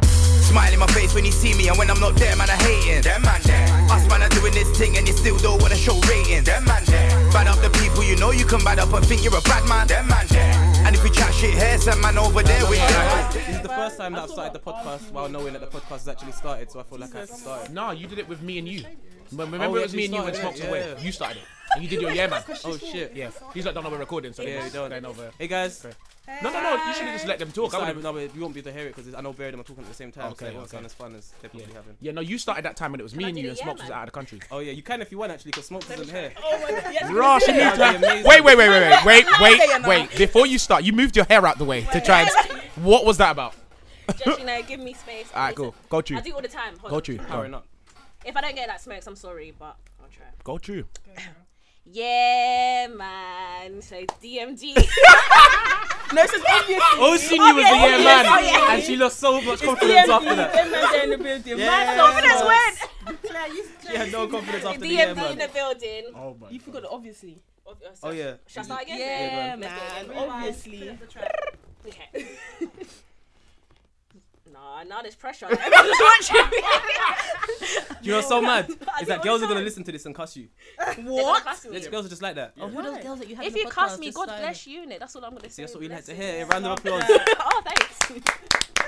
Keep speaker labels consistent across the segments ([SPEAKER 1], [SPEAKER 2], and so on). [SPEAKER 1] Smile in my face when you see me, and when I'm not there, man, I hating. Them man there. Us man are doing this thing, and you still don't wanna show ratings. Them man there. Bad up the people you know you can bad up and think you're a bad man. Them man there. And if we chat shit here, some man over there with that.
[SPEAKER 2] This is the first time that I've started the podcast while knowing that the podcast has actually started, so I feel like I started.
[SPEAKER 3] No, you did it with me and you. Remember,
[SPEAKER 2] Oh,
[SPEAKER 3] remember
[SPEAKER 2] we
[SPEAKER 3] it was me and you when
[SPEAKER 2] actually
[SPEAKER 3] Smokes
[SPEAKER 2] started it,
[SPEAKER 3] away. You started it. And you did your yeah man.
[SPEAKER 2] Oh shit,
[SPEAKER 3] Yeah. He's like, don't know we're recording, so
[SPEAKER 2] Yeah,
[SPEAKER 3] yeah,
[SPEAKER 2] we
[SPEAKER 3] they
[SPEAKER 2] don't.
[SPEAKER 3] don't know. we're-
[SPEAKER 2] Hey guys,
[SPEAKER 3] No, no, no. You should have just let them talk. I
[SPEAKER 2] sorry,
[SPEAKER 3] would've-
[SPEAKER 2] no, but you won't be able to hear it because I know Baird and I'm talking at the same time, so
[SPEAKER 3] Okay,
[SPEAKER 2] it won't
[SPEAKER 3] okay.
[SPEAKER 2] sound as fun as they're probably having.
[SPEAKER 3] Yeah, no, you started that time and it was me
[SPEAKER 4] I
[SPEAKER 3] and
[SPEAKER 4] do
[SPEAKER 3] you
[SPEAKER 4] the
[SPEAKER 3] and
[SPEAKER 4] yeah
[SPEAKER 3] Smokes was
[SPEAKER 4] man?
[SPEAKER 3] out of the country.
[SPEAKER 2] Oh yeah, you can if you want actually, because Smokes isn't here.
[SPEAKER 4] Oh
[SPEAKER 3] Ross, you moved
[SPEAKER 2] That'd be
[SPEAKER 3] her.
[SPEAKER 2] amazing.
[SPEAKER 3] Wait, wait, wait, wait, wait, wait,
[SPEAKER 4] you're
[SPEAKER 3] wait,
[SPEAKER 4] not.
[SPEAKER 3] wait. Before you start, you moved your hair out the way to try and. What was that about?
[SPEAKER 4] Just you know, give me space.
[SPEAKER 3] Alright,
[SPEAKER 4] Listen,
[SPEAKER 3] go. Go through.
[SPEAKER 4] I do all the time. Hold
[SPEAKER 3] Go
[SPEAKER 4] on.
[SPEAKER 3] through.
[SPEAKER 2] Powering up.
[SPEAKER 4] If I don't get that smokes, I'm sorry, but I'll try.
[SPEAKER 3] Go through.
[SPEAKER 4] Yeah, man. So DMG.
[SPEAKER 5] No, it's just obvious.
[SPEAKER 2] All she Oh, knew was the yeah
[SPEAKER 4] Obviously,
[SPEAKER 2] man,
[SPEAKER 4] yeah.
[SPEAKER 2] and she lost so much confidence after
[SPEAKER 5] DMD,
[SPEAKER 2] that.
[SPEAKER 5] them man there in the building.
[SPEAKER 2] Yeah.
[SPEAKER 5] Yeah.
[SPEAKER 4] Confidence went.
[SPEAKER 5] Claire, you,
[SPEAKER 2] She had no confidence after the yeah
[SPEAKER 4] DMD in the
[SPEAKER 2] man.
[SPEAKER 4] building.
[SPEAKER 3] Oh my.
[SPEAKER 5] you forgot it, obviously.
[SPEAKER 2] Oh yeah.
[SPEAKER 4] Should I start again?
[SPEAKER 2] Yeah,
[SPEAKER 4] Let's do it
[SPEAKER 5] man.
[SPEAKER 4] again.
[SPEAKER 5] Obviously.
[SPEAKER 4] Okay. Nah, now there's pressure. Everyone's watching me.
[SPEAKER 2] Do you know what's so mad? Is
[SPEAKER 4] do
[SPEAKER 2] that
[SPEAKER 4] all
[SPEAKER 2] girls are
[SPEAKER 4] the
[SPEAKER 2] gonna
[SPEAKER 4] time.
[SPEAKER 2] listen to this and cuss you.
[SPEAKER 4] What?
[SPEAKER 2] Let's girls are just like that. Oh,
[SPEAKER 6] Who those girls that you have
[SPEAKER 4] If
[SPEAKER 6] in
[SPEAKER 4] you
[SPEAKER 6] the
[SPEAKER 4] cuss
[SPEAKER 6] podcast
[SPEAKER 4] me,
[SPEAKER 6] just
[SPEAKER 4] God
[SPEAKER 6] started?
[SPEAKER 4] bless you, innit? That's all I'm gonna say.
[SPEAKER 2] See, that's what we like to
[SPEAKER 4] Bless
[SPEAKER 2] hear. A round of applause.
[SPEAKER 4] you. Oh, thanks.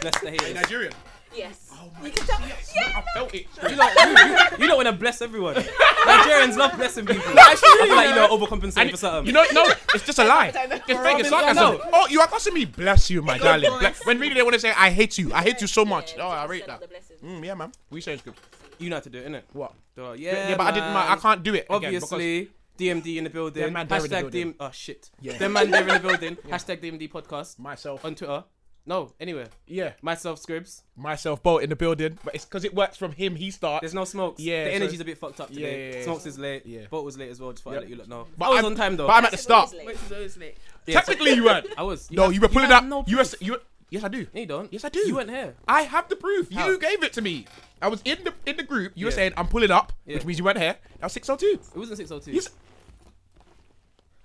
[SPEAKER 2] Bless the haters.
[SPEAKER 3] Nigerian.
[SPEAKER 4] Yes.
[SPEAKER 3] Oh, I felt it.
[SPEAKER 2] You know, you, you, you don't want to bless everyone. Nigerians love blessing people. I feel like you know overcompensating for something.
[SPEAKER 3] You know, no, it's just a lie. It's fake. It's
[SPEAKER 2] Robin's like, no.
[SPEAKER 3] sarcasm. Oh, you are cussing me. Bless you, my darling. Bla- when really they want to say, I hate you. I hate you so much. Oh, I rate that. Mm, yeah, man. We saying script.
[SPEAKER 2] You know how to do it, innit?
[SPEAKER 3] What?
[SPEAKER 2] So,
[SPEAKER 3] Yeah,
[SPEAKER 2] yeah,
[SPEAKER 3] but I didn't.
[SPEAKER 2] man.
[SPEAKER 3] My, I can't do it. again because-
[SPEAKER 2] Obviously, DMD in the building.
[SPEAKER 3] Them man there in the
[SPEAKER 2] Hashtag
[SPEAKER 3] building.
[SPEAKER 2] DM. Oh shit.
[SPEAKER 3] Yeah.
[SPEAKER 2] Them man there in the building. Hashtag DMD podcast
[SPEAKER 3] myself.
[SPEAKER 2] on Twitter. No, anywhere.
[SPEAKER 3] Yeah,
[SPEAKER 2] Myself Scribs.
[SPEAKER 3] myself. Bolt in the building, but it's because it works from him. He starts.
[SPEAKER 2] There's no smokes.
[SPEAKER 3] Yeah,
[SPEAKER 2] the
[SPEAKER 3] so-
[SPEAKER 2] energy's a bit fucked up today.
[SPEAKER 3] Yeah, yeah, yeah.
[SPEAKER 2] Smokes is late.
[SPEAKER 3] Yeah.
[SPEAKER 2] Boat was late as well. Just thought
[SPEAKER 3] Yep.
[SPEAKER 2] I'd let you lot know.
[SPEAKER 3] But
[SPEAKER 2] I was
[SPEAKER 3] I'm-
[SPEAKER 2] on time though.
[SPEAKER 3] But I'm at the start.
[SPEAKER 5] Wait, so it's late.
[SPEAKER 2] Yeah, so-
[SPEAKER 3] Technically, you weren't.
[SPEAKER 2] I was.
[SPEAKER 3] No,
[SPEAKER 2] have-
[SPEAKER 3] you were pulling
[SPEAKER 2] have
[SPEAKER 3] up.
[SPEAKER 2] No,
[SPEAKER 3] you were. s- You were, yes, I do.
[SPEAKER 2] No, you don't.
[SPEAKER 3] Yes, I do.
[SPEAKER 2] You weren't here.
[SPEAKER 3] I have the proof.
[SPEAKER 2] How?
[SPEAKER 3] You gave it to me. I was in the in the group. You were
[SPEAKER 2] Yeah.
[SPEAKER 3] saying I'm pulling up,
[SPEAKER 2] Yeah.
[SPEAKER 3] which means you weren't here. That was six oh two.
[SPEAKER 2] It wasn't 602.
[SPEAKER 3] Yes.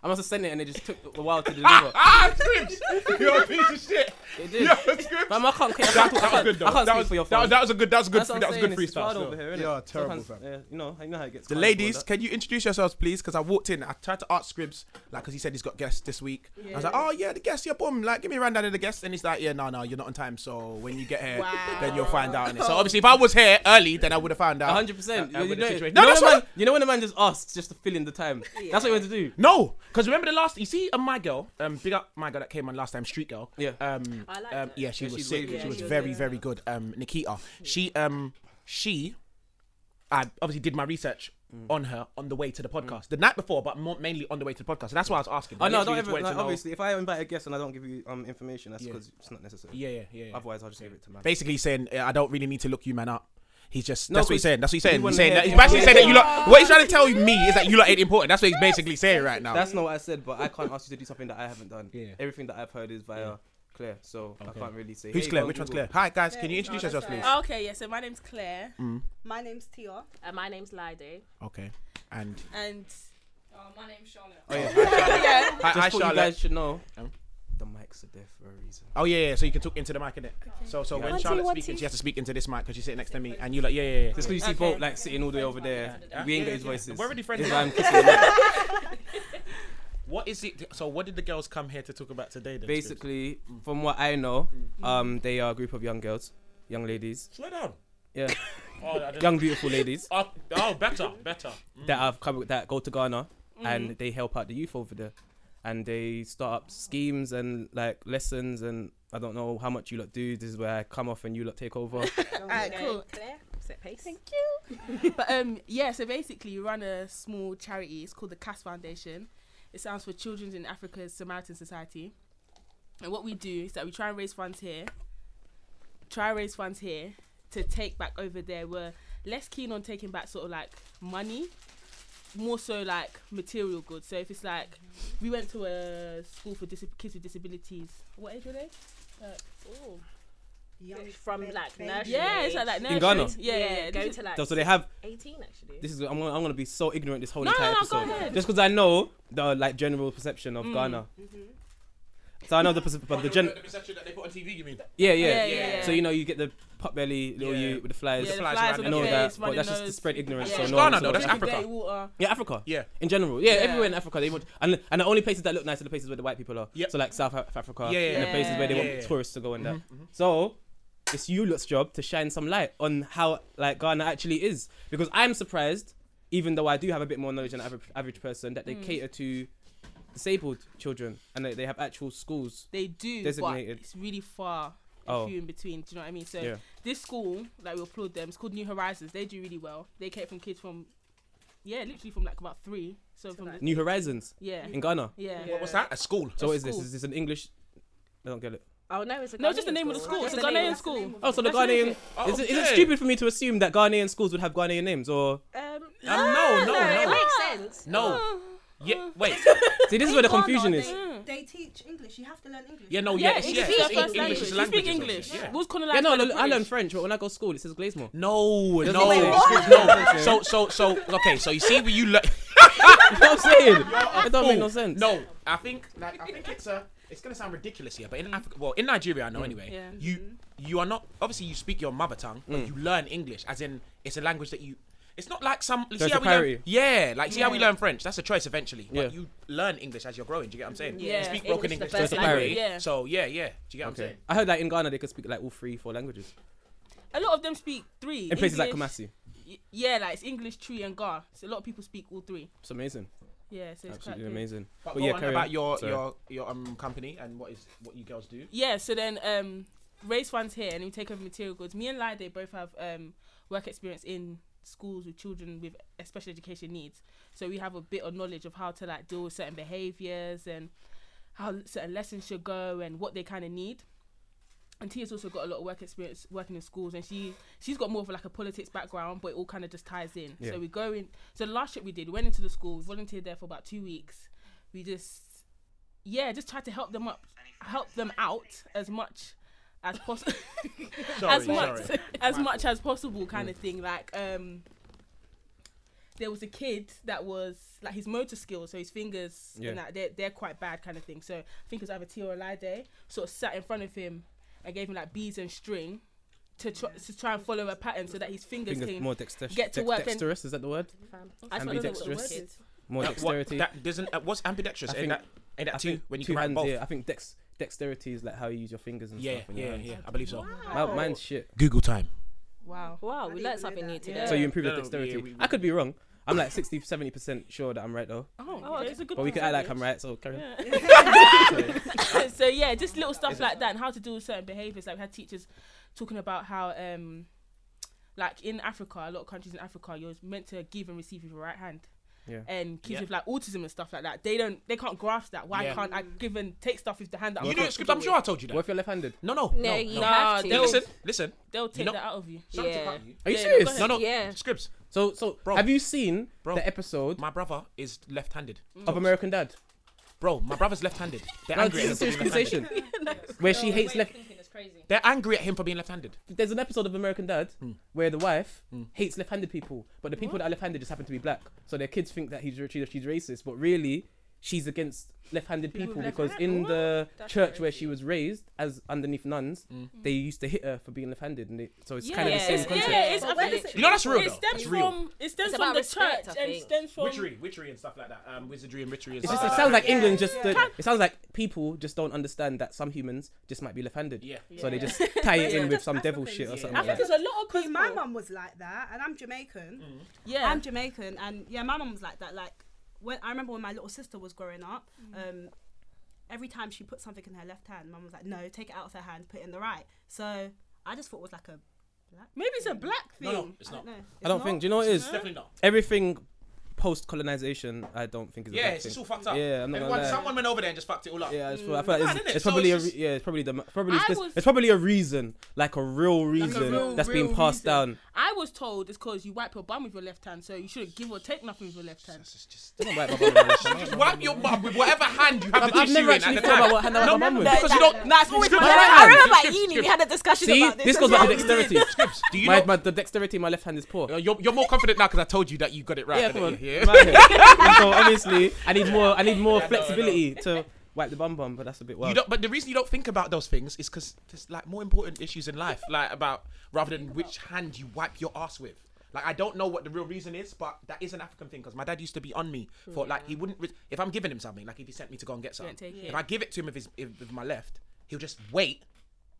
[SPEAKER 2] I must have sent it and it just took a while to deliver.
[SPEAKER 3] Ah, Scribs! You're a piece of shit.
[SPEAKER 2] it did.
[SPEAKER 3] You're a Scribs.
[SPEAKER 2] Fam, I can't, I can't,
[SPEAKER 3] That,
[SPEAKER 2] I
[SPEAKER 3] that was
[SPEAKER 2] can't,
[SPEAKER 3] good though.
[SPEAKER 2] I can't
[SPEAKER 3] that
[SPEAKER 2] speak
[SPEAKER 3] was,
[SPEAKER 2] for your
[SPEAKER 3] that was,
[SPEAKER 2] phone.
[SPEAKER 3] that was a good. That was a good.
[SPEAKER 2] That's what
[SPEAKER 3] that
[SPEAKER 2] I'm
[SPEAKER 3] was
[SPEAKER 2] saying,
[SPEAKER 3] good
[SPEAKER 2] it's hard
[SPEAKER 3] freestyle.
[SPEAKER 2] over
[SPEAKER 3] still.
[SPEAKER 2] here, innit?
[SPEAKER 7] You are terrible,
[SPEAKER 2] Sometimes,
[SPEAKER 7] fam.
[SPEAKER 2] yeah, you know, you know how it gets.
[SPEAKER 3] The
[SPEAKER 2] cardboard,
[SPEAKER 3] ladies,
[SPEAKER 2] like-
[SPEAKER 3] can you introduce yourselves, please? Because I walked in. I tried to ask Scribs, like, because he said he's got guests this week. I was like, oh yeah, the guests, yeah, boom. Like, give me a rundown of the guests. And he's like, yeah, no, no, you're not on time. So when you get here, then you'll find out. innit?" So obviously, if I was here early, then I would have found out.
[SPEAKER 2] hundred percent.
[SPEAKER 3] Uh, uh,
[SPEAKER 2] You
[SPEAKER 3] with
[SPEAKER 2] know,
[SPEAKER 3] the
[SPEAKER 2] you
[SPEAKER 3] situation.
[SPEAKER 2] know
[SPEAKER 3] No,
[SPEAKER 2] when
[SPEAKER 3] that's
[SPEAKER 2] a man-
[SPEAKER 3] what-
[SPEAKER 2] you know when a man just asks just to fill in the time. That's what you meant to do.
[SPEAKER 3] No, because remember the last. You see, uh, my girl, um, big up my girl that came on last time, Street Girl.
[SPEAKER 2] Yeah.
[SPEAKER 3] Um,
[SPEAKER 4] I liked
[SPEAKER 3] um
[SPEAKER 4] her.
[SPEAKER 3] yeah, she
[SPEAKER 2] Yeah,
[SPEAKER 3] was
[SPEAKER 2] she's
[SPEAKER 3] sick.
[SPEAKER 2] really
[SPEAKER 3] she
[SPEAKER 2] good.
[SPEAKER 3] was
[SPEAKER 4] Yeah, she
[SPEAKER 3] very,
[SPEAKER 4] was,
[SPEAKER 3] very good. Um, Nikita. She um, she, I obviously did my research.
[SPEAKER 2] Mm.
[SPEAKER 3] On her on the way to the podcast the night before, but more, mainly on the way to the podcast. So that's why I was asking.
[SPEAKER 2] Oh no,
[SPEAKER 3] literally
[SPEAKER 2] don't
[SPEAKER 3] just
[SPEAKER 2] ever.
[SPEAKER 3] wanted to
[SPEAKER 2] Like,
[SPEAKER 3] know-
[SPEAKER 2] obviously, if I invite a guest and I don't give you um information, that's
[SPEAKER 3] Yeah.
[SPEAKER 2] because it's not necessary.
[SPEAKER 3] Yeah, yeah, yeah. yeah.
[SPEAKER 2] Otherwise, I'll just give it to man.
[SPEAKER 3] Basically saying uh, I don't really need to look you man up. He's just
[SPEAKER 2] No,
[SPEAKER 3] that's what he's
[SPEAKER 2] 'cause
[SPEAKER 3] saying. That's what he's
[SPEAKER 2] you
[SPEAKER 3] saying. He's
[SPEAKER 2] wouldn't
[SPEAKER 3] saying
[SPEAKER 2] hear
[SPEAKER 3] that, he's
[SPEAKER 2] him.
[SPEAKER 3] basically saying that you lot. What he's trying to tell me is that you lot ain't important. That's what he's basically saying right now.
[SPEAKER 2] That's not what I said, but I can't ask you to do something that I haven't done.
[SPEAKER 3] Yeah.
[SPEAKER 2] Everything that I've heard is via Claire, so I
[SPEAKER 3] Okay.
[SPEAKER 2] can't really say.
[SPEAKER 3] Who's
[SPEAKER 2] hey,
[SPEAKER 3] Claire?
[SPEAKER 2] go
[SPEAKER 3] Which one's
[SPEAKER 2] Google.
[SPEAKER 3] Claire? Hi guys, can you introduce
[SPEAKER 5] No,
[SPEAKER 3] yourself,
[SPEAKER 5] that's
[SPEAKER 3] please?
[SPEAKER 5] fine. Okay, yeah, so my name's Claire.
[SPEAKER 2] Mm.
[SPEAKER 8] My name's Tia.
[SPEAKER 4] Uh, my name's Lide.
[SPEAKER 3] Okay. And
[SPEAKER 5] And
[SPEAKER 3] hi, hi
[SPEAKER 2] Just thought you
[SPEAKER 3] Charlotte.
[SPEAKER 2] guys should know.
[SPEAKER 3] Um.
[SPEAKER 2] The mics are there for a reason.
[SPEAKER 3] Oh yeah, yeah. So you can talk into the mic in it. So so when
[SPEAKER 4] Auntie,
[SPEAKER 3] Charlotte's
[SPEAKER 4] auntie.
[SPEAKER 3] speaking, she has to speak into this mic because she's sitting next to me, and you like yeah yeah yeah.
[SPEAKER 2] Just because you see
[SPEAKER 5] Okay.
[SPEAKER 2] Bolt like sitting all the way over there,
[SPEAKER 3] Yeah,
[SPEAKER 2] we ain't
[SPEAKER 3] yeah,
[SPEAKER 2] got his
[SPEAKER 3] yeah.
[SPEAKER 2] voices.
[SPEAKER 3] We're already friends
[SPEAKER 2] Is
[SPEAKER 3] now.
[SPEAKER 2] why I'm kissing him.
[SPEAKER 3] What is it? So what did the girls come here to talk about today? Then, Scribs?
[SPEAKER 2] Basically, from what I know, um, they are a group of young girls, young ladies,
[SPEAKER 3] slow down.
[SPEAKER 2] yeah,
[SPEAKER 3] Oh, I didn't-
[SPEAKER 2] young beautiful ladies.
[SPEAKER 3] oh, oh, better, better.
[SPEAKER 2] that have come that go to Ghana
[SPEAKER 3] Mm-hmm.
[SPEAKER 2] and they help out the youth over there, and they start up schemes and like lessons and I don't know how much you lot do. This is where I come off and you lot take over.
[SPEAKER 5] alright, cool.
[SPEAKER 4] Set pace.
[SPEAKER 5] But um, yeah. So basically, you run a small charity. It's called the Cass Foundation. It stands for Children's in Africa's Samaritan Society. And what we do is that we try and raise funds here. Try and raise funds here to take back over there. We're less keen on taking back sort of like money, more so like material goods. So if it's like we went to a school for dis- kids with disabilities. What age were they?
[SPEAKER 4] Ooh. From like nursery.
[SPEAKER 5] Yeah, it's like that.
[SPEAKER 2] In Ghana?
[SPEAKER 5] Yeah, yeah. yeah.
[SPEAKER 4] Go
[SPEAKER 5] This
[SPEAKER 4] to like
[SPEAKER 2] so they have.
[SPEAKER 4] 18 actually.
[SPEAKER 2] This is I'm gonna, I'm gonna be so ignorant this whole
[SPEAKER 5] No,
[SPEAKER 2] entire
[SPEAKER 5] no, no, go
[SPEAKER 2] episode.
[SPEAKER 5] ahead.
[SPEAKER 2] Just because I know the like general perception
[SPEAKER 3] Mm-hmm.
[SPEAKER 2] of Ghana. So I know the perce- but the gen.
[SPEAKER 3] perception that they put on TV, you mean?
[SPEAKER 2] Yeah yeah.
[SPEAKER 5] Yeah, yeah, yeah.
[SPEAKER 2] So you know you get the pot belly, little
[SPEAKER 3] Yeah.
[SPEAKER 2] you with the flies.
[SPEAKER 5] Yeah, the
[SPEAKER 3] the flies around
[SPEAKER 5] flies on
[SPEAKER 2] I
[SPEAKER 5] the
[SPEAKER 2] know
[SPEAKER 5] face,
[SPEAKER 2] that,
[SPEAKER 5] runny
[SPEAKER 2] but that's just
[SPEAKER 5] nose.
[SPEAKER 2] to spread ignorance.
[SPEAKER 5] Yeah.
[SPEAKER 2] So
[SPEAKER 5] It's
[SPEAKER 2] no one
[SPEAKER 3] Ghana, though,
[SPEAKER 2] knows.
[SPEAKER 3] that's Africa.
[SPEAKER 5] Dirty water.
[SPEAKER 2] Yeah, Africa.
[SPEAKER 3] Yeah.
[SPEAKER 2] In general, yeah,
[SPEAKER 5] Yeah.
[SPEAKER 2] everywhere in Africa they want, and and the only places that look nice are the places where the white people are.
[SPEAKER 3] Yep.
[SPEAKER 2] So like South Af- Africa,
[SPEAKER 3] Yeah, yeah,
[SPEAKER 2] and the
[SPEAKER 5] yeah.
[SPEAKER 2] places where they
[SPEAKER 3] Yeah,
[SPEAKER 2] want
[SPEAKER 3] yeah, yeah.
[SPEAKER 2] tourists to go and that.
[SPEAKER 5] Mm-hmm,
[SPEAKER 2] So it's you lot's job to shine some light on how like Ghana actually is, because I'm surprised, even though I do have a bit more knowledge than the average, average person, that they
[SPEAKER 5] Mm.
[SPEAKER 2] cater to disabled children and they, they have actual schools.
[SPEAKER 5] They do,
[SPEAKER 2] Designated.
[SPEAKER 5] but it's really far and
[SPEAKER 2] Oh.
[SPEAKER 5] few in between. Do you know what I mean? So
[SPEAKER 2] Yeah.
[SPEAKER 5] this school, like we applaud them, it's called New Horizons. They do really well. They cater from kids from, yeah, literally from like about three. So from
[SPEAKER 4] like-
[SPEAKER 5] the,
[SPEAKER 2] New Horizons
[SPEAKER 5] yeah,
[SPEAKER 2] in Ghana.
[SPEAKER 5] yeah.
[SPEAKER 4] Yeah.
[SPEAKER 3] What's that? A school.
[SPEAKER 2] So what is this?
[SPEAKER 5] school.
[SPEAKER 2] Is this an English? I don't get it.
[SPEAKER 4] Oh no, it's a
[SPEAKER 5] No, it's just
[SPEAKER 4] Ghanaian
[SPEAKER 5] the name of the school. It's a
[SPEAKER 4] That's the name
[SPEAKER 5] Ghanaian
[SPEAKER 4] of-
[SPEAKER 5] school.
[SPEAKER 2] Oh, so the
[SPEAKER 5] That's really
[SPEAKER 2] Ghanaian.
[SPEAKER 3] good.
[SPEAKER 2] Is, it, is it
[SPEAKER 3] Okay.
[SPEAKER 2] stupid for me to assume that Ghanaian schools would have Ghanaian names? Or
[SPEAKER 4] Um,
[SPEAKER 3] Um, no, no,
[SPEAKER 4] no, it
[SPEAKER 3] no.
[SPEAKER 4] makes sense.
[SPEAKER 3] No. Yeah, wait.
[SPEAKER 2] see, this is where the
[SPEAKER 9] Ghana,
[SPEAKER 2] confusion
[SPEAKER 9] they-
[SPEAKER 2] is.
[SPEAKER 9] They teach English. You have to learn English.
[SPEAKER 3] Yeah, no,
[SPEAKER 5] Oh. Yeah,
[SPEAKER 3] yeah, it's,
[SPEAKER 5] English
[SPEAKER 3] yeah, it's
[SPEAKER 5] is their
[SPEAKER 3] Eng-
[SPEAKER 5] first
[SPEAKER 3] English. It's
[SPEAKER 5] language. You
[SPEAKER 3] language.
[SPEAKER 5] speak
[SPEAKER 3] or something.
[SPEAKER 5] English.
[SPEAKER 3] Yeah.
[SPEAKER 5] What's called
[SPEAKER 2] Yeah,
[SPEAKER 5] like
[SPEAKER 2] no, I
[SPEAKER 5] the
[SPEAKER 2] learned, I learned
[SPEAKER 5] British?
[SPEAKER 2] French, but when I go to school, it says Glazemore.
[SPEAKER 3] No,
[SPEAKER 2] Doesn't
[SPEAKER 3] no,
[SPEAKER 2] say
[SPEAKER 3] it's- no. So, so, so. Okay, so you see, where you look.
[SPEAKER 2] You know what I'm saying? It don't make Oh, no sense.
[SPEAKER 3] No, I think like, I think it's a. It's gonna sound ridiculous here, but in Africa, well, in Nigeria, I know anyway.
[SPEAKER 5] Yeah.
[SPEAKER 3] You you are not obviously you speak your mother tongue,
[SPEAKER 2] Mm.
[SPEAKER 3] but you learn English, as in it's a language that you. It's not like some.
[SPEAKER 2] There's
[SPEAKER 3] see how
[SPEAKER 2] a
[SPEAKER 3] we learn,
[SPEAKER 2] parity.
[SPEAKER 3] Yeah, like see how we learn French. That's a choice eventually.
[SPEAKER 2] Yeah.
[SPEAKER 3] But you learn English as you're growing. Do you get what I'm saying?
[SPEAKER 5] Yeah.
[SPEAKER 3] You speak
[SPEAKER 4] English
[SPEAKER 3] broken
[SPEAKER 4] is the
[SPEAKER 3] English.
[SPEAKER 4] first
[SPEAKER 2] There's a parity.
[SPEAKER 3] anyway,
[SPEAKER 5] Yeah.
[SPEAKER 3] So yeah, yeah. Do you get what I'm
[SPEAKER 2] Okay.
[SPEAKER 3] saying?
[SPEAKER 2] I heard that in Ghana they could speak like all three, four languages
[SPEAKER 5] A lot of them speak three.
[SPEAKER 2] in places like
[SPEAKER 5] English-
[SPEAKER 2] Kumasi.
[SPEAKER 5] y- Yeah, like it's English, Tree, and Gar. So a lot of people speak all three.
[SPEAKER 2] It's amazing,
[SPEAKER 5] Yeah, so it's
[SPEAKER 2] absolutely
[SPEAKER 5] quite good.
[SPEAKER 2] amazing.
[SPEAKER 3] But
[SPEAKER 2] But
[SPEAKER 3] go
[SPEAKER 2] yeah,
[SPEAKER 3] on
[SPEAKER 2] carry
[SPEAKER 3] about
[SPEAKER 2] on.
[SPEAKER 3] your
[SPEAKER 2] Sorry.
[SPEAKER 3] your your um company and what is what you girls do.
[SPEAKER 5] Yeah, so then um, raise funds here and we take over material goods. Me and Lide both have um, work experience in schools with children with special education needs. So we have a bit of knowledge of how to like deal with certain behaviours and how certain lessons should go and what they kind of need. And Tia's also got a lot of work experience working in schools, and she she's got more of like a politics background, but it all kind of just ties in.
[SPEAKER 2] Yeah.
[SPEAKER 5] So we go in. So the last trip we did, we went into the school, volunteered there for about two weeks. We just yeah, just tried to help them up, help them out as much as possible, as much
[SPEAKER 3] sorry.
[SPEAKER 5] as much as possible, kind of thing. Like um, there was a kid that was like his motor skills, so his fingers
[SPEAKER 2] Yeah.
[SPEAKER 5] and that they're, they're quite bad kind of thing. So I think it was either T or Lide, sort of sat in front of him and gave him like beads and string to try, to try and follow a pattern so that his fingers,
[SPEAKER 2] Fingers
[SPEAKER 5] came.
[SPEAKER 2] more dexterous.
[SPEAKER 5] get to
[SPEAKER 2] dex-
[SPEAKER 5] work and-
[SPEAKER 2] Dexterous is that the word?
[SPEAKER 5] I
[SPEAKER 2] and be
[SPEAKER 5] don't know what the word
[SPEAKER 2] dexterous.
[SPEAKER 5] is.
[SPEAKER 2] More
[SPEAKER 3] Uh, what-
[SPEAKER 2] dexterity.
[SPEAKER 3] that doesn't. Uh, what's ambidextrous?
[SPEAKER 2] I
[SPEAKER 3] ain't that
[SPEAKER 2] think-
[SPEAKER 3] ain't that
[SPEAKER 2] I
[SPEAKER 3] two
[SPEAKER 2] think
[SPEAKER 3] when you
[SPEAKER 2] two
[SPEAKER 3] can write
[SPEAKER 2] hands.
[SPEAKER 3] both?
[SPEAKER 2] Yeah, I think dex dexterity is like how you use your fingers and
[SPEAKER 3] Yeah,
[SPEAKER 2] stuff. and your
[SPEAKER 3] yeah,
[SPEAKER 2] hands.
[SPEAKER 3] yeah. I believe so.
[SPEAKER 2] My,
[SPEAKER 5] Oh.
[SPEAKER 2] mine's shit.
[SPEAKER 3] Google time.
[SPEAKER 5] Wow.
[SPEAKER 4] Wow,
[SPEAKER 9] didn't
[SPEAKER 4] we
[SPEAKER 9] know
[SPEAKER 4] learned something new
[SPEAKER 9] that.
[SPEAKER 4] today.
[SPEAKER 2] So you improve
[SPEAKER 3] No,
[SPEAKER 2] your
[SPEAKER 3] no, yeah,
[SPEAKER 2] dexterity.
[SPEAKER 3] we-
[SPEAKER 2] I could be wrong. I'm like 60, 70 percent sure that I'm right though.
[SPEAKER 5] Oh,
[SPEAKER 4] Oh,
[SPEAKER 5] okay.
[SPEAKER 4] okay.
[SPEAKER 5] it's a good.
[SPEAKER 2] But we can act like
[SPEAKER 5] percentage.
[SPEAKER 2] I'm right. So carry on.
[SPEAKER 5] so yeah, just little stuff like that and how to deal with certain behaviors. Like we had teachers talking about how um like in Africa, a lot of countries in Africa, you're meant to give and receive with your right hand.
[SPEAKER 2] Yeah.
[SPEAKER 5] And kids
[SPEAKER 3] Yeah.
[SPEAKER 5] with like autism and stuff like that, they don't they can't grasp that. Why
[SPEAKER 3] Yeah.
[SPEAKER 5] can't I give and take stuff with the hand that
[SPEAKER 3] You
[SPEAKER 5] I'm
[SPEAKER 3] know the script. I'm sure I told you
[SPEAKER 2] What
[SPEAKER 3] that.
[SPEAKER 2] if you're left-handed?
[SPEAKER 3] No, no,
[SPEAKER 4] No,
[SPEAKER 3] no,
[SPEAKER 4] you
[SPEAKER 3] no.
[SPEAKER 4] have to.
[SPEAKER 5] No, they'll-
[SPEAKER 3] Listen, listen.
[SPEAKER 5] They'll take
[SPEAKER 3] know-
[SPEAKER 5] that out of you.
[SPEAKER 3] Sorry to
[SPEAKER 4] Yeah.
[SPEAKER 3] cut you.
[SPEAKER 2] Are you
[SPEAKER 5] Yeah, no,
[SPEAKER 2] serious?
[SPEAKER 5] go
[SPEAKER 3] No, no.
[SPEAKER 4] Yeah.
[SPEAKER 3] Scripts.
[SPEAKER 2] So, so
[SPEAKER 3] Bro.
[SPEAKER 2] have you seen
[SPEAKER 3] Bro.
[SPEAKER 2] the episode
[SPEAKER 3] My brother is left-handed.
[SPEAKER 2] of American Dad?
[SPEAKER 3] Bro, my brother's left-handed. They're
[SPEAKER 2] No,
[SPEAKER 3] angry
[SPEAKER 2] this
[SPEAKER 3] at
[SPEAKER 2] is
[SPEAKER 3] him
[SPEAKER 2] a
[SPEAKER 3] for
[SPEAKER 2] serious
[SPEAKER 3] being left-handed.
[SPEAKER 2] conversation where she hates left.
[SPEAKER 3] They're angry at him for being left-handed.
[SPEAKER 2] There's an episode of American Dad
[SPEAKER 3] Hmm.
[SPEAKER 2] where the wife hates left-handed people, but the people that are left-handed just happen to be black. So their kids think that he's she's, she's racist, but really she's against left-handed people
[SPEAKER 5] with
[SPEAKER 2] because
[SPEAKER 5] left
[SPEAKER 2] in
[SPEAKER 5] hand?
[SPEAKER 2] the
[SPEAKER 5] That's
[SPEAKER 2] church where she
[SPEAKER 5] crazy. Hmm.
[SPEAKER 2] was raised as underneath nuns,
[SPEAKER 3] Hmm.
[SPEAKER 2] they used to hit her for being left-handed, and they, so it's kind of the
[SPEAKER 5] Yeah,
[SPEAKER 2] same
[SPEAKER 5] it's-
[SPEAKER 2] concept.
[SPEAKER 5] Yeah, it's,
[SPEAKER 9] But
[SPEAKER 5] I
[SPEAKER 9] where
[SPEAKER 5] think
[SPEAKER 9] does
[SPEAKER 5] it-
[SPEAKER 9] it
[SPEAKER 3] You know that's real.
[SPEAKER 5] it
[SPEAKER 3] though.
[SPEAKER 5] stems
[SPEAKER 3] It's real.
[SPEAKER 5] from it stems
[SPEAKER 4] It's
[SPEAKER 5] from
[SPEAKER 4] about
[SPEAKER 5] the
[SPEAKER 4] respect,
[SPEAKER 5] church
[SPEAKER 4] I
[SPEAKER 5] and
[SPEAKER 4] think.
[SPEAKER 5] stems from
[SPEAKER 3] Witchery, witchery, and stuff like that. Um, wizardry and witchery. And
[SPEAKER 2] It's just,
[SPEAKER 3] stuff
[SPEAKER 2] it
[SPEAKER 5] Ah,
[SPEAKER 3] like
[SPEAKER 2] sounds
[SPEAKER 3] that.
[SPEAKER 2] like England just. uh, It sounds like people just don't understand that some humans just might be left-handed.
[SPEAKER 3] Yeah.
[SPEAKER 2] So they
[SPEAKER 5] Yeah.
[SPEAKER 2] just tie it in
[SPEAKER 9] Yeah.
[SPEAKER 2] with some
[SPEAKER 9] Africans,
[SPEAKER 2] devil shit or
[SPEAKER 3] yeah.
[SPEAKER 2] something.
[SPEAKER 5] I
[SPEAKER 2] like
[SPEAKER 5] think
[SPEAKER 2] that.
[SPEAKER 5] there's a lot of
[SPEAKER 9] Because
[SPEAKER 5] people.
[SPEAKER 9] my mum was like that, and I'm Jamaican.
[SPEAKER 5] yeah,
[SPEAKER 9] I'm Jamaican, and yeah, my mum was like that. Like when I remember when my little sister was growing up,
[SPEAKER 2] Mm.
[SPEAKER 9] um, every time she put something in her left hand, mum was like, "No, take it out of her hand, put it in the right." So I just thought it was like a black.
[SPEAKER 5] maybe it's a black
[SPEAKER 3] No,
[SPEAKER 5] thing.
[SPEAKER 3] no, it's
[SPEAKER 9] I don't
[SPEAKER 3] not.
[SPEAKER 9] know.
[SPEAKER 2] I don't think. Do you know what it
[SPEAKER 3] It's
[SPEAKER 2] is?
[SPEAKER 3] definitely not.
[SPEAKER 2] Everything post-colonization, I don't think is.
[SPEAKER 3] Yeah,
[SPEAKER 2] a bad
[SPEAKER 3] it's
[SPEAKER 2] thing.
[SPEAKER 3] just all fucked up.
[SPEAKER 2] Yeah, I'm not gonna
[SPEAKER 3] Everyone,
[SPEAKER 2] lie.
[SPEAKER 3] someone went over there and just fucked it all up.
[SPEAKER 2] Yeah, it's, I feel like it's,
[SPEAKER 3] Mad, innit?
[SPEAKER 2] it's
[SPEAKER 3] So
[SPEAKER 2] probably
[SPEAKER 3] it's
[SPEAKER 2] a re-
[SPEAKER 3] just-
[SPEAKER 2] yeah, it's probably the probably
[SPEAKER 5] I
[SPEAKER 2] it's,
[SPEAKER 5] was-
[SPEAKER 2] it's probably a reason like a real reason
[SPEAKER 5] real,
[SPEAKER 2] that's
[SPEAKER 5] real
[SPEAKER 2] being passed
[SPEAKER 5] reason.
[SPEAKER 2] down.
[SPEAKER 5] I was told it's because you wipe your bum with your left hand, so you shouldn't give or take nothing with your left hand.
[SPEAKER 3] It's just-
[SPEAKER 2] Don't wipe my bum with your
[SPEAKER 3] Just wipe your mum with whatever hand you have
[SPEAKER 2] I've,
[SPEAKER 3] the
[SPEAKER 2] I've
[SPEAKER 3] tissue
[SPEAKER 2] never
[SPEAKER 3] in at
[SPEAKER 2] actually
[SPEAKER 3] the
[SPEAKER 2] thought about
[SPEAKER 3] time.
[SPEAKER 2] what hand I wipe my bum with.
[SPEAKER 3] No, because you don't.
[SPEAKER 4] Nah, it's always
[SPEAKER 3] Script,
[SPEAKER 4] my
[SPEAKER 2] script,
[SPEAKER 4] left hand. I
[SPEAKER 2] script,
[SPEAKER 4] remember at
[SPEAKER 2] script,
[SPEAKER 4] uni we
[SPEAKER 2] script.
[SPEAKER 4] had a discussion
[SPEAKER 2] See,
[SPEAKER 4] about this.
[SPEAKER 2] this goes back to dexterity.
[SPEAKER 3] Scripts. Do you
[SPEAKER 2] My,
[SPEAKER 3] know?
[SPEAKER 2] my, the dexterity in my left hand is poor.
[SPEAKER 3] Uh, You're, you're more confident now because I told you that you got it right.
[SPEAKER 2] Yeah,
[SPEAKER 3] innit?
[SPEAKER 2] come on.
[SPEAKER 3] Yeah.
[SPEAKER 2] Right. so obviously, I need more. I need more
[SPEAKER 3] Yeah, I know, I know.
[SPEAKER 2] flexibility to wipe the bum bum, but that's a bit wild.
[SPEAKER 3] You don't, but the reason you don't think about those things is because there's like more important issues in life, like about rather than which hand you wipe your ass with. Like I don't know what the real reason is, but that is an African thing because my dad used to be on me for like he wouldn't re- if I'm giving him something, like if he sent me to go and get something,
[SPEAKER 5] take
[SPEAKER 3] if I give it to him with his if, with my left, he'll just wait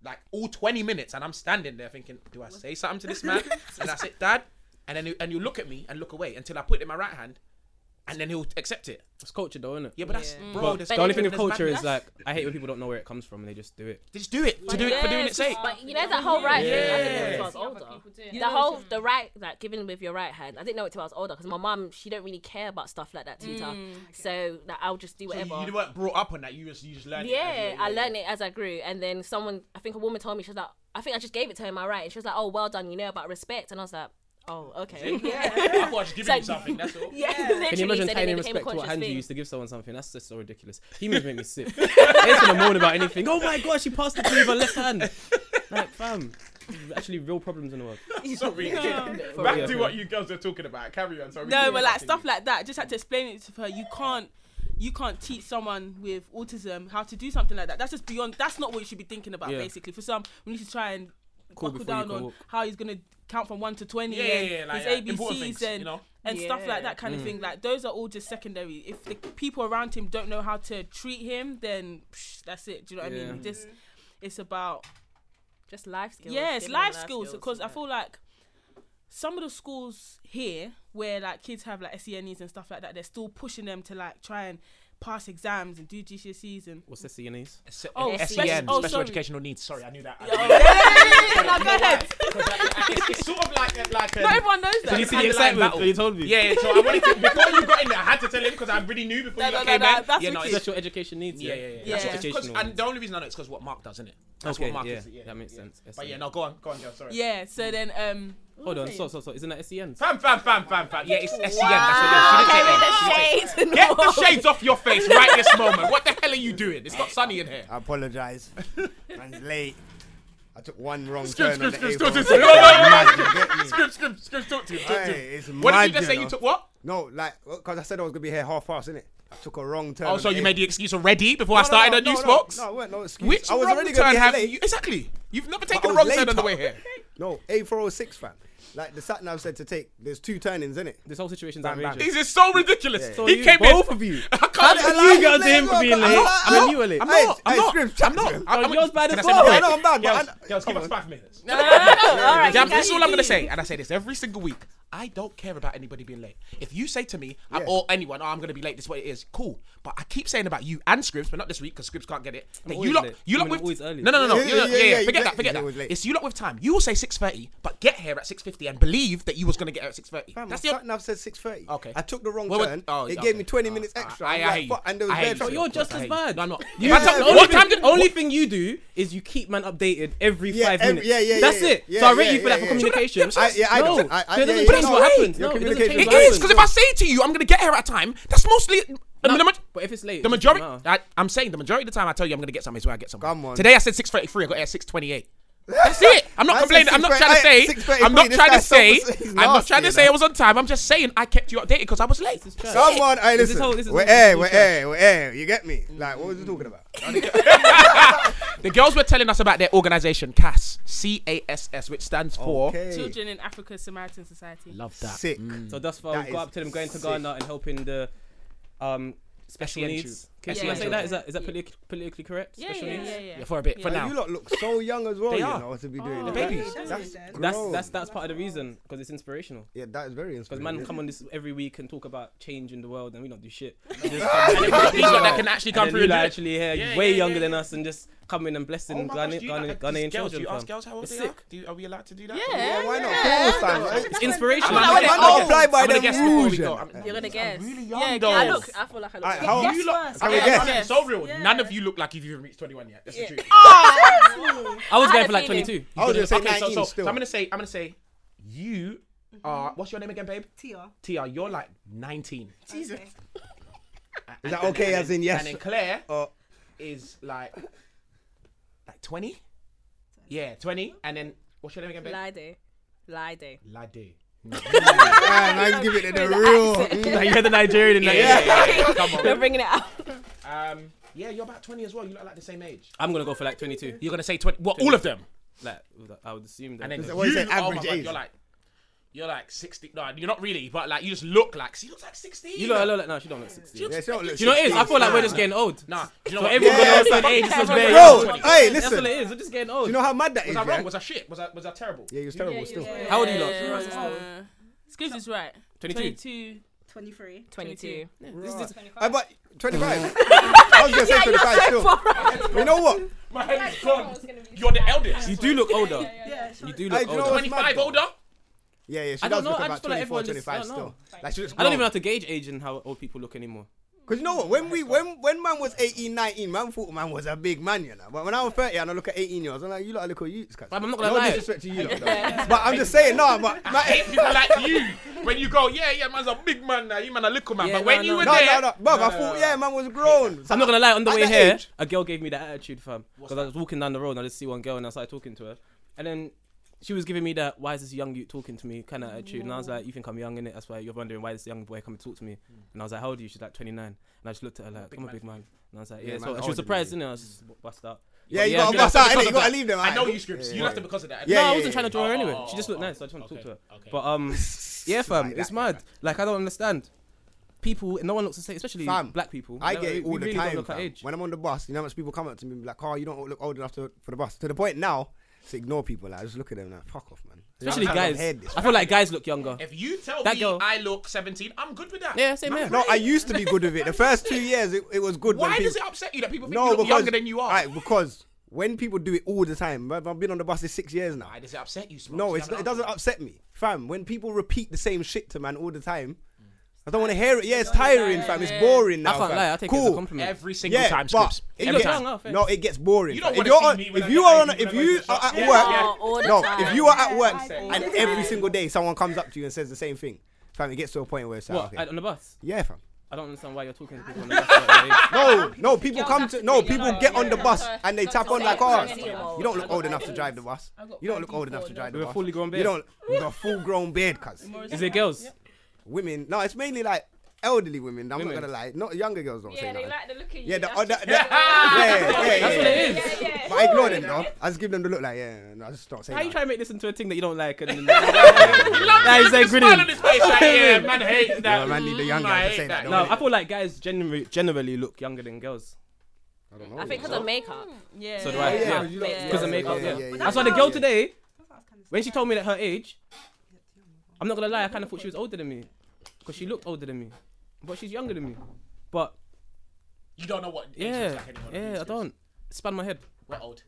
[SPEAKER 3] like all 20 minutes, and I'm standing there thinking, do I say something to this man? and that's it, dad. And then he, and you look at me and look away until I put it in my right hand, and then he'll accept it.
[SPEAKER 2] it's culture though, isn't it?
[SPEAKER 3] Yeah, but that's
[SPEAKER 5] Yeah.
[SPEAKER 3] bro.
[SPEAKER 2] But
[SPEAKER 3] there's
[SPEAKER 2] the only thing with
[SPEAKER 3] there's
[SPEAKER 2] culture is
[SPEAKER 3] madness.
[SPEAKER 2] like I hate when people don't know where it comes from and they just do it.
[SPEAKER 3] They just do it to do it for doing its
[SPEAKER 4] Yes,
[SPEAKER 3] sake.
[SPEAKER 4] But you know that whole right thing. I didn't know until I was older. The whole the right like giving with your right hand. I didn't know it till I was older because my mum she don't really care about stuff like that, Tita.
[SPEAKER 5] Mm.
[SPEAKER 4] So like, I'll just do
[SPEAKER 3] So
[SPEAKER 4] whatever.
[SPEAKER 3] you, you weren't brought up on that. You just you just learned.
[SPEAKER 4] Yeah,
[SPEAKER 3] it
[SPEAKER 4] I learned it as I grew, and then someone, I think a woman told me, she was like, I think I just gave it to her, am I right? And she was like, oh, well done, you know about respect, and I was like, oh, okay.
[SPEAKER 3] I thought I was giving you
[SPEAKER 4] So-
[SPEAKER 3] something. That's all.
[SPEAKER 4] Yeah, literally.
[SPEAKER 2] Can you imagine
[SPEAKER 4] so then
[SPEAKER 2] paying
[SPEAKER 4] it
[SPEAKER 2] in
[SPEAKER 4] became a
[SPEAKER 2] respect to what
[SPEAKER 4] conscious
[SPEAKER 2] hand you
[SPEAKER 4] thing.
[SPEAKER 2] used to give someone something? That's just so ridiculous. Humans make me sick. They just gonna moan about anything. Oh my gosh, she passed it to me with her left hand. Like, fam, actually real problems in the world.
[SPEAKER 3] Sorry.
[SPEAKER 4] For
[SPEAKER 3] Back
[SPEAKER 2] real.
[SPEAKER 3] to what you girls are talking about. Carry on. Sorry.
[SPEAKER 5] No, but like stuff like that. Just had to explain it to her. You can't, you can't teach someone with autism how to do something like that. That's just beyond. That's not what you should be thinking about.
[SPEAKER 2] Yeah.
[SPEAKER 5] Basically, for some, we need to try and
[SPEAKER 2] Cool
[SPEAKER 5] buckle
[SPEAKER 2] before you
[SPEAKER 5] down
[SPEAKER 2] can
[SPEAKER 5] on
[SPEAKER 2] walk.
[SPEAKER 5] how he's gonna count from one to twenty.
[SPEAKER 3] Yeah,
[SPEAKER 5] and
[SPEAKER 3] yeah, yeah, like,
[SPEAKER 5] his
[SPEAKER 3] yeah, important
[SPEAKER 5] ABCs
[SPEAKER 3] things,
[SPEAKER 5] and
[SPEAKER 3] you know?
[SPEAKER 5] and stuff like that kind of
[SPEAKER 2] Mm.
[SPEAKER 5] thing. Like those are all just secondary. If the people around him don't know how to treat him, then psh, that's it. Do you know what I
[SPEAKER 2] Yeah.
[SPEAKER 5] mean? You Just it's about
[SPEAKER 4] Just life skills.
[SPEAKER 5] yeah, it's
[SPEAKER 4] giving
[SPEAKER 5] life,
[SPEAKER 4] them
[SPEAKER 5] skills, because I
[SPEAKER 4] yeah.
[SPEAKER 5] feel like some of the schools here where like kids have like SENEs and stuff like that, they're still pushing them to like try and pass exams and do GCSEs and
[SPEAKER 2] What's this CNEs?
[SPEAKER 5] Oh,
[SPEAKER 4] SEN,
[SPEAKER 5] special- oh,
[SPEAKER 3] E special
[SPEAKER 5] sorry.
[SPEAKER 3] educational needs. Sorry, I knew that.
[SPEAKER 5] Oh, go ahead.
[SPEAKER 3] It's sort of like a- like.
[SPEAKER 5] Not
[SPEAKER 3] a-
[SPEAKER 5] everyone knows that.
[SPEAKER 2] Did you see the
[SPEAKER 3] Underline
[SPEAKER 2] excitement
[SPEAKER 3] battle.
[SPEAKER 2] when you told me?
[SPEAKER 3] Yeah, yeah, so I wanted to before you got in there, I had to tell him because I really knew before
[SPEAKER 5] No,
[SPEAKER 3] you
[SPEAKER 5] no,
[SPEAKER 3] got
[SPEAKER 5] no,
[SPEAKER 3] came
[SPEAKER 5] no,
[SPEAKER 3] in.
[SPEAKER 5] that's
[SPEAKER 3] yeah, no,
[SPEAKER 5] what
[SPEAKER 3] it's,
[SPEAKER 2] Special education needs.
[SPEAKER 3] yeah, yeah, yeah.
[SPEAKER 5] Yeah.
[SPEAKER 3] That's what-
[SPEAKER 5] It's
[SPEAKER 3] it's 'cause-
[SPEAKER 2] Educational.
[SPEAKER 3] and the only reason I know it's because what Mark does, isn't it? That's
[SPEAKER 2] okay,
[SPEAKER 3] what Mark
[SPEAKER 2] yeah,
[SPEAKER 3] is. Yeah,
[SPEAKER 2] that makes
[SPEAKER 3] yeah.
[SPEAKER 2] sense.
[SPEAKER 3] But yeah, no, go on, go on, girl. Sorry.
[SPEAKER 5] Yeah, so then um
[SPEAKER 2] Hold on, so so so, isn't that E SEN?
[SPEAKER 3] Fam, fam, fam, fam, fam. Yeah, it's SEN. That's what it is. She didn't say
[SPEAKER 4] Shades and
[SPEAKER 3] Get the
[SPEAKER 4] all.
[SPEAKER 3] shades off your face right this moment. What the hell are you doing? It's not sunny in here.
[SPEAKER 10] I apologise. Man's late. I took one wrong
[SPEAKER 3] Scribs,
[SPEAKER 10] turn on
[SPEAKER 3] scribs,
[SPEAKER 10] the
[SPEAKER 3] scribs, talk
[SPEAKER 10] A4.
[SPEAKER 3] to him. No,
[SPEAKER 10] Mad, you get me?
[SPEAKER 3] Scribs, scribs, scribs, talk to him, talk to
[SPEAKER 10] Hey,
[SPEAKER 3] him.
[SPEAKER 10] it's
[SPEAKER 3] What did
[SPEAKER 10] mad,
[SPEAKER 3] you just say? You
[SPEAKER 10] know.
[SPEAKER 3] took what?
[SPEAKER 10] No, like, because I said I was gonna be here half past, innit? I took a wrong turn.
[SPEAKER 3] Oh,
[SPEAKER 10] on
[SPEAKER 3] so
[SPEAKER 10] the
[SPEAKER 3] you
[SPEAKER 10] A4.
[SPEAKER 3] made the excuse already before I
[SPEAKER 10] No, no,
[SPEAKER 3] started
[SPEAKER 10] no,
[SPEAKER 3] on
[SPEAKER 10] no,
[SPEAKER 3] Newsbox?
[SPEAKER 10] No, no, it weren't no excuse.
[SPEAKER 3] Which
[SPEAKER 10] I was
[SPEAKER 3] wrong
[SPEAKER 10] already
[SPEAKER 3] turn
[SPEAKER 10] gonna be here
[SPEAKER 3] have
[SPEAKER 10] late.
[SPEAKER 3] you? Exactly. You've never
[SPEAKER 10] I
[SPEAKER 3] taken a
[SPEAKER 10] was
[SPEAKER 3] wrong
[SPEAKER 10] late
[SPEAKER 3] turn on the
[SPEAKER 10] up.
[SPEAKER 3] way here.
[SPEAKER 10] No, A406, fam. Like the sat nav said to take. There's two turnings, innit?
[SPEAKER 2] This whole situation's
[SPEAKER 10] Bam, bam.
[SPEAKER 3] This
[SPEAKER 2] outrageous.
[SPEAKER 3] is so ridiculous.
[SPEAKER 10] Yeah.
[SPEAKER 2] So
[SPEAKER 3] he
[SPEAKER 2] you-
[SPEAKER 3] came in.
[SPEAKER 2] both of you.
[SPEAKER 3] I
[SPEAKER 10] How
[SPEAKER 3] can't.
[SPEAKER 10] did I
[SPEAKER 3] believe-
[SPEAKER 10] lie?
[SPEAKER 2] You got to him for being
[SPEAKER 10] I'm
[SPEAKER 2] late.
[SPEAKER 10] not-
[SPEAKER 2] I mean, you were late.
[SPEAKER 3] I'm
[SPEAKER 10] Hey,
[SPEAKER 3] not.
[SPEAKER 10] hey,
[SPEAKER 3] I'm not.
[SPEAKER 10] Scribs,
[SPEAKER 3] I'm
[SPEAKER 10] chat
[SPEAKER 3] not.
[SPEAKER 10] to him.
[SPEAKER 3] I'm-
[SPEAKER 2] No,
[SPEAKER 3] I'm-
[SPEAKER 2] yours by
[SPEAKER 3] Can I
[SPEAKER 2] the
[SPEAKER 3] say my
[SPEAKER 2] phone.
[SPEAKER 10] No,
[SPEAKER 3] point?
[SPEAKER 10] no, I'm bad, but
[SPEAKER 3] Girls,
[SPEAKER 10] I-
[SPEAKER 3] girls, give us five minutes.
[SPEAKER 4] All right,
[SPEAKER 3] Yeah,
[SPEAKER 4] you
[SPEAKER 3] this is
[SPEAKER 4] guys-
[SPEAKER 3] all I'm gonna say, and I say this every single week. I don't care about anybody being late. If you say to me I-
[SPEAKER 10] Yeah.
[SPEAKER 3] or anyone, "Oh, I'm gonna be late," this is what it is. Cool, but I keep saying about you and Scribs, but not this week because Scribs can't get it. that you
[SPEAKER 2] always
[SPEAKER 3] lot,
[SPEAKER 2] late.
[SPEAKER 3] you
[SPEAKER 2] I
[SPEAKER 3] lot
[SPEAKER 2] mean,
[SPEAKER 3] with
[SPEAKER 2] always early.
[SPEAKER 3] no, no, no, no,
[SPEAKER 10] Yeah,
[SPEAKER 3] you
[SPEAKER 10] yeah,
[SPEAKER 3] lot-
[SPEAKER 10] yeah,
[SPEAKER 3] yeah, yeah.
[SPEAKER 10] yeah,
[SPEAKER 3] Forget
[SPEAKER 10] you
[SPEAKER 3] that,
[SPEAKER 10] late,
[SPEAKER 3] forget
[SPEAKER 10] you're
[SPEAKER 3] that.
[SPEAKER 10] always late.
[SPEAKER 3] It's you lot with time. You will say 6:30, but get here at 6:50 and believe that you was gonna get here at 6:30.
[SPEAKER 10] Fam,
[SPEAKER 3] That's
[SPEAKER 10] my
[SPEAKER 3] your
[SPEAKER 10] sat nav said 6:30.
[SPEAKER 3] Okay.
[SPEAKER 10] I took the wrong
[SPEAKER 3] Well, well,
[SPEAKER 10] turn.
[SPEAKER 3] oh,
[SPEAKER 10] it
[SPEAKER 3] yeah,
[SPEAKER 10] gave
[SPEAKER 3] okay.
[SPEAKER 10] me 20
[SPEAKER 3] Oh,
[SPEAKER 10] minutes
[SPEAKER 3] I-
[SPEAKER 10] extra.
[SPEAKER 3] I-
[SPEAKER 10] I'm
[SPEAKER 3] I
[SPEAKER 10] like,
[SPEAKER 3] hate
[SPEAKER 10] fuck,
[SPEAKER 3] you.
[SPEAKER 10] and there was
[SPEAKER 3] I
[SPEAKER 10] bare
[SPEAKER 3] hate
[SPEAKER 10] traffic.
[SPEAKER 3] you.
[SPEAKER 2] You're just
[SPEAKER 3] I
[SPEAKER 2] as
[SPEAKER 3] hate
[SPEAKER 2] bad.
[SPEAKER 3] you. No, I'm not.
[SPEAKER 2] You-
[SPEAKER 3] If I tell-
[SPEAKER 2] the
[SPEAKER 3] what
[SPEAKER 2] only,
[SPEAKER 3] time
[SPEAKER 2] thing,
[SPEAKER 3] did-
[SPEAKER 2] only thing you do is you keep man updated every
[SPEAKER 10] Yeah,
[SPEAKER 2] five
[SPEAKER 10] every-
[SPEAKER 2] minutes.
[SPEAKER 10] yeah, yeah,
[SPEAKER 2] That's
[SPEAKER 10] yeah,
[SPEAKER 2] it.
[SPEAKER 10] yeah,
[SPEAKER 2] so I
[SPEAKER 10] yeah,
[SPEAKER 2] rate you
[SPEAKER 10] yeah,
[SPEAKER 2] for that
[SPEAKER 10] yeah,
[SPEAKER 2] for
[SPEAKER 10] yeah.
[SPEAKER 2] communication.
[SPEAKER 10] I- yeah, I
[SPEAKER 2] no,
[SPEAKER 10] don't- I- I-
[SPEAKER 2] so it doesn't
[SPEAKER 10] yeah,
[SPEAKER 2] change
[SPEAKER 10] yeah,
[SPEAKER 2] what
[SPEAKER 10] no,
[SPEAKER 2] happens. No,
[SPEAKER 10] your
[SPEAKER 2] it doesn't
[SPEAKER 10] communication
[SPEAKER 2] change
[SPEAKER 10] is
[SPEAKER 3] It
[SPEAKER 2] what
[SPEAKER 10] Right.
[SPEAKER 3] is
[SPEAKER 2] happens.
[SPEAKER 3] because if I say to you, I'm gonna get here at time. That's mostly
[SPEAKER 2] No,
[SPEAKER 3] I mean, the maj-
[SPEAKER 2] but if it's late,
[SPEAKER 3] the
[SPEAKER 2] it doesn't
[SPEAKER 3] majority.
[SPEAKER 2] matter.
[SPEAKER 3] I, I'm saying the majority of the time I tell you I'm gonna get something is where I get something.
[SPEAKER 10] Come on.
[SPEAKER 3] Today I said 6:33. I got here at 6:28. That's it. I'm not
[SPEAKER 10] I said
[SPEAKER 3] complaining. I'm not
[SPEAKER 10] 6:30.
[SPEAKER 3] trying to
[SPEAKER 10] Hey,
[SPEAKER 3] say.
[SPEAKER 10] 6:33,
[SPEAKER 3] I'm not
[SPEAKER 10] this
[SPEAKER 3] trying to
[SPEAKER 10] guy's so-
[SPEAKER 3] say.
[SPEAKER 10] he's
[SPEAKER 3] I'm not trying to
[SPEAKER 10] nasty,
[SPEAKER 3] say I
[SPEAKER 10] you
[SPEAKER 3] was on time. I'm just saying I kept you updated because I was late.
[SPEAKER 2] trash.
[SPEAKER 10] Come on, hey,
[SPEAKER 2] This is
[SPEAKER 10] listen.
[SPEAKER 2] how- this is-
[SPEAKER 10] we're
[SPEAKER 2] this is
[SPEAKER 10] air,
[SPEAKER 2] how
[SPEAKER 10] we're
[SPEAKER 2] we chat.
[SPEAKER 10] air, we're air. You get me? Like, what was you talking about?
[SPEAKER 3] The girls were telling us about their organization, CAS, C A S S, which stands for.
[SPEAKER 10] Okay.
[SPEAKER 5] Children in Africa Samaritan Society.
[SPEAKER 3] Love that.
[SPEAKER 10] Sick.
[SPEAKER 2] So thus far,
[SPEAKER 10] That
[SPEAKER 2] we've got
[SPEAKER 10] is
[SPEAKER 2] up to them going to
[SPEAKER 10] sick.
[SPEAKER 2] Ghana and helping the um, special
[SPEAKER 3] SEN
[SPEAKER 2] needs.
[SPEAKER 3] troop.
[SPEAKER 2] Can,
[SPEAKER 5] Yeah,
[SPEAKER 2] can I
[SPEAKER 5] yeah,
[SPEAKER 2] say
[SPEAKER 5] yeah.
[SPEAKER 2] that? Is that is that
[SPEAKER 5] Yeah.
[SPEAKER 2] politi- politically correct?
[SPEAKER 5] Yeah,
[SPEAKER 2] special
[SPEAKER 5] yeah,
[SPEAKER 2] needs.
[SPEAKER 5] yeah, yeah.
[SPEAKER 3] Yeah, for a bit. For
[SPEAKER 5] Yeah.
[SPEAKER 10] Now,
[SPEAKER 3] now.
[SPEAKER 10] you lot look so young as well,
[SPEAKER 3] They
[SPEAKER 10] you
[SPEAKER 3] are.
[SPEAKER 10] know, to be doing
[SPEAKER 5] Oh,
[SPEAKER 10] that.
[SPEAKER 3] They're babies.
[SPEAKER 10] That's
[SPEAKER 2] That's
[SPEAKER 10] grown.
[SPEAKER 2] that's that's part of the reason because it's inspirational.
[SPEAKER 10] yeah, that is very
[SPEAKER 2] Because
[SPEAKER 10] inspiring.
[SPEAKER 2] man come on this every week and talk about change in the world and we don't do shit.
[SPEAKER 3] These lot that can actually come
[SPEAKER 2] and then you
[SPEAKER 3] through and do
[SPEAKER 2] lot
[SPEAKER 3] it.
[SPEAKER 2] actually here
[SPEAKER 3] Yeah,
[SPEAKER 2] way
[SPEAKER 3] yeah,
[SPEAKER 2] younger
[SPEAKER 3] yeah,
[SPEAKER 2] than us and just coming and blessing
[SPEAKER 3] Oh my
[SPEAKER 2] Ghana,
[SPEAKER 3] gosh, do you-
[SPEAKER 2] Ghana,
[SPEAKER 3] uh,
[SPEAKER 2] Ghanaian
[SPEAKER 3] these girls,
[SPEAKER 2] children.
[SPEAKER 3] Do you ask
[SPEAKER 2] fam.
[SPEAKER 3] girls how old
[SPEAKER 2] It's
[SPEAKER 3] they are?
[SPEAKER 2] sick.
[SPEAKER 3] Do you- Are we allowed to do that?
[SPEAKER 10] Yeah, why not? Cool, fam.
[SPEAKER 2] It's
[SPEAKER 10] I'm
[SPEAKER 2] inspirational.
[SPEAKER 10] not-
[SPEAKER 4] I
[SPEAKER 10] I'm
[SPEAKER 4] wanna
[SPEAKER 10] not gonna
[SPEAKER 4] guess.
[SPEAKER 10] fly by
[SPEAKER 3] I'm gonna
[SPEAKER 10] them
[SPEAKER 3] guess before we
[SPEAKER 10] rules,
[SPEAKER 3] go.
[SPEAKER 10] yeah.
[SPEAKER 3] I'm-
[SPEAKER 4] You're gonna guess.
[SPEAKER 3] Really
[SPEAKER 5] Yeah,
[SPEAKER 3] young
[SPEAKER 5] guess.
[SPEAKER 4] I
[SPEAKER 3] though.
[SPEAKER 4] look. I feel like I look.
[SPEAKER 10] Alright, how
[SPEAKER 9] Yes,
[SPEAKER 10] you
[SPEAKER 9] first.
[SPEAKER 10] Can we
[SPEAKER 9] Yeah.
[SPEAKER 10] guess?
[SPEAKER 5] Yes.
[SPEAKER 3] So real.
[SPEAKER 9] Yeah.
[SPEAKER 3] None of you look like if you haven't reached 21 yet. That's the truth.
[SPEAKER 2] I was
[SPEAKER 4] I
[SPEAKER 2] going
[SPEAKER 4] had
[SPEAKER 2] for
[SPEAKER 4] a
[SPEAKER 2] like
[SPEAKER 4] feeling.
[SPEAKER 2] 22.
[SPEAKER 10] Oh, I was gonna say
[SPEAKER 3] okay, so,
[SPEAKER 10] 19
[SPEAKER 3] so,
[SPEAKER 10] still.
[SPEAKER 3] so I'm gonna say I'm gonna say you are
[SPEAKER 9] Mm-hmm.
[SPEAKER 3] what's your name again, babe?
[SPEAKER 9] Tia.
[SPEAKER 3] Tia, you're like 19.
[SPEAKER 9] Jesus.
[SPEAKER 10] Is that okay? As in yes?
[SPEAKER 3] And then Claire
[SPEAKER 10] Uh,
[SPEAKER 3] is like like 20. Yeah, 20. And then what's your name again, babe?
[SPEAKER 4] Lie day. Lie day.
[SPEAKER 3] Lade.
[SPEAKER 10] ah, man's giving it the real. Mm.
[SPEAKER 3] Like you're the Nigerian in that. Yeah, yeah, yeah, yeah. Come
[SPEAKER 4] We're bringing it out.
[SPEAKER 3] on. Um,
[SPEAKER 11] Yeah, you're about 20 as well. You look like the same age.
[SPEAKER 2] I'm gonna go for like 22.
[SPEAKER 11] You're gonna say 20. What? All of them.
[SPEAKER 2] Like I would assume that.
[SPEAKER 11] And then
[SPEAKER 10] Is
[SPEAKER 11] you,
[SPEAKER 10] that what you say,
[SPEAKER 11] oh my
[SPEAKER 10] average
[SPEAKER 11] God,
[SPEAKER 10] age?
[SPEAKER 11] you're like, you're like 60. No, you're not really, but like you just look like. She looks like 16.
[SPEAKER 2] you look, I look like no, she don't look 16.
[SPEAKER 10] Yeah, she don't look
[SPEAKER 2] Do you know what it is? I
[SPEAKER 10] 16.
[SPEAKER 2] feel like we're just getting old.
[SPEAKER 11] Nah. Do you know
[SPEAKER 2] So
[SPEAKER 11] what?
[SPEAKER 2] everyone
[SPEAKER 10] Yeah.
[SPEAKER 2] knows that age is just very
[SPEAKER 10] Bro,
[SPEAKER 2] old.
[SPEAKER 10] hey,
[SPEAKER 2] That's all
[SPEAKER 10] listen.
[SPEAKER 2] it
[SPEAKER 10] Do
[SPEAKER 2] is. We're just getting old.
[SPEAKER 10] you know how mad that is?
[SPEAKER 11] Was I
[SPEAKER 10] Yeah,
[SPEAKER 11] wrong? Was I shit? Was I was I terrible?
[SPEAKER 10] yeah he was terrible still.
[SPEAKER 2] How old are you
[SPEAKER 5] Uh,
[SPEAKER 2] lot?
[SPEAKER 5] Yeah. Scribs is right.
[SPEAKER 2] 22.
[SPEAKER 5] 22.
[SPEAKER 9] 23.
[SPEAKER 4] 22.
[SPEAKER 10] I but 25. I was gonna say 25 still. You know what?
[SPEAKER 11] My head is gone. You're the eldest.
[SPEAKER 2] You do look older.
[SPEAKER 9] Yeah, sure.
[SPEAKER 2] You do
[SPEAKER 10] Hey,
[SPEAKER 2] look
[SPEAKER 10] do you know
[SPEAKER 2] older.
[SPEAKER 10] what's mad,
[SPEAKER 11] 25
[SPEAKER 10] though?
[SPEAKER 11] older.
[SPEAKER 10] Yeah, yeah, she
[SPEAKER 2] I don't
[SPEAKER 10] does
[SPEAKER 2] know,
[SPEAKER 10] look
[SPEAKER 2] I
[SPEAKER 10] about
[SPEAKER 2] just feel like
[SPEAKER 10] 24,
[SPEAKER 2] everyone just- I
[SPEAKER 10] 25
[SPEAKER 2] don't
[SPEAKER 10] still.
[SPEAKER 2] know.
[SPEAKER 10] Like she looks
[SPEAKER 2] I don't even know
[SPEAKER 10] grown.
[SPEAKER 2] how to gauge age and how old people look anymore.
[SPEAKER 10] Cause you know what? When we when when man was 18, 19, man thought man was a big man, you know. But when I was 30 and I look at 18 years, I'm like, you look like little youths, cuz.
[SPEAKER 2] But I'm not gonna
[SPEAKER 10] no
[SPEAKER 2] lie.
[SPEAKER 10] disrespect to you, lot, though. but I'm just saying, no, but
[SPEAKER 11] I hate people like you. When you go, yeah, yeah, man's a big man now. You man a little man.
[SPEAKER 2] Yeah,
[SPEAKER 11] but when
[SPEAKER 2] no,
[SPEAKER 11] you
[SPEAKER 2] no,
[SPEAKER 11] were
[SPEAKER 10] no,
[SPEAKER 11] there,
[SPEAKER 10] no, no, bruv, I thought, yeah, man was grown.
[SPEAKER 2] I'm not gonna lie. On the
[SPEAKER 10] At
[SPEAKER 2] way
[SPEAKER 10] that
[SPEAKER 2] here,
[SPEAKER 10] age-
[SPEAKER 2] a girl gave me that attitude, fam. Because I was walking down the road and I just see one girl and I started talking to her, and then she was giving me that "Why is this young you talking to me?" kind of attitude, and I was like, "You think I'm young in it? That's why you're wondering why this young boy come and talk to me."
[SPEAKER 10] Hmm.
[SPEAKER 2] And I was like, "How old are you?" She's like, "29," and I just looked at her like, "I'm a big man." And I was like, "Yeah."
[SPEAKER 10] man,
[SPEAKER 2] so she
[SPEAKER 10] how
[SPEAKER 2] was
[SPEAKER 10] old are
[SPEAKER 2] surprised,
[SPEAKER 10] you?
[SPEAKER 2] innit? I was just bust out.
[SPEAKER 10] Yeah, you
[SPEAKER 2] yeah,
[SPEAKER 10] gotta
[SPEAKER 2] you left
[SPEAKER 10] bust
[SPEAKER 2] it
[SPEAKER 10] out, innit? You
[SPEAKER 2] because
[SPEAKER 10] gotta
[SPEAKER 2] of
[SPEAKER 10] leave them.
[SPEAKER 11] I know
[SPEAKER 10] alright.
[SPEAKER 11] you scripts.
[SPEAKER 10] Yeah,
[SPEAKER 11] You
[SPEAKER 10] yeah.
[SPEAKER 11] left it because of that.
[SPEAKER 10] Yeah,
[SPEAKER 2] no,
[SPEAKER 10] yeah,
[SPEAKER 2] I wasn't
[SPEAKER 10] yeah.
[SPEAKER 2] trying to draw her anyway.
[SPEAKER 11] oh,
[SPEAKER 2] she just looked nice. I just wanted
[SPEAKER 11] okay,
[SPEAKER 2] to talk to her.
[SPEAKER 11] okay.
[SPEAKER 2] But um, yeah, fam,
[SPEAKER 10] Like
[SPEAKER 2] it's
[SPEAKER 10] that,
[SPEAKER 2] mad. Like I don't understand. People, no one looks the same, especially
[SPEAKER 10] Fam,
[SPEAKER 2] black people.
[SPEAKER 10] I
[SPEAKER 2] Like,
[SPEAKER 10] get it
[SPEAKER 2] we
[SPEAKER 10] all the
[SPEAKER 2] really don't
[SPEAKER 10] time.
[SPEAKER 2] look at
[SPEAKER 10] fam.
[SPEAKER 2] age.
[SPEAKER 10] When I'm on the bus, you know how much people come up to me and be like, "Oh, you don't look old enough to, for the bus." To the point now, to ignore people. Like, I just look at them like, "Fuck off, man."
[SPEAKER 2] Especially
[SPEAKER 10] I've
[SPEAKER 2] guys.
[SPEAKER 10] heard this,
[SPEAKER 2] I feel like guys look younger.
[SPEAKER 11] If you tell
[SPEAKER 2] That
[SPEAKER 11] me
[SPEAKER 2] girl.
[SPEAKER 11] I look 17, I'm good with that.
[SPEAKER 2] Yeah, same here.
[SPEAKER 10] No, I used to be good with it. The first two years, it, it was good.
[SPEAKER 11] Why
[SPEAKER 10] when people,
[SPEAKER 11] does it upset you that people think you look younger than you are?
[SPEAKER 10] Right, because when people do it all the time, bruv, I've been on the bus for six years now.
[SPEAKER 11] Why does it upset you? Smokes?
[SPEAKER 10] No,
[SPEAKER 11] You
[SPEAKER 10] it's
[SPEAKER 11] have
[SPEAKER 10] not,
[SPEAKER 11] an
[SPEAKER 10] it doesn't
[SPEAKER 11] argument.
[SPEAKER 10] upset me, fam. When people repeat the same shit to man all the time,
[SPEAKER 11] Mm.
[SPEAKER 10] I don't want to hear it. Yeah, it's tiring, fam. It's boring now.
[SPEAKER 2] I can't
[SPEAKER 10] fam.
[SPEAKER 2] lie. I take it as a
[SPEAKER 10] cool.
[SPEAKER 2] compliment.
[SPEAKER 11] Every single
[SPEAKER 10] Yeah,
[SPEAKER 11] time,
[SPEAKER 10] but
[SPEAKER 11] Scripps.
[SPEAKER 10] it
[SPEAKER 2] Every
[SPEAKER 10] gets,
[SPEAKER 2] time. No, fair.
[SPEAKER 10] no, it gets boring.
[SPEAKER 11] You don't
[SPEAKER 10] fam.
[SPEAKER 11] wanna
[SPEAKER 10] if you're
[SPEAKER 11] see
[SPEAKER 10] on,
[SPEAKER 11] me when
[SPEAKER 10] if
[SPEAKER 11] I
[SPEAKER 10] you
[SPEAKER 11] get
[SPEAKER 10] are on,
[SPEAKER 11] ID when I
[SPEAKER 10] if you
[SPEAKER 11] go to the
[SPEAKER 10] are
[SPEAKER 11] shop.
[SPEAKER 10] at
[SPEAKER 11] Yeah.
[SPEAKER 10] work,
[SPEAKER 4] Oh, all the
[SPEAKER 10] no,
[SPEAKER 4] time.
[SPEAKER 10] if you are at work
[SPEAKER 9] I do.
[SPEAKER 10] and every single day someone comes up to you and says the same thing, fam, it gets to a point where it's like,
[SPEAKER 2] What?
[SPEAKER 10] okay.
[SPEAKER 2] I- On the bus?
[SPEAKER 10] yeah, fam.
[SPEAKER 2] I don't understand why you're talking to people on the bus. about their age.
[SPEAKER 10] No, no, people come
[SPEAKER 4] have
[SPEAKER 10] to
[SPEAKER 4] to
[SPEAKER 10] no,
[SPEAKER 4] be
[SPEAKER 10] people
[SPEAKER 4] young.
[SPEAKER 10] get on the
[SPEAKER 4] Yeah,
[SPEAKER 10] bus
[SPEAKER 4] sorry.
[SPEAKER 10] and they tap on
[SPEAKER 4] sorry.
[SPEAKER 10] like
[SPEAKER 4] Yeah,
[SPEAKER 10] ours.
[SPEAKER 4] sorry.
[SPEAKER 10] You don't look old enough to drive the bus. You don't look old enough to drive the
[SPEAKER 2] With a
[SPEAKER 10] bus.
[SPEAKER 2] fully grown
[SPEAKER 10] You
[SPEAKER 2] beard.
[SPEAKER 10] don't. You got a full grown beard, cuz.
[SPEAKER 2] Is it girls?
[SPEAKER 10] Women. No, it's mainly like elderly women. I'm
[SPEAKER 2] Women.
[SPEAKER 10] not gonna lie. Not younger girls don't say
[SPEAKER 3] Yeah, they
[SPEAKER 10] that.
[SPEAKER 3] like the look of you.
[SPEAKER 10] Yeah, the,
[SPEAKER 3] that's
[SPEAKER 10] oh, the,
[SPEAKER 3] just-
[SPEAKER 10] the, yeah, yeah, yeah,
[SPEAKER 2] That's what
[SPEAKER 10] yeah.
[SPEAKER 2] it is.
[SPEAKER 3] yeah, yeah.
[SPEAKER 10] But I ignore them though. I just give them the look like yeah. No, I just don't say
[SPEAKER 2] How you
[SPEAKER 10] that.
[SPEAKER 2] trying to make this into a thing that you don't like? And then Nah, he's like
[SPEAKER 11] Smile on
[SPEAKER 2] grinning.
[SPEAKER 11] his face like, yeah, man hates
[SPEAKER 10] Yeah,
[SPEAKER 11] that.
[SPEAKER 10] man, need the young
[SPEAKER 11] Mm,
[SPEAKER 10] guys
[SPEAKER 11] I
[SPEAKER 10] to say
[SPEAKER 11] hate
[SPEAKER 10] that,
[SPEAKER 11] that.
[SPEAKER 10] don't
[SPEAKER 2] No, I feel like guys generally generally look younger than girls.
[SPEAKER 10] I don't know.
[SPEAKER 4] I think because of makeup.
[SPEAKER 5] Yeah.
[SPEAKER 2] So do I.
[SPEAKER 10] yeah,
[SPEAKER 2] Yeah.
[SPEAKER 10] you lot-
[SPEAKER 2] Because of
[SPEAKER 10] yeah,
[SPEAKER 2] makeup.
[SPEAKER 10] yeah, yeah,
[SPEAKER 2] Yeah.
[SPEAKER 10] yeah,
[SPEAKER 2] That's
[SPEAKER 10] yeah.
[SPEAKER 2] why the girl
[SPEAKER 10] Yeah.
[SPEAKER 2] today, when she told me that her age, I'm not gonna lie, I kind of thought she was older than me, because she looked older than me, but she's younger than me. But
[SPEAKER 11] You don't know what. age looks
[SPEAKER 2] yeah,
[SPEAKER 11] like anymore,
[SPEAKER 2] yeah, I
[SPEAKER 11] Scripps.
[SPEAKER 2] don't span my head.
[SPEAKER 11] We're old.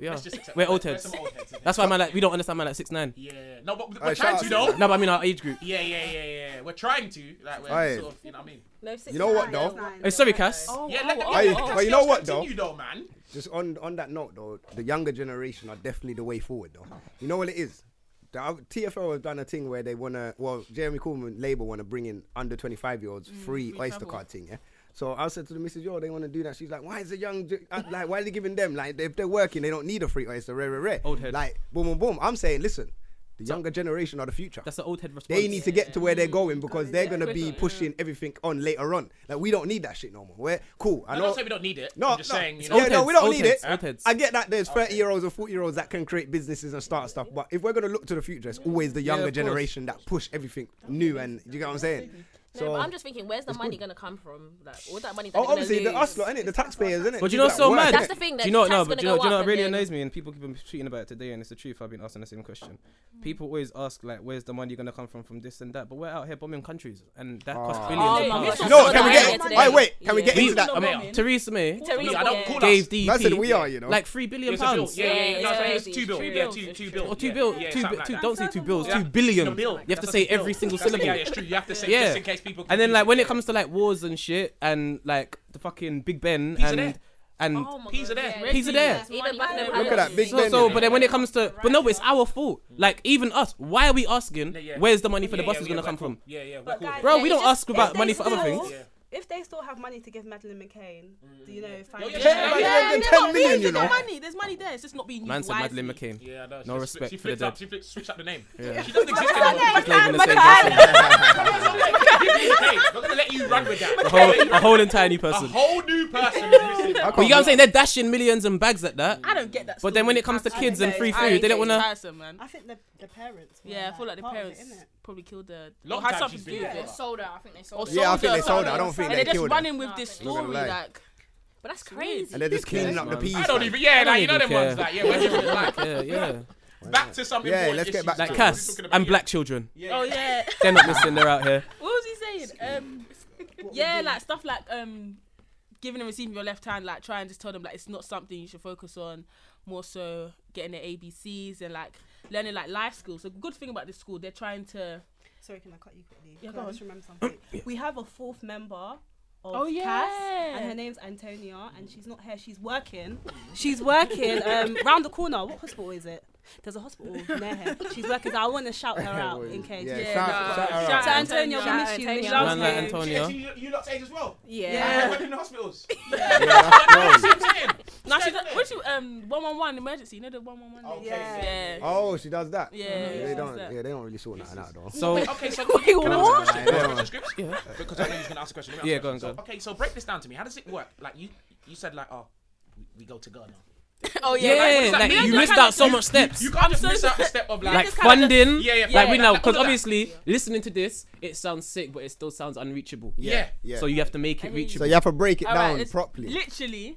[SPEAKER 2] Yeah,
[SPEAKER 11] Let's just accept-
[SPEAKER 2] we're old
[SPEAKER 11] we're
[SPEAKER 2] heads.
[SPEAKER 11] some old heads, innit?
[SPEAKER 2] That's why man like we don't understand man like six nine.
[SPEAKER 11] Yeah. No, but
[SPEAKER 10] Alright,
[SPEAKER 11] we're trying
[SPEAKER 10] shout
[SPEAKER 11] to
[SPEAKER 10] out-
[SPEAKER 11] though.
[SPEAKER 2] No, but I mean our age group.
[SPEAKER 11] Yeah, yeah, yeah, yeah. We're trying to. Like, we're
[SPEAKER 10] Aye.
[SPEAKER 11] sort of, you know what I mean?
[SPEAKER 4] No, six
[SPEAKER 10] You know what
[SPEAKER 4] nine.
[SPEAKER 10] though?
[SPEAKER 2] Oh, sorry, Cass.
[SPEAKER 11] yeah, let them
[SPEAKER 10] oh,
[SPEAKER 11] let
[SPEAKER 10] oh.
[SPEAKER 11] them
[SPEAKER 10] But you know what,
[SPEAKER 11] continue, though, man?
[SPEAKER 10] Just on on that note though, the younger generation are definitely the way forward though. You know what it is? The oth- TFL has done a thing where they wanna well, Jeremy Corbyn Labour wanna bring in under twenty five year olds free
[SPEAKER 5] free
[SPEAKER 10] Oyster
[SPEAKER 5] travel.
[SPEAKER 10] card thing, yeah. So I said to the missus, yo, they want to do that. She's like, why is the young, ge- uh, like, why are they giving them? Like, if they're working, they don't need a free oyster, rare, rare, rare.
[SPEAKER 2] Old head.
[SPEAKER 10] Like, boom, boom, boom. I'm saying, listen, the younger generation are the future.
[SPEAKER 2] That's the old head response.
[SPEAKER 10] They need to get to where they're going because they're gonna be pushing everything on later on. Like we don't need that shit no more. We're cool. I
[SPEAKER 11] I
[SPEAKER 10] know.
[SPEAKER 11] don't say we don't need it.
[SPEAKER 10] No,
[SPEAKER 11] I'm just
[SPEAKER 10] no.
[SPEAKER 11] saying, you
[SPEAKER 10] yeah,
[SPEAKER 11] know.
[SPEAKER 2] Old
[SPEAKER 10] no, we
[SPEAKER 2] heads,
[SPEAKER 10] don't
[SPEAKER 2] old
[SPEAKER 10] need
[SPEAKER 2] heads,
[SPEAKER 10] it.
[SPEAKER 2] old heads.
[SPEAKER 10] I get that there's 30 year olds or 40 year olds that can create businesses and start stuff, but if we're gonna look to the future, it's always the
[SPEAKER 2] of
[SPEAKER 10] younger
[SPEAKER 2] course.
[SPEAKER 10] generation that push everything new. And do you get what I'm saying?
[SPEAKER 4] No, but
[SPEAKER 10] So,
[SPEAKER 4] I'm just thinking, where's the money gonna come from? Like all that money. That
[SPEAKER 10] oh,
[SPEAKER 4] they're
[SPEAKER 10] obviously
[SPEAKER 4] gonna
[SPEAKER 10] the us
[SPEAKER 4] lose.
[SPEAKER 10] lot, innit? The taxpayers, innit?
[SPEAKER 2] But you
[SPEAKER 10] People
[SPEAKER 2] know what's
[SPEAKER 10] that
[SPEAKER 2] so
[SPEAKER 10] work,
[SPEAKER 2] mad?
[SPEAKER 4] That's
[SPEAKER 10] innit?
[SPEAKER 4] the thing,
[SPEAKER 2] Do
[SPEAKER 4] that
[SPEAKER 2] you know? No,
[SPEAKER 4] tax
[SPEAKER 2] but
[SPEAKER 4] gonna
[SPEAKER 2] do you know,
[SPEAKER 4] go
[SPEAKER 2] do you know
[SPEAKER 4] up
[SPEAKER 2] what really
[SPEAKER 4] and then-
[SPEAKER 2] annoys me? And people keep on tweeting about it today, and it's the truth. I've been asking the same question. People always ask like, "Where's the money going to come from from this and that?" But we're out here bombing countries, and that costs
[SPEAKER 10] Ah.
[SPEAKER 2] billions.
[SPEAKER 4] Oh my
[SPEAKER 11] Oh,
[SPEAKER 2] of
[SPEAKER 4] God.
[SPEAKER 2] pounds.
[SPEAKER 4] That's
[SPEAKER 10] You know,
[SPEAKER 4] what
[SPEAKER 10] what, can
[SPEAKER 4] I
[SPEAKER 10] we
[SPEAKER 4] heard
[SPEAKER 10] get?
[SPEAKER 4] today.
[SPEAKER 10] Wait, wait, can we get
[SPEAKER 2] We-
[SPEAKER 10] into that?
[SPEAKER 5] No,
[SPEAKER 11] Mate,
[SPEAKER 5] woman.
[SPEAKER 2] Theresa May
[SPEAKER 4] Teresa
[SPEAKER 11] I don't
[SPEAKER 4] May.
[SPEAKER 11] call
[SPEAKER 2] gave
[SPEAKER 11] us.
[SPEAKER 2] DP
[SPEAKER 10] Man said we are, you know.
[SPEAKER 2] like three billion
[SPEAKER 11] It's a bill.
[SPEAKER 2] pounds.
[SPEAKER 11] Yeah, yeah, yeah. No,
[SPEAKER 4] Yeah,
[SPEAKER 11] it's
[SPEAKER 4] yeah,
[SPEAKER 11] two
[SPEAKER 4] yeah.
[SPEAKER 11] bills.
[SPEAKER 4] Two
[SPEAKER 11] Yeah,
[SPEAKER 4] bills.
[SPEAKER 11] two, two bills.
[SPEAKER 2] Or two
[SPEAKER 11] yeah,
[SPEAKER 2] bill,
[SPEAKER 11] yeah,
[SPEAKER 2] two,
[SPEAKER 11] something
[SPEAKER 2] bi-
[SPEAKER 11] like
[SPEAKER 2] two,
[SPEAKER 11] that.
[SPEAKER 2] don't say two bills,
[SPEAKER 11] Yeah.
[SPEAKER 2] two billion.
[SPEAKER 11] The bill.
[SPEAKER 2] You have to
[SPEAKER 11] That's
[SPEAKER 2] say
[SPEAKER 11] the bill.
[SPEAKER 2] every single
[SPEAKER 11] That's the-
[SPEAKER 2] syllable.
[SPEAKER 11] Yeah, it's true. You have to say
[SPEAKER 2] Yeah.
[SPEAKER 11] just in case people.
[SPEAKER 2] And then like when it
[SPEAKER 11] confuse
[SPEAKER 2] comes to like wars and shit, and like the fucking Big Ben
[SPEAKER 11] Piece of
[SPEAKER 2] and
[SPEAKER 11] that.
[SPEAKER 2] and
[SPEAKER 4] Oh my
[SPEAKER 11] Peas
[SPEAKER 4] God,
[SPEAKER 11] are there.
[SPEAKER 4] yeah.
[SPEAKER 2] Peas are there.
[SPEAKER 4] Even back in the
[SPEAKER 10] Look at that big
[SPEAKER 2] So,
[SPEAKER 10] Ben.
[SPEAKER 2] so,
[SPEAKER 10] you
[SPEAKER 2] but
[SPEAKER 10] know.
[SPEAKER 2] then when it comes to, but no, but it's our fault. Like even us, why are we asking?
[SPEAKER 11] Mm. Yeah, yeah.
[SPEAKER 2] Where's the money for the
[SPEAKER 11] Yeah,
[SPEAKER 2] bus
[SPEAKER 11] yeah,
[SPEAKER 2] is
[SPEAKER 11] yeah,
[SPEAKER 2] gonna
[SPEAKER 11] we're
[SPEAKER 2] come
[SPEAKER 11] cool.
[SPEAKER 2] from?
[SPEAKER 11] Yeah, yeah, we're cool.
[SPEAKER 4] guys-
[SPEAKER 2] Bro,
[SPEAKER 4] Yeah,
[SPEAKER 2] we
[SPEAKER 4] it's
[SPEAKER 2] don't
[SPEAKER 4] just-
[SPEAKER 2] ask about
[SPEAKER 4] it's
[SPEAKER 2] money for other
[SPEAKER 4] basically-
[SPEAKER 2] things.
[SPEAKER 11] Yeah.
[SPEAKER 9] if they still have money to give Madeline McCain, do you know,
[SPEAKER 10] Yeah,
[SPEAKER 9] financial-
[SPEAKER 10] yeah,
[SPEAKER 5] Yeah,
[SPEAKER 10] yeah,
[SPEAKER 5] yeah,
[SPEAKER 10] yeah,
[SPEAKER 5] no,
[SPEAKER 10] 10 million,
[SPEAKER 5] there's
[SPEAKER 10] you
[SPEAKER 5] no
[SPEAKER 10] know.
[SPEAKER 5] money. There's money there. It's just not being used
[SPEAKER 2] Man said
[SPEAKER 5] wisely.
[SPEAKER 2] Madeline McCain.
[SPEAKER 3] Yeah, no,
[SPEAKER 2] No
[SPEAKER 3] she
[SPEAKER 2] respect
[SPEAKER 3] flipped, she
[SPEAKER 2] for the
[SPEAKER 3] flipped up,
[SPEAKER 2] dead.
[SPEAKER 3] She flipped, switched up the name.
[SPEAKER 2] Yeah.
[SPEAKER 3] She doesn't exist anymore.
[SPEAKER 2] Not even the same
[SPEAKER 3] Not gonna let you run with that.
[SPEAKER 2] person. A whole, a whole entire new person.
[SPEAKER 3] A whole new person is
[SPEAKER 2] But you
[SPEAKER 3] missing.
[SPEAKER 2] know what I'm saying? They're dashing millions and bags at that.
[SPEAKER 5] I don't get that.
[SPEAKER 2] But then when it comes to
[SPEAKER 5] story.
[SPEAKER 2] kids and free
[SPEAKER 5] I
[SPEAKER 2] food, they don't want
[SPEAKER 5] think
[SPEAKER 2] to.
[SPEAKER 5] it's tiresome, man.
[SPEAKER 9] I think the, the parents. were,
[SPEAKER 5] Yeah, I feel like the
[SPEAKER 9] part of it,
[SPEAKER 5] parents
[SPEAKER 9] innit?
[SPEAKER 5] probably killed the.
[SPEAKER 3] Long
[SPEAKER 5] or had
[SPEAKER 3] time
[SPEAKER 5] something
[SPEAKER 3] she's
[SPEAKER 5] to
[SPEAKER 3] been
[SPEAKER 5] do with
[SPEAKER 3] there.
[SPEAKER 5] it.
[SPEAKER 12] Yeah, sold her. I think they sold
[SPEAKER 5] Or
[SPEAKER 12] her.
[SPEAKER 10] Yeah, I think they
[SPEAKER 5] her.
[SPEAKER 10] sold her. I don't think
[SPEAKER 5] And
[SPEAKER 10] they
[SPEAKER 5] they're just
[SPEAKER 10] killed her.
[SPEAKER 5] running with
[SPEAKER 12] No, I
[SPEAKER 5] this
[SPEAKER 12] think they
[SPEAKER 10] sold
[SPEAKER 5] story,
[SPEAKER 10] her.
[SPEAKER 5] like.
[SPEAKER 4] But that's
[SPEAKER 5] Crazy.
[SPEAKER 4] crazy.
[SPEAKER 10] And they're just
[SPEAKER 2] Who
[SPEAKER 10] cleaning
[SPEAKER 2] cares,
[SPEAKER 10] up the
[SPEAKER 2] man?
[SPEAKER 10] peas.
[SPEAKER 3] I don't
[SPEAKER 10] man.
[SPEAKER 3] even. Yeah,
[SPEAKER 2] I don't
[SPEAKER 3] like you know
[SPEAKER 2] even
[SPEAKER 3] them ones.
[SPEAKER 2] care.
[SPEAKER 3] Like yeah, when she was black.
[SPEAKER 2] Yeah, yeah.
[SPEAKER 3] Back to something.
[SPEAKER 10] Yeah, let's get back
[SPEAKER 2] Like
[SPEAKER 10] to it.
[SPEAKER 2] Cass and black children.
[SPEAKER 5] Oh yeah.
[SPEAKER 2] They're not missing. They're out here.
[SPEAKER 5] What was he saying? Um, yeah, like stuff like um, giving and receiving your left hand. Like try and just tell them like it's not something you should focus on. More so getting their ABCs and like learning like life skills. The good thing about this school, they're trying to.
[SPEAKER 9] Sorry, can I cut you quickly?
[SPEAKER 5] Yeah,
[SPEAKER 9] Can
[SPEAKER 5] go
[SPEAKER 9] I
[SPEAKER 5] on.
[SPEAKER 9] just remember something. We have a fourth member of
[SPEAKER 5] Oh,
[SPEAKER 9] Cass,
[SPEAKER 5] yeah.
[SPEAKER 9] and her name's Antonia, and she's not here. She's working. She's working um, round the corner. What hospital is it? There's a hospital near here. She's working. So I want to shout her out in case.
[SPEAKER 10] Yeah,
[SPEAKER 5] Yeah,
[SPEAKER 10] shout-
[SPEAKER 5] nah.
[SPEAKER 10] shout her out.
[SPEAKER 5] Shout
[SPEAKER 9] So
[SPEAKER 5] out
[SPEAKER 9] Antonia, we
[SPEAKER 4] Antonia.
[SPEAKER 9] miss you. We
[SPEAKER 4] Antonia.
[SPEAKER 9] love
[SPEAKER 2] Man like
[SPEAKER 9] you.
[SPEAKER 2] Antonio.
[SPEAKER 11] You, you lot's age as well.
[SPEAKER 9] Yeah.
[SPEAKER 11] Working in the hospitals.
[SPEAKER 10] Yeah, that's wrong.
[SPEAKER 5] Now she's what she um one one one emergency. You know the one one one.
[SPEAKER 11] Okay.
[SPEAKER 5] Yeah.
[SPEAKER 10] Oh, she does that.
[SPEAKER 5] Yeah,
[SPEAKER 10] they
[SPEAKER 5] she does
[SPEAKER 10] don't.
[SPEAKER 5] that.
[SPEAKER 10] Yeah, they don't really sort that out though.
[SPEAKER 2] So
[SPEAKER 3] Okay, so Wait, oh, can
[SPEAKER 10] what?
[SPEAKER 3] I ask a question? Can I ask a
[SPEAKER 10] Yeah.
[SPEAKER 3] question, Scripps? Because I know he's gonna ask a question. Let me
[SPEAKER 2] Yeah,
[SPEAKER 3] ask a
[SPEAKER 2] go on, go
[SPEAKER 3] question. So, Okay, so break this down to me. How does it work? Like you, you said like, oh, we, we go to Ghana.
[SPEAKER 5] Oh
[SPEAKER 2] yeah, like you missed out so much steps.
[SPEAKER 3] You can't just
[SPEAKER 5] so
[SPEAKER 3] miss out the step of
[SPEAKER 2] Like
[SPEAKER 3] like.
[SPEAKER 2] funding.
[SPEAKER 3] Yeah, yeah,
[SPEAKER 2] Like we
[SPEAKER 3] funding,
[SPEAKER 2] know,
[SPEAKER 3] like,
[SPEAKER 2] because
[SPEAKER 3] all of that.
[SPEAKER 2] obviously listening to this, it sounds sick, but it still sounds unreachable.
[SPEAKER 3] Yeah.
[SPEAKER 10] Yeah.
[SPEAKER 2] So you have to make it
[SPEAKER 10] So
[SPEAKER 2] reachable.
[SPEAKER 10] you have to break it
[SPEAKER 5] All right,
[SPEAKER 10] down
[SPEAKER 5] let's-
[SPEAKER 10] properly.
[SPEAKER 5] Literally,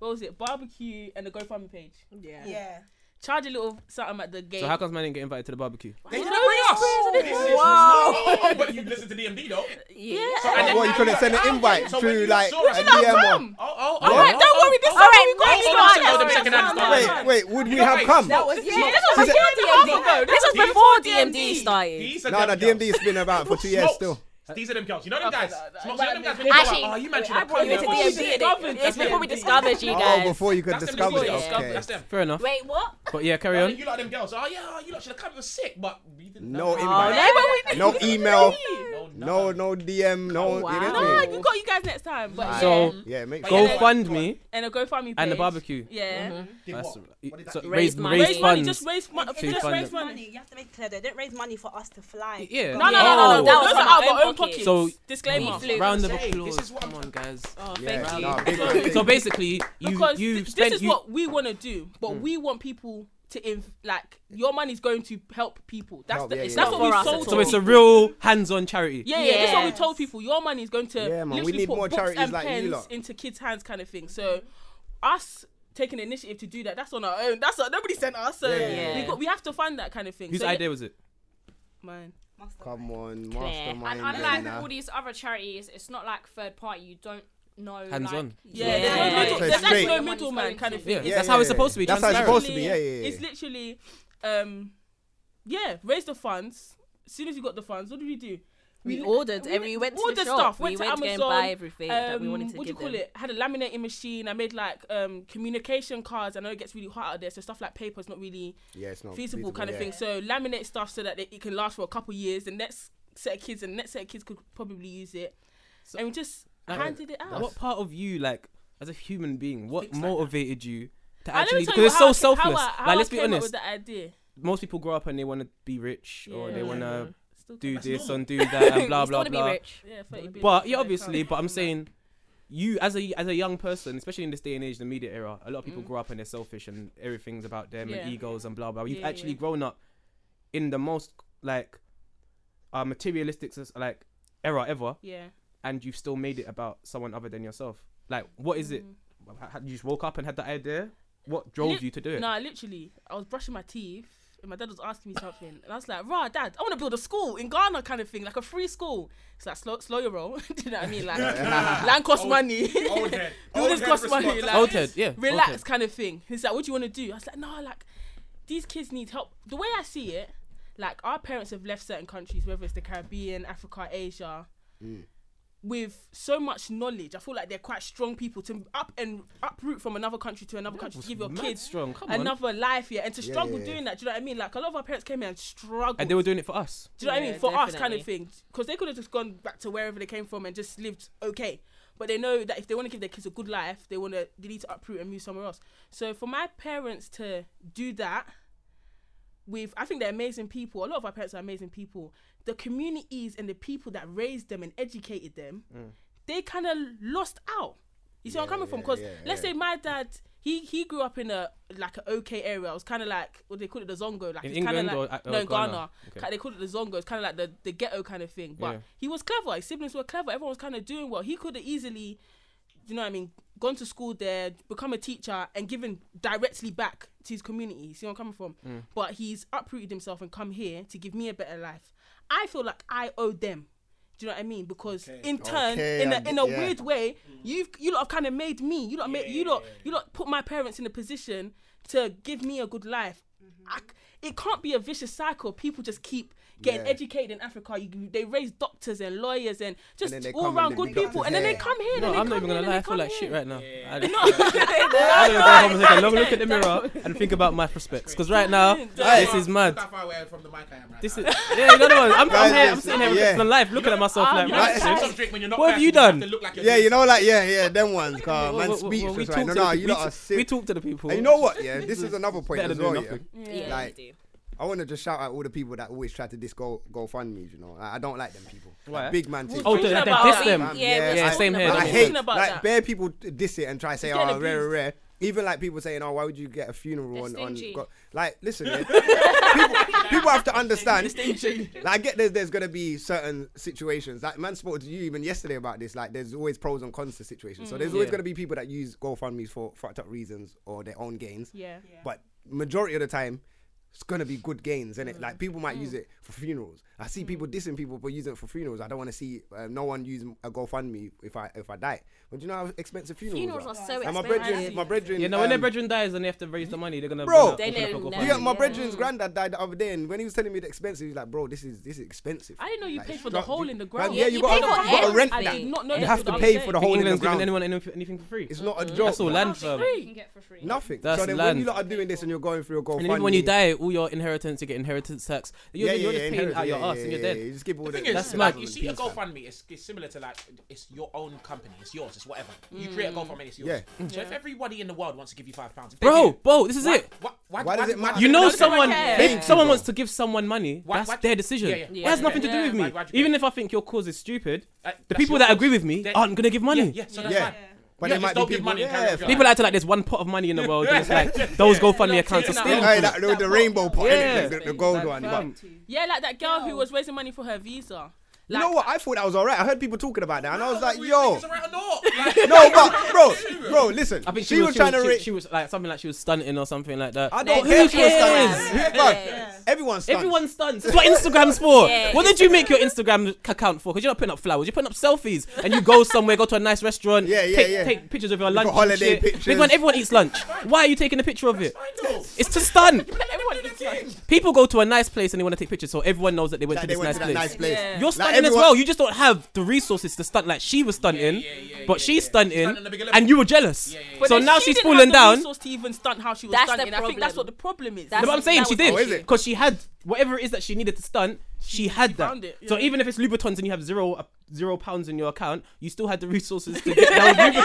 [SPEAKER 5] what was it? Barbecue and the GoFundMe page.
[SPEAKER 13] Yeah.
[SPEAKER 9] Yeah.
[SPEAKER 5] Charge a little something at the gate.
[SPEAKER 2] So how comes man didn't get invited to the barbecue?
[SPEAKER 3] They didn't
[SPEAKER 5] know
[SPEAKER 3] bring
[SPEAKER 5] it's
[SPEAKER 3] us.
[SPEAKER 5] crazy,
[SPEAKER 3] This
[SPEAKER 5] isn't
[SPEAKER 3] is-
[SPEAKER 5] it?
[SPEAKER 3] Oh, but you listen to DMD though.
[SPEAKER 5] Yeah.
[SPEAKER 3] and then
[SPEAKER 10] Well, you
[SPEAKER 3] now
[SPEAKER 10] couldn't
[SPEAKER 3] like,
[SPEAKER 10] send an
[SPEAKER 3] oh,
[SPEAKER 10] invite
[SPEAKER 3] so when
[SPEAKER 10] through
[SPEAKER 3] you
[SPEAKER 10] like
[SPEAKER 3] saw us-
[SPEAKER 10] a
[SPEAKER 5] not
[SPEAKER 10] DM.
[SPEAKER 5] from?
[SPEAKER 3] Oh, oh,
[SPEAKER 10] Yeah.
[SPEAKER 3] oh.
[SPEAKER 5] Alright, don't worry. This is
[SPEAKER 4] All
[SPEAKER 5] how
[SPEAKER 4] right,
[SPEAKER 5] we got
[SPEAKER 3] oh,
[SPEAKER 5] started.
[SPEAKER 3] oh, them second hand
[SPEAKER 5] Yeah.
[SPEAKER 3] stuff.
[SPEAKER 10] Wait, wait, would we have
[SPEAKER 3] guys,
[SPEAKER 10] come?
[SPEAKER 13] That was yeah.
[SPEAKER 5] This was a
[SPEAKER 10] She
[SPEAKER 5] year and a half ago. This was before DMD
[SPEAKER 4] DMD started.
[SPEAKER 3] These are
[SPEAKER 10] No,
[SPEAKER 3] them
[SPEAKER 10] no,
[SPEAKER 3] girls.
[SPEAKER 10] DMD's been about for two years
[SPEAKER 3] Smokes.
[SPEAKER 10] still.
[SPEAKER 3] These are them girls. You know them guys. Smokes, you know them guys. when you go
[SPEAKER 4] Actually,
[SPEAKER 3] out, oh, you mentioned
[SPEAKER 4] I brought you into
[SPEAKER 5] Before we
[SPEAKER 4] DMD.
[SPEAKER 5] discovered
[SPEAKER 4] innit? It's before we
[SPEAKER 5] DMD.
[SPEAKER 4] discovered you
[SPEAKER 10] Oh,
[SPEAKER 4] guys.
[SPEAKER 10] before you could
[SPEAKER 3] That's them
[SPEAKER 10] discover
[SPEAKER 3] before
[SPEAKER 10] it.
[SPEAKER 3] you discovered.
[SPEAKER 10] Okay.
[SPEAKER 3] That's them.
[SPEAKER 2] Fair enough.
[SPEAKER 4] Wait, what?
[SPEAKER 2] But yeah, carry
[SPEAKER 3] Oh,
[SPEAKER 2] on.
[SPEAKER 3] You like them girls. Oh yeah, oh, you lot should have come. You're sick, but you didn't
[SPEAKER 10] No
[SPEAKER 3] know.
[SPEAKER 4] Oh,
[SPEAKER 5] Oh,
[SPEAKER 10] invite. No email.
[SPEAKER 3] No,
[SPEAKER 10] No, no DM. No.
[SPEAKER 4] wow.
[SPEAKER 10] you didn't
[SPEAKER 5] No,
[SPEAKER 10] know.
[SPEAKER 5] we got you guys next time. But
[SPEAKER 2] So
[SPEAKER 5] yeah.
[SPEAKER 10] Yeah, make
[SPEAKER 3] Go
[SPEAKER 10] sure.
[SPEAKER 3] f-
[SPEAKER 2] GoFundMe
[SPEAKER 5] and a GoFundMe page.
[SPEAKER 2] and the barbecue.
[SPEAKER 5] Yeah.
[SPEAKER 11] Did
[SPEAKER 2] That's,
[SPEAKER 11] what?
[SPEAKER 2] so
[SPEAKER 4] do?
[SPEAKER 2] raise,
[SPEAKER 4] Raise money.
[SPEAKER 2] raise
[SPEAKER 5] Raise money.
[SPEAKER 2] funds.
[SPEAKER 5] Just raise money.
[SPEAKER 2] Food
[SPEAKER 5] Just raise
[SPEAKER 2] funding.
[SPEAKER 5] money.
[SPEAKER 9] You have to make it clear they didn't raise money for us to fly.
[SPEAKER 2] Yeah.
[SPEAKER 5] No, no, no, no, no.
[SPEAKER 4] Oh.
[SPEAKER 5] That was out of our own
[SPEAKER 4] pockets.
[SPEAKER 5] pockets.
[SPEAKER 2] So-
[SPEAKER 5] disclaimer.
[SPEAKER 4] We flew.
[SPEAKER 2] Round of
[SPEAKER 3] Hey,
[SPEAKER 2] applause.
[SPEAKER 3] this is what
[SPEAKER 2] Come
[SPEAKER 3] I'm-
[SPEAKER 2] on, guys.
[SPEAKER 5] Oh,
[SPEAKER 10] Yeah,
[SPEAKER 5] thank you.
[SPEAKER 10] nah, big one, big
[SPEAKER 2] So
[SPEAKER 10] one.
[SPEAKER 2] basically, you
[SPEAKER 5] because
[SPEAKER 2] you
[SPEAKER 5] th-
[SPEAKER 2] spent
[SPEAKER 5] this is
[SPEAKER 2] you,
[SPEAKER 5] what we want to do, but
[SPEAKER 10] Mm.
[SPEAKER 5] we want people to inf- like your money's going to help people. That's
[SPEAKER 10] Help,
[SPEAKER 5] the,
[SPEAKER 10] yeah, yeah,
[SPEAKER 5] that's
[SPEAKER 4] yeah.
[SPEAKER 5] what we
[SPEAKER 4] For us
[SPEAKER 5] sold.
[SPEAKER 4] at
[SPEAKER 5] to
[SPEAKER 2] So it's a
[SPEAKER 5] people.
[SPEAKER 2] real hands-on charity.
[SPEAKER 5] yeah, yeah, This is what we
[SPEAKER 4] Yes.
[SPEAKER 5] told people. Your money is going to
[SPEAKER 10] Yeah, man, we
[SPEAKER 5] literally
[SPEAKER 10] need
[SPEAKER 5] put
[SPEAKER 10] more
[SPEAKER 5] books
[SPEAKER 10] charities
[SPEAKER 5] and
[SPEAKER 10] like you
[SPEAKER 5] pens
[SPEAKER 10] lot.
[SPEAKER 5] into kids' hands, kind of thing. So us taking the initiative to do that, that's on our own. That's not, nobody sent us. So
[SPEAKER 4] Yeah.
[SPEAKER 5] we got, we have to fund that kind of thing.
[SPEAKER 2] Whose
[SPEAKER 5] so,
[SPEAKER 2] idea was it?
[SPEAKER 5] Mine.
[SPEAKER 10] Come on,
[SPEAKER 4] Clear.
[SPEAKER 10] mastermind.
[SPEAKER 12] And
[SPEAKER 10] and,
[SPEAKER 12] unlike
[SPEAKER 10] uh,
[SPEAKER 12] all these other charities, it's not like third party. You don't know.
[SPEAKER 2] Hands
[SPEAKER 12] like,
[SPEAKER 2] on.
[SPEAKER 5] Yeah,
[SPEAKER 4] Yeah.
[SPEAKER 5] there's
[SPEAKER 4] Yeah.
[SPEAKER 5] no middle,
[SPEAKER 10] So
[SPEAKER 5] there's actually
[SPEAKER 10] straight.
[SPEAKER 5] no middleman kind of thing.
[SPEAKER 2] Yeah,
[SPEAKER 5] It's
[SPEAKER 10] Yeah,
[SPEAKER 2] that's
[SPEAKER 10] yeah,
[SPEAKER 2] how it's
[SPEAKER 10] yeah.
[SPEAKER 2] supposed to be.
[SPEAKER 10] That's how it's
[SPEAKER 2] transparent.
[SPEAKER 10] supposed to be. Yeah, yeah, yeah.
[SPEAKER 5] It's literally, um, yeah, raise the funds. As soon as you got the funds, what did we do?
[SPEAKER 4] We ordered.
[SPEAKER 5] we-
[SPEAKER 4] and We went to
[SPEAKER 5] ordered
[SPEAKER 4] the shop.
[SPEAKER 5] stuff,
[SPEAKER 4] We
[SPEAKER 5] went to
[SPEAKER 4] went to go and
[SPEAKER 5] Amazon,
[SPEAKER 4] buy everything that we
[SPEAKER 5] Um,
[SPEAKER 4] wanted to
[SPEAKER 5] what do you
[SPEAKER 4] give
[SPEAKER 5] call
[SPEAKER 4] them.
[SPEAKER 5] it? Had a laminating machine. I made like um communication cards. I know it gets really hot out there, so stuff like paper is not really
[SPEAKER 10] yeah, it's not
[SPEAKER 5] feasible, kind of
[SPEAKER 10] yeah.
[SPEAKER 5] thing. So laminate stuff so that it, it can last for a couple years. The next set of kids and the next set of kids could probably use it, and we just
[SPEAKER 2] Like,
[SPEAKER 5] handed it out.
[SPEAKER 2] What part of you, like, as a human being, what motivated you to
[SPEAKER 5] And let me
[SPEAKER 2] actually?
[SPEAKER 5] tell
[SPEAKER 2] Because
[SPEAKER 5] you
[SPEAKER 2] it's
[SPEAKER 5] how
[SPEAKER 2] so
[SPEAKER 5] I ca-
[SPEAKER 2] selfless.
[SPEAKER 5] How I, how
[SPEAKER 2] like,
[SPEAKER 5] I
[SPEAKER 2] let's be
[SPEAKER 5] came up
[SPEAKER 2] honest.
[SPEAKER 5] with that idea.
[SPEAKER 2] Most people grow up and they want to be rich or they
[SPEAKER 5] Yeah.
[SPEAKER 2] want to
[SPEAKER 5] Still
[SPEAKER 2] do
[SPEAKER 5] can't-
[SPEAKER 2] this and do that and blah
[SPEAKER 4] You still
[SPEAKER 2] blah
[SPEAKER 4] want to be
[SPEAKER 2] blah.
[SPEAKER 4] rich.
[SPEAKER 5] Yeah, 30 billion.
[SPEAKER 2] But yeah,
[SPEAKER 5] can't-
[SPEAKER 2] obviously. But I'm
[SPEAKER 5] can't-
[SPEAKER 2] saying, you as a as a young person, especially in this day and age, the media era, a lot of people grow up and they're selfish and everything's about them
[SPEAKER 5] Mm. Yeah.
[SPEAKER 2] and egos and blah blah. You've
[SPEAKER 5] Yeah,
[SPEAKER 2] actually
[SPEAKER 5] yeah.
[SPEAKER 2] grown up in the most like uh, materialistic soc- like era ever,
[SPEAKER 5] yeah.
[SPEAKER 2] and you've still made it about someone other than yourself. Like, what is it? Ha- ha- You just woke up and had that idea. What drove
[SPEAKER 5] Lit-
[SPEAKER 2] you to do it?
[SPEAKER 5] No, literally, I was brushing my teeth and my dad was asking me something, and I was like, "Rah, dad, I want to build a school in Ghana, kind of thing, like a free school." It's like slow, slow your roll. do you know what I mean? Like land costs money,
[SPEAKER 3] Old head.
[SPEAKER 5] buildings
[SPEAKER 3] head
[SPEAKER 5] cost
[SPEAKER 3] response.
[SPEAKER 5] money. Like,
[SPEAKER 2] Old head, Oh, yeah, old
[SPEAKER 5] relax,
[SPEAKER 2] head.
[SPEAKER 5] kind of thing. He's like, "What do you want to do?" I was like, "No, like these kids need help." The way I see it, like our parents have left certain countries, whether it's the Caribbean, Africa, Asia. with so much knowledge. I feel like they're quite strong people to up and uproot from another country to another country to give your
[SPEAKER 2] mad
[SPEAKER 5] kids
[SPEAKER 2] strong, come on.
[SPEAKER 5] another life, yeah, and to
[SPEAKER 2] Yeah,
[SPEAKER 5] struggle
[SPEAKER 2] yeah, yeah.
[SPEAKER 5] doing that. Do you know what I mean? Like a lot of our parents came here and struggled.
[SPEAKER 2] And they were doing it for us.
[SPEAKER 5] Do you know what I
[SPEAKER 2] Yeah,
[SPEAKER 5] mean? For us, kind
[SPEAKER 2] definitely.
[SPEAKER 5] of thing. Because they could have just gone back to wherever they came from and just lived okay. But they know that if they want to give their kids a good life, they want to they need to uproot and move somewhere else. So for my parents to do that, with I think they're amazing people. A lot of our parents are amazing people. The communities and the people that raised them and educated them, they kind of lost out. You see where I'm coming from? Because
[SPEAKER 12] yeah,
[SPEAKER 5] let's
[SPEAKER 12] yeah.
[SPEAKER 5] say my dad, he he grew up in a like an okay area. It was kind of like what they call it, the zongo. Like
[SPEAKER 2] In
[SPEAKER 5] it's kinda
[SPEAKER 2] England
[SPEAKER 5] like,
[SPEAKER 2] or- or
[SPEAKER 5] no in Ghana.
[SPEAKER 2] Ghana? Okay.
[SPEAKER 5] Like, they called it the zongo. It's kind of like the, the ghetto kind of thing. But
[SPEAKER 2] Yeah.
[SPEAKER 5] he was clever. His siblings were clever. Everyone was kind of doing well. He could have easily, you know what I mean, gone to school there, become a teacher, and given directly back to his community. You see where I'm coming from?
[SPEAKER 12] Mm.
[SPEAKER 5] But he's uprooted himself and come here to give me a better life. I feel like I owe them. Do you know what I mean? Because in turn,
[SPEAKER 12] Okay,
[SPEAKER 5] in
[SPEAKER 12] I
[SPEAKER 5] a,
[SPEAKER 12] get-
[SPEAKER 5] in a
[SPEAKER 12] yeah.
[SPEAKER 5] weird way, you've you lot have kind of made me. You lot made you lot you lot put my parents in a position to give me a good life. I c- it can't be a vicious cycle. People just keep getting
[SPEAKER 12] Yeah.
[SPEAKER 5] educated in Africa. You- You, they raise doctors and lawyers and just
[SPEAKER 2] then they
[SPEAKER 5] all
[SPEAKER 2] come and
[SPEAKER 5] around
[SPEAKER 2] they
[SPEAKER 5] good
[SPEAKER 2] be
[SPEAKER 5] people, and then they
[SPEAKER 2] doctors.
[SPEAKER 5] come here.
[SPEAKER 2] No,
[SPEAKER 5] and
[SPEAKER 2] I'm
[SPEAKER 5] they
[SPEAKER 2] not
[SPEAKER 5] come
[SPEAKER 2] even gonna
[SPEAKER 5] here,
[SPEAKER 2] lie. I
[SPEAKER 5] and
[SPEAKER 2] feel like shit right now. I, no,
[SPEAKER 5] I'm
[SPEAKER 2] I'm gonna go home and take a long look at the mirror and think about my prospects. Because right now,
[SPEAKER 3] That's
[SPEAKER 2] this
[SPEAKER 3] how-
[SPEAKER 2] is mad.
[SPEAKER 3] Look how far away from the mic I am right
[SPEAKER 2] This is
[SPEAKER 3] now.
[SPEAKER 2] yeah, you know what? I'm,
[SPEAKER 3] Guys,
[SPEAKER 2] I'm here. I'm
[SPEAKER 3] this-
[SPEAKER 2] sitting here
[SPEAKER 3] yeah.
[SPEAKER 2] reflecting on life, looking at myself
[SPEAKER 3] I'm
[SPEAKER 2] like,
[SPEAKER 3] not
[SPEAKER 2] man,
[SPEAKER 3] passing some drink when you're not
[SPEAKER 2] what have
[SPEAKER 3] passing,
[SPEAKER 2] you
[SPEAKER 3] you have
[SPEAKER 2] done?
[SPEAKER 3] to look like you're
[SPEAKER 10] Yeah, you know, like yeah, yeah, them ones. Car,
[SPEAKER 2] Well,
[SPEAKER 10] man,
[SPEAKER 2] well, well,
[SPEAKER 10] speech.
[SPEAKER 2] we
[SPEAKER 10] right.
[SPEAKER 2] talk to
[SPEAKER 10] No, no,
[SPEAKER 2] the-
[SPEAKER 10] you
[SPEAKER 2] we
[SPEAKER 10] lot
[SPEAKER 2] t-
[SPEAKER 10] are sick.
[SPEAKER 2] we talk to the people.
[SPEAKER 10] And you know what? Yeah, this
[SPEAKER 2] It's
[SPEAKER 10] is another point
[SPEAKER 2] better
[SPEAKER 10] as
[SPEAKER 2] than
[SPEAKER 10] well. Yeah.
[SPEAKER 2] nothing.
[SPEAKER 4] Yeah,
[SPEAKER 10] like I want to just shout out all the people that always try to dis go GoFundMe's. You know, I, I don't like them people.
[SPEAKER 2] Why?
[SPEAKER 10] Like, big man.
[SPEAKER 2] We're
[SPEAKER 10] thing.
[SPEAKER 2] talking Oh, they- they about diss that. them.
[SPEAKER 10] Man,
[SPEAKER 2] Yeah, we're talking
[SPEAKER 10] I-
[SPEAKER 2] about
[SPEAKER 10] I
[SPEAKER 2] that.
[SPEAKER 10] hate
[SPEAKER 2] We're talking about
[SPEAKER 10] like
[SPEAKER 2] that.
[SPEAKER 10] bare people diss it and try to say,
[SPEAKER 2] It's getting
[SPEAKER 10] oh, rare,
[SPEAKER 2] abused.
[SPEAKER 10] rare. Even like people saying, oh, why would you get a funeral on, on
[SPEAKER 12] stingy.
[SPEAKER 10] go-" like listen, yeah. people, people have to understand. Like I get there's there's gonna be certain situations. Like man spoke to you even yesterday about this. Like there's always pros and cons to situations. So
[SPEAKER 5] Mm.
[SPEAKER 10] there's always
[SPEAKER 5] Yeah.
[SPEAKER 10] gonna be people that use GoFundMe's for fucked up reasons or their own gains.
[SPEAKER 5] Yeah. Yeah.
[SPEAKER 10] But majority of the time, it's gonna be good gains, innit? it? Like people might use it for funerals. I see people dissing people for using it for funerals. I don't want to see uh, no one using a GoFundMe if I if I die. But do you know how expensive funerals,
[SPEAKER 4] Funerals are so
[SPEAKER 10] And my
[SPEAKER 4] expensive.
[SPEAKER 10] brethren, my brethren,
[SPEAKER 2] Yeah, no, when their
[SPEAKER 10] um,
[SPEAKER 2] brethren dies and they have to raise the money, they're gonna
[SPEAKER 10] Bro,
[SPEAKER 2] they're gonna open up a
[SPEAKER 10] yeah, my
[SPEAKER 2] GoFundMe.
[SPEAKER 10] brethren's granddad died the other day, and when he was telling me the expenses, he's like, "Bro, this is this is expensive."
[SPEAKER 5] I didn't know you
[SPEAKER 10] Like,
[SPEAKER 5] paid for
[SPEAKER 10] stru-
[SPEAKER 5] the hole in the ground.
[SPEAKER 10] Man, yeah, you, got, you got to rent
[SPEAKER 5] I
[SPEAKER 10] that.
[SPEAKER 5] did not know
[SPEAKER 10] you
[SPEAKER 5] that
[SPEAKER 10] have
[SPEAKER 5] till
[SPEAKER 10] to
[SPEAKER 5] the
[SPEAKER 10] pay
[SPEAKER 5] other day.
[SPEAKER 10] for the hole in the
[SPEAKER 2] England's giving
[SPEAKER 10] ground.
[SPEAKER 2] anyone any- anything for free.
[SPEAKER 10] It's not a joke.
[SPEAKER 2] That's all land,
[SPEAKER 10] Nothing.
[SPEAKER 2] fam.
[SPEAKER 10] Nothing.
[SPEAKER 2] That's
[SPEAKER 10] so then
[SPEAKER 2] land.
[SPEAKER 10] when you lot are doing this and you're going through your
[SPEAKER 2] And
[SPEAKER 10] GoFundMe,
[SPEAKER 2] even when you die, all your inheritance, you get inheritance tax. You're,
[SPEAKER 10] Yeah,
[SPEAKER 2] you're
[SPEAKER 10] yeah,
[SPEAKER 2] just
[SPEAKER 10] yeah,
[SPEAKER 2] paying out your
[SPEAKER 10] inheritance,
[SPEAKER 2] ass and
[SPEAKER 10] yeah,
[SPEAKER 2] you're
[SPEAKER 10] yeah,
[SPEAKER 2] dead.
[SPEAKER 10] yeah, yeah. Just give all
[SPEAKER 3] The thing
[SPEAKER 2] That's
[SPEAKER 3] is,
[SPEAKER 2] mad.
[SPEAKER 3] like, you see a GoFundMe, it's, it's similar to like it's your own company, it's yours, it's whatever. You create a
[SPEAKER 2] Mm.
[SPEAKER 3] GoFundMe, it's yours.
[SPEAKER 2] Yeah.
[SPEAKER 3] So if everybody in the world wants to give you five pounds, if they
[SPEAKER 2] Bro,
[SPEAKER 3] do,
[SPEAKER 2] bro, this is
[SPEAKER 3] why-
[SPEAKER 2] it.
[SPEAKER 3] Why, why, why- why-
[SPEAKER 2] You know,
[SPEAKER 3] why do
[SPEAKER 2] someone
[SPEAKER 3] care?
[SPEAKER 2] if someone wants to give someone money.
[SPEAKER 3] Why-
[SPEAKER 2] that's
[SPEAKER 3] why-
[SPEAKER 2] their decision.
[SPEAKER 3] Yeah, yeah.
[SPEAKER 2] It has
[SPEAKER 3] Yeah.
[SPEAKER 2] nothing to do
[SPEAKER 3] Yeah.
[SPEAKER 2] with me.
[SPEAKER 3] Why- why'd you Uh,
[SPEAKER 2] Even if I think your cause is stupid, the
[SPEAKER 3] that's
[SPEAKER 2] people
[SPEAKER 3] your
[SPEAKER 2] that
[SPEAKER 3] cause.
[SPEAKER 2] agree with me
[SPEAKER 3] They-
[SPEAKER 2] aren't gonna give money.
[SPEAKER 3] Yeah, yeah, so that's Yeah. fine.
[SPEAKER 10] But
[SPEAKER 3] Yeah,
[SPEAKER 10] there
[SPEAKER 3] just
[SPEAKER 10] might be
[SPEAKER 3] don't give
[SPEAKER 10] people-
[SPEAKER 3] money and
[SPEAKER 10] yeah,
[SPEAKER 3] carry on.
[SPEAKER 10] fam.
[SPEAKER 2] People like to like there's one pot of money in the world. and it's like those GoFundMe accounts are
[SPEAKER 10] Yeah,
[SPEAKER 2] still
[SPEAKER 10] that- the- the rainbow pot,
[SPEAKER 2] Yeah.
[SPEAKER 10] innit? the, the gold one. But
[SPEAKER 2] fam.
[SPEAKER 5] Yeah, like that girl who was raising money for her visa.
[SPEAKER 10] you know what? I thought that was alright. I heard people talking about that, and I was like, "Yo,
[SPEAKER 2] no,
[SPEAKER 10] but bro, bro, listen.
[SPEAKER 2] I think
[SPEAKER 10] she
[SPEAKER 2] she,
[SPEAKER 10] was
[SPEAKER 2] was,
[SPEAKER 10] trying
[SPEAKER 2] she,
[SPEAKER 10] to
[SPEAKER 2] was-
[SPEAKER 10] ra-
[SPEAKER 2] she was like something like she was stunting or something like that.
[SPEAKER 10] I don't
[SPEAKER 2] Who
[SPEAKER 10] care if she was
[SPEAKER 2] cares?
[SPEAKER 10] stunting. Who- bruv, Everyone stunts.
[SPEAKER 2] Everyone stunts. That's what Instagram's for.
[SPEAKER 10] Yeah,
[SPEAKER 2] what did you make your Instagram account for? Because you're not putting up flowers, you're putting up selfies, and you go somewhere, go to a nice restaurant, yeah,
[SPEAKER 10] yeah,
[SPEAKER 2] take,
[SPEAKER 10] yeah.
[SPEAKER 2] take pictures of your
[SPEAKER 10] Look at
[SPEAKER 2] lunch. and
[SPEAKER 10] holiday
[SPEAKER 2] shit.
[SPEAKER 10] pictures.
[SPEAKER 2] Big man, everyone eats lunch. Why are you taking a picture of it? It's to stun.
[SPEAKER 5] Everyone eats lunch.
[SPEAKER 2] People go to a nice place and they want to take pictures, so everyone knows that they went to
[SPEAKER 10] That they
[SPEAKER 2] this
[SPEAKER 10] went
[SPEAKER 2] nice,
[SPEAKER 10] to that
[SPEAKER 2] place.
[SPEAKER 10] nice place. Yeah.
[SPEAKER 2] You're
[SPEAKER 10] Like
[SPEAKER 2] stunting as
[SPEAKER 10] everyone-
[SPEAKER 2] well. You just don't have the resources to stunt like she was stunting, but she's stunting, and you were jealous.
[SPEAKER 5] But
[SPEAKER 2] So
[SPEAKER 5] then
[SPEAKER 2] now
[SPEAKER 5] she
[SPEAKER 2] she's
[SPEAKER 5] didn't
[SPEAKER 2] fallen
[SPEAKER 5] have The
[SPEAKER 2] down.
[SPEAKER 5] resource to even stunt how she was
[SPEAKER 4] That's the
[SPEAKER 5] stunting. I think that's what the problem is.
[SPEAKER 2] no, but I'm saying she
[SPEAKER 10] Oh,
[SPEAKER 2] did because she had whatever it is that she needed to stunt. She had that.
[SPEAKER 5] found it,
[SPEAKER 2] So
[SPEAKER 5] yeah.
[SPEAKER 2] even if it's Louboutins and you have zero uh, zero pounds in your account, you still had the resources to get those
[SPEAKER 5] Somehow
[SPEAKER 2] Louboutins.
[SPEAKER 5] you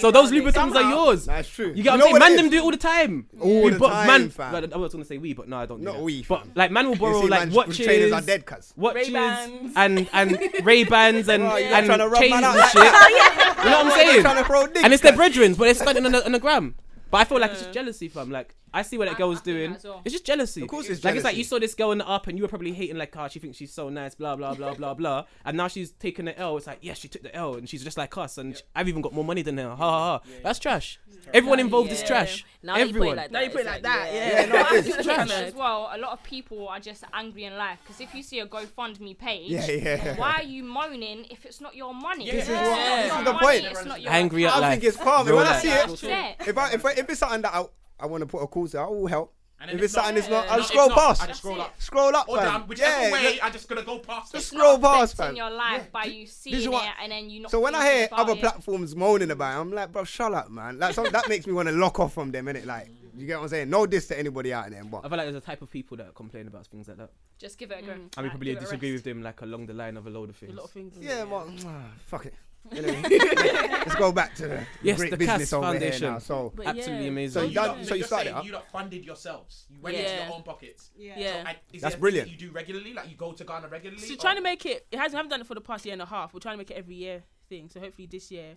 [SPEAKER 2] so those
[SPEAKER 5] found it.
[SPEAKER 2] Louboutins are
[SPEAKER 5] Somehow.
[SPEAKER 2] yours.
[SPEAKER 10] That's true.
[SPEAKER 2] You get
[SPEAKER 10] You
[SPEAKER 2] what
[SPEAKER 10] know
[SPEAKER 2] I'm
[SPEAKER 10] what it
[SPEAKER 2] saying? Man, them
[SPEAKER 10] is?
[SPEAKER 2] do it all the time.
[SPEAKER 10] All
[SPEAKER 2] We
[SPEAKER 10] the
[SPEAKER 2] bo-
[SPEAKER 10] time,
[SPEAKER 2] man,
[SPEAKER 10] fam.
[SPEAKER 2] well, I was gonna say we, but no, I don't.
[SPEAKER 10] Not
[SPEAKER 2] do that.
[SPEAKER 10] we,
[SPEAKER 2] But
[SPEAKER 10] fam.
[SPEAKER 2] like, man will
[SPEAKER 10] You
[SPEAKER 2] borrow
[SPEAKER 10] see,
[SPEAKER 2] like
[SPEAKER 10] man's
[SPEAKER 2] watches.
[SPEAKER 10] trainers are dead, cuz.
[SPEAKER 2] Watches
[SPEAKER 5] Ray-Bans.
[SPEAKER 2] and and Ray Bans and
[SPEAKER 10] Bro, you're
[SPEAKER 2] and
[SPEAKER 10] trying to rub
[SPEAKER 2] chains
[SPEAKER 10] man out
[SPEAKER 2] and
[SPEAKER 10] like
[SPEAKER 2] shit.
[SPEAKER 5] Oh,
[SPEAKER 10] that.
[SPEAKER 2] You know what I'm
[SPEAKER 10] You're
[SPEAKER 2] saying?
[SPEAKER 10] trying to throw dicks,
[SPEAKER 2] and it's their
[SPEAKER 10] cuz.
[SPEAKER 2] brethrens, but they're standing on the, on the gram. But I feel like it's just jealousy, fam. Like I see what that girl's doing.
[SPEAKER 12] as well.
[SPEAKER 2] It's just jealousy. Of
[SPEAKER 10] course it's
[SPEAKER 2] like it's like
[SPEAKER 10] jealousy.
[SPEAKER 2] you saw this girl in the up, and you were probably hating like, ah, she thinks she's so nice, blah blah blah blah blah. And now she's taking the L. It's like, yeah, she took the L, and she's just like us, and sh I've even got more money than her. Ha ha ha. That's trash. Everyone involved is trash.
[SPEAKER 4] Now that you put it
[SPEAKER 2] Everyone.
[SPEAKER 4] like
[SPEAKER 5] Now you put it like that.
[SPEAKER 2] yeah.
[SPEAKER 5] Yeah.
[SPEAKER 2] Yeah, no, it
[SPEAKER 12] I
[SPEAKER 2] is.
[SPEAKER 12] think
[SPEAKER 2] Trash.
[SPEAKER 12] as well, a lot of people are just angry in life because if you see a GoFundMe page,
[SPEAKER 10] Yeah, yeah.
[SPEAKER 12] why are you moaning if it's not your money?
[SPEAKER 10] This is
[SPEAKER 12] It's
[SPEAKER 10] what-
[SPEAKER 12] not
[SPEAKER 10] this
[SPEAKER 12] your
[SPEAKER 10] is the
[SPEAKER 12] money,
[SPEAKER 10] point.
[SPEAKER 12] it's not your
[SPEAKER 2] Angry at
[SPEAKER 10] I
[SPEAKER 2] life.
[SPEAKER 10] think it's calm.
[SPEAKER 2] No
[SPEAKER 10] when I
[SPEAKER 2] life.
[SPEAKER 10] see
[SPEAKER 12] That's
[SPEAKER 10] it,
[SPEAKER 12] it.
[SPEAKER 10] if I if I, if it's something that I, I want to put a call to, I will help.
[SPEAKER 3] And then
[SPEAKER 10] If it's something it's not, I'll
[SPEAKER 3] if
[SPEAKER 10] scroll
[SPEAKER 3] not, I
[SPEAKER 10] past.
[SPEAKER 3] just scroll up.
[SPEAKER 10] Scroll up,
[SPEAKER 3] Or
[SPEAKER 10] fam.
[SPEAKER 3] down, whichever
[SPEAKER 10] Yeah,
[SPEAKER 3] way,
[SPEAKER 10] look,
[SPEAKER 3] I'm just gonna go past.
[SPEAKER 10] just
[SPEAKER 3] it.
[SPEAKER 10] scroll past, fam.
[SPEAKER 12] affecting your life by you
[SPEAKER 10] This is
[SPEAKER 12] seeing
[SPEAKER 10] what-
[SPEAKER 12] it and then you not.
[SPEAKER 10] So when I
[SPEAKER 12] thinking
[SPEAKER 10] hear
[SPEAKER 12] about
[SPEAKER 10] other
[SPEAKER 12] it.
[SPEAKER 10] platforms moaning about it, I'm like, bro, shut up, man. Like some, that makes me want to lock off from them, innit? Like, you get what I'm saying? No diss to anybody out there,
[SPEAKER 2] I
[SPEAKER 10] but
[SPEAKER 2] feel like there's a type of people that complain about things like that.
[SPEAKER 12] just give it a go.
[SPEAKER 2] I mean,
[SPEAKER 12] Like,
[SPEAKER 2] probably
[SPEAKER 12] give it a
[SPEAKER 2] disagree
[SPEAKER 12] rest.
[SPEAKER 2] with them like along the line of a load of things.
[SPEAKER 5] A lot of things. isn't
[SPEAKER 10] yeah,
[SPEAKER 5] it?
[SPEAKER 10] but ah, fuck it. Anyway, let's go back to the
[SPEAKER 2] Yes,
[SPEAKER 10] great
[SPEAKER 2] the
[SPEAKER 10] business
[SPEAKER 2] Cass
[SPEAKER 10] over
[SPEAKER 2] Foundation.
[SPEAKER 10] here now. So
[SPEAKER 5] But
[SPEAKER 2] Absolutely
[SPEAKER 5] yeah.
[SPEAKER 10] So
[SPEAKER 3] So
[SPEAKER 2] amazing.
[SPEAKER 3] you,
[SPEAKER 10] done-
[SPEAKER 3] lot,
[SPEAKER 10] so
[SPEAKER 3] so
[SPEAKER 10] you
[SPEAKER 3] you
[SPEAKER 10] started
[SPEAKER 3] saying
[SPEAKER 10] up?
[SPEAKER 3] you lot funded yourselves. You went into
[SPEAKER 5] Yeah.
[SPEAKER 3] your own pockets.
[SPEAKER 9] Yeah.
[SPEAKER 5] Yeah.
[SPEAKER 3] I, is
[SPEAKER 10] That's
[SPEAKER 3] it a thing
[SPEAKER 10] brilliant.
[SPEAKER 3] that You do regularly, like you go to Ghana regularly.
[SPEAKER 5] So
[SPEAKER 3] or-
[SPEAKER 5] trying to make it. It hasn't. haven't done it for the past year and a half. We're trying to make it every year thing. So hopefully this year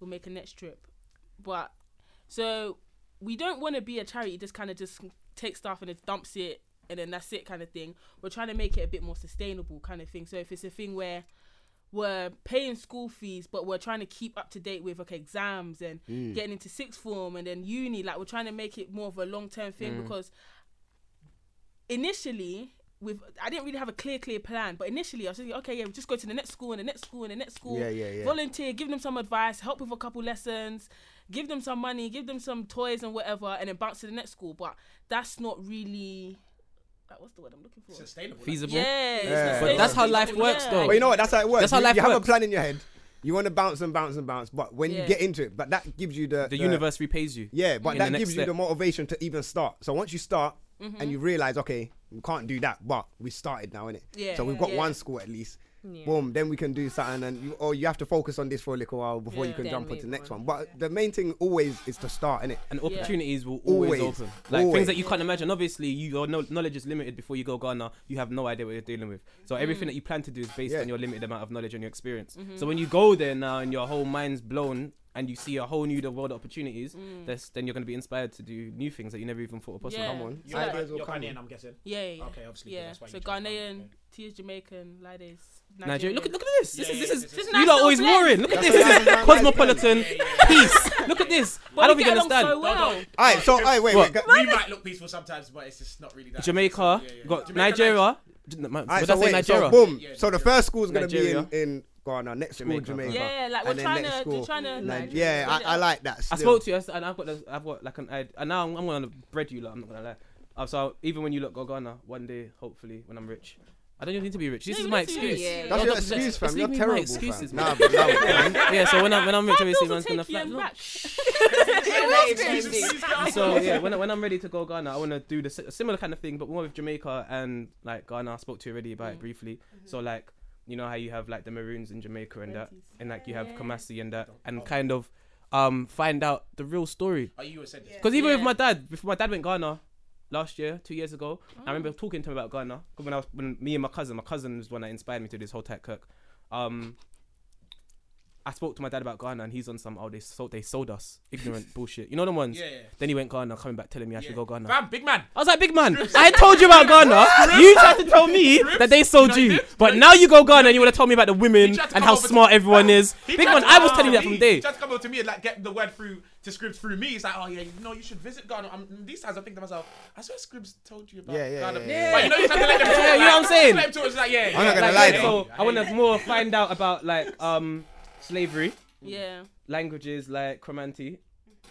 [SPEAKER 5] we'll make a next trip. But so we don't want to be a charity. Just kind of just take stuff and it dumps it and then that's it kind of thing. We're trying to make it a bit more sustainable kind of thing. So if it's a thing where we're paying school fees, but we're trying to keep up to date with okay exams and getting into sixth form and then uni. Like we're trying to make it more of a long term thing because initially with I didn't really have a clear clear plan, but initially I was thinking, okay, yeah, just go to the next school and the next school and the next school.
[SPEAKER 10] Yeah, yeah, yeah.
[SPEAKER 5] Volunteer, give them some advice, help with a couple lessons, give them some money, give them some toys and whatever, and then bounce to the next school. But that's not really like, what's the word I'm looking for?
[SPEAKER 3] sustainable.
[SPEAKER 2] Feasible.
[SPEAKER 5] yeah, it's
[SPEAKER 10] Yeah.
[SPEAKER 5] not
[SPEAKER 10] But
[SPEAKER 5] so-
[SPEAKER 2] that's how life
[SPEAKER 5] yeah.
[SPEAKER 2] works, though.
[SPEAKER 10] But you know what? That's how it works.
[SPEAKER 2] That's how
[SPEAKER 10] you,
[SPEAKER 2] life
[SPEAKER 10] you have a
[SPEAKER 2] works.
[SPEAKER 10] plan in your head. You want to bounce and bounce and bounce, but when
[SPEAKER 5] Yeah.
[SPEAKER 10] you get into it, but that gives you the
[SPEAKER 2] The universe repays you.
[SPEAKER 10] Yeah, but
[SPEAKER 2] in the
[SPEAKER 10] that
[SPEAKER 2] next
[SPEAKER 10] gives you
[SPEAKER 2] step. Mm-hmm.
[SPEAKER 10] the motivation to even start. So once you start and you realize, okay, we can't do that, but we started now, innit?
[SPEAKER 5] Yeah,
[SPEAKER 10] So we've
[SPEAKER 5] yeah.
[SPEAKER 10] got
[SPEAKER 5] Yeah.
[SPEAKER 10] one school at least. Boom. Then we can do something, and you, or you have to focus on this for a little while before you
[SPEAKER 5] Yeah.
[SPEAKER 10] can
[SPEAKER 4] Then
[SPEAKER 10] jump onto the
[SPEAKER 4] move
[SPEAKER 10] next
[SPEAKER 4] on.
[SPEAKER 10] one. But the main thing always is to start, innit?
[SPEAKER 2] and opportunities will always,
[SPEAKER 10] Always.
[SPEAKER 2] open. Like
[SPEAKER 10] Always.
[SPEAKER 2] things that you can't imagine. Obviously, you, your kno- knowledge is limited before you go Ghana. You have no idea what you're dealing with. So everything that you plan to do is based
[SPEAKER 10] Yeah.
[SPEAKER 2] on your limited amount of knowledge and your experience. So when you go there now and your whole mind's blown and you see a whole new the world of opportunities, that's, then you're going to be inspired to do new things that you never even thought were possible.
[SPEAKER 5] Yeah.
[SPEAKER 10] Come on.
[SPEAKER 3] You're,
[SPEAKER 10] Ideas
[SPEAKER 3] Ghan-
[SPEAKER 10] will
[SPEAKER 3] you're
[SPEAKER 10] come
[SPEAKER 3] Ghanaian,
[SPEAKER 10] on.
[SPEAKER 3] I'm guessing.
[SPEAKER 5] Yeah, yeah, yeah.
[SPEAKER 3] Okay, obviously,
[SPEAKER 5] Yeah.
[SPEAKER 3] that's why
[SPEAKER 5] So
[SPEAKER 3] you tried.
[SPEAKER 5] Ghanaian, T is Jamaican, Lades.
[SPEAKER 2] Nigerian, look at look at this. This
[SPEAKER 3] Yeah,
[SPEAKER 2] is
[SPEAKER 3] yeah,
[SPEAKER 2] this is
[SPEAKER 3] this is-
[SPEAKER 2] you lot always
[SPEAKER 5] National
[SPEAKER 2] warring. Look at
[SPEAKER 10] That's
[SPEAKER 2] this. This
[SPEAKER 10] what
[SPEAKER 2] is
[SPEAKER 10] I was
[SPEAKER 2] cosmopolitan peace. Look at this. I don't
[SPEAKER 5] we
[SPEAKER 2] think you
[SPEAKER 5] get along
[SPEAKER 2] understand.
[SPEAKER 5] so well.
[SPEAKER 10] All right. So, all right, wait,
[SPEAKER 2] What?
[SPEAKER 10] wait. go-
[SPEAKER 3] We might look peaceful sometimes, but it's just not really that.
[SPEAKER 2] Jamaica,
[SPEAKER 3] Yeah, yeah.
[SPEAKER 2] you got
[SPEAKER 3] Jamaica,
[SPEAKER 2] Nigeria.
[SPEAKER 10] All right,
[SPEAKER 2] Would
[SPEAKER 10] so
[SPEAKER 2] I say
[SPEAKER 10] wait, so
[SPEAKER 2] Nigeria?
[SPEAKER 10] boom.
[SPEAKER 3] Yeah,
[SPEAKER 10] So the first school's gonna be in
[SPEAKER 2] Nigeria.
[SPEAKER 10] in Ghana. Next school,
[SPEAKER 2] Jamaica,
[SPEAKER 10] Jamaica.
[SPEAKER 5] Yeah, like
[SPEAKER 10] And
[SPEAKER 5] we're
[SPEAKER 10] then
[SPEAKER 5] trying
[SPEAKER 10] next
[SPEAKER 5] to,
[SPEAKER 10] school,
[SPEAKER 5] we're trying to.
[SPEAKER 10] Ni-
[SPEAKER 5] like,
[SPEAKER 10] Yeah,
[SPEAKER 5] build it
[SPEAKER 10] I, I
[SPEAKER 5] up.
[SPEAKER 10] like that.
[SPEAKER 2] I
[SPEAKER 10] still.
[SPEAKER 2] spoke to you, I s- and I've got, a, I've got like an, I, and now I'm, I'm gonna bread you, lot, I'm not gonna lie. Uh, so even when you look go Ghana one day, hopefully when I'm rich, I don't even need to be rich. This
[SPEAKER 5] No,
[SPEAKER 2] is
[SPEAKER 5] you
[SPEAKER 2] my
[SPEAKER 5] need to be
[SPEAKER 2] excuse.
[SPEAKER 5] rich. Yeah,
[SPEAKER 10] That's
[SPEAKER 2] Y'all
[SPEAKER 10] your
[SPEAKER 2] got-
[SPEAKER 10] excuse,
[SPEAKER 2] let's
[SPEAKER 10] fam. You're
[SPEAKER 2] leave me with
[SPEAKER 10] terrible,
[SPEAKER 2] my
[SPEAKER 10] fam.
[SPEAKER 2] excuses,
[SPEAKER 10] Nah,
[SPEAKER 2] man.
[SPEAKER 10] but that was-
[SPEAKER 2] yeah. So when I when I'm rich, obviously
[SPEAKER 5] Bills will
[SPEAKER 2] man's gonna
[SPEAKER 5] take you
[SPEAKER 2] flat.
[SPEAKER 5] and
[SPEAKER 2] lock.
[SPEAKER 5] back.
[SPEAKER 2] So yeah, when, I- when I'm ready to go Ghana, I want to do the si- similar kind of thing, but more with Jamaica and like Ghana. I spoke to you already about
[SPEAKER 5] Mm.
[SPEAKER 2] it briefly. So like, you know how you have like the Maroons in Jamaica and that, and like you have Kamasi and that, and kind of um find out the real story.
[SPEAKER 3] Oh, you said this.
[SPEAKER 2] Because even
[SPEAKER 5] Yeah.
[SPEAKER 2] with my dad, before my dad went Ghana last year, two years ago,
[SPEAKER 3] Mm.
[SPEAKER 2] I remember talking to him about Ghana. 'Cause when I was when me and my cousin, my cousin was the one that inspired me to do this whole tech cook. Um, I spoke to my dad about Ghana, and he's on some oh they sold they sold us ignorant bullshit. You know the ones.
[SPEAKER 3] Yeah, yeah.
[SPEAKER 2] Then he went Ghana, coming back telling me I should go Ghana.
[SPEAKER 3] Fam, big man.
[SPEAKER 2] I was like, big man, I told you about Ghana. You tried to tell me that they sold
[SPEAKER 3] No, you
[SPEAKER 2] you,
[SPEAKER 3] did.
[SPEAKER 2] but now you go Ghana and you want to tell me about the women
[SPEAKER 3] He tried to
[SPEAKER 2] and
[SPEAKER 3] come
[SPEAKER 2] how
[SPEAKER 3] over to-
[SPEAKER 2] smart everyone
[SPEAKER 3] Fam,
[SPEAKER 2] is.
[SPEAKER 3] he
[SPEAKER 2] Big
[SPEAKER 3] tried
[SPEAKER 2] man,
[SPEAKER 3] to
[SPEAKER 2] I was
[SPEAKER 3] come
[SPEAKER 2] telling you
[SPEAKER 3] over
[SPEAKER 2] that
[SPEAKER 3] to
[SPEAKER 2] from
[SPEAKER 3] me.
[SPEAKER 2] day.
[SPEAKER 3] He tried to come over to me and like get the word through to Scribs through me. It's like, oh yeah, you know, you should visit Ghana. I'm, these times I think to myself, I swear Scribs told you about
[SPEAKER 10] Yeah, yeah,
[SPEAKER 3] Ghana.
[SPEAKER 10] yeah, yeah.
[SPEAKER 3] But you know, you tried to let them talk.
[SPEAKER 2] Yeah, you know what I'm
[SPEAKER 3] like,
[SPEAKER 2] saying?
[SPEAKER 3] let them talk, it's like, yeah,
[SPEAKER 10] I'm not
[SPEAKER 3] yeah,
[SPEAKER 10] gonna
[SPEAKER 3] yeah,
[SPEAKER 10] lie
[SPEAKER 3] yeah,
[SPEAKER 10] though.
[SPEAKER 2] So
[SPEAKER 3] yeah.
[SPEAKER 2] I want to more find out about like um slavery,
[SPEAKER 5] Yeah.
[SPEAKER 2] languages like Cromanti,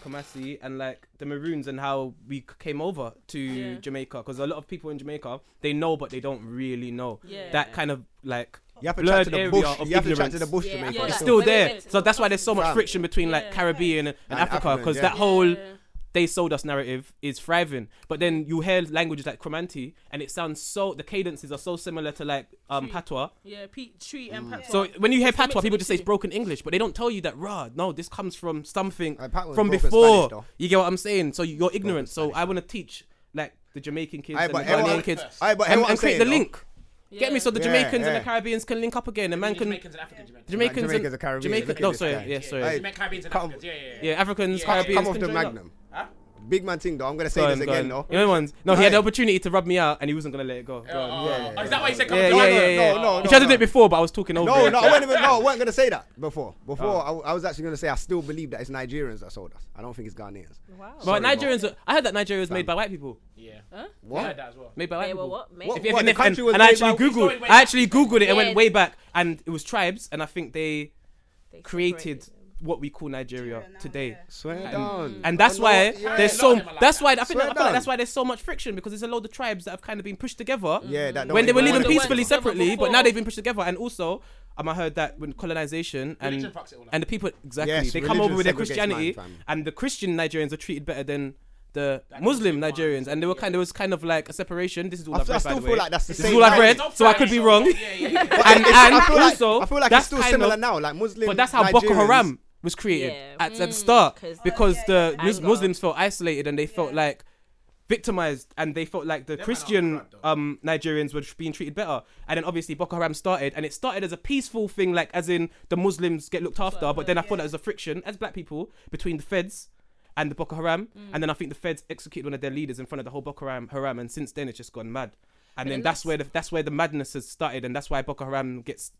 [SPEAKER 2] Kamasi, and like the Maroons and how we c- came over to
[SPEAKER 5] Yeah.
[SPEAKER 2] Jamaica. Because a lot of people in Jamaica they know, but they don't really know.
[SPEAKER 5] Yeah.
[SPEAKER 2] That kind of like
[SPEAKER 10] You have to chat
[SPEAKER 2] blurred
[SPEAKER 10] to the
[SPEAKER 2] area
[SPEAKER 10] bush.
[SPEAKER 2] of
[SPEAKER 10] You have to chat
[SPEAKER 2] ignorance.
[SPEAKER 10] to the bush
[SPEAKER 4] Yeah,
[SPEAKER 10] Jamaica.
[SPEAKER 5] yeah.
[SPEAKER 2] it's
[SPEAKER 4] Like,
[SPEAKER 2] still
[SPEAKER 4] when we
[SPEAKER 2] there,
[SPEAKER 4] went to
[SPEAKER 2] so
[SPEAKER 4] the
[SPEAKER 2] that's why there's so much
[SPEAKER 10] Fam.
[SPEAKER 2] friction between like
[SPEAKER 5] Yeah.
[SPEAKER 2] Caribbean and, and
[SPEAKER 10] And
[SPEAKER 2] Africa,
[SPEAKER 10] African,
[SPEAKER 2] because
[SPEAKER 10] yeah.
[SPEAKER 2] that whole
[SPEAKER 5] Yeah.
[SPEAKER 2] they sold us narrative is thriving. But then you hear languages like Cromanti, and it sounds so the cadences are so similar to like um patois.
[SPEAKER 5] Yeah, Pete Tree
[SPEAKER 3] Mm.
[SPEAKER 5] and Pat.
[SPEAKER 2] So when you hear patois,
[SPEAKER 5] meant to
[SPEAKER 2] people
[SPEAKER 5] be
[SPEAKER 2] just say it's
[SPEAKER 5] true.
[SPEAKER 2] broken English, but they don't tell you that. Rah, no, this comes from something
[SPEAKER 10] Uh, patois is
[SPEAKER 2] from
[SPEAKER 10] broken
[SPEAKER 2] before.
[SPEAKER 10] Spanish, though.
[SPEAKER 2] you get what I'm saying? So you're ignorant. So I want to teach like the Jamaican kids
[SPEAKER 10] Aye,
[SPEAKER 2] and the
[SPEAKER 10] but hear what I'm-
[SPEAKER 2] Ghanaian kids,
[SPEAKER 10] aye, but hear
[SPEAKER 2] and,
[SPEAKER 10] what I'm
[SPEAKER 2] and create
[SPEAKER 10] saying,
[SPEAKER 2] the
[SPEAKER 10] though.
[SPEAKER 2] link. Get me so the
[SPEAKER 10] Yeah,
[SPEAKER 2] Jamaicans and the
[SPEAKER 10] yeah.
[SPEAKER 2] Caribbeans can link up again, and man can
[SPEAKER 3] Jamaicans and African Jamaicans.
[SPEAKER 2] Jamaicans,
[SPEAKER 10] Like,
[SPEAKER 2] and
[SPEAKER 10] Jamaicans are Caribbean,
[SPEAKER 2] Jamaica-
[SPEAKER 10] look at
[SPEAKER 2] no,
[SPEAKER 10] this
[SPEAKER 2] sorry,
[SPEAKER 10] guy.
[SPEAKER 2] yeah,
[SPEAKER 3] Yeah,
[SPEAKER 2] sorry.
[SPEAKER 3] yeah,
[SPEAKER 10] Hey,
[SPEAKER 3] you meant Caribbeans and
[SPEAKER 10] come-
[SPEAKER 3] Africans. Yeah, yeah, yeah.
[SPEAKER 2] Yeah, Africans,
[SPEAKER 3] Yeah.
[SPEAKER 2] Caribbeans.
[SPEAKER 10] Come off
[SPEAKER 2] can
[SPEAKER 10] the
[SPEAKER 2] join up.
[SPEAKER 10] Magnum.
[SPEAKER 3] Huh?
[SPEAKER 10] Big man thing though. I'm gonna
[SPEAKER 2] Go
[SPEAKER 10] say
[SPEAKER 2] on,
[SPEAKER 10] this
[SPEAKER 2] go
[SPEAKER 10] again
[SPEAKER 2] on.
[SPEAKER 10] though.
[SPEAKER 2] You know the ones. No, he had the
[SPEAKER 10] Aye.
[SPEAKER 2] opportunity to rub me out, and he wasn't gonna let it go. Go on.
[SPEAKER 3] Oh, oh, oh, is that why you said come
[SPEAKER 2] Yeah,
[SPEAKER 3] to
[SPEAKER 2] yeah,
[SPEAKER 3] Ghana?
[SPEAKER 2] yeah, yeah.
[SPEAKER 3] Oh,
[SPEAKER 10] No,
[SPEAKER 2] He tried to do
[SPEAKER 10] no.
[SPEAKER 2] it before, but I was talking over
[SPEAKER 10] No,
[SPEAKER 2] it.
[SPEAKER 10] no, I wasn't even. No, I wasn't gonna say that before.
[SPEAKER 2] Oh.
[SPEAKER 10] Before I, I was actually gonna say I still believe that it's Nigerians that sold us. I don't think it's Ghanaians.
[SPEAKER 13] Wow.
[SPEAKER 2] But
[SPEAKER 10] Sorry,
[SPEAKER 2] Nigerians, are- I heard that Nigeria was made by white people.
[SPEAKER 3] Yeah. I heard
[SPEAKER 10] What?
[SPEAKER 3] that as well.
[SPEAKER 2] Made by white
[SPEAKER 4] They were
[SPEAKER 2] people.
[SPEAKER 4] what? Mate?
[SPEAKER 10] What-
[SPEAKER 2] If, if,
[SPEAKER 10] what,
[SPEAKER 2] and,
[SPEAKER 10] the
[SPEAKER 2] if, and,
[SPEAKER 10] country was
[SPEAKER 2] and I
[SPEAKER 10] made
[SPEAKER 2] actually
[SPEAKER 10] by-
[SPEAKER 3] Sorry,
[SPEAKER 2] googled,
[SPEAKER 3] wait.
[SPEAKER 2] I actually googled it and
[SPEAKER 4] Yeah.
[SPEAKER 2] went way back, and it was tribes, and I think they
[SPEAKER 4] They separated
[SPEAKER 2] created
[SPEAKER 4] them.
[SPEAKER 2] what we call Nigeria, today.
[SPEAKER 10] Swear
[SPEAKER 2] and,
[SPEAKER 10] down.
[SPEAKER 2] And that's
[SPEAKER 10] I know
[SPEAKER 2] why
[SPEAKER 10] what- yeah.
[SPEAKER 2] there's
[SPEAKER 10] Hey,
[SPEAKER 2] so
[SPEAKER 10] love him, I like
[SPEAKER 2] that's why I
[SPEAKER 10] that.
[SPEAKER 2] think I
[SPEAKER 10] Swear
[SPEAKER 2] feel like
[SPEAKER 10] down.
[SPEAKER 2] that's why there's so much friction because there's a load of tribes that have kind of been pushed together.
[SPEAKER 10] Yeah, that don't
[SPEAKER 2] Mm. when they were
[SPEAKER 10] even
[SPEAKER 2] living
[SPEAKER 10] work.
[SPEAKER 2] peacefully
[SPEAKER 10] They weren't
[SPEAKER 2] separately, but
[SPEAKER 10] before.
[SPEAKER 2] now they've been pushed together. And also, um, I heard that when colonization
[SPEAKER 3] Religion
[SPEAKER 2] and
[SPEAKER 3] fucks it all up.
[SPEAKER 2] and the people exactly
[SPEAKER 10] Yes,
[SPEAKER 2] they come over
[SPEAKER 10] religion
[SPEAKER 2] with their
[SPEAKER 10] segregates
[SPEAKER 2] Christianity,
[SPEAKER 10] man, fam.
[SPEAKER 2] and the Christian Nigerians are treated better than. The Muslim Nigerians, and they were kind. There was kind of like a separation. This is all
[SPEAKER 10] I
[SPEAKER 2] I've
[SPEAKER 10] feel- I
[SPEAKER 2] read. by
[SPEAKER 10] still
[SPEAKER 2] the
[SPEAKER 10] feel
[SPEAKER 2] way.
[SPEAKER 10] like that's the
[SPEAKER 2] This is
[SPEAKER 10] same
[SPEAKER 2] all I've
[SPEAKER 10] now.
[SPEAKER 2] read,
[SPEAKER 10] No
[SPEAKER 2] so I could be wrong.
[SPEAKER 10] But
[SPEAKER 2] And,
[SPEAKER 10] it's-
[SPEAKER 2] and
[SPEAKER 10] I feel like-
[SPEAKER 2] also,
[SPEAKER 10] I feel like
[SPEAKER 2] that's
[SPEAKER 10] it's still
[SPEAKER 2] kind of-
[SPEAKER 10] similar now, like Muslim.
[SPEAKER 2] But that's how Boko
[SPEAKER 10] Nigerians-
[SPEAKER 2] Haram was created
[SPEAKER 4] Yeah.
[SPEAKER 2] at, at the
[SPEAKER 4] Mm,
[SPEAKER 2] start
[SPEAKER 4] 'cause-
[SPEAKER 2] because the Mus-
[SPEAKER 4] Anger.
[SPEAKER 2] Muslims felt isolated and they felt like victimized and they felt like the Christian um, Nigerians were tr- being treated better. And then obviously Boko Haram started and it started as a peaceful thing, like as in the Muslims get looked after. But then I thought that was a friction as black people between the feds. And the Boko Haram, and then I think the feds executed one of their leaders in front of the whole Boko Haram, Haram and since then it's just gone mad. And then that's where the that's where the madness has started, and that's why Boko Haram gets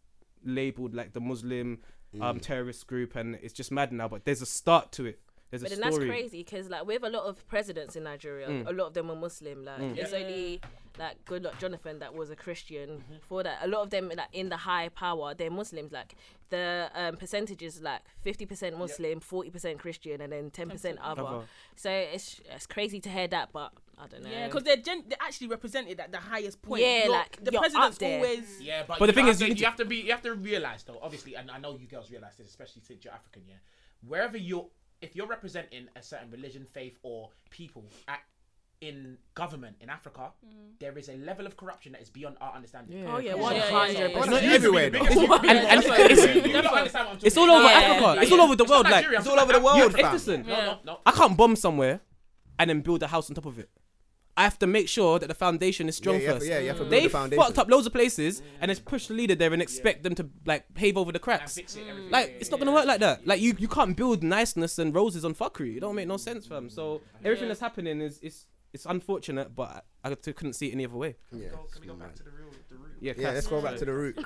[SPEAKER 2] labeled like the Muslim
[SPEAKER 10] Mm.
[SPEAKER 2] um, terrorist group, and it's just mad now. But there's a start to it. There's
[SPEAKER 4] But
[SPEAKER 2] a
[SPEAKER 4] then
[SPEAKER 2] story. Mm.
[SPEAKER 4] that's crazy because like with a lot of presidents in Nigeria, a lot of them were Muslim. Like it's only like good luck Jonathan that was a Christian for that. A lot of them like in the high power, they're Muslims. Like the um, percentage is like fifty percent Muslim, forty percent Christian, and then ten percent other.
[SPEAKER 2] Other.
[SPEAKER 4] So it's it's crazy to hear that, but I don't know.
[SPEAKER 5] Yeah, because they're gen- they're actually represented at the highest point.
[SPEAKER 4] Yeah,
[SPEAKER 5] You're-
[SPEAKER 4] like,
[SPEAKER 5] the
[SPEAKER 4] you're up
[SPEAKER 5] president's
[SPEAKER 4] there.
[SPEAKER 5] always.
[SPEAKER 3] Yeah, but,
[SPEAKER 2] But
[SPEAKER 3] you
[SPEAKER 2] the thing
[SPEAKER 3] have
[SPEAKER 2] is,
[SPEAKER 3] to,
[SPEAKER 2] you
[SPEAKER 3] you,
[SPEAKER 2] need to-
[SPEAKER 3] have to be, you have to realize though, obviously, and I know you girls realize this, especially since you're African, yeah. Wherever you're, if you're representing a certain religion, faith, or people at, in government in Africa, there is a level of corruption that is beyond our understanding.
[SPEAKER 4] Oh yeah,
[SPEAKER 5] Yeah,
[SPEAKER 4] one
[SPEAKER 5] yeah,
[SPEAKER 4] hundred
[SPEAKER 10] It's
[SPEAKER 4] percent.
[SPEAKER 10] not everywhere. though.
[SPEAKER 2] It's not- and- and it's- It's all over Africa. It's all over the world. Like
[SPEAKER 10] It's all over the world, fam.
[SPEAKER 2] Listen,
[SPEAKER 3] No, no, no.
[SPEAKER 2] I can't bomb somewhere and then build a house on top of it. I have to make sure that the foundation is strong
[SPEAKER 10] Yeah, you have to-
[SPEAKER 2] first.
[SPEAKER 10] yeah, you have to build
[SPEAKER 2] they
[SPEAKER 10] the foundation.
[SPEAKER 2] fucked up loads of places and it's pushed the leader there and expect them to like pave over the cracks.
[SPEAKER 3] fix it, everything.
[SPEAKER 2] Like
[SPEAKER 3] Yeah,
[SPEAKER 2] it's not
[SPEAKER 3] yeah,
[SPEAKER 2] gonna
[SPEAKER 3] yeah.
[SPEAKER 2] work like that. Like you, you can't build niceness and roses on fuckery. It don't make no sense, fam. So everything that's happening is it's it's unfortunate, but I, I couldn't see it any other way.
[SPEAKER 10] Yeah,
[SPEAKER 3] Can we go back to the real, the root?
[SPEAKER 2] Yeah,
[SPEAKER 10] yeah, let's
[SPEAKER 2] cats.
[SPEAKER 10] go back to the root.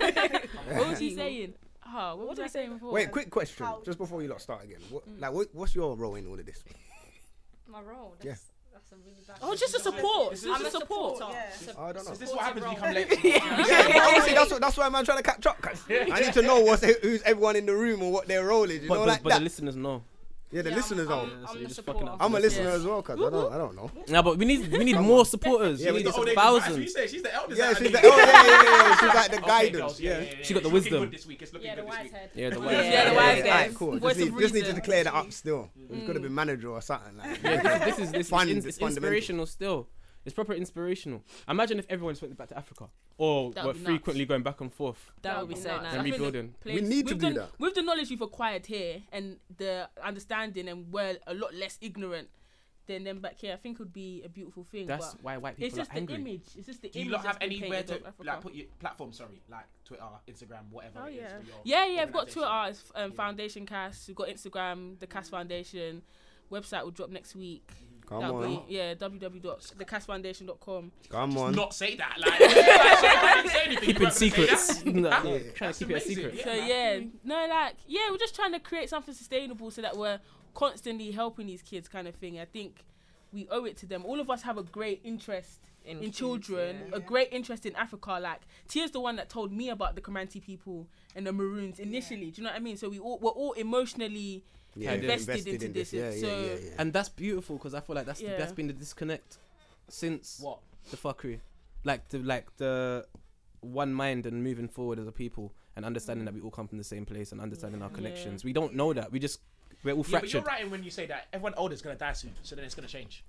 [SPEAKER 12] What was he saying? Oh, what, was I saying before?
[SPEAKER 10] Wait, quick question, just before you lot start again. What, like, what, what's your role in all of this?
[SPEAKER 12] My role. That's,
[SPEAKER 10] Yeah.
[SPEAKER 12] that's a really bad.
[SPEAKER 5] Oh, just a support. I'm a supporter.
[SPEAKER 10] I don't know.
[SPEAKER 3] Is this what happens when you come late?
[SPEAKER 10] Yeah, but obviously that's what, that's why I'm trying to catch up. 'cause I need to know what's who's everyone in the room and what their role is. You
[SPEAKER 2] But,
[SPEAKER 10] know,
[SPEAKER 2] but,
[SPEAKER 10] like
[SPEAKER 2] but
[SPEAKER 10] that.
[SPEAKER 2] the listeners know.
[SPEAKER 10] yeah, the listeners know.
[SPEAKER 12] I'm, I'm
[SPEAKER 2] you're
[SPEAKER 12] the
[SPEAKER 2] just fucking up.
[SPEAKER 12] supporter.
[SPEAKER 10] I'm a
[SPEAKER 2] Yeah.
[SPEAKER 10] listener as well, cause I don't, I don't know.
[SPEAKER 2] No, but we need we need more supporters.
[SPEAKER 10] Yeah,
[SPEAKER 2] we need
[SPEAKER 10] we got-
[SPEAKER 3] Oh, they-
[SPEAKER 2] thousands.
[SPEAKER 3] You say she's the eldest.
[SPEAKER 10] Yeah,
[SPEAKER 3] out of
[SPEAKER 10] she's
[SPEAKER 3] the-
[SPEAKER 10] like, oh yeah, yeah, yeah, yeah. she's like the guidance.
[SPEAKER 3] girls,
[SPEAKER 10] Yeah.
[SPEAKER 2] She got the
[SPEAKER 3] It's looking
[SPEAKER 2] wisdom.
[SPEAKER 3] good this week. It's looking
[SPEAKER 12] Yeah, the
[SPEAKER 3] good this
[SPEAKER 12] wise
[SPEAKER 3] week.
[SPEAKER 12] head.
[SPEAKER 2] Yeah, the
[SPEAKER 12] Yeah,
[SPEAKER 2] way.
[SPEAKER 12] the wise guy.
[SPEAKER 10] alright, cool.
[SPEAKER 12] Voice
[SPEAKER 10] Just
[SPEAKER 12] of
[SPEAKER 10] need, just need to
[SPEAKER 12] reason.
[SPEAKER 10] declare that up still. It's got to be manager or something. Like.
[SPEAKER 2] Yeah, this is this
[SPEAKER 10] Fun,
[SPEAKER 2] is,
[SPEAKER 10] it's
[SPEAKER 2] it's
[SPEAKER 10] fundamental.
[SPEAKER 2] inspirational still. It's proper inspirational. Imagine if everyone just went back to Africa or
[SPEAKER 5] That
[SPEAKER 2] were
[SPEAKER 5] would be
[SPEAKER 2] frequently going back and forth
[SPEAKER 4] That would be so
[SPEAKER 5] That'd be
[SPEAKER 4] nice.
[SPEAKER 2] and
[SPEAKER 5] think
[SPEAKER 2] rebuilding.
[SPEAKER 5] place-
[SPEAKER 10] need to
[SPEAKER 5] with
[SPEAKER 10] do
[SPEAKER 5] the,
[SPEAKER 10] that.
[SPEAKER 5] With the knowledge you've acquired here and the understanding, and we're a lot less ignorant than them back here, I think would be a beautiful thing.
[SPEAKER 2] That's
[SPEAKER 5] but
[SPEAKER 2] why white
[SPEAKER 5] it's
[SPEAKER 2] people are
[SPEAKER 5] just the
[SPEAKER 2] angry.
[SPEAKER 5] image. It's just the
[SPEAKER 3] Do you
[SPEAKER 5] image.
[SPEAKER 3] not have
[SPEAKER 5] that's been
[SPEAKER 3] anywhere to
[SPEAKER 5] painted of Africa.
[SPEAKER 3] like put your platform? Sorry, like Twitter, Instagram, whatever.
[SPEAKER 5] Oh,
[SPEAKER 3] it is
[SPEAKER 5] yeah.
[SPEAKER 3] for your
[SPEAKER 5] Yeah, yeah, I've got
[SPEAKER 3] organisation.
[SPEAKER 5] Twitter, it's, um, Foundation Cast. We've got Instagram, the
[SPEAKER 3] Mm.
[SPEAKER 5] Cast Foundation. Website will drop next week.
[SPEAKER 10] Come
[SPEAKER 5] That'll
[SPEAKER 10] on,
[SPEAKER 5] be yeah, www.thecastfoundation.com.
[SPEAKER 10] come on.
[SPEAKER 3] Not say that. Like, I didn't say anything. You
[SPEAKER 2] Keeping
[SPEAKER 3] weren't gonna say
[SPEAKER 2] secrets.
[SPEAKER 3] that.
[SPEAKER 2] No, no,
[SPEAKER 10] Yeah.
[SPEAKER 2] Trying to keep it a
[SPEAKER 3] amazing.
[SPEAKER 2] secret.
[SPEAKER 5] So yeah, no, like yeah, we're just trying to create something sustainable so that we're constantly helping these kids, kind of thing. I think we owe it to them. All of us have a great interest in,
[SPEAKER 4] kids,
[SPEAKER 5] children,
[SPEAKER 4] yeah.
[SPEAKER 5] a great interest in Africa. Like Tia's the one that told me about the Comanche people and the Maroons initially. Do you know what I mean? So we all we're all emotionally
[SPEAKER 10] Yeah,
[SPEAKER 5] invested, into this.
[SPEAKER 10] Yeah, yeah,
[SPEAKER 5] so
[SPEAKER 10] yeah, yeah.
[SPEAKER 2] And that's beautiful because I feel like that's the,
[SPEAKER 5] Yeah.
[SPEAKER 2] that's been the disconnect since
[SPEAKER 3] What?
[SPEAKER 2] the fuckery, like the like the one mind and moving forward as a people and understanding that we all come from the same place and understanding our connections. We don't know that. We just we're all
[SPEAKER 3] Yeah, but you're
[SPEAKER 2] fractured.
[SPEAKER 3] right in when you say that everyone older is gonna die soon, so then it's gonna change.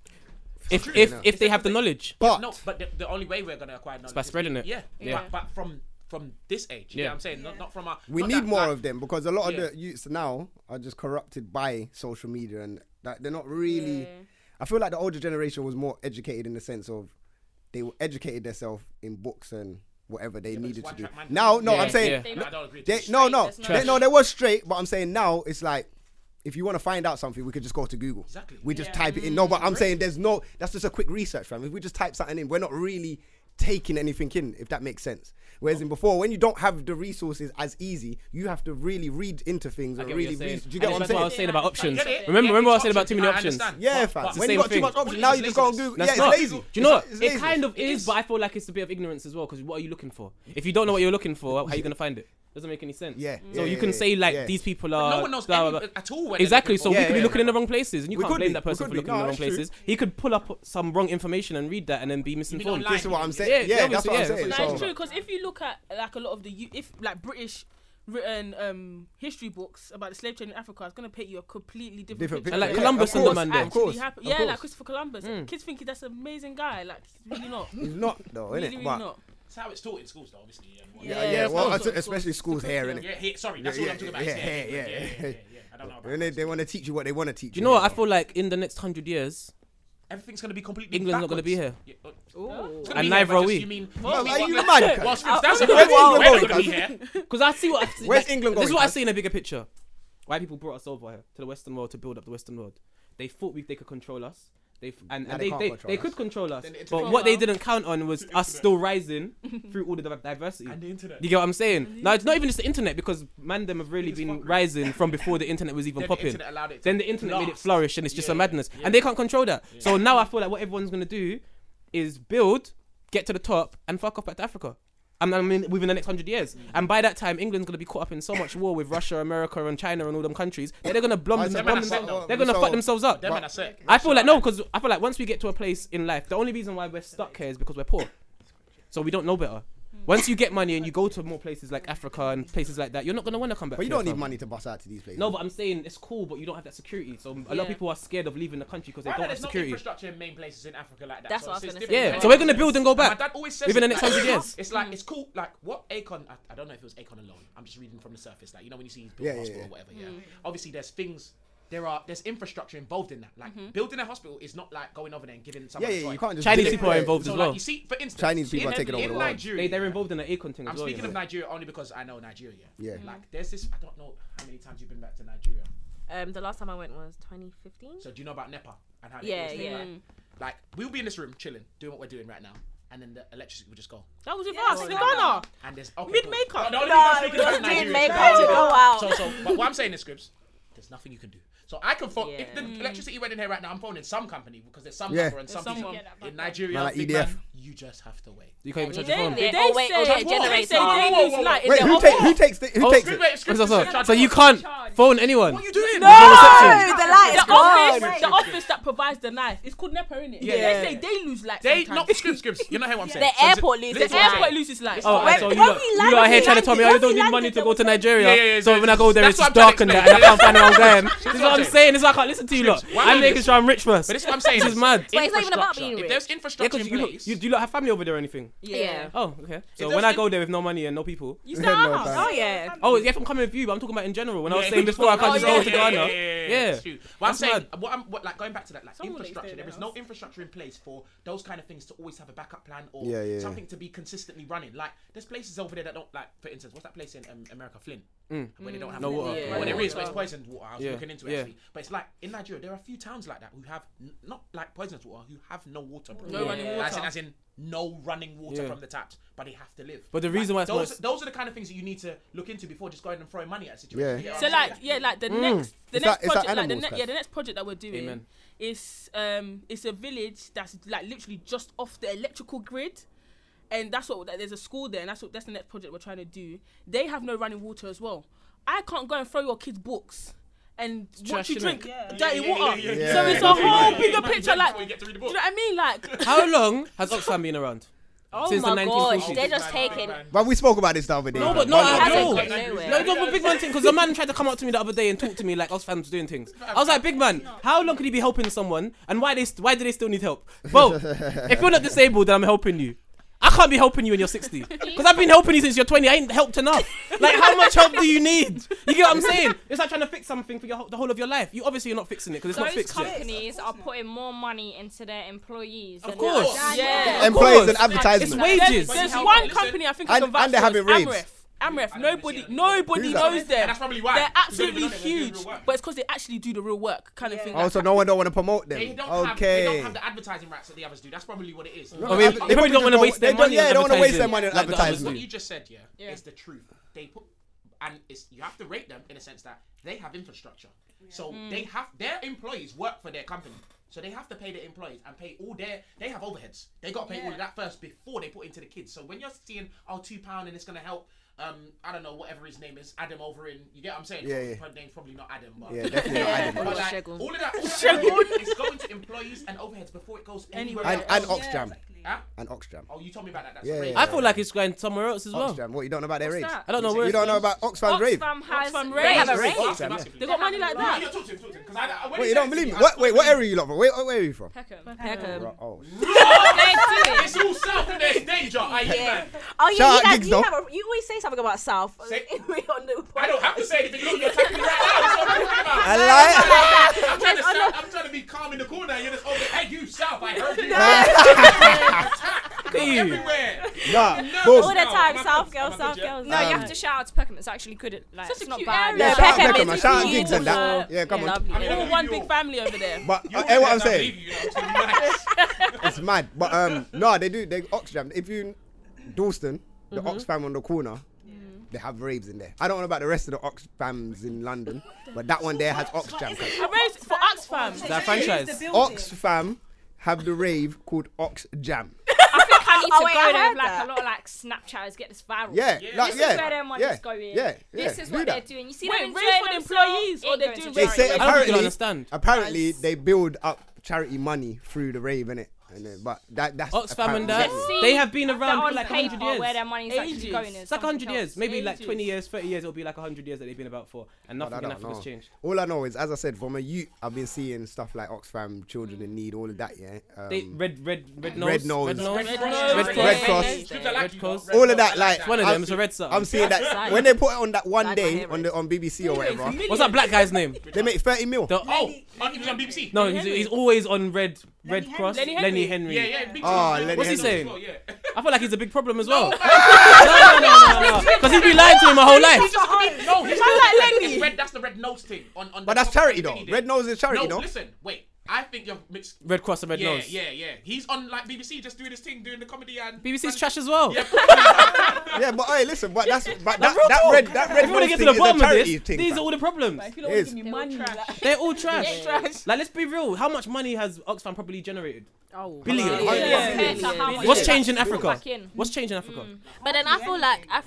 [SPEAKER 2] If
[SPEAKER 3] True.
[SPEAKER 2] if
[SPEAKER 10] Yeah.
[SPEAKER 2] if they have the knowledge,
[SPEAKER 10] But
[SPEAKER 3] No, but the, the only way we're gonna acquire knowledge
[SPEAKER 2] by
[SPEAKER 3] is-
[SPEAKER 2] spreading it.
[SPEAKER 3] Yeah,
[SPEAKER 2] Yeah.
[SPEAKER 3] But, but from from this age, yeah,
[SPEAKER 2] Yeah.
[SPEAKER 3] I'm saying not, not from our.
[SPEAKER 10] we
[SPEAKER 3] not
[SPEAKER 10] need
[SPEAKER 3] that-
[SPEAKER 10] more
[SPEAKER 3] like-
[SPEAKER 10] of them because a lot
[SPEAKER 3] Yeah.
[SPEAKER 10] of the youths now are just corrupted by social media and like they're not really.
[SPEAKER 5] Yeah.
[SPEAKER 10] I feel like the older generation was more educated in the sense of they were educated themselves in books and whatever they
[SPEAKER 3] Yeah, but it's
[SPEAKER 10] needed to
[SPEAKER 3] one
[SPEAKER 10] do.
[SPEAKER 3] track mind.
[SPEAKER 10] Now, no,
[SPEAKER 2] Yeah.
[SPEAKER 10] I'm saying
[SPEAKER 3] No, I don't agree.
[SPEAKER 10] They,
[SPEAKER 3] Straight,
[SPEAKER 10] no, no,
[SPEAKER 12] there's no-
[SPEAKER 10] they, no, they were straight, but I'm saying now it's like if you want to find out something, we could just go to Google.
[SPEAKER 3] Exactly.
[SPEAKER 10] We just type it in.
[SPEAKER 2] Mm,
[SPEAKER 10] No, but I'm saying there's no. That's just a quick research, fam. If we just type something in, we're not really taking anything in, if that makes sense. Whereas in before, when you don't have the resources as easy, you have to really read into things and
[SPEAKER 2] get what
[SPEAKER 10] really
[SPEAKER 2] you're saying.
[SPEAKER 10] read. Do
[SPEAKER 2] And
[SPEAKER 10] you get what I'm
[SPEAKER 2] that's what I
[SPEAKER 10] saying?
[SPEAKER 2] was saying about options.
[SPEAKER 3] Get it?
[SPEAKER 2] Remember,
[SPEAKER 3] Yeah,
[SPEAKER 2] remember what I was
[SPEAKER 3] it's
[SPEAKER 2] saying about too many options.
[SPEAKER 3] options. I understand.
[SPEAKER 10] Yeah,
[SPEAKER 3] But-
[SPEAKER 10] fam.
[SPEAKER 3] but
[SPEAKER 10] When you
[SPEAKER 2] same
[SPEAKER 10] got too
[SPEAKER 2] thing.
[SPEAKER 10] much options,
[SPEAKER 3] Bullying
[SPEAKER 10] now
[SPEAKER 3] is
[SPEAKER 10] you just go on
[SPEAKER 3] laziness.
[SPEAKER 10] Google.
[SPEAKER 2] That's
[SPEAKER 10] yeah,
[SPEAKER 2] not.
[SPEAKER 10] it's
[SPEAKER 2] Do
[SPEAKER 10] lazy.
[SPEAKER 2] you know what?
[SPEAKER 10] It's- it's
[SPEAKER 2] It
[SPEAKER 10] lazy.
[SPEAKER 2] kind of is, but I feel like it's a bit of ignorance as well. Because what are you looking for? If you don't know what you're looking for, how are you gonna find it? Doesn't make any sense.
[SPEAKER 10] Yeah,
[SPEAKER 2] So
[SPEAKER 10] yeah,
[SPEAKER 2] you
[SPEAKER 10] yeah,
[SPEAKER 2] can
[SPEAKER 10] yeah,
[SPEAKER 2] say like
[SPEAKER 10] yeah.
[SPEAKER 2] these people are.
[SPEAKER 3] no one knows
[SPEAKER 2] Uh, blah,
[SPEAKER 3] any,
[SPEAKER 2] blah, blah.
[SPEAKER 3] at all. where
[SPEAKER 2] Exactly.
[SPEAKER 3] they're
[SPEAKER 2] So
[SPEAKER 3] from.
[SPEAKER 2] we could be
[SPEAKER 10] yeah,
[SPEAKER 2] looking in the wrong places, and you
[SPEAKER 10] We
[SPEAKER 2] can't
[SPEAKER 10] could
[SPEAKER 2] blame
[SPEAKER 10] be,
[SPEAKER 2] that
[SPEAKER 10] we
[SPEAKER 2] person
[SPEAKER 10] could
[SPEAKER 2] for
[SPEAKER 10] be.
[SPEAKER 2] looking
[SPEAKER 10] No,
[SPEAKER 2] in the wrong
[SPEAKER 10] that's true.
[SPEAKER 2] places. He could pull up some wrong information and read that, and then be misinformed.
[SPEAKER 3] online.
[SPEAKER 10] This is what I'm
[SPEAKER 2] Yeah,
[SPEAKER 10] saying.
[SPEAKER 2] yeah,
[SPEAKER 10] Yeah, that's
[SPEAKER 2] obviously,
[SPEAKER 10] what I'm
[SPEAKER 2] yeah,
[SPEAKER 10] saying.
[SPEAKER 5] That's
[SPEAKER 10] so,
[SPEAKER 5] true because if you look at like a lot of the U- if like British written um history books about the slave trade in Africa, it's gonna paint you a completely different,
[SPEAKER 10] Different
[SPEAKER 5] picture.
[SPEAKER 10] picture.
[SPEAKER 2] And like
[SPEAKER 5] than
[SPEAKER 2] Columbus
[SPEAKER 5] what
[SPEAKER 2] and the
[SPEAKER 5] was
[SPEAKER 2] man there.
[SPEAKER 10] Of course,
[SPEAKER 5] actually happened.
[SPEAKER 10] of
[SPEAKER 5] Yeah,
[SPEAKER 10] course.
[SPEAKER 5] like Christopher Columbus. Kids think that's an amazing guy. Like he's really not.
[SPEAKER 10] It's not though,
[SPEAKER 5] really,
[SPEAKER 10] innit?
[SPEAKER 5] really
[SPEAKER 10] but
[SPEAKER 5] not.
[SPEAKER 3] That's how it's taught in schools, though, obviously. Yeah, and what-
[SPEAKER 10] yeah,
[SPEAKER 5] Yeah,
[SPEAKER 10] yeah,
[SPEAKER 5] yeah,
[SPEAKER 10] well,
[SPEAKER 5] schools, schools,
[SPEAKER 10] especially schools here,
[SPEAKER 5] yeah.
[SPEAKER 10] innit?
[SPEAKER 3] yeah, here- sorry, that's
[SPEAKER 10] Yeah,
[SPEAKER 3] what I'm talking
[SPEAKER 10] yeah,
[SPEAKER 3] about.
[SPEAKER 10] yeah,
[SPEAKER 3] Yeah, yeah,
[SPEAKER 10] yeah,
[SPEAKER 3] yeah,
[SPEAKER 10] yeah,
[SPEAKER 3] yeah,
[SPEAKER 10] yeah.
[SPEAKER 3] yeah, yeah. I don't know about
[SPEAKER 10] And they,
[SPEAKER 3] that.
[SPEAKER 10] they want to teach you what they want to teach
[SPEAKER 2] Do you know what? I
[SPEAKER 10] innit?
[SPEAKER 2] feel like in the next hundred years,
[SPEAKER 3] Everything's going to be completely
[SPEAKER 2] England's not gonna be
[SPEAKER 3] backwards. Yeah, uh, it's gonna
[SPEAKER 2] And neither
[SPEAKER 3] be here,
[SPEAKER 2] are
[SPEAKER 3] but just-
[SPEAKER 2] we.
[SPEAKER 3] You mean?
[SPEAKER 10] Well,
[SPEAKER 3] you
[SPEAKER 10] are
[SPEAKER 3] mean-
[SPEAKER 10] you mad?
[SPEAKER 3] Well,
[SPEAKER 10] cuz?
[SPEAKER 3] Swift, that's a
[SPEAKER 10] Where's
[SPEAKER 3] good one. We're
[SPEAKER 10] England
[SPEAKER 3] not going to be
[SPEAKER 10] going,
[SPEAKER 3] here.
[SPEAKER 2] because I see what I see,
[SPEAKER 10] Where's
[SPEAKER 2] like,
[SPEAKER 10] England
[SPEAKER 2] This is
[SPEAKER 10] going,
[SPEAKER 2] what I
[SPEAKER 10] cuz?
[SPEAKER 2] see in a bigger picture. Why people brought us over here to the Western world to build up the Western world? They thought we, they could control us. They f- and,
[SPEAKER 10] Now
[SPEAKER 2] and
[SPEAKER 10] they
[SPEAKER 2] they
[SPEAKER 10] can't
[SPEAKER 2] they,
[SPEAKER 10] control
[SPEAKER 2] they
[SPEAKER 10] us.
[SPEAKER 2] could control us,
[SPEAKER 3] Then it's
[SPEAKER 2] but
[SPEAKER 3] control
[SPEAKER 2] what they
[SPEAKER 9] us.
[SPEAKER 2] didn't count on was us still rising through all the di- diversity.
[SPEAKER 3] And the internet.
[SPEAKER 2] You get what I'm saying? Now it's not even just the internet because man them have really
[SPEAKER 3] It's
[SPEAKER 2] been
[SPEAKER 3] fuckery.
[SPEAKER 2] rising from before the internet was even
[SPEAKER 3] Then the
[SPEAKER 2] popping.
[SPEAKER 3] internet allowed it to
[SPEAKER 2] then the internet made it
[SPEAKER 3] blast.
[SPEAKER 2] flourish and it's just
[SPEAKER 3] Yeah,
[SPEAKER 2] a
[SPEAKER 3] yeah,
[SPEAKER 2] madness.
[SPEAKER 3] yeah.
[SPEAKER 2] And they can't control that. So now I feel like what everyone's gonna do is build, get to the top, and fuck off back to Africa. And I mean, within the next hundred years,
[SPEAKER 3] Mm.
[SPEAKER 2] and by that time, England's gonna be caught up in so much war with Russia, America, and China, and all them countries that they're gonna blom
[SPEAKER 10] Right,
[SPEAKER 2] them,
[SPEAKER 10] so
[SPEAKER 2] blom
[SPEAKER 3] man, I
[SPEAKER 2] them,
[SPEAKER 3] said no.
[SPEAKER 2] they're gonna
[SPEAKER 10] So-
[SPEAKER 2] fuck themselves up.
[SPEAKER 3] Them and that's it.
[SPEAKER 2] I feel like no, because I feel like once we get to a place in life, the only reason why we're stuck here is because we're poor, so we don't know better.
[SPEAKER 3] Hmm.
[SPEAKER 2] Once you get money and you go to more places like Africa and places like that, you're not gonna want to come back.
[SPEAKER 10] But you
[SPEAKER 2] here,
[SPEAKER 10] don't need
[SPEAKER 2] fam.
[SPEAKER 10] money to bust out to these places.
[SPEAKER 2] No, but I'm saying it's cool, but you don't have that security. So a lot
[SPEAKER 4] Yeah.
[SPEAKER 2] of people are scared of leaving the country because they
[SPEAKER 3] Why
[SPEAKER 2] don't
[SPEAKER 3] don't
[SPEAKER 2] have
[SPEAKER 3] there's no
[SPEAKER 2] security.
[SPEAKER 3] infrastructure in main places in Africa like that?
[SPEAKER 4] That's
[SPEAKER 3] so
[SPEAKER 4] what I was
[SPEAKER 3] it's
[SPEAKER 4] gonna
[SPEAKER 3] different.
[SPEAKER 4] say.
[SPEAKER 2] Yeah, so we're gonna build and go
[SPEAKER 3] My
[SPEAKER 2] back.
[SPEAKER 3] dad always says
[SPEAKER 2] Within the
[SPEAKER 3] it,
[SPEAKER 2] next
[SPEAKER 3] like,
[SPEAKER 2] 100 years.
[SPEAKER 3] It's like it's cool. Like what Akon, I, I don't know if it was Akon alone. I'm just reading from the surface. Like you know when you see he's built
[SPEAKER 10] Yeah,
[SPEAKER 3] a
[SPEAKER 10] yeah,
[SPEAKER 3] hospital
[SPEAKER 10] yeah.
[SPEAKER 3] or whatever. Yeah.
[SPEAKER 4] Mm.
[SPEAKER 3] Obviously, there's things. There are there's infrastructure involved in that. Like
[SPEAKER 4] Mm-hmm.
[SPEAKER 3] building a hospital is not like going over there and giving
[SPEAKER 10] yeah,
[SPEAKER 3] someone.
[SPEAKER 10] yeah,
[SPEAKER 3] a
[SPEAKER 10] you
[SPEAKER 3] toy.
[SPEAKER 10] can't just.
[SPEAKER 2] Chinese
[SPEAKER 10] do it.
[SPEAKER 2] people are involved
[SPEAKER 3] So
[SPEAKER 2] as well.
[SPEAKER 3] like you see, for instance,
[SPEAKER 10] Chinese people
[SPEAKER 3] in,
[SPEAKER 10] are taking over
[SPEAKER 3] in
[SPEAKER 10] the world.
[SPEAKER 3] Nigeria,
[SPEAKER 2] they they're involved in the Akon thing
[SPEAKER 3] I'm
[SPEAKER 2] as well. you
[SPEAKER 3] speaking
[SPEAKER 2] know.
[SPEAKER 3] of Nigeria only because I know Nigeria.
[SPEAKER 10] Yeah.
[SPEAKER 3] Like there's this. I don't know how many times you've been back to Nigeria.
[SPEAKER 4] Um, the last time I went was 2015.
[SPEAKER 3] So do you know about NEPA and how? they
[SPEAKER 4] Yeah,
[SPEAKER 3] always do it,
[SPEAKER 4] yeah.
[SPEAKER 3] Like, like we'll be in this room chilling, doing what we're doing right now, and then the electricity will just go.
[SPEAKER 5] That was with
[SPEAKER 9] Yeah,
[SPEAKER 5] us
[SPEAKER 9] well,
[SPEAKER 5] in
[SPEAKER 9] yeah.
[SPEAKER 5] Ghana.
[SPEAKER 3] And there's okay,
[SPEAKER 5] Mid
[SPEAKER 3] cool.
[SPEAKER 5] makeup.
[SPEAKER 3] No, no, no, no,
[SPEAKER 4] No, didn't make
[SPEAKER 3] So,
[SPEAKER 4] up. Go out.
[SPEAKER 3] so, so, but what I'm saying is, scripts, there's nothing you can do. So I can phone if the
[SPEAKER 4] Yeah.
[SPEAKER 3] electricity went in here right now. I'm phoning some company because there's some
[SPEAKER 10] Yeah.
[SPEAKER 3] number and some people
[SPEAKER 5] someone.
[SPEAKER 3] in Nigeria.
[SPEAKER 10] Man, like
[SPEAKER 3] big
[SPEAKER 10] EDF.
[SPEAKER 3] Man, you just have to wait.
[SPEAKER 2] You can't even charge your
[SPEAKER 4] Then
[SPEAKER 2] phone.
[SPEAKER 4] they,
[SPEAKER 5] They
[SPEAKER 4] oh wait, oh
[SPEAKER 5] say-
[SPEAKER 4] yeah,
[SPEAKER 5] They
[SPEAKER 4] generator.
[SPEAKER 5] say they
[SPEAKER 3] Whoa, whoa,
[SPEAKER 5] lose
[SPEAKER 3] whoa,
[SPEAKER 5] light in
[SPEAKER 10] Wait,
[SPEAKER 5] their
[SPEAKER 10] who,
[SPEAKER 5] office.
[SPEAKER 10] take, who takes the, who
[SPEAKER 2] Oh,
[SPEAKER 10] takes
[SPEAKER 3] Script,
[SPEAKER 10] it?
[SPEAKER 3] wait, script,
[SPEAKER 2] So, so,
[SPEAKER 3] script,
[SPEAKER 2] so you
[SPEAKER 3] script.
[SPEAKER 2] can't phone anyone.
[SPEAKER 3] What are you doing?
[SPEAKER 2] No
[SPEAKER 4] Oh,
[SPEAKER 2] reception.
[SPEAKER 4] the light
[SPEAKER 5] The
[SPEAKER 4] is gone.
[SPEAKER 5] office, the office that provides the knife. It's called NEPA, innit?
[SPEAKER 3] Yeah.
[SPEAKER 5] They say they lose light.
[SPEAKER 3] They
[SPEAKER 5] sometimes.
[SPEAKER 3] not scripts, scripts. You know how I'm saying.
[SPEAKER 4] The
[SPEAKER 3] So this-
[SPEAKER 4] airport
[SPEAKER 3] this
[SPEAKER 4] loses
[SPEAKER 3] is
[SPEAKER 5] The
[SPEAKER 3] what I'm
[SPEAKER 5] airport
[SPEAKER 3] saying.
[SPEAKER 5] loses light.
[SPEAKER 2] Oh,
[SPEAKER 4] When-
[SPEAKER 2] and so you
[SPEAKER 4] when
[SPEAKER 2] lot,
[SPEAKER 4] we
[SPEAKER 2] you lot are
[SPEAKER 4] landed-
[SPEAKER 2] here trying to tell me, oh, you don't
[SPEAKER 4] when we
[SPEAKER 2] need money
[SPEAKER 4] landed,
[SPEAKER 2] to
[SPEAKER 4] there
[SPEAKER 2] go
[SPEAKER 4] was
[SPEAKER 2] to
[SPEAKER 4] a-
[SPEAKER 2] Nigeria.
[SPEAKER 3] Yeah, yeah, yeah,
[SPEAKER 2] so
[SPEAKER 3] yeah,
[SPEAKER 2] when I go there,
[SPEAKER 3] that's
[SPEAKER 2] it's
[SPEAKER 3] what
[SPEAKER 2] just dark
[SPEAKER 3] I'm trying to
[SPEAKER 2] and that, and I
[SPEAKER 3] explain.
[SPEAKER 2] can't find where I'm going. This is
[SPEAKER 3] what
[SPEAKER 2] what
[SPEAKER 3] I'm
[SPEAKER 2] I'm saying. This is why I can't listen to you lot.
[SPEAKER 3] Scripts, why
[SPEAKER 2] I'm
[SPEAKER 3] are
[SPEAKER 2] making
[SPEAKER 3] you-
[SPEAKER 2] sure I'm rich first.
[SPEAKER 3] But this is what I'm saying.
[SPEAKER 2] This is mad.
[SPEAKER 4] Wait, it's not even about
[SPEAKER 3] Infrastructure.
[SPEAKER 4] being
[SPEAKER 3] If
[SPEAKER 4] rich.
[SPEAKER 3] there's
[SPEAKER 2] Yeah,
[SPEAKER 3] infrastructure
[SPEAKER 2] because
[SPEAKER 3] in
[SPEAKER 2] you,
[SPEAKER 3] place,
[SPEAKER 2] you do you lot have family over there or anything?
[SPEAKER 4] Yeah.
[SPEAKER 2] Oh, okay. So
[SPEAKER 3] there's
[SPEAKER 2] when I
[SPEAKER 3] in-
[SPEAKER 2] go there with no money and no people.
[SPEAKER 5] You stay at our
[SPEAKER 10] No,
[SPEAKER 5] house.
[SPEAKER 10] man.
[SPEAKER 4] Oh, yeah.
[SPEAKER 2] Oh, yeah, if I'm coming with you, but I'm talking about in general. When I was
[SPEAKER 3] Yeah.
[SPEAKER 2] saying before, I can't
[SPEAKER 3] Oh,
[SPEAKER 2] just
[SPEAKER 3] yeah,
[SPEAKER 2] go to
[SPEAKER 3] yeah,
[SPEAKER 2] Ghana.
[SPEAKER 3] Yeah, yeah, yeah, that's true. What I'm
[SPEAKER 2] That's
[SPEAKER 3] saying,
[SPEAKER 2] mad.
[SPEAKER 3] what I'm what, like going back to that, like
[SPEAKER 5] Someone always
[SPEAKER 3] infrastructure.
[SPEAKER 5] did
[SPEAKER 3] There is
[SPEAKER 5] that.
[SPEAKER 3] no infrastructure in place for those kind of things to always have a backup plan or
[SPEAKER 10] Yeah, yeah, yeah.
[SPEAKER 3] something to be consistently running. Like there's places over there that don't like, for instance, what's that place in um, America, Flint, where they don't have
[SPEAKER 2] Mm. No water.
[SPEAKER 3] Or
[SPEAKER 4] Yeah.
[SPEAKER 3] there is, but it's poisoned water. I was
[SPEAKER 2] Yeah,
[SPEAKER 3] looking into it
[SPEAKER 2] yeah.
[SPEAKER 3] actually, but it's like in Nigeria, there are a few towns like that who have n- not like poisoned water, who have no water. bro.
[SPEAKER 5] No running
[SPEAKER 3] As in,
[SPEAKER 5] water.
[SPEAKER 3] as in no running water
[SPEAKER 2] Yeah.
[SPEAKER 3] from the taps, but they have to live.
[SPEAKER 2] But the reason why
[SPEAKER 3] Like,
[SPEAKER 2] it's not-
[SPEAKER 3] those those are the kind of things that you need to look into before just going and throwing money at situations.
[SPEAKER 10] Yeah.
[SPEAKER 3] You get what
[SPEAKER 5] So
[SPEAKER 3] I'm
[SPEAKER 5] like
[SPEAKER 3] saying?
[SPEAKER 5] yeah, like the next the
[SPEAKER 10] Is
[SPEAKER 5] next
[SPEAKER 10] that- is that
[SPEAKER 5] project like the
[SPEAKER 10] animals,
[SPEAKER 5] ne-
[SPEAKER 10] guys?
[SPEAKER 5] yeah, the next project that we're doing
[SPEAKER 2] Amen.
[SPEAKER 5] is um it's a village that's like literally just off the electrical grid. And that's what like, there's a school there, and that's what that's the next project we're trying to do. They have no running water as well. I can't go and throw your kids books and
[SPEAKER 2] trash,
[SPEAKER 5] watch you
[SPEAKER 2] innit?
[SPEAKER 5] drink
[SPEAKER 9] Yeah.
[SPEAKER 5] dirty
[SPEAKER 3] Yeah, yeah,
[SPEAKER 5] water.
[SPEAKER 3] yeah,
[SPEAKER 10] yeah,
[SPEAKER 5] So
[SPEAKER 10] yeah.
[SPEAKER 5] it's
[SPEAKER 10] Yeah.
[SPEAKER 5] a whole
[SPEAKER 3] Yeah.
[SPEAKER 5] bigger
[SPEAKER 3] Yeah.
[SPEAKER 5] picture.
[SPEAKER 3] Before
[SPEAKER 5] Like, do
[SPEAKER 3] you
[SPEAKER 5] you
[SPEAKER 3] get to read the
[SPEAKER 5] know
[SPEAKER 3] book.
[SPEAKER 5] what I mean? Like,
[SPEAKER 2] How long has Oxfam been around?
[SPEAKER 4] Oh
[SPEAKER 2] Since the
[SPEAKER 4] my
[SPEAKER 2] 1940s.
[SPEAKER 4] gosh, they're just taking.
[SPEAKER 10] But we spoke about this the other day.
[SPEAKER 2] No,
[SPEAKER 10] man.
[SPEAKER 2] but no,
[SPEAKER 4] It
[SPEAKER 2] I
[SPEAKER 4] hasn't
[SPEAKER 2] know.
[SPEAKER 4] gone nowhere.
[SPEAKER 2] No, no, but big man thing, because a man tried to come up to me the other day and talk to me like Oxfam's doing things. I was like, big man, how long could you be helping someone, and why they st- why do they still need help? Bro, if you're not disabled, then I'm helping you. I can't be helping you when you're 60 because I've been helping you since you're 20. I ain't helped enough. Like, how much help do you need? You get what I'm saying? It's like trying to fix something for your, whole- the whole of your life. You obviously you're not fixing it because it's not
[SPEAKER 12] Those
[SPEAKER 2] fixed yet.
[SPEAKER 12] companies are putting more money into their employees.
[SPEAKER 2] Of
[SPEAKER 12] than
[SPEAKER 2] course.
[SPEAKER 12] us.
[SPEAKER 5] yeah.
[SPEAKER 10] Employees and
[SPEAKER 2] course.
[SPEAKER 10] advertisement.
[SPEAKER 2] It's
[SPEAKER 5] There's,
[SPEAKER 2] wages.
[SPEAKER 5] there's
[SPEAKER 3] Listen.
[SPEAKER 5] one company I think I
[SPEAKER 10] And-
[SPEAKER 5] can vouch
[SPEAKER 10] and they're
[SPEAKER 5] for,
[SPEAKER 10] having
[SPEAKER 5] it's
[SPEAKER 10] raves.
[SPEAKER 5] Amref. Amref.
[SPEAKER 3] don't
[SPEAKER 5] Nobody,
[SPEAKER 3] see it.
[SPEAKER 5] nobody
[SPEAKER 10] Who's that?
[SPEAKER 5] knows them.
[SPEAKER 3] And that's probably why.
[SPEAKER 5] They're
[SPEAKER 3] Because they don't even
[SPEAKER 5] absolutely
[SPEAKER 3] know they do
[SPEAKER 5] huge,
[SPEAKER 3] real work.
[SPEAKER 5] but it's because they actually do the real work, kind of thing.
[SPEAKER 10] Oh, so no one don't want to promote them.
[SPEAKER 3] They don't, have, they
[SPEAKER 10] okay.
[SPEAKER 3] don't have the advertising rights that the others do. That's probably what it is.
[SPEAKER 10] No,
[SPEAKER 2] I mean,
[SPEAKER 10] adver-
[SPEAKER 2] they probably don't
[SPEAKER 10] just
[SPEAKER 2] wanna waste their
[SPEAKER 10] they don't-
[SPEAKER 2] money on
[SPEAKER 10] Yeah, they don't wanna waste their
[SPEAKER 2] advertising.
[SPEAKER 10] money on
[SPEAKER 2] Like the others
[SPEAKER 3] Because what
[SPEAKER 10] advertising.
[SPEAKER 2] do.
[SPEAKER 3] you just said, yeah,
[SPEAKER 5] Yeah.
[SPEAKER 3] is the truth. They put, and it's you have to rate them in a sense that they have infrastructure, so they have their employees work for their company. So they have to pay their employees and pay all their. They have overheads. They got to pay all of that first before they put into the kids. So when you're seeing oh two pound and it's gonna help. Um, I don't know whatever his name is, Adam over in. You get what I'm saying?
[SPEAKER 10] Yeah, yeah.
[SPEAKER 3] His name's probably not Adam, but
[SPEAKER 10] Yeah, definitely not Adam.
[SPEAKER 3] But like,
[SPEAKER 4] Shegun.
[SPEAKER 3] all of that, all of that is going to employees and overheads before it goes anywhere
[SPEAKER 10] And,
[SPEAKER 3] else.
[SPEAKER 10] and
[SPEAKER 2] Oh,
[SPEAKER 10] Oxjam.
[SPEAKER 3] Huh?
[SPEAKER 10] And Oxjam.
[SPEAKER 3] Oh, you told me about that. That's
[SPEAKER 10] Yeah,
[SPEAKER 3] crazy.
[SPEAKER 10] yeah,
[SPEAKER 2] I feel like it's going somewhere else as well.
[SPEAKER 10] Oxjam. What, you don't know about their
[SPEAKER 4] What's
[SPEAKER 10] raves?
[SPEAKER 4] that?
[SPEAKER 2] I don't know where
[SPEAKER 10] You
[SPEAKER 2] it's
[SPEAKER 10] don't know about Oxfam rave?
[SPEAKER 4] Oxfam has
[SPEAKER 5] Oxfam
[SPEAKER 4] they have a
[SPEAKER 10] rave.
[SPEAKER 4] rave.
[SPEAKER 10] Oxfam. Yeah.
[SPEAKER 3] Massively.
[SPEAKER 5] They got money like
[SPEAKER 3] No,
[SPEAKER 5] that.
[SPEAKER 3] you talk to him, talk to him, 'cause I- I- when
[SPEAKER 10] Wait,
[SPEAKER 3] he
[SPEAKER 10] you don't
[SPEAKER 3] said it to
[SPEAKER 10] believe me?
[SPEAKER 3] I
[SPEAKER 10] What,
[SPEAKER 3] thought-
[SPEAKER 10] wait, what area are you lot from? Where, where are you from?
[SPEAKER 12] Peckham.
[SPEAKER 4] Peckham.
[SPEAKER 10] Oh,
[SPEAKER 4] They do it.
[SPEAKER 3] It's all south and there's danger. I, man.
[SPEAKER 4] Oh yeah,
[SPEAKER 10] Shout
[SPEAKER 4] you,
[SPEAKER 10] out
[SPEAKER 4] had-
[SPEAKER 10] Gigs,
[SPEAKER 4] you
[SPEAKER 10] though.
[SPEAKER 4] have a, you always say something about South.
[SPEAKER 3] Say-
[SPEAKER 4] on the
[SPEAKER 3] I don't have to say anything. Look, you're attacking me right now. That's what I'm talking about.
[SPEAKER 10] I lie.
[SPEAKER 3] I'm trying to sound, I'm trying to be calm in the corner. and You're just over. Hey, you south. I heard you. Everywhere.
[SPEAKER 10] Nah,
[SPEAKER 3] All
[SPEAKER 4] all
[SPEAKER 10] boom.
[SPEAKER 4] the time,
[SPEAKER 3] Am I
[SPEAKER 4] South
[SPEAKER 3] good?
[SPEAKER 4] girls,
[SPEAKER 3] Am I
[SPEAKER 4] South
[SPEAKER 3] good, yeah?
[SPEAKER 4] girls.
[SPEAKER 12] No, you have to shout out to Peckham. It's actually good. At, like,
[SPEAKER 5] Such a
[SPEAKER 12] it's not
[SPEAKER 5] cute
[SPEAKER 12] bad.
[SPEAKER 5] area.
[SPEAKER 10] Yeah,
[SPEAKER 4] Yeah,
[SPEAKER 10] shout out
[SPEAKER 4] Peckham
[SPEAKER 10] Peckham,
[SPEAKER 4] is
[SPEAKER 10] man. Shout out Gigs and
[SPEAKER 4] beautiful.
[SPEAKER 10] that. Yeah, come on.
[SPEAKER 4] lovely.
[SPEAKER 3] I mean,
[SPEAKER 5] All
[SPEAKER 3] I'm
[SPEAKER 5] one
[SPEAKER 3] you
[SPEAKER 5] big
[SPEAKER 3] all.
[SPEAKER 5] family over there.
[SPEAKER 10] But
[SPEAKER 3] You
[SPEAKER 10] uh,
[SPEAKER 3] all
[SPEAKER 10] hear what I'm
[SPEAKER 3] said I believe
[SPEAKER 10] saying?
[SPEAKER 3] you, you know, it's gonna be nice.
[SPEAKER 10] It's mad. But um, no, they do. They Oxjam. If you Dalston, the
[SPEAKER 2] Mm-hmm.
[SPEAKER 10] Oxfam on the corner. They have raves in there. I don't know about the rest of the Oxfams in London, but that one there has Oxjam.
[SPEAKER 5] I raised for Oxfam.
[SPEAKER 2] That franchise.
[SPEAKER 10] Oxfam have the rave called Ox Jam.
[SPEAKER 12] I think I need to
[SPEAKER 4] Oh, wait, I
[SPEAKER 12] go there
[SPEAKER 4] heard
[SPEAKER 12] with like
[SPEAKER 4] that.
[SPEAKER 12] a lot of like Snapchatters, get this viral.
[SPEAKER 10] Yeah,
[SPEAKER 3] Yeah.
[SPEAKER 10] like
[SPEAKER 12] This
[SPEAKER 10] yeah,
[SPEAKER 12] is where their money's
[SPEAKER 10] yeah,
[SPEAKER 12] going.
[SPEAKER 10] Yeah, yeah.
[SPEAKER 12] This is
[SPEAKER 10] do
[SPEAKER 12] what
[SPEAKER 10] that.
[SPEAKER 12] they're doing. You see
[SPEAKER 5] Wait,
[SPEAKER 12] them
[SPEAKER 5] raise
[SPEAKER 12] enjoying
[SPEAKER 5] for the
[SPEAKER 12] themselves?
[SPEAKER 5] employees or
[SPEAKER 12] Ain't
[SPEAKER 5] they're
[SPEAKER 12] going to
[SPEAKER 5] doing
[SPEAKER 10] They
[SPEAKER 12] charity.
[SPEAKER 10] say
[SPEAKER 2] I don't think
[SPEAKER 10] apparently,
[SPEAKER 2] you'll understand.
[SPEAKER 10] apparently they build up charity money through the rave, innit? And then, but that that's
[SPEAKER 2] Oxfam and
[SPEAKER 10] apparently-
[SPEAKER 2] that.
[SPEAKER 12] Let's see
[SPEAKER 2] They have been
[SPEAKER 12] They're
[SPEAKER 2] around for
[SPEAKER 12] on
[SPEAKER 2] like
[SPEAKER 12] paper
[SPEAKER 2] 100 years.
[SPEAKER 12] where their money's
[SPEAKER 5] Ages.
[SPEAKER 12] actually going. is
[SPEAKER 2] It's like 100
[SPEAKER 12] something
[SPEAKER 2] years, maybe like
[SPEAKER 5] Ages.
[SPEAKER 2] 20 years, 30 years, it'll be like 100 years that they've been about for, and
[SPEAKER 10] But I
[SPEAKER 2] nothing in
[SPEAKER 10] don't
[SPEAKER 2] Africa's
[SPEAKER 10] know.
[SPEAKER 2] changed.
[SPEAKER 10] All I know is, as I said, from a youth, I've been seeing stuff like Oxfam, children in need, all of that. Yeah, um,
[SPEAKER 2] Mm. They red, red, red nose,
[SPEAKER 10] Red nose.
[SPEAKER 2] red nose,
[SPEAKER 5] Red
[SPEAKER 2] Red
[SPEAKER 5] nose.
[SPEAKER 2] Cross.
[SPEAKER 10] Red Cross.
[SPEAKER 3] Strips are like
[SPEAKER 2] Red
[SPEAKER 3] you,
[SPEAKER 2] Cross.
[SPEAKER 3] red
[SPEAKER 10] all
[SPEAKER 3] Cross,
[SPEAKER 10] of that.
[SPEAKER 3] I
[SPEAKER 10] Like
[SPEAKER 2] one of
[SPEAKER 10] I'm
[SPEAKER 2] them. It's a
[SPEAKER 10] see-
[SPEAKER 2] red song.
[SPEAKER 10] I'm seeing that
[SPEAKER 4] Side.
[SPEAKER 10] when they put it on that one
[SPEAKER 4] Side
[SPEAKER 10] day
[SPEAKER 4] by
[SPEAKER 10] on the on BBC or whatever,
[SPEAKER 2] What's that black guy's name?
[SPEAKER 10] they make thirty mil.
[SPEAKER 2] The,
[SPEAKER 3] Oh, oh, he was on BBC.
[SPEAKER 2] no, he's, he's always on red, red
[SPEAKER 9] Lenny
[SPEAKER 2] cross.
[SPEAKER 9] Henry.
[SPEAKER 2] Lenny Henry.
[SPEAKER 3] Yeah, yeah. BBC.
[SPEAKER 10] Oh,
[SPEAKER 3] Yeah,
[SPEAKER 10] Lenny
[SPEAKER 2] What's he
[SPEAKER 3] BBC
[SPEAKER 2] saying?
[SPEAKER 3] as well, yeah.
[SPEAKER 2] I feel like he's a big problem as well. Oh. no, no, no, no, no. Because he's been lying to him my whole life.
[SPEAKER 3] He's just a bit- no, he's not
[SPEAKER 5] like
[SPEAKER 3] red,
[SPEAKER 5] Lenny.
[SPEAKER 3] it's red. That's the red nose thing. On, on
[SPEAKER 10] But
[SPEAKER 3] the
[SPEAKER 10] that's
[SPEAKER 3] top
[SPEAKER 10] charity
[SPEAKER 3] thing
[SPEAKER 10] though.
[SPEAKER 3] he did.
[SPEAKER 10] Red nose is charity
[SPEAKER 3] no,
[SPEAKER 10] though.
[SPEAKER 3] listen, wait. I think you're mixed.
[SPEAKER 2] Red cross and red
[SPEAKER 3] Yeah,
[SPEAKER 2] nose.
[SPEAKER 3] yeah, yeah. He's on like BBC, just doing his thing, doing the comedy and.
[SPEAKER 2] BBC's trash as well.
[SPEAKER 3] Yeah.
[SPEAKER 10] Yeah, but hey, listen, but that's but that, that red that
[SPEAKER 2] If
[SPEAKER 10] red
[SPEAKER 2] you want
[SPEAKER 10] nose
[SPEAKER 2] to get
[SPEAKER 10] thing
[SPEAKER 2] to the
[SPEAKER 10] is a
[SPEAKER 2] bottom of
[SPEAKER 10] charity
[SPEAKER 2] this,
[SPEAKER 10] thing.
[SPEAKER 2] these are
[SPEAKER 10] fam.
[SPEAKER 2] all the problems.
[SPEAKER 5] If you don't
[SPEAKER 10] It
[SPEAKER 5] want
[SPEAKER 10] is.
[SPEAKER 5] to give me money, like,
[SPEAKER 2] They're all trash.
[SPEAKER 5] trash.
[SPEAKER 2] Like, let's be real. How much money has Oxfam probably generated?
[SPEAKER 4] Oh,
[SPEAKER 2] Billions.
[SPEAKER 4] yeah.
[SPEAKER 10] Yeah.
[SPEAKER 4] Compared to
[SPEAKER 12] Yeah.
[SPEAKER 4] how much-
[SPEAKER 2] What's changed in Africa?
[SPEAKER 12] Back in.
[SPEAKER 2] What's changed in Africa?
[SPEAKER 4] But then I feel like I,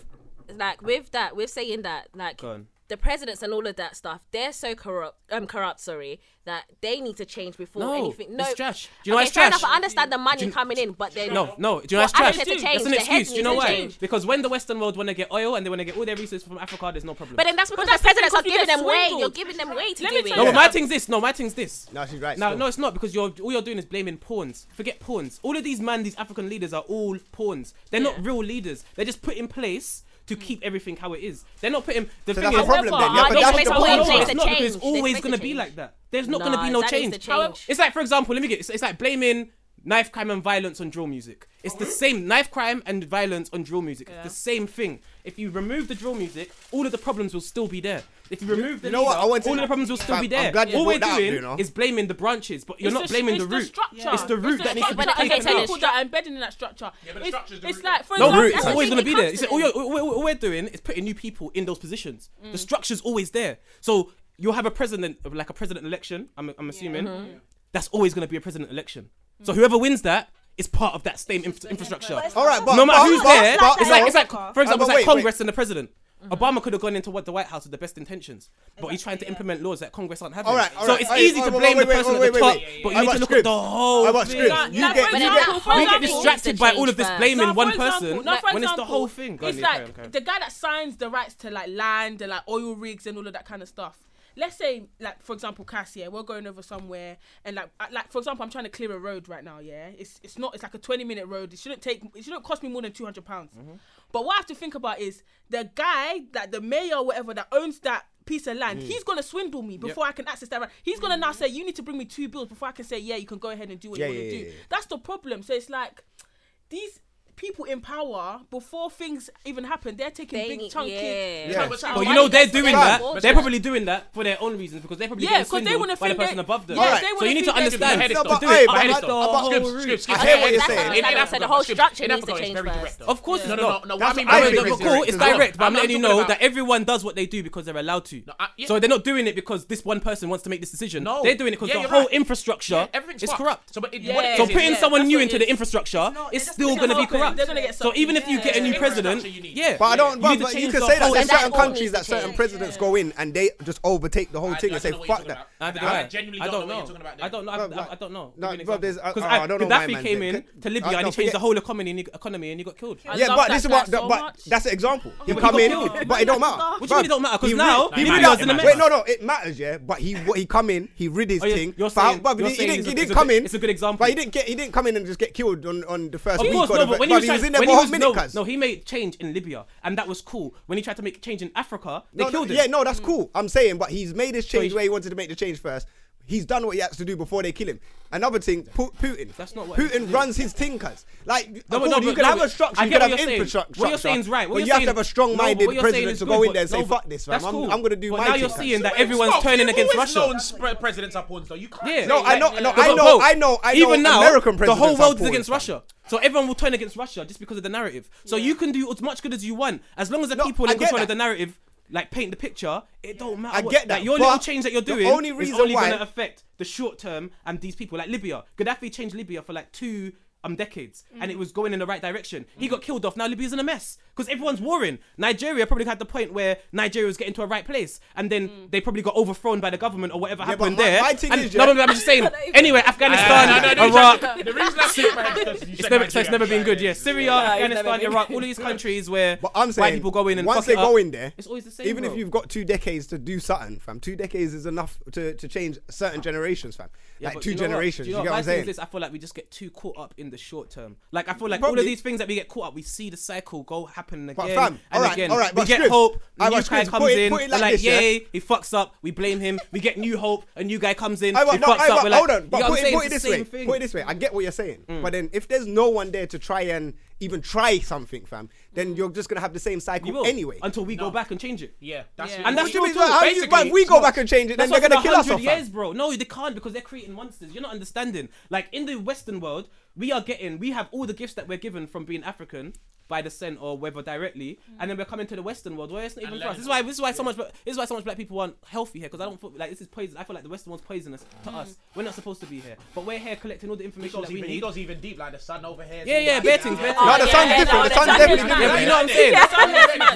[SPEAKER 4] like with that, with saying that, like
[SPEAKER 2] Go on.
[SPEAKER 4] the presidents and all of that stuff, they're so corrupt. Um, corrupt. Sorry, that they need to change before
[SPEAKER 2] No,
[SPEAKER 4] anything. No,
[SPEAKER 2] it's trash. Do you know why
[SPEAKER 4] okay,
[SPEAKER 2] it's
[SPEAKER 4] fair
[SPEAKER 2] trash?
[SPEAKER 4] enough. I understand the money coming in, but they
[SPEAKER 2] No, no. Do you know
[SPEAKER 4] For
[SPEAKER 2] it's trash?
[SPEAKER 4] Africa to
[SPEAKER 2] That's
[SPEAKER 4] change,
[SPEAKER 2] an
[SPEAKER 4] the head
[SPEAKER 2] excuse. Do you
[SPEAKER 4] needs
[SPEAKER 2] know
[SPEAKER 4] to
[SPEAKER 2] why?
[SPEAKER 4] change.
[SPEAKER 2] Because when the Western world want to get oil and they want to get all their resources from Africa, there's no problem.
[SPEAKER 4] But then that's because the
[SPEAKER 5] that's
[SPEAKER 4] presidents are
[SPEAKER 5] because
[SPEAKER 4] giving
[SPEAKER 5] we get
[SPEAKER 4] them way.
[SPEAKER 5] swindled.
[SPEAKER 4] You're giving them way to
[SPEAKER 5] Let
[SPEAKER 4] do
[SPEAKER 5] me
[SPEAKER 4] it.
[SPEAKER 5] tell
[SPEAKER 2] no,
[SPEAKER 5] you-
[SPEAKER 2] but
[SPEAKER 5] Yeah.
[SPEAKER 2] my thing's this. No, my thing's this.
[SPEAKER 10] No, she's right.
[SPEAKER 2] No,
[SPEAKER 10] still.
[SPEAKER 2] no, it's not because you're all you're doing is blaming pawns. Forget pawns. All of these man, these African leaders are all pawns. They're not real leaders. They're just put in place
[SPEAKER 4] Mm.
[SPEAKER 2] to keep everything how it is. They're not put in. The
[SPEAKER 10] So
[SPEAKER 2] thing
[SPEAKER 10] that's a
[SPEAKER 2] is,
[SPEAKER 10] problem then.
[SPEAKER 4] However,
[SPEAKER 10] You have to
[SPEAKER 4] they
[SPEAKER 10] dash
[SPEAKER 4] place
[SPEAKER 10] the
[SPEAKER 4] a
[SPEAKER 10] ball
[SPEAKER 4] way
[SPEAKER 10] over.
[SPEAKER 4] to
[SPEAKER 2] it's
[SPEAKER 4] the
[SPEAKER 2] not because
[SPEAKER 4] change.
[SPEAKER 2] it's always going
[SPEAKER 4] They
[SPEAKER 2] to
[SPEAKER 4] make a
[SPEAKER 2] be
[SPEAKER 4] change.
[SPEAKER 2] like that. There's not
[SPEAKER 4] No,
[SPEAKER 2] going to be no
[SPEAKER 4] that needs
[SPEAKER 2] change.
[SPEAKER 4] to change.
[SPEAKER 2] It's like, for example, let me get this. It's like blaming knife crime and violence on drill music. It's the same knife crime and violence on drill music. It's the same thing. If you remove the drill music, all of the problems will still be there. If you remove the
[SPEAKER 10] you know what?
[SPEAKER 2] leader,
[SPEAKER 10] I want to-
[SPEAKER 2] all of the problems will still
[SPEAKER 10] Fam,
[SPEAKER 2] be
[SPEAKER 10] I'm
[SPEAKER 2] there.
[SPEAKER 10] glad you
[SPEAKER 2] All we're
[SPEAKER 10] brought that up,
[SPEAKER 2] doing
[SPEAKER 10] you know.
[SPEAKER 2] is blaming the branches, but you're
[SPEAKER 5] It's
[SPEAKER 2] not
[SPEAKER 5] the-
[SPEAKER 2] blaming
[SPEAKER 5] it's
[SPEAKER 2] the root.
[SPEAKER 5] structure.
[SPEAKER 2] It's the root that needs to be
[SPEAKER 4] structure.
[SPEAKER 2] taken
[SPEAKER 4] Okay, so
[SPEAKER 2] out.
[SPEAKER 4] it's-
[SPEAKER 5] people that are embedded in that structure.
[SPEAKER 3] Yeah, but the
[SPEAKER 5] it's,
[SPEAKER 3] structure's the
[SPEAKER 5] it's
[SPEAKER 3] root.
[SPEAKER 5] like for
[SPEAKER 2] No,
[SPEAKER 5] example,
[SPEAKER 10] root
[SPEAKER 2] it's
[SPEAKER 10] That's
[SPEAKER 2] always going
[SPEAKER 5] when
[SPEAKER 2] to
[SPEAKER 5] it
[SPEAKER 2] be
[SPEAKER 5] comes
[SPEAKER 2] there. You "Oh, see, all,
[SPEAKER 5] this,
[SPEAKER 2] you're, all, all we're doing is putting new people in those positions. The structure's always there. So you'll have a president, like a president election, I'm, I'm assuming. That's always going to be a president election. So whoever wins that is part of that same inf- infrastructure.
[SPEAKER 10] All right, but
[SPEAKER 2] no matter
[SPEAKER 10] but-
[SPEAKER 2] who's
[SPEAKER 10] but-
[SPEAKER 2] there,
[SPEAKER 10] but-
[SPEAKER 2] it's
[SPEAKER 10] no.
[SPEAKER 2] like, it's like, for example,
[SPEAKER 10] but
[SPEAKER 2] it's like
[SPEAKER 10] wait,
[SPEAKER 2] Congress and the president. Obama could have gone into what the White House with the best intentions, but he's trying to implement laws that Congress aren't having.
[SPEAKER 10] All right, all
[SPEAKER 2] so
[SPEAKER 10] right,
[SPEAKER 2] it's
[SPEAKER 10] all right,
[SPEAKER 2] easy
[SPEAKER 10] all
[SPEAKER 2] to
[SPEAKER 10] right,
[SPEAKER 2] blame
[SPEAKER 10] wait,
[SPEAKER 2] the
[SPEAKER 10] wait,
[SPEAKER 2] person
[SPEAKER 10] wait,
[SPEAKER 2] at the
[SPEAKER 10] wait,
[SPEAKER 2] top,
[SPEAKER 10] wait, wait.
[SPEAKER 2] but you
[SPEAKER 10] How
[SPEAKER 2] need
[SPEAKER 10] about
[SPEAKER 2] to look
[SPEAKER 10] Scribs?
[SPEAKER 2] at the whole.
[SPEAKER 10] How about
[SPEAKER 2] thing.
[SPEAKER 10] Scribs?
[SPEAKER 5] Like-
[SPEAKER 10] You
[SPEAKER 5] like,
[SPEAKER 10] get-
[SPEAKER 5] for
[SPEAKER 10] you
[SPEAKER 5] example,
[SPEAKER 10] get-
[SPEAKER 5] for
[SPEAKER 2] We get
[SPEAKER 5] example-
[SPEAKER 2] distracted by all of this
[SPEAKER 4] Change
[SPEAKER 2] blaming
[SPEAKER 5] Now, for
[SPEAKER 2] one
[SPEAKER 5] example-
[SPEAKER 2] person
[SPEAKER 5] now,
[SPEAKER 2] when
[SPEAKER 5] for
[SPEAKER 2] it's the
[SPEAKER 5] example,
[SPEAKER 2] whole thing. Go on,
[SPEAKER 5] It's
[SPEAKER 2] yeah, carry
[SPEAKER 5] like
[SPEAKER 2] on, carry on.
[SPEAKER 5] the guy that signs the rights to like land and like oil rigs and all of that kind of stuff. Let's say, like for example, Cass, yeah, we're going over somewhere, and like, I- like for example, I'm trying to clear a road right now, yeah. It's it's not, it's like a 20 minute road. It shouldn't take, it shouldn't cost me more than 200 pounds.
[SPEAKER 2] Mm-hmm.
[SPEAKER 5] But what I have to think about is the guy that the mayor, or whatever, that owns that piece of
[SPEAKER 2] Mm.
[SPEAKER 5] land, he's gonna swindle me before I can access that. Right. He's gonna now say, you need to bring me two bills before I can say, yeah, you can go ahead and do what
[SPEAKER 10] Yeah,
[SPEAKER 5] you want
[SPEAKER 10] yeah,
[SPEAKER 5] to
[SPEAKER 10] yeah,
[SPEAKER 5] do.
[SPEAKER 10] yeah.
[SPEAKER 5] That's the problem. So it's like these people in power before things even happen. They're taking
[SPEAKER 4] They
[SPEAKER 5] big
[SPEAKER 4] need-
[SPEAKER 5] chunky
[SPEAKER 4] yeah.
[SPEAKER 5] chunks
[SPEAKER 10] Yeah.
[SPEAKER 5] out.
[SPEAKER 2] But you
[SPEAKER 4] Why
[SPEAKER 2] know
[SPEAKER 4] did
[SPEAKER 2] they're
[SPEAKER 4] they
[SPEAKER 2] doing
[SPEAKER 4] say
[SPEAKER 2] that.
[SPEAKER 4] that?
[SPEAKER 2] They're probably doing that for their own reasons because they're probably
[SPEAKER 5] Yeah,
[SPEAKER 2] getting
[SPEAKER 5] 'cause they
[SPEAKER 2] swindled
[SPEAKER 5] wanna
[SPEAKER 2] by the
[SPEAKER 5] think
[SPEAKER 2] person
[SPEAKER 5] they-
[SPEAKER 2] above them.
[SPEAKER 5] yeah, Alright. they
[SPEAKER 2] So
[SPEAKER 5] wanna
[SPEAKER 2] you need to
[SPEAKER 5] think they're
[SPEAKER 2] understand
[SPEAKER 5] doing
[SPEAKER 2] to
[SPEAKER 10] it. No,
[SPEAKER 2] do
[SPEAKER 10] but-
[SPEAKER 2] it
[SPEAKER 10] but-
[SPEAKER 2] by
[SPEAKER 10] but-
[SPEAKER 2] the
[SPEAKER 10] but-
[SPEAKER 2] whole
[SPEAKER 10] Scripts,
[SPEAKER 2] route.
[SPEAKER 3] Scripts,
[SPEAKER 10] I hear what you're
[SPEAKER 4] That's
[SPEAKER 10] saying.
[SPEAKER 4] what I'm saying. I said the whole structure needs to change first.
[SPEAKER 2] Of course,
[SPEAKER 3] No,
[SPEAKER 2] it's
[SPEAKER 3] no, no,
[SPEAKER 2] not.
[SPEAKER 3] no. What I
[SPEAKER 10] That's
[SPEAKER 3] mean,
[SPEAKER 10] what
[SPEAKER 3] by
[SPEAKER 10] I think
[SPEAKER 2] No,
[SPEAKER 3] direct
[SPEAKER 2] but
[SPEAKER 10] it's
[SPEAKER 3] is-
[SPEAKER 2] cool, it's
[SPEAKER 10] It's not.
[SPEAKER 2] direct, but I'm,
[SPEAKER 3] not
[SPEAKER 2] letting you
[SPEAKER 3] talking
[SPEAKER 2] know
[SPEAKER 3] about-
[SPEAKER 2] that everyone does what they do because they're allowed to.
[SPEAKER 3] No, I- yeah.
[SPEAKER 2] So they're not doing it because this one person wants to make this decision.
[SPEAKER 3] No.
[SPEAKER 2] They're doing it because
[SPEAKER 3] Yeah,
[SPEAKER 2] the
[SPEAKER 3] you're
[SPEAKER 2] whole
[SPEAKER 3] right.
[SPEAKER 2] infrastructure
[SPEAKER 3] Yeah, everything's
[SPEAKER 2] is
[SPEAKER 3] fucked.
[SPEAKER 2] corrupt.
[SPEAKER 3] So, but it,
[SPEAKER 5] Yeah.
[SPEAKER 3] what it
[SPEAKER 2] So
[SPEAKER 3] is,
[SPEAKER 2] putting
[SPEAKER 3] is-
[SPEAKER 2] someone
[SPEAKER 4] that's
[SPEAKER 2] new
[SPEAKER 4] what
[SPEAKER 2] into
[SPEAKER 4] it
[SPEAKER 2] the
[SPEAKER 4] is.
[SPEAKER 2] infrastructure
[SPEAKER 5] not-
[SPEAKER 2] is
[SPEAKER 5] it's
[SPEAKER 2] still
[SPEAKER 5] just
[SPEAKER 2] going to be
[SPEAKER 5] something.
[SPEAKER 2] corrupt.
[SPEAKER 5] They're gonna get
[SPEAKER 2] so even if you get a new
[SPEAKER 3] Yeah.
[SPEAKER 2] president,
[SPEAKER 3] Infrastructure you need.
[SPEAKER 2] yeah,
[SPEAKER 10] But I don't.
[SPEAKER 2] you
[SPEAKER 10] But,
[SPEAKER 2] need to
[SPEAKER 10] but you
[SPEAKER 2] change
[SPEAKER 10] can
[SPEAKER 2] the
[SPEAKER 10] say that
[SPEAKER 2] whole-
[SPEAKER 10] there's
[SPEAKER 4] that
[SPEAKER 10] certain
[SPEAKER 4] all
[SPEAKER 10] countries
[SPEAKER 4] needs
[SPEAKER 10] that
[SPEAKER 4] to
[SPEAKER 10] certain
[SPEAKER 4] change,
[SPEAKER 10] presidents go in and they just overtake the whole
[SPEAKER 3] I-
[SPEAKER 10] thing
[SPEAKER 3] I
[SPEAKER 10] and say
[SPEAKER 3] don't know what you're
[SPEAKER 10] fuck
[SPEAKER 3] talking
[SPEAKER 10] that.
[SPEAKER 3] about.
[SPEAKER 2] Neither do
[SPEAKER 3] I
[SPEAKER 2] I.
[SPEAKER 3] genuinely
[SPEAKER 2] I
[SPEAKER 3] don't
[SPEAKER 2] don't
[SPEAKER 3] know what
[SPEAKER 2] know.
[SPEAKER 3] you're talking about
[SPEAKER 2] I
[SPEAKER 3] there.
[SPEAKER 2] don't know.
[SPEAKER 10] No,
[SPEAKER 2] I've-
[SPEAKER 10] but-
[SPEAKER 2] I've- I don't know.
[SPEAKER 10] no,
[SPEAKER 2] Give me an
[SPEAKER 10] but
[SPEAKER 2] example.
[SPEAKER 10] there's- I-
[SPEAKER 2] 'Cause
[SPEAKER 10] I-
[SPEAKER 2] I-
[SPEAKER 10] I don't know why,
[SPEAKER 2] Gaddafi
[SPEAKER 10] man.
[SPEAKER 2] came
[SPEAKER 10] Could-
[SPEAKER 2] in to Libya and
[SPEAKER 10] I- no,
[SPEAKER 2] he changed
[SPEAKER 10] forget-
[SPEAKER 2] the whole economy economy and he got killed.
[SPEAKER 12] I
[SPEAKER 10] yeah,
[SPEAKER 12] love
[SPEAKER 10] but
[SPEAKER 12] that
[SPEAKER 10] this is
[SPEAKER 12] guy
[SPEAKER 10] what.
[SPEAKER 12] so
[SPEAKER 10] but
[SPEAKER 12] much. Oh
[SPEAKER 10] that's an example. you
[SPEAKER 2] he
[SPEAKER 10] come
[SPEAKER 2] got
[SPEAKER 10] in,
[SPEAKER 2] killed.
[SPEAKER 10] but it don't matter.
[SPEAKER 2] What do you mean it don't matter? Because now
[SPEAKER 3] No, it
[SPEAKER 2] Libya's
[SPEAKER 3] matters.
[SPEAKER 2] in the
[SPEAKER 3] It
[SPEAKER 2] mess.
[SPEAKER 10] Wait, no, no, it matters, yeah. But he what he come in, he rid his
[SPEAKER 2] Oh, yeah,
[SPEAKER 10] thing.
[SPEAKER 2] you're
[SPEAKER 10] found-
[SPEAKER 2] saying-
[SPEAKER 10] but
[SPEAKER 2] you're
[SPEAKER 10] he,
[SPEAKER 2] saying
[SPEAKER 10] he didn't,
[SPEAKER 2] it's a-
[SPEAKER 10] he
[SPEAKER 2] it's
[SPEAKER 10] didn't
[SPEAKER 2] a
[SPEAKER 10] come
[SPEAKER 2] good-
[SPEAKER 10] in.
[SPEAKER 2] it's a good example.
[SPEAKER 10] But he didn't get he didn't come in and just get killed on, on the first.
[SPEAKER 2] Of
[SPEAKER 10] week
[SPEAKER 2] course,
[SPEAKER 10] or
[SPEAKER 2] no,
[SPEAKER 10] the
[SPEAKER 2] but
[SPEAKER 10] fir-
[SPEAKER 2] when he was,
[SPEAKER 10] he was
[SPEAKER 2] trying-
[SPEAKER 10] in there
[SPEAKER 2] when
[SPEAKER 10] for
[SPEAKER 2] he
[SPEAKER 10] a whole
[SPEAKER 2] was-
[SPEAKER 10] minute,
[SPEAKER 2] no,
[SPEAKER 10] cuz.
[SPEAKER 2] no, he made change in Libya, and that was cool. When he tried to make change in Africa, they
[SPEAKER 10] No, no,
[SPEAKER 2] killed him.
[SPEAKER 10] Yeah, no, that's cool. I'm saying, but he's made his change
[SPEAKER 2] he-
[SPEAKER 10] where he wanted to make the change first. He's done what he has to do before they kill him. Another thing, Pu- Putin.
[SPEAKER 2] That's not what he
[SPEAKER 10] Putin
[SPEAKER 2] did.
[SPEAKER 10] runs his tinkers. Like,
[SPEAKER 2] No, but-
[SPEAKER 10] cool,
[SPEAKER 2] no,
[SPEAKER 10] you
[SPEAKER 2] but-
[SPEAKER 10] could
[SPEAKER 2] no,
[SPEAKER 10] have a
[SPEAKER 2] but
[SPEAKER 10] structure,
[SPEAKER 2] I
[SPEAKER 10] you
[SPEAKER 2] get
[SPEAKER 10] could
[SPEAKER 2] what
[SPEAKER 10] have
[SPEAKER 2] you're saying.
[SPEAKER 10] infrastructure.
[SPEAKER 2] What you're saying is right. What
[SPEAKER 10] but
[SPEAKER 2] you're
[SPEAKER 10] you have
[SPEAKER 2] saying-
[SPEAKER 10] to have a
[SPEAKER 2] no,
[SPEAKER 10] strong-minded
[SPEAKER 2] but what you're saying
[SPEAKER 10] president
[SPEAKER 2] is
[SPEAKER 10] to
[SPEAKER 2] good,
[SPEAKER 10] go in
[SPEAKER 2] but-
[SPEAKER 10] there and
[SPEAKER 2] no,
[SPEAKER 10] say,
[SPEAKER 2] but
[SPEAKER 10] "Fuck this,
[SPEAKER 2] that's
[SPEAKER 10] fam. I'm,
[SPEAKER 2] cool.
[SPEAKER 10] I'm gonna do
[SPEAKER 2] But
[SPEAKER 10] my."
[SPEAKER 2] now you're
[SPEAKER 10] tinkers."
[SPEAKER 2] seeing that
[SPEAKER 3] Wait,
[SPEAKER 2] everyone's
[SPEAKER 3] stop.
[SPEAKER 2] turning
[SPEAKER 3] You've
[SPEAKER 2] against
[SPEAKER 3] always
[SPEAKER 2] Russia.
[SPEAKER 3] known spread presidents are pawns, though. You can't.
[SPEAKER 2] Yeah.
[SPEAKER 3] say
[SPEAKER 10] No, I
[SPEAKER 3] that.
[SPEAKER 10] know, no,
[SPEAKER 3] Yeah.
[SPEAKER 10] I
[SPEAKER 2] But
[SPEAKER 10] know,
[SPEAKER 2] bro,
[SPEAKER 10] I know, I know.
[SPEAKER 2] Even now,
[SPEAKER 10] American
[SPEAKER 2] the whole
[SPEAKER 10] presidents are
[SPEAKER 2] world's
[SPEAKER 10] poor,
[SPEAKER 2] against
[SPEAKER 10] fam.
[SPEAKER 2] Russia, so everyone will turn against Russia just because of the narrative. So you can do as much good as you want, as long as the
[SPEAKER 10] No,
[SPEAKER 2] people
[SPEAKER 10] I
[SPEAKER 2] in
[SPEAKER 10] get
[SPEAKER 2] control of
[SPEAKER 10] that.
[SPEAKER 2] the narrative like paint the picture. It don't matter.
[SPEAKER 10] I
[SPEAKER 2] what-
[SPEAKER 10] get that,
[SPEAKER 2] Like, your little
[SPEAKER 10] but
[SPEAKER 2] change that you're
[SPEAKER 10] the
[SPEAKER 2] doing
[SPEAKER 10] only
[SPEAKER 2] is
[SPEAKER 10] reason
[SPEAKER 2] only
[SPEAKER 10] why-
[SPEAKER 2] going to affect the short term and these people, like Libya. Gaddafi changed Libya for like two. Um, decades and it
[SPEAKER 10] Mm.
[SPEAKER 2] was going in the right direction. He got killed off. Now Libya's in a mess because everyone's warring. Nigeria probably had the point where Nigeria was getting to a right place, and then they probably got overthrown by the government or whatever
[SPEAKER 10] Mm. but
[SPEAKER 2] happened
[SPEAKER 10] my-
[SPEAKER 2] there.
[SPEAKER 10] my thing
[SPEAKER 2] and,
[SPEAKER 10] is,
[SPEAKER 2] no, no,
[SPEAKER 10] yeah-
[SPEAKER 2] no, I'm just saying. anyway,
[SPEAKER 3] No,
[SPEAKER 2] Afghanistan,
[SPEAKER 3] no, no, no,
[SPEAKER 2] Iraq,
[SPEAKER 3] exactly. The reason I said my head is because you
[SPEAKER 2] it's
[SPEAKER 3] said
[SPEAKER 2] never, so it's
[SPEAKER 3] Nigeria,
[SPEAKER 2] never been
[SPEAKER 3] yeah,
[SPEAKER 2] good.
[SPEAKER 3] yeah,
[SPEAKER 2] Yeah, Syria,
[SPEAKER 4] Yeah, it's never
[SPEAKER 2] Afghanistan,
[SPEAKER 4] been
[SPEAKER 2] Iraq, all of these countries where
[SPEAKER 10] But I'm saying,
[SPEAKER 2] white people go in and
[SPEAKER 10] once
[SPEAKER 2] fuck it
[SPEAKER 10] they go
[SPEAKER 2] up,
[SPEAKER 10] in there,
[SPEAKER 2] it's always the same.
[SPEAKER 10] even
[SPEAKER 2] bro.
[SPEAKER 10] if you've got two decades to do something, fam, two decades is enough to, to change certain generations, fam.
[SPEAKER 2] Yeah,
[SPEAKER 10] like
[SPEAKER 2] but
[SPEAKER 10] two
[SPEAKER 2] do you know what?
[SPEAKER 10] generations,
[SPEAKER 2] Do
[SPEAKER 10] you,
[SPEAKER 2] know
[SPEAKER 10] get what
[SPEAKER 2] my
[SPEAKER 10] I'm
[SPEAKER 2] thing is
[SPEAKER 10] saying?
[SPEAKER 2] This, I feel like we just get too caught up in the short term. Like I feel like all of
[SPEAKER 10] Probably.
[SPEAKER 2] these things that we get caught up, we see the cycle go happen again
[SPEAKER 10] But fam,
[SPEAKER 2] and
[SPEAKER 10] alright,
[SPEAKER 2] again.
[SPEAKER 10] alright,
[SPEAKER 2] we
[SPEAKER 10] but
[SPEAKER 2] get
[SPEAKER 10] Scribs,
[SPEAKER 2] hope. The
[SPEAKER 10] alright,
[SPEAKER 2] new
[SPEAKER 10] Scribs,
[SPEAKER 2] guy
[SPEAKER 10] put
[SPEAKER 2] comes
[SPEAKER 10] it-
[SPEAKER 2] in.
[SPEAKER 10] put it
[SPEAKER 2] we're
[SPEAKER 10] like
[SPEAKER 2] like,
[SPEAKER 10] this, yeah?
[SPEAKER 2] yay, he fucks up. We blame him. We get new hope. A new guy comes in.
[SPEAKER 10] I
[SPEAKER 2] he
[SPEAKER 10] but no,
[SPEAKER 2] fucks up.
[SPEAKER 10] I but
[SPEAKER 2] We're like,
[SPEAKER 10] hold on,
[SPEAKER 2] you
[SPEAKER 10] but
[SPEAKER 2] know what I'm
[SPEAKER 10] put it,
[SPEAKER 2] saying?
[SPEAKER 10] put it
[SPEAKER 2] It's
[SPEAKER 10] this
[SPEAKER 2] the
[SPEAKER 10] way.
[SPEAKER 2] same thing. Mm.
[SPEAKER 10] Put it this way. I get what you're saying, but then if there's no one there to try and even try something, fam, then you're just gonna have the same
[SPEAKER 2] You
[SPEAKER 10] cycle
[SPEAKER 2] will,
[SPEAKER 10] anyway.
[SPEAKER 2] until we go
[SPEAKER 3] No.
[SPEAKER 2] back and change it.
[SPEAKER 3] Yeah, that's
[SPEAKER 10] and
[SPEAKER 2] What
[SPEAKER 10] that's
[SPEAKER 2] do
[SPEAKER 10] what
[SPEAKER 2] you
[SPEAKER 10] mean,
[SPEAKER 2] mean,
[SPEAKER 10] how you, but if we go back and change it, then
[SPEAKER 2] That's
[SPEAKER 10] they're
[SPEAKER 2] why
[SPEAKER 10] gonna
[SPEAKER 2] for
[SPEAKER 10] kill us
[SPEAKER 2] 100
[SPEAKER 10] off.
[SPEAKER 2] years,
[SPEAKER 10] fam.
[SPEAKER 2] bro. No, they can't because they're creating monsters. You're not understanding. Like in the Western world, we are getting, we have all the gifts that we're given from being African by descent or whether directly, and then we're coming to the Western world where it's not even for us. This is why, this is why so much, this is why so much black people aren't healthy here because I don't feel like this is poison. I feel like the Western world's poisonous to us. We're not supposed to be here, but we're here collecting all the
[SPEAKER 3] He
[SPEAKER 2] information
[SPEAKER 3] goes,
[SPEAKER 2] that Mm. we
[SPEAKER 3] even, he
[SPEAKER 2] need.
[SPEAKER 3] goes even deep, like the sun over here.
[SPEAKER 2] Yeah, yeah, bare things, bare things.
[SPEAKER 10] No, the sun's
[SPEAKER 4] yeah,
[SPEAKER 10] different.
[SPEAKER 4] no,
[SPEAKER 10] the sun's
[SPEAKER 4] that's
[SPEAKER 10] definitely
[SPEAKER 4] not-
[SPEAKER 2] Yeah, but
[SPEAKER 10] different.
[SPEAKER 2] you know what I'm saying.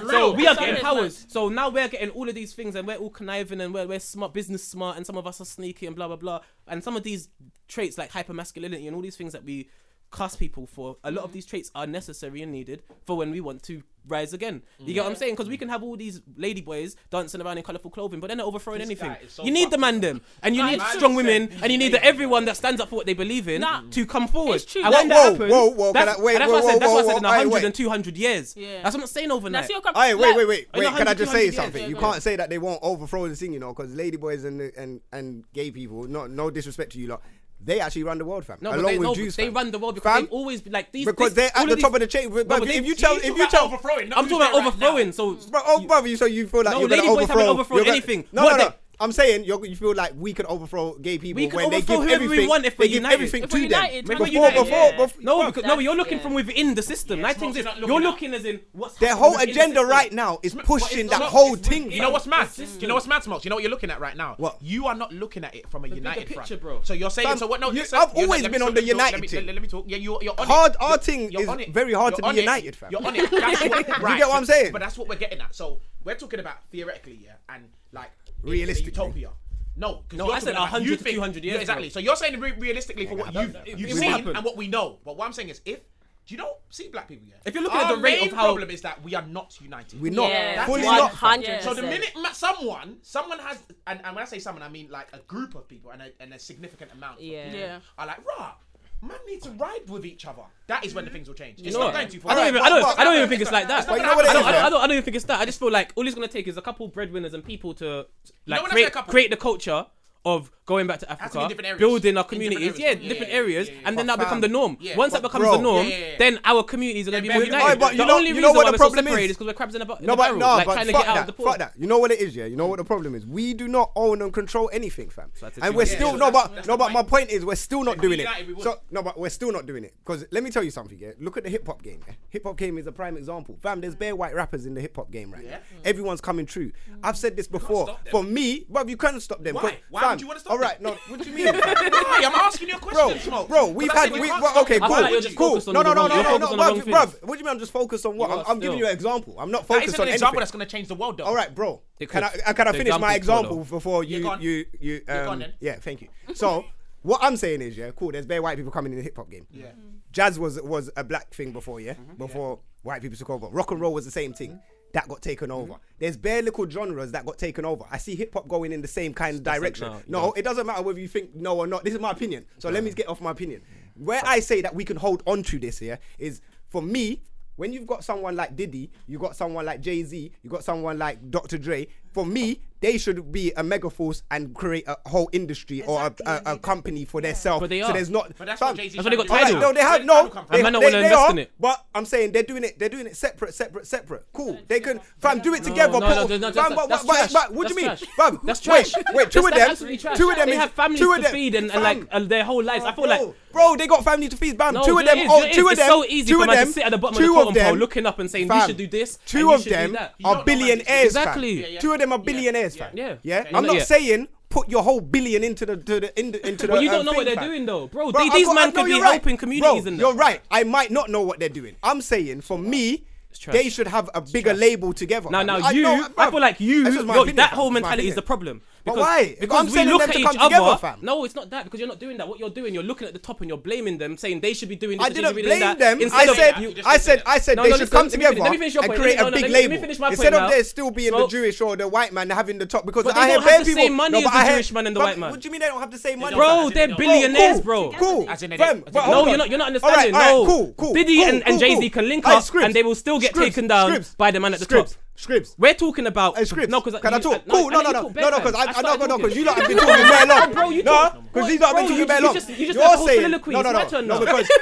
[SPEAKER 2] So we are
[SPEAKER 5] Some
[SPEAKER 2] getting
[SPEAKER 5] is
[SPEAKER 2] powers. So now we're getting all of these things, and we're all conniving, and we're, we're smart, business smart, and some of us are sneaky, and blah blah blah. And some of these traits, like hyper masculinity, and all these things that we cuss people for, a lot
[SPEAKER 10] Mm-hmm.
[SPEAKER 2] of these traits are necessary and needed for when we want to rise again. You get what
[SPEAKER 10] Mm.
[SPEAKER 2] I'm saying? Because we can have all these lady boys dancing around in colourful clothing, but they're not overthrowing
[SPEAKER 3] This
[SPEAKER 2] anything.
[SPEAKER 3] guy is so
[SPEAKER 2] you need the
[SPEAKER 3] fucking-
[SPEAKER 2] man them, and you need
[SPEAKER 3] man
[SPEAKER 2] strong
[SPEAKER 3] said
[SPEAKER 2] women,
[SPEAKER 3] these
[SPEAKER 2] and you need
[SPEAKER 3] ladies-
[SPEAKER 2] the everyone that stands up for what they believe in to come forward.
[SPEAKER 5] It's true.
[SPEAKER 2] And
[SPEAKER 5] Like,
[SPEAKER 2] when that
[SPEAKER 10] whoa,
[SPEAKER 2] happens,
[SPEAKER 10] whoa, whoa,
[SPEAKER 2] that's,
[SPEAKER 10] can I- wait,
[SPEAKER 2] and that's what I
[SPEAKER 10] whoa,
[SPEAKER 2] said. That's
[SPEAKER 10] whoa,
[SPEAKER 2] what I
[SPEAKER 10] whoa,
[SPEAKER 2] said in
[SPEAKER 10] whoa, wait,
[SPEAKER 2] 100
[SPEAKER 10] wait.
[SPEAKER 2] and 200 years.
[SPEAKER 5] Yeah.
[SPEAKER 2] That's what I'm saying
[SPEAKER 5] Now,
[SPEAKER 2] overnight.
[SPEAKER 5] see your com-
[SPEAKER 10] Hey, wait,
[SPEAKER 5] like-
[SPEAKER 10] wait, wait,
[SPEAKER 2] Are you
[SPEAKER 10] wait. Can I just
[SPEAKER 2] 100
[SPEAKER 10] say
[SPEAKER 2] years?
[SPEAKER 10] something? You
[SPEAKER 2] Yeah,
[SPEAKER 10] can't say that they won't overthrow the thing, you know, because ladyboys and and and gay people. No, no disrespect to you lot. They actually run the world, fam.
[SPEAKER 2] No, but
[SPEAKER 10] along
[SPEAKER 2] they,
[SPEAKER 10] with
[SPEAKER 2] no,
[SPEAKER 10] Jews,
[SPEAKER 2] they
[SPEAKER 10] fam.
[SPEAKER 2] run the world because
[SPEAKER 10] Fam,
[SPEAKER 2] they've always been like these.
[SPEAKER 10] because
[SPEAKER 2] this-
[SPEAKER 10] they're
[SPEAKER 2] all
[SPEAKER 10] at the
[SPEAKER 2] these-
[SPEAKER 10] top of the chain. But,
[SPEAKER 2] but
[SPEAKER 10] if
[SPEAKER 2] they-
[SPEAKER 10] you tell,
[SPEAKER 3] talk
[SPEAKER 10] if you
[SPEAKER 3] about
[SPEAKER 10] tell,
[SPEAKER 3] overthrowing, no,
[SPEAKER 2] I'm talking
[SPEAKER 3] you do it
[SPEAKER 2] about
[SPEAKER 3] right
[SPEAKER 2] overthrowing.
[SPEAKER 3] now.
[SPEAKER 2] So
[SPEAKER 10] Bro, oh, brother, you so you feel like
[SPEAKER 2] No,
[SPEAKER 10] you're gonna
[SPEAKER 2] ladyboys haven't
[SPEAKER 10] overthrow,
[SPEAKER 2] overthrown
[SPEAKER 10] you're gonna-
[SPEAKER 2] anything.
[SPEAKER 10] No,
[SPEAKER 2] What
[SPEAKER 10] no,
[SPEAKER 2] they-
[SPEAKER 10] no. I'm saying you're, you feel like we could overthrow gay people
[SPEAKER 2] We could
[SPEAKER 10] when they
[SPEAKER 2] overthrow
[SPEAKER 10] give
[SPEAKER 2] whoever we
[SPEAKER 10] everything.
[SPEAKER 2] want if
[SPEAKER 10] they
[SPEAKER 2] we're
[SPEAKER 10] give
[SPEAKER 2] united.
[SPEAKER 10] everything
[SPEAKER 5] If
[SPEAKER 10] to
[SPEAKER 5] we're
[SPEAKER 10] them.
[SPEAKER 5] united,
[SPEAKER 10] before,
[SPEAKER 5] remember
[SPEAKER 2] united,
[SPEAKER 10] before,
[SPEAKER 2] yeah.
[SPEAKER 10] before,
[SPEAKER 2] no,
[SPEAKER 10] bro,
[SPEAKER 2] because no, you're
[SPEAKER 4] that's-
[SPEAKER 2] looking
[SPEAKER 4] yeah.
[SPEAKER 2] from within the system. Like
[SPEAKER 3] it's
[SPEAKER 2] things
[SPEAKER 3] not-
[SPEAKER 2] is
[SPEAKER 3] you're not
[SPEAKER 2] you're
[SPEAKER 3] looking
[SPEAKER 2] looking as in what's
[SPEAKER 10] their
[SPEAKER 2] happening
[SPEAKER 10] whole
[SPEAKER 2] within the
[SPEAKER 10] agenda
[SPEAKER 2] system.
[SPEAKER 10] right now is
[SPEAKER 3] But
[SPEAKER 10] pushing
[SPEAKER 3] it's
[SPEAKER 10] that
[SPEAKER 3] not-
[SPEAKER 10] whole
[SPEAKER 3] it's-
[SPEAKER 10] thing.
[SPEAKER 3] You know
[SPEAKER 10] fam.
[SPEAKER 3] what's mad?
[SPEAKER 2] System.
[SPEAKER 3] You know what's mad, Smokes? You know what you're looking at right now?
[SPEAKER 10] What?
[SPEAKER 3] You are not looking at it from a united front.
[SPEAKER 2] picture, bro.
[SPEAKER 3] So you're saying
[SPEAKER 10] Fam,
[SPEAKER 3] so what? No,
[SPEAKER 10] you-
[SPEAKER 3] listen,
[SPEAKER 10] I've
[SPEAKER 3] you're
[SPEAKER 10] always
[SPEAKER 3] let me-
[SPEAKER 10] been
[SPEAKER 3] so
[SPEAKER 10] on the
[SPEAKER 3] let me talk,
[SPEAKER 10] United
[SPEAKER 3] Let me,
[SPEAKER 10] team.
[SPEAKER 3] let me talk. Yeah, you're, you're on
[SPEAKER 10] Hard-
[SPEAKER 3] it.
[SPEAKER 10] our
[SPEAKER 3] You're-
[SPEAKER 10] thing
[SPEAKER 3] you're
[SPEAKER 10] is
[SPEAKER 3] on it.
[SPEAKER 10] very hard
[SPEAKER 3] You're
[SPEAKER 10] to be
[SPEAKER 3] on it.
[SPEAKER 10] united, fam.
[SPEAKER 3] You're on it. That's what, right.
[SPEAKER 10] get what I'm saying?
[SPEAKER 3] But that's what we're getting at. So we're talking about theoretically, yeah, and like in the
[SPEAKER 10] Realistically.
[SPEAKER 3] utopia. No, 'cause
[SPEAKER 2] No,
[SPEAKER 3] you're
[SPEAKER 2] I said
[SPEAKER 3] talking about-
[SPEAKER 2] 100
[SPEAKER 3] you
[SPEAKER 2] to
[SPEAKER 3] think-
[SPEAKER 2] 200 years,
[SPEAKER 3] Yeah, exactly.
[SPEAKER 2] bro.
[SPEAKER 3] So you're saying re- realistically for what you've you've
[SPEAKER 2] It will
[SPEAKER 3] seen
[SPEAKER 2] happen.
[SPEAKER 3] and what we know. But what I'm saying is if. Do you know, see black people, yeah?
[SPEAKER 2] If you're looking at
[SPEAKER 3] Our
[SPEAKER 2] the rate of
[SPEAKER 3] main
[SPEAKER 2] how-
[SPEAKER 3] problem is that we are not united.
[SPEAKER 10] We're not
[SPEAKER 4] Yeah,
[SPEAKER 10] fully
[SPEAKER 4] one
[SPEAKER 10] not. fam.
[SPEAKER 4] hundred.
[SPEAKER 3] So the minute ma- someone, someone has, and, and when I say someone, I mean like a group of people and a, and a significant amount. of
[SPEAKER 4] Yeah.
[SPEAKER 3] people
[SPEAKER 5] Yeah.
[SPEAKER 3] Are like, rah, man, need to ride with each other. That is when the things will change. It's
[SPEAKER 2] You know what?
[SPEAKER 3] not going to.
[SPEAKER 2] I don't
[SPEAKER 10] Alright,
[SPEAKER 2] even. I don't.
[SPEAKER 10] but-
[SPEAKER 2] I don't even
[SPEAKER 3] but-
[SPEAKER 2] think it's like that.
[SPEAKER 3] but
[SPEAKER 2] I
[SPEAKER 3] you
[SPEAKER 2] don't.
[SPEAKER 3] know what it
[SPEAKER 2] I don't.
[SPEAKER 10] is,
[SPEAKER 2] I
[SPEAKER 10] yeah?
[SPEAKER 2] don't- I don't even think it's that. I just feel like all it's gonna take is a couple breadwinners and people to like
[SPEAKER 3] when I say a
[SPEAKER 2] create,
[SPEAKER 3] couple?
[SPEAKER 2] create the culture of going back to
[SPEAKER 3] to be
[SPEAKER 2] Africa,
[SPEAKER 3] different areas.
[SPEAKER 2] building our
[SPEAKER 3] In different
[SPEAKER 2] communities, yeah,
[SPEAKER 3] areas. Yeah,
[SPEAKER 2] different
[SPEAKER 3] yeah,
[SPEAKER 2] areas,
[SPEAKER 3] yeah, yeah.
[SPEAKER 2] and then
[SPEAKER 10] But
[SPEAKER 2] that become the
[SPEAKER 10] fam,
[SPEAKER 2] norm.
[SPEAKER 3] yeah,
[SPEAKER 2] Once that
[SPEAKER 10] but
[SPEAKER 2] becomes
[SPEAKER 10] bro-
[SPEAKER 2] the norm,
[SPEAKER 3] Yeah, yeah, yeah.
[SPEAKER 2] then our communities are going to
[SPEAKER 3] Yeah,
[SPEAKER 2] be more
[SPEAKER 3] but you know-
[SPEAKER 2] united.
[SPEAKER 3] Oh, but
[SPEAKER 10] you
[SPEAKER 2] the
[SPEAKER 10] know-
[SPEAKER 2] only
[SPEAKER 10] you know
[SPEAKER 2] reason
[SPEAKER 10] what
[SPEAKER 2] why
[SPEAKER 10] the
[SPEAKER 2] we're so
[SPEAKER 10] problem is?
[SPEAKER 2] separated is because we're crabs in a bottle.
[SPEAKER 10] No, but no,
[SPEAKER 2] like,
[SPEAKER 10] but
[SPEAKER 2] trying to
[SPEAKER 10] fuck
[SPEAKER 2] get out
[SPEAKER 10] that,
[SPEAKER 2] of the
[SPEAKER 10] fuck
[SPEAKER 2] pot.
[SPEAKER 10] that. You know what it is, yeah. You know what the problem is. We do not own and control anything, fam.
[SPEAKER 2] that's the
[SPEAKER 10] and
[SPEAKER 2] thing.
[SPEAKER 10] we're
[SPEAKER 2] Yeah,
[SPEAKER 10] still
[SPEAKER 3] so
[SPEAKER 10] no,
[SPEAKER 3] that's-
[SPEAKER 10] but
[SPEAKER 3] that's
[SPEAKER 10] no,
[SPEAKER 3] the
[SPEAKER 10] but my
[SPEAKER 3] point.
[SPEAKER 10] point is we're still not
[SPEAKER 3] If we
[SPEAKER 10] doing it.
[SPEAKER 3] united, we would.
[SPEAKER 10] So no, but we're still not doing it because let me tell you something, yeah. Look at the hip hop game. Yeah? Hip hop game is a prime example, fam. There's bare white rappers in the hip hop game right now. Everyone's coming true. I've said this before.
[SPEAKER 3] stop them.
[SPEAKER 10] For me, but you can't stop them.
[SPEAKER 3] Why?
[SPEAKER 10] 'cause,
[SPEAKER 3] Why
[SPEAKER 10] fam,
[SPEAKER 3] would you wanna stop
[SPEAKER 10] All right,
[SPEAKER 3] them?
[SPEAKER 10] no, what do you mean? fam?
[SPEAKER 3] Why? I'm asking you a question,
[SPEAKER 10] bro,
[SPEAKER 3] Smoke.
[SPEAKER 10] bro,
[SPEAKER 3] Because
[SPEAKER 10] we've
[SPEAKER 3] I said
[SPEAKER 10] had,
[SPEAKER 3] we
[SPEAKER 10] we,
[SPEAKER 3] can't
[SPEAKER 10] well,
[SPEAKER 3] stop
[SPEAKER 10] okay,
[SPEAKER 3] them.
[SPEAKER 2] I feel
[SPEAKER 10] cool,
[SPEAKER 2] like you're just
[SPEAKER 10] cool.
[SPEAKER 2] focused on the
[SPEAKER 10] No, no, no,
[SPEAKER 2] wrong-
[SPEAKER 10] no,
[SPEAKER 2] you're
[SPEAKER 10] no,
[SPEAKER 2] focused
[SPEAKER 10] no,
[SPEAKER 2] on the wrong
[SPEAKER 10] bruv,
[SPEAKER 2] things.
[SPEAKER 10] bruv, What do you mean I'm just focused on what?
[SPEAKER 2] You
[SPEAKER 10] I'm,
[SPEAKER 2] are
[SPEAKER 10] I'm giving you
[SPEAKER 2] still.
[SPEAKER 10] an example. I'm not
[SPEAKER 3] That
[SPEAKER 10] focused
[SPEAKER 3] isn't
[SPEAKER 10] on
[SPEAKER 3] an example
[SPEAKER 10] anything.
[SPEAKER 3] that's going to change the world, though.
[SPEAKER 10] All right, bro.
[SPEAKER 2] It
[SPEAKER 10] Can I,
[SPEAKER 2] could.
[SPEAKER 10] uh, can I
[SPEAKER 2] The
[SPEAKER 10] finish my
[SPEAKER 2] example's
[SPEAKER 10] example
[SPEAKER 2] good,
[SPEAKER 10] before
[SPEAKER 3] Yeah, go
[SPEAKER 10] you
[SPEAKER 3] on.
[SPEAKER 10] you you um,
[SPEAKER 3] go on then.
[SPEAKER 10] yeah? Thank you. So what I'm saying is yeah, cool. There's bare white people coming in the hip hop game.
[SPEAKER 3] Yeah.
[SPEAKER 10] jazz was was a black thing before yeah, before white people took over. Rock and roll was the same thing. That got taken over. There's bare little genres that got taken over. I see hip hop going in the same kind of direction.
[SPEAKER 2] no,
[SPEAKER 10] No,
[SPEAKER 2] no.
[SPEAKER 10] it doesn't matter whether you think no or not. This is my opinion. So let me get off my opinion. Where I say that we can hold on to this here is for me, when you've got someone like Diddy, you got someone like Jay Z, you got someone like Dr. Dre, for me, they should be a mega force and create a whole industry
[SPEAKER 9] Exactly,
[SPEAKER 10] or
[SPEAKER 9] and
[SPEAKER 10] a, a, a
[SPEAKER 9] they-
[SPEAKER 10] company for themselves.
[SPEAKER 2] But they
[SPEAKER 10] So
[SPEAKER 2] are.
[SPEAKER 10] there's not.
[SPEAKER 3] But that's
[SPEAKER 10] fam,
[SPEAKER 3] what Jay-Z
[SPEAKER 2] That's what they got
[SPEAKER 3] tried to do.
[SPEAKER 2] title.
[SPEAKER 10] no, they
[SPEAKER 3] Where
[SPEAKER 10] have
[SPEAKER 3] did
[SPEAKER 10] no.
[SPEAKER 3] title come from?
[SPEAKER 10] They,
[SPEAKER 2] man don't
[SPEAKER 10] they,
[SPEAKER 2] wanna
[SPEAKER 10] they
[SPEAKER 2] invest
[SPEAKER 10] are,
[SPEAKER 2] in it.
[SPEAKER 10] but I'm saying they're doing it. They're doing it separate, separate, separate. Cool. They could, fam, do it
[SPEAKER 2] no,
[SPEAKER 10] together.
[SPEAKER 2] no,
[SPEAKER 10] put-
[SPEAKER 2] no, that's-
[SPEAKER 10] fam, but-
[SPEAKER 2] that's
[SPEAKER 10] but-
[SPEAKER 2] trash.
[SPEAKER 10] but What do you mean,
[SPEAKER 2] That's trash.
[SPEAKER 10] fam?
[SPEAKER 2] That's
[SPEAKER 10] wait,
[SPEAKER 2] trash.
[SPEAKER 10] Wait, two
[SPEAKER 2] That's-
[SPEAKER 10] of
[SPEAKER 2] that's
[SPEAKER 10] them,
[SPEAKER 2] absolutely trash.
[SPEAKER 10] two of them.
[SPEAKER 2] They
[SPEAKER 10] is-
[SPEAKER 2] have families
[SPEAKER 10] two of
[SPEAKER 2] to
[SPEAKER 10] them-
[SPEAKER 2] feed and, and
[SPEAKER 10] fam,
[SPEAKER 2] like uh, their whole lives. I feel
[SPEAKER 10] bro,
[SPEAKER 2] like
[SPEAKER 10] bro, they got family to feed, bam.
[SPEAKER 2] No,
[SPEAKER 10] two of
[SPEAKER 2] it
[SPEAKER 10] them,
[SPEAKER 2] is,
[SPEAKER 10] oh,
[SPEAKER 2] it is.
[SPEAKER 10] two of
[SPEAKER 2] It's
[SPEAKER 10] them,
[SPEAKER 2] so easy
[SPEAKER 10] two
[SPEAKER 2] for
[SPEAKER 10] of
[SPEAKER 2] man to
[SPEAKER 10] them-
[SPEAKER 2] sit at the bottom of
[SPEAKER 10] two
[SPEAKER 2] the
[SPEAKER 10] of
[SPEAKER 2] totem pole
[SPEAKER 10] them-
[SPEAKER 2] looking up and saying, we
[SPEAKER 10] fam,
[SPEAKER 2] should do this,
[SPEAKER 10] Two
[SPEAKER 2] and you
[SPEAKER 10] of
[SPEAKER 2] should do
[SPEAKER 10] them
[SPEAKER 2] that. You
[SPEAKER 10] are
[SPEAKER 3] don't know man,
[SPEAKER 10] billionaires, fam.
[SPEAKER 2] Exactly. Yeah,
[SPEAKER 3] yeah.
[SPEAKER 10] Two of them are billionaires, fam.
[SPEAKER 2] Yeah.
[SPEAKER 10] yeah.
[SPEAKER 2] Yeah.
[SPEAKER 10] I'm not
[SPEAKER 2] Yeah.
[SPEAKER 10] saying put your whole billion into the to the into, into
[SPEAKER 2] But
[SPEAKER 10] the.
[SPEAKER 2] you
[SPEAKER 10] uh,
[SPEAKER 2] don't know what
[SPEAKER 10] thing,
[SPEAKER 2] they're
[SPEAKER 10] fam.
[SPEAKER 2] doing though, bro.
[SPEAKER 10] Bro,
[SPEAKER 2] the-
[SPEAKER 10] I
[SPEAKER 2] these
[SPEAKER 10] got- I
[SPEAKER 2] men
[SPEAKER 10] know
[SPEAKER 2] could be
[SPEAKER 10] you're right.
[SPEAKER 2] helping communities.
[SPEAKER 10] Bro,
[SPEAKER 2] in that.
[SPEAKER 10] you're right. I might not know what they're doing. I'm saying for me.
[SPEAKER 2] trash.
[SPEAKER 10] They should have a bigger label together.
[SPEAKER 2] Now,
[SPEAKER 10] fam.
[SPEAKER 2] now
[SPEAKER 10] I
[SPEAKER 2] you,
[SPEAKER 10] know-
[SPEAKER 2] I
[SPEAKER 10] bruv,
[SPEAKER 2] feel like you,
[SPEAKER 10] that's just my
[SPEAKER 2] yo,
[SPEAKER 10] opinion,
[SPEAKER 2] that
[SPEAKER 10] fam.
[SPEAKER 2] whole
[SPEAKER 10] That's my
[SPEAKER 2] mentality is
[SPEAKER 10] opinion.
[SPEAKER 2] the problem.
[SPEAKER 10] But
[SPEAKER 2] Because,
[SPEAKER 10] why? If I'm
[SPEAKER 2] Because we
[SPEAKER 10] telling
[SPEAKER 2] look
[SPEAKER 10] them
[SPEAKER 2] at
[SPEAKER 10] to
[SPEAKER 2] each
[SPEAKER 10] come
[SPEAKER 2] other.
[SPEAKER 10] together, fam.
[SPEAKER 2] No, it's not that. Because you're not doing that. What you're doing, you're looking at the top and you're blaming them, saying they should be doing this.
[SPEAKER 10] I
[SPEAKER 2] they should
[SPEAKER 10] didn't
[SPEAKER 2] be doing
[SPEAKER 10] blame
[SPEAKER 2] that,
[SPEAKER 10] them.
[SPEAKER 2] instead
[SPEAKER 10] I
[SPEAKER 2] of-
[SPEAKER 10] said,
[SPEAKER 3] you just
[SPEAKER 10] I
[SPEAKER 3] said
[SPEAKER 10] said,
[SPEAKER 3] that.
[SPEAKER 10] I said
[SPEAKER 2] No,
[SPEAKER 10] they
[SPEAKER 2] no,
[SPEAKER 10] should
[SPEAKER 2] listen, let
[SPEAKER 10] come
[SPEAKER 2] me
[SPEAKER 10] together
[SPEAKER 2] finish- let me finish your
[SPEAKER 10] and
[SPEAKER 2] point.
[SPEAKER 10] create
[SPEAKER 2] No,
[SPEAKER 10] a
[SPEAKER 2] no,
[SPEAKER 10] big
[SPEAKER 2] let me- let me
[SPEAKER 10] label
[SPEAKER 2] finish my
[SPEAKER 10] instead
[SPEAKER 2] point
[SPEAKER 10] of
[SPEAKER 2] now.
[SPEAKER 10] there still being the
[SPEAKER 2] Well-
[SPEAKER 10] Jewish or the white man having the top. Because
[SPEAKER 2] But they
[SPEAKER 10] I hear
[SPEAKER 2] don't have
[SPEAKER 10] bare
[SPEAKER 2] the
[SPEAKER 10] people.
[SPEAKER 2] same money
[SPEAKER 10] no,
[SPEAKER 2] as
[SPEAKER 10] but
[SPEAKER 2] the
[SPEAKER 10] I hear-
[SPEAKER 2] Jewish man and the
[SPEAKER 10] bruv,
[SPEAKER 2] white man.
[SPEAKER 10] What do you mean they don't have the same money?
[SPEAKER 3] don't.
[SPEAKER 2] Bro,
[SPEAKER 3] As in
[SPEAKER 2] they're
[SPEAKER 3] they don't.
[SPEAKER 2] billionaires, bro.
[SPEAKER 10] Cool.
[SPEAKER 3] As in they-
[SPEAKER 10] Fam,
[SPEAKER 3] as in
[SPEAKER 10] but
[SPEAKER 3] they-
[SPEAKER 10] hold
[SPEAKER 2] No, you're
[SPEAKER 10] on.
[SPEAKER 2] not. You're not
[SPEAKER 10] All right,
[SPEAKER 2] understanding.
[SPEAKER 10] all right,
[SPEAKER 2] no,
[SPEAKER 10] cool, cool.
[SPEAKER 2] Diddy
[SPEAKER 10] cool,
[SPEAKER 2] and, and
[SPEAKER 10] cool,
[SPEAKER 2] Jay Z
[SPEAKER 10] cool.
[SPEAKER 2] can link
[SPEAKER 10] Hey,
[SPEAKER 2] up,
[SPEAKER 10] Scribs,
[SPEAKER 2] and they will still get
[SPEAKER 10] Scribs,
[SPEAKER 2] taken down
[SPEAKER 10] Scribs,
[SPEAKER 2] by the man at the
[SPEAKER 10] Scribs,
[SPEAKER 2] top.
[SPEAKER 10] Scribs.
[SPEAKER 2] We're talking about
[SPEAKER 10] Hey, Scribs,
[SPEAKER 2] no, because
[SPEAKER 10] can I talk? cool, no, no, no, no, no, because I, I, no, no, because you lot have been talking very long.
[SPEAKER 2] Bro, you
[SPEAKER 10] no,
[SPEAKER 2] talk-
[SPEAKER 10] because you lot have been
[SPEAKER 2] Bro,
[SPEAKER 10] talking
[SPEAKER 2] you-
[SPEAKER 10] very
[SPEAKER 2] you
[SPEAKER 10] long.
[SPEAKER 2] just- you just
[SPEAKER 10] You're
[SPEAKER 2] had a whole
[SPEAKER 10] saying
[SPEAKER 2] soliloquy.
[SPEAKER 10] no, no,
[SPEAKER 2] It's
[SPEAKER 10] no,
[SPEAKER 2] my turn
[SPEAKER 10] no,
[SPEAKER 2] now.
[SPEAKER 10] because
[SPEAKER 2] Girls,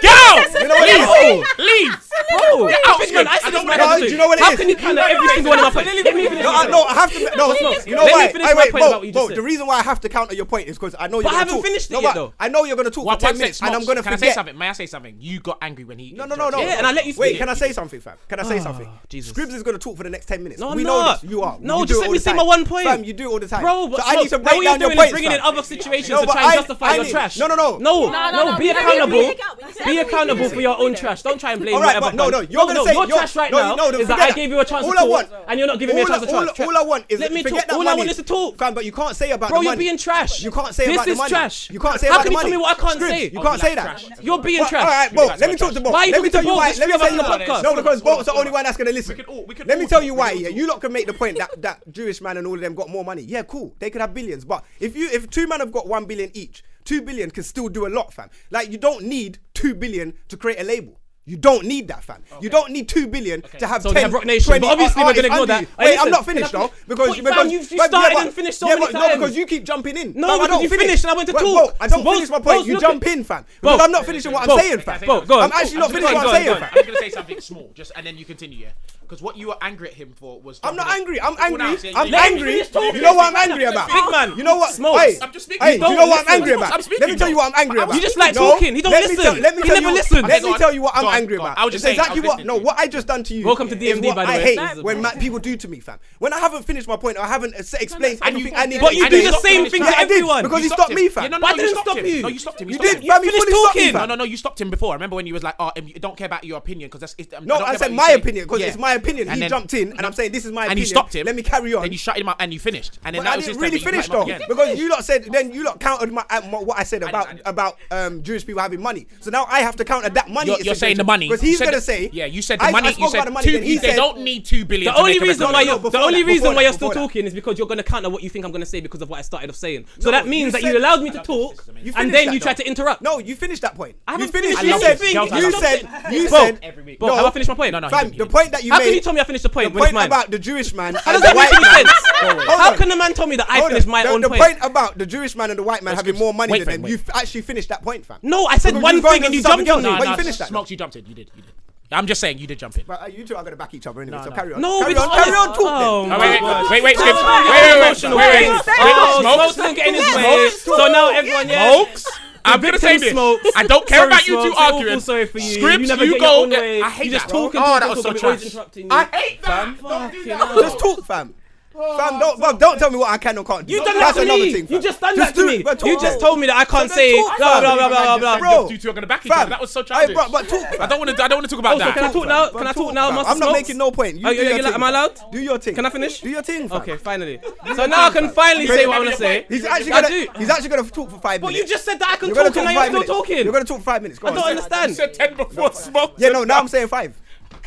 [SPEAKER 10] you know what it is.
[SPEAKER 3] Leave.
[SPEAKER 2] Bro,
[SPEAKER 3] Get out,
[SPEAKER 2] this man, I see
[SPEAKER 3] Scribs.
[SPEAKER 2] this man
[SPEAKER 10] No,
[SPEAKER 2] every
[SPEAKER 10] do you
[SPEAKER 2] day.
[SPEAKER 10] know what it
[SPEAKER 2] How
[SPEAKER 10] is?
[SPEAKER 2] can you count out every single one of my points? Let me finish
[SPEAKER 10] No,
[SPEAKER 2] my
[SPEAKER 10] I, no,
[SPEAKER 2] point.
[SPEAKER 10] I have to. No,
[SPEAKER 2] Smoke,
[SPEAKER 10] you know
[SPEAKER 2] let me
[SPEAKER 10] why?
[SPEAKER 2] finish
[SPEAKER 10] I
[SPEAKER 2] my
[SPEAKER 10] wait,
[SPEAKER 2] point
[SPEAKER 10] Bo,
[SPEAKER 2] about what you just
[SPEAKER 10] Bo,
[SPEAKER 2] said.
[SPEAKER 10] the reason why I have to counter your point is because I know you're.
[SPEAKER 2] But I
[SPEAKER 10] gonna
[SPEAKER 2] haven't
[SPEAKER 10] talk.
[SPEAKER 2] finished it
[SPEAKER 10] no,
[SPEAKER 2] yet,
[SPEAKER 10] but
[SPEAKER 2] though.
[SPEAKER 10] I know you're going to talk
[SPEAKER 3] Well,
[SPEAKER 10] for ten
[SPEAKER 3] ten
[SPEAKER 10] minutes,
[SPEAKER 3] minutes.
[SPEAKER 10] and I'm going to
[SPEAKER 3] Can I say
[SPEAKER 10] forget.
[SPEAKER 3] something? May I say something? You got angry when he.
[SPEAKER 10] No, no, no, no.
[SPEAKER 2] Yeah, and I let you
[SPEAKER 10] Wait,
[SPEAKER 2] speak.
[SPEAKER 10] can I say something, fam? Can I say something?
[SPEAKER 2] Jesus.
[SPEAKER 10] Scribs is going to talk for the next 10 minutes.
[SPEAKER 2] No, I'm
[SPEAKER 10] we know
[SPEAKER 2] not.
[SPEAKER 10] this. You are.
[SPEAKER 2] No,
[SPEAKER 10] you do
[SPEAKER 2] just
[SPEAKER 10] it
[SPEAKER 2] let
[SPEAKER 10] all
[SPEAKER 2] me
[SPEAKER 10] the
[SPEAKER 2] say
[SPEAKER 10] time.
[SPEAKER 2] my one point.
[SPEAKER 10] Fam, you do it all the time.
[SPEAKER 2] Bro, but
[SPEAKER 10] so I need to
[SPEAKER 2] now
[SPEAKER 10] break
[SPEAKER 2] what you're
[SPEAKER 10] down your
[SPEAKER 2] doing is
[SPEAKER 10] points.
[SPEAKER 2] bringing in
[SPEAKER 10] fam.
[SPEAKER 2] other situations
[SPEAKER 10] No,
[SPEAKER 2] to
[SPEAKER 10] but
[SPEAKER 2] try and
[SPEAKER 10] I-
[SPEAKER 2] justify
[SPEAKER 10] I
[SPEAKER 2] your
[SPEAKER 10] need-
[SPEAKER 2] trash.
[SPEAKER 10] no, no, no.
[SPEAKER 2] no,
[SPEAKER 9] No,
[SPEAKER 2] no, Be
[SPEAKER 9] no, no, we- we-
[SPEAKER 2] accountable.
[SPEAKER 9] we pick out, we pick
[SPEAKER 2] Be
[SPEAKER 9] out.
[SPEAKER 2] accountable for your own trash. Don't try and blame whatever.
[SPEAKER 10] but no, no,
[SPEAKER 2] cunt.
[SPEAKER 10] you're gonna say
[SPEAKER 2] your
[SPEAKER 10] you're-
[SPEAKER 2] trash right
[SPEAKER 10] no,
[SPEAKER 2] now
[SPEAKER 10] no, no,
[SPEAKER 2] is that
[SPEAKER 10] forget
[SPEAKER 2] I
[SPEAKER 10] that.
[SPEAKER 2] gave you a chance
[SPEAKER 10] All
[SPEAKER 2] to
[SPEAKER 10] I want-
[SPEAKER 2] talk, and you're not giving me a
[SPEAKER 10] all,
[SPEAKER 2] chance to
[SPEAKER 10] I- all,
[SPEAKER 2] talk.
[SPEAKER 10] all I want is
[SPEAKER 2] Let me
[SPEAKER 10] forget
[SPEAKER 2] talk.
[SPEAKER 10] that
[SPEAKER 2] All I
[SPEAKER 10] money.
[SPEAKER 2] want is to talk.
[SPEAKER 10] Fam, but you can't say about
[SPEAKER 2] Bro,
[SPEAKER 10] the
[SPEAKER 2] you're
[SPEAKER 10] money.
[SPEAKER 2] being trash.
[SPEAKER 10] You can't say
[SPEAKER 2] This
[SPEAKER 10] about the
[SPEAKER 2] is
[SPEAKER 10] money.
[SPEAKER 2] trash.
[SPEAKER 10] You can't say
[SPEAKER 2] How
[SPEAKER 10] about
[SPEAKER 2] can
[SPEAKER 10] the
[SPEAKER 2] you tell
[SPEAKER 10] money.
[SPEAKER 2] me what I can't
[SPEAKER 10] Scribs,
[SPEAKER 2] say?
[SPEAKER 10] You can't say that.
[SPEAKER 2] You're being
[SPEAKER 10] But- All
[SPEAKER 2] trash.
[SPEAKER 10] right, Bo,
[SPEAKER 3] guys
[SPEAKER 10] let me
[SPEAKER 3] are
[SPEAKER 10] talk to
[SPEAKER 3] trash.
[SPEAKER 10] Bo.
[SPEAKER 2] Why are you
[SPEAKER 10] Let me
[SPEAKER 2] talking
[SPEAKER 10] tell
[SPEAKER 2] to
[SPEAKER 10] you
[SPEAKER 2] Bo?
[SPEAKER 10] why.
[SPEAKER 2] There's
[SPEAKER 10] Let me
[SPEAKER 2] three of
[SPEAKER 10] tell
[SPEAKER 2] us
[SPEAKER 10] you
[SPEAKER 2] on the
[SPEAKER 10] why.
[SPEAKER 2] podcast.
[SPEAKER 10] No, because Bo's the only one that's going to listen.
[SPEAKER 3] We can all- we can
[SPEAKER 10] Let me
[SPEAKER 3] all
[SPEAKER 10] tell
[SPEAKER 3] talk.
[SPEAKER 10] you
[SPEAKER 3] We
[SPEAKER 10] why.
[SPEAKER 3] can all
[SPEAKER 10] Yeah,
[SPEAKER 3] talk.
[SPEAKER 10] you lot can make the point that that Jewish man and all of them got more money. Yeah, cool. They could have billions, but if you if two men have got one billion each, two billion can still do a lot, fam. Like you don't need two billion to create a label. You don't need that, fam. You don't need two billion to have
[SPEAKER 2] So they
[SPEAKER 10] 10,
[SPEAKER 2] have Roc Nation,
[SPEAKER 10] 20
[SPEAKER 2] but obviously
[SPEAKER 10] ar-
[SPEAKER 2] we're gonna ignore
[SPEAKER 10] artists under
[SPEAKER 2] that.
[SPEAKER 10] you.
[SPEAKER 2] Hey,
[SPEAKER 10] Wait, I'm
[SPEAKER 2] listen,
[SPEAKER 10] not finished
[SPEAKER 2] can I-
[SPEAKER 10] though, because
[SPEAKER 2] Wait, fam,
[SPEAKER 10] because
[SPEAKER 2] you've- you
[SPEAKER 10] but- yeah,
[SPEAKER 2] started
[SPEAKER 10] but-
[SPEAKER 2] and finished so
[SPEAKER 10] yeah,
[SPEAKER 2] many
[SPEAKER 10] but- No,
[SPEAKER 2] times.
[SPEAKER 10] because you keep jumping in.
[SPEAKER 2] No,
[SPEAKER 10] Fam, I
[SPEAKER 2] because
[SPEAKER 10] don't
[SPEAKER 2] you
[SPEAKER 10] finish.
[SPEAKER 2] finished and I went to
[SPEAKER 10] Well,
[SPEAKER 2] talk.
[SPEAKER 10] Bo, I don't
[SPEAKER 2] So Bo's-
[SPEAKER 10] finish my
[SPEAKER 2] Bo's
[SPEAKER 10] point. You
[SPEAKER 2] looking-
[SPEAKER 10] jump in, fam. Because
[SPEAKER 2] Bo,
[SPEAKER 10] I'm not finishing what
[SPEAKER 3] Bo,
[SPEAKER 10] I'm saying,
[SPEAKER 3] can I
[SPEAKER 10] fam.
[SPEAKER 3] say
[SPEAKER 2] Bo,
[SPEAKER 3] something?
[SPEAKER 2] go on.
[SPEAKER 10] I'm actually not
[SPEAKER 2] Go on,
[SPEAKER 10] finishing
[SPEAKER 2] go
[SPEAKER 10] what
[SPEAKER 2] on,
[SPEAKER 10] I'm saying,
[SPEAKER 2] go on.
[SPEAKER 10] fam.
[SPEAKER 3] I'm just gonna say something small, just and then you continue, yeah. Because what you were angry at him for was.
[SPEAKER 10] I'm not
[SPEAKER 3] dominant.
[SPEAKER 10] angry.
[SPEAKER 3] Well,
[SPEAKER 10] I'm
[SPEAKER 3] now,
[SPEAKER 10] angry.
[SPEAKER 3] see,
[SPEAKER 10] I'm
[SPEAKER 3] you-
[SPEAKER 10] angry.
[SPEAKER 2] finish talking.
[SPEAKER 10] You know what I'm angry about?
[SPEAKER 2] Big man,
[SPEAKER 10] You know what?
[SPEAKER 2] smokes.
[SPEAKER 10] Hey,
[SPEAKER 3] I'm just speaking.
[SPEAKER 10] hey,
[SPEAKER 3] Don't
[SPEAKER 10] you know what I'm
[SPEAKER 2] listen.
[SPEAKER 10] angry about?
[SPEAKER 3] I'm speaking,
[SPEAKER 10] Let me tell you
[SPEAKER 3] though.
[SPEAKER 10] what I'm angry
[SPEAKER 3] I'm
[SPEAKER 10] about.
[SPEAKER 3] You
[SPEAKER 2] just like talking. He don't
[SPEAKER 10] let me
[SPEAKER 2] listen.
[SPEAKER 10] tell- Let me
[SPEAKER 2] He
[SPEAKER 10] tell
[SPEAKER 2] never
[SPEAKER 10] you.
[SPEAKER 2] listens.
[SPEAKER 10] Let
[SPEAKER 3] Go
[SPEAKER 10] me
[SPEAKER 3] on.
[SPEAKER 10] tell you what I'm
[SPEAKER 3] Go on,
[SPEAKER 10] angry
[SPEAKER 3] go on.
[SPEAKER 10] about.
[SPEAKER 3] I was just
[SPEAKER 10] It's
[SPEAKER 3] saying, I
[SPEAKER 10] exactly
[SPEAKER 3] was
[SPEAKER 10] what.
[SPEAKER 3] listening
[SPEAKER 10] No,
[SPEAKER 3] to you.
[SPEAKER 10] what I just done to you.
[SPEAKER 2] Welcome to
[SPEAKER 10] is
[SPEAKER 2] DMD,
[SPEAKER 10] what
[SPEAKER 2] by the
[SPEAKER 10] I
[SPEAKER 2] way.
[SPEAKER 10] hate
[SPEAKER 2] This is-
[SPEAKER 10] when mad people do to me, fam. When I haven't finished my point, I haven't uh, s- explained
[SPEAKER 3] And you-
[SPEAKER 10] everything I need.
[SPEAKER 2] But
[SPEAKER 10] to
[SPEAKER 2] you do
[SPEAKER 10] explain.
[SPEAKER 2] the same thing
[SPEAKER 10] Yeah,
[SPEAKER 2] to
[SPEAKER 10] I did,
[SPEAKER 2] everyone.
[SPEAKER 10] because
[SPEAKER 2] You
[SPEAKER 10] he stopped me,
[SPEAKER 3] Yeah,
[SPEAKER 10] fam.
[SPEAKER 3] no, no,
[SPEAKER 2] But I
[SPEAKER 3] no,
[SPEAKER 2] didn't
[SPEAKER 3] stopped
[SPEAKER 2] stop
[SPEAKER 3] him.
[SPEAKER 2] you.
[SPEAKER 3] No, you stopped him.
[SPEAKER 10] You
[SPEAKER 3] stopped
[SPEAKER 10] did,
[SPEAKER 3] him.
[SPEAKER 10] fam. He
[SPEAKER 2] finished
[SPEAKER 10] fully stopped me,
[SPEAKER 2] talking.
[SPEAKER 3] No,
[SPEAKER 10] fam.
[SPEAKER 3] no, no. You stopped him before. I remember when you was like, "Oh, um, you don't care about your opinion because that's." It, um,
[SPEAKER 10] No,
[SPEAKER 3] don't
[SPEAKER 10] I
[SPEAKER 3] care
[SPEAKER 10] said
[SPEAKER 3] about what
[SPEAKER 10] my
[SPEAKER 3] you say."
[SPEAKER 10] opinion because
[SPEAKER 3] Yeah.
[SPEAKER 10] it's my opinion.
[SPEAKER 3] And
[SPEAKER 10] he
[SPEAKER 3] then-
[SPEAKER 10] jumped in, and I'm saying this is my
[SPEAKER 3] And
[SPEAKER 10] opinion.
[SPEAKER 3] you stopped him.
[SPEAKER 10] Let me carry on.
[SPEAKER 3] Then you shut him up and you finished. And then
[SPEAKER 10] But
[SPEAKER 3] that
[SPEAKER 10] I
[SPEAKER 3] was
[SPEAKER 10] didn't
[SPEAKER 3] his
[SPEAKER 10] really
[SPEAKER 3] turn, but
[SPEAKER 10] finish
[SPEAKER 3] you
[SPEAKER 10] though
[SPEAKER 3] cut him up again.
[SPEAKER 10] because you lot said then you lot countered my, um, what I said
[SPEAKER 3] I
[SPEAKER 10] about
[SPEAKER 3] didn't- I didn't.
[SPEAKER 10] about um, Jewish people having money. So now I have to counter that money.
[SPEAKER 3] You're, you're saying
[SPEAKER 10] situation.
[SPEAKER 3] the money.
[SPEAKER 10] Because
[SPEAKER 3] You
[SPEAKER 10] he's
[SPEAKER 3] said
[SPEAKER 10] gonna
[SPEAKER 3] the-
[SPEAKER 10] say,
[SPEAKER 3] Yeah, you said the
[SPEAKER 10] I- I
[SPEAKER 3] money.
[SPEAKER 10] spoke
[SPEAKER 3] you
[SPEAKER 10] about
[SPEAKER 3] said
[SPEAKER 10] the money,
[SPEAKER 3] two.
[SPEAKER 10] then he
[SPEAKER 3] they
[SPEAKER 10] said-
[SPEAKER 3] don't need two billion.
[SPEAKER 2] The
[SPEAKER 3] to
[SPEAKER 2] only
[SPEAKER 3] make a
[SPEAKER 2] reason
[SPEAKER 3] record.
[SPEAKER 2] why
[SPEAKER 10] no,
[SPEAKER 2] you're
[SPEAKER 10] before
[SPEAKER 2] the
[SPEAKER 10] that,
[SPEAKER 2] only
[SPEAKER 10] before
[SPEAKER 2] reason
[SPEAKER 10] that,
[SPEAKER 2] why you're
[SPEAKER 10] before
[SPEAKER 2] still
[SPEAKER 10] that.
[SPEAKER 2] talking is because you're gonna counter what you think I'm gonna say because of what I started off saying. So
[SPEAKER 10] No,
[SPEAKER 2] that
[SPEAKER 10] you
[SPEAKER 2] means that you
[SPEAKER 10] said-
[SPEAKER 2] allowed me to
[SPEAKER 3] I love this.
[SPEAKER 2] talk,
[SPEAKER 3] This is amazing.
[SPEAKER 10] You
[SPEAKER 2] and
[SPEAKER 10] finished
[SPEAKER 2] then you
[SPEAKER 10] that,
[SPEAKER 2] tried
[SPEAKER 10] though.
[SPEAKER 2] to interrupt.
[SPEAKER 10] No, you finished that point.
[SPEAKER 2] I
[SPEAKER 10] you
[SPEAKER 2] haven't
[SPEAKER 10] finished.
[SPEAKER 2] finished
[SPEAKER 10] You
[SPEAKER 2] anything.
[SPEAKER 10] said.
[SPEAKER 2] Girls, I
[SPEAKER 10] You
[SPEAKER 2] love
[SPEAKER 10] said. You
[SPEAKER 2] Bro,
[SPEAKER 10] said.
[SPEAKER 3] every week.
[SPEAKER 2] Bro,
[SPEAKER 10] No,
[SPEAKER 2] have I finished my point?
[SPEAKER 3] No, no, he
[SPEAKER 10] Fam,
[SPEAKER 3] didn't, he
[SPEAKER 10] the
[SPEAKER 3] didn't.
[SPEAKER 10] point that you
[SPEAKER 2] How
[SPEAKER 10] made.
[SPEAKER 2] can you tell me I finished the
[SPEAKER 10] the
[SPEAKER 2] point when it's
[SPEAKER 10] point
[SPEAKER 2] mine?
[SPEAKER 10] about the Jewish man
[SPEAKER 2] How does
[SPEAKER 10] and the
[SPEAKER 2] that
[SPEAKER 10] white
[SPEAKER 2] make any
[SPEAKER 10] man.
[SPEAKER 2] sense?
[SPEAKER 10] Hold
[SPEAKER 2] How
[SPEAKER 10] on.
[SPEAKER 2] can a man tell me that I
[SPEAKER 10] Hold
[SPEAKER 2] finished
[SPEAKER 10] on.
[SPEAKER 2] my
[SPEAKER 10] the,
[SPEAKER 2] own
[SPEAKER 10] the
[SPEAKER 2] point?
[SPEAKER 10] about the Jewish man and the white man having
[SPEAKER 3] Scribs,
[SPEAKER 10] more money
[SPEAKER 3] wait for
[SPEAKER 10] than
[SPEAKER 3] him,
[SPEAKER 10] them.
[SPEAKER 3] wait.
[SPEAKER 10] You f- actually finished that point, fam.
[SPEAKER 2] No, I said
[SPEAKER 10] Because
[SPEAKER 2] one
[SPEAKER 10] you're going
[SPEAKER 2] thing and
[SPEAKER 10] to
[SPEAKER 2] you
[SPEAKER 10] something
[SPEAKER 2] jumped on
[SPEAKER 10] else.
[SPEAKER 2] me.
[SPEAKER 10] But
[SPEAKER 3] No,
[SPEAKER 10] you
[SPEAKER 3] no,
[SPEAKER 10] finished that,
[SPEAKER 3] Smokes, you jumped it. You did. You did. I'm just saying, you did jump it.
[SPEAKER 10] But uh, you two are gonna back each other anyway.
[SPEAKER 3] No,
[SPEAKER 10] so
[SPEAKER 3] no.
[SPEAKER 10] carry on.
[SPEAKER 2] No,
[SPEAKER 10] carry
[SPEAKER 2] we're
[SPEAKER 10] on.
[SPEAKER 2] not-
[SPEAKER 10] Carry on
[SPEAKER 2] Oh,
[SPEAKER 10] talking.
[SPEAKER 2] my
[SPEAKER 3] wait,
[SPEAKER 2] word.
[SPEAKER 3] wait, wait, wait, Scribs.
[SPEAKER 2] Oh,
[SPEAKER 3] Wait, wait, wait,
[SPEAKER 2] emotional
[SPEAKER 3] wait, wait,
[SPEAKER 2] things.
[SPEAKER 3] wait,
[SPEAKER 2] Oh,
[SPEAKER 3] Smokes.
[SPEAKER 2] Smokes doesn't get in his way. So now everyone, yeah.
[SPEAKER 3] Smokes. I'm gonna say
[SPEAKER 2] Victim
[SPEAKER 3] this.
[SPEAKER 2] Smokes.
[SPEAKER 3] I don't care
[SPEAKER 2] Sorry,
[SPEAKER 3] about you two
[SPEAKER 2] Smokes. I feel
[SPEAKER 3] arguing.
[SPEAKER 2] sorry for you. You
[SPEAKER 3] Scripts,
[SPEAKER 2] never get your
[SPEAKER 3] go.
[SPEAKER 2] own way.
[SPEAKER 3] I hate
[SPEAKER 2] You just
[SPEAKER 3] that.
[SPEAKER 2] talking,
[SPEAKER 3] oh, that
[SPEAKER 2] talking,
[SPEAKER 3] was so
[SPEAKER 2] talking, always
[SPEAKER 3] trash.
[SPEAKER 2] interrupting you.
[SPEAKER 3] I hate that. Don't do
[SPEAKER 2] Fucking
[SPEAKER 3] that.
[SPEAKER 2] hell.
[SPEAKER 10] Just talk, fam. Fam, don't, bruv, don't tell me what I can or can't do.
[SPEAKER 2] You done
[SPEAKER 10] That's
[SPEAKER 2] that to
[SPEAKER 10] another
[SPEAKER 2] me.
[SPEAKER 10] thing.
[SPEAKER 2] you
[SPEAKER 10] fam.
[SPEAKER 2] just done that
[SPEAKER 10] do
[SPEAKER 2] to
[SPEAKER 10] it,
[SPEAKER 2] me.
[SPEAKER 10] but
[SPEAKER 2] You
[SPEAKER 10] talk,
[SPEAKER 2] just
[SPEAKER 10] fam.
[SPEAKER 2] told me that I can't
[SPEAKER 10] So
[SPEAKER 2] say
[SPEAKER 10] then talk,
[SPEAKER 2] blah blah
[SPEAKER 10] fam.
[SPEAKER 2] blah blah blah blah.
[SPEAKER 10] Bro.
[SPEAKER 3] Bro, you two are gonna back each other.
[SPEAKER 10] Fam.
[SPEAKER 3] That was so
[SPEAKER 10] Hey,
[SPEAKER 3] tragic.
[SPEAKER 10] bruh, but talk.
[SPEAKER 3] I
[SPEAKER 10] fam.
[SPEAKER 3] don't want to. I don't want to talk about
[SPEAKER 2] Also,
[SPEAKER 3] that.
[SPEAKER 2] Oh, can I talk now? Can I
[SPEAKER 10] Fam,
[SPEAKER 2] talk now,
[SPEAKER 10] fam.
[SPEAKER 2] Master
[SPEAKER 10] I'm not
[SPEAKER 2] Smokes?
[SPEAKER 10] making no point. You
[SPEAKER 2] Oh,
[SPEAKER 10] do
[SPEAKER 2] you-
[SPEAKER 10] your
[SPEAKER 2] you like-
[SPEAKER 10] thing,
[SPEAKER 2] am I
[SPEAKER 10] fam.
[SPEAKER 2] allowed?
[SPEAKER 10] Do your thing.
[SPEAKER 2] Can I finish?
[SPEAKER 10] Do your thing, fam.
[SPEAKER 2] Okay, finally. So now I can finally say what I want to say.
[SPEAKER 10] He's actually
[SPEAKER 2] I
[SPEAKER 10] gonna.
[SPEAKER 2] do.
[SPEAKER 10] He's actually gonna talk for five minutes.
[SPEAKER 2] But you just said that I can
[SPEAKER 10] You're gonna
[SPEAKER 2] talk and
[SPEAKER 10] talk
[SPEAKER 2] now
[SPEAKER 10] five
[SPEAKER 2] you're still
[SPEAKER 10] minutes.
[SPEAKER 2] talking.
[SPEAKER 10] You're gonna talk for five minutes. Go
[SPEAKER 2] I
[SPEAKER 10] on.
[SPEAKER 2] don't
[SPEAKER 3] You
[SPEAKER 2] understand.
[SPEAKER 3] said ten before smoke.
[SPEAKER 10] Yeah, no. Now I'm saying five.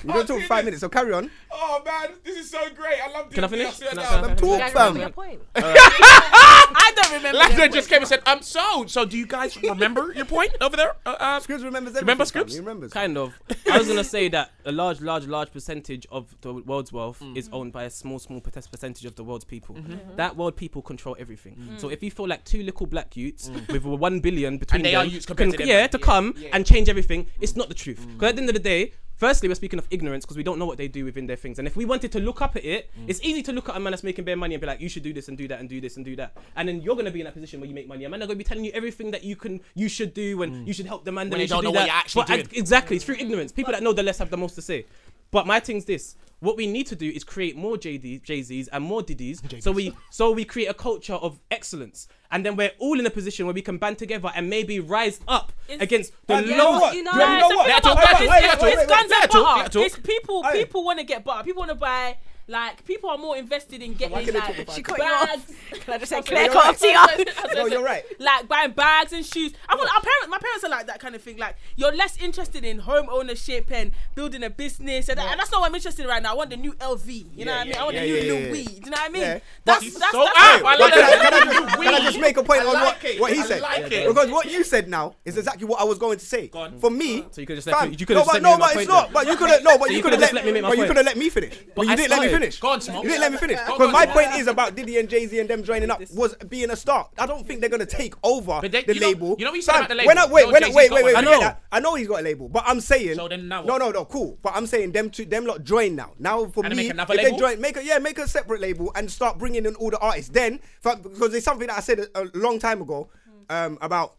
[SPEAKER 10] You're gonna talk for five minutes. So carry on.
[SPEAKER 3] Oh man, this is so great. I love.
[SPEAKER 2] Can I finish? Can I- can I finish?
[SPEAKER 10] Talk,
[SPEAKER 4] guys remember your
[SPEAKER 10] fam.
[SPEAKER 4] point.
[SPEAKER 5] I don't remember.
[SPEAKER 3] Lachlan just came and said, "I'm so." So, do you guys remember your point over there? Uh, uh,
[SPEAKER 10] Scribs remembers everything.
[SPEAKER 3] Remember
[SPEAKER 10] fam.
[SPEAKER 3] Scribs?
[SPEAKER 10] He remembers.
[SPEAKER 2] Kind of. I was gonna say that a large, large, large percentage of the world's wealth
[SPEAKER 3] Mm.
[SPEAKER 2] is owned by a small, small per- percentage of the world's people.
[SPEAKER 3] Mm-hmm.
[SPEAKER 2] That world people control everything.
[SPEAKER 3] Mm.
[SPEAKER 2] So if you feel like two little black youths with one billion between
[SPEAKER 3] they are
[SPEAKER 2] them,
[SPEAKER 3] youths compared
[SPEAKER 2] can-
[SPEAKER 3] to them,
[SPEAKER 2] yeah,
[SPEAKER 3] like,
[SPEAKER 2] to
[SPEAKER 3] yeah,
[SPEAKER 2] come
[SPEAKER 3] yeah. Mm.
[SPEAKER 2] and change everything, it's not the truth. Because at the end of the day. Firstly, we're speaking of ignorance because we don't know what they do within their things. And if we wanted to look up at it,
[SPEAKER 3] Mm.
[SPEAKER 2] it's easy to look at a man that's making bare money and be like, you should do this and do that and do this and do that. And then you're going to be in that position where you make money. A man are going to be telling you everything that you can, you should do and you should help the man.
[SPEAKER 3] Mm.
[SPEAKER 2] and
[SPEAKER 3] When they
[SPEAKER 2] you should
[SPEAKER 3] don't
[SPEAKER 2] do
[SPEAKER 3] know what
[SPEAKER 2] that.
[SPEAKER 3] you're actually
[SPEAKER 2] But I-
[SPEAKER 3] doing.
[SPEAKER 2] Exactly, it's through ignorance. People that know the less have the most to say. But my thing's this: what we need to do is create more JD, Jay-Z's and more Diddy's, so we so we create a culture of excellence, and then we're all in a position where we can band together and maybe rise up against the
[SPEAKER 10] And you know
[SPEAKER 2] low.
[SPEAKER 10] what?
[SPEAKER 5] You
[SPEAKER 10] You
[SPEAKER 5] know,
[SPEAKER 10] know
[SPEAKER 5] it's
[SPEAKER 10] what?
[SPEAKER 5] something
[SPEAKER 3] Let her
[SPEAKER 5] about
[SPEAKER 3] talk,
[SPEAKER 5] butter.
[SPEAKER 3] let her
[SPEAKER 5] It's-
[SPEAKER 3] talk,
[SPEAKER 5] it's
[SPEAKER 3] let her
[SPEAKER 5] guns
[SPEAKER 3] talk,
[SPEAKER 5] and
[SPEAKER 3] let her talk,
[SPEAKER 5] butter.
[SPEAKER 3] let her talk.
[SPEAKER 5] It's people.
[SPEAKER 10] Aye.
[SPEAKER 5] People want to get butter. People want to buy. Like people are more invested in getting
[SPEAKER 10] can I talk
[SPEAKER 5] like
[SPEAKER 10] about She
[SPEAKER 4] cut you
[SPEAKER 5] bags.
[SPEAKER 4] Can I just say,
[SPEAKER 5] Okay,
[SPEAKER 4] Claire
[SPEAKER 10] you're
[SPEAKER 4] cut off
[SPEAKER 10] right.
[SPEAKER 4] to
[SPEAKER 10] No, you're right.
[SPEAKER 5] Like buying bags and shoes. I want our parents. My parents are like that kind of thing. Like you're less interested in home ownership and building a business, and, that- and that's not what I'm interested in right now. I want the new LV. You know what I mean? I want
[SPEAKER 10] yeah,
[SPEAKER 5] the new
[SPEAKER 10] yeah, yeah,
[SPEAKER 5] Louis.
[SPEAKER 10] yeah.
[SPEAKER 5] Do you know what I mean?
[SPEAKER 10] Yeah.
[SPEAKER 5] That's
[SPEAKER 3] He's
[SPEAKER 5] that's
[SPEAKER 3] so
[SPEAKER 5] that's
[SPEAKER 3] up. Ah, I
[SPEAKER 10] But
[SPEAKER 3] like
[SPEAKER 10] can, I,
[SPEAKER 3] that.
[SPEAKER 10] can, I just, can I just make a point on
[SPEAKER 3] like
[SPEAKER 10] what,
[SPEAKER 3] it.
[SPEAKER 10] what he
[SPEAKER 3] I
[SPEAKER 10] said?
[SPEAKER 3] like it.
[SPEAKER 10] Because what you said now is exactly what I was going to say.
[SPEAKER 3] on.
[SPEAKER 10] For me,
[SPEAKER 2] So you could've just let
[SPEAKER 10] fam,
[SPEAKER 2] me- you could've
[SPEAKER 10] no,
[SPEAKER 2] just let
[SPEAKER 10] but
[SPEAKER 2] me
[SPEAKER 10] no,
[SPEAKER 2] make my
[SPEAKER 10] but it's
[SPEAKER 2] point then.
[SPEAKER 10] not. But you could have no, but you
[SPEAKER 2] you
[SPEAKER 10] could
[SPEAKER 2] could've
[SPEAKER 10] have
[SPEAKER 2] just let
[SPEAKER 10] let,
[SPEAKER 2] me make my
[SPEAKER 10] but you
[SPEAKER 2] point.
[SPEAKER 10] could have let me finish. But, you
[SPEAKER 2] I
[SPEAKER 10] didn't let me
[SPEAKER 2] started.
[SPEAKER 10] finish.
[SPEAKER 3] Go on, Smoke.
[SPEAKER 10] You didn't let me finish.
[SPEAKER 3] Go on,
[SPEAKER 10] Because my
[SPEAKER 3] Smoke.
[SPEAKER 10] point is about Diddy and Jay Z and them joining up was being a start. I don't think they're gonna take over
[SPEAKER 3] But they-
[SPEAKER 10] the
[SPEAKER 3] you know-
[SPEAKER 10] label.
[SPEAKER 3] you know what you said
[SPEAKER 10] Fam,
[SPEAKER 3] about the label?
[SPEAKER 10] When I, wait,
[SPEAKER 3] No,
[SPEAKER 10] when I,
[SPEAKER 3] Jay-Z
[SPEAKER 10] wait,
[SPEAKER 3] got
[SPEAKER 10] wait, wait,
[SPEAKER 3] one.
[SPEAKER 10] forget
[SPEAKER 3] I know.
[SPEAKER 10] that. I know he's got a label, but I'm saying.
[SPEAKER 3] So then now what?
[SPEAKER 10] No, no, no, cool. But I'm saying them two, them lot join now. Now for
[SPEAKER 3] And they
[SPEAKER 10] me,
[SPEAKER 3] make another
[SPEAKER 10] if
[SPEAKER 3] label?
[SPEAKER 10] they join, make a yeah, make a separate label and start bringing in all the artists. Then fa- because it's something that I said a, a long time ago um, about.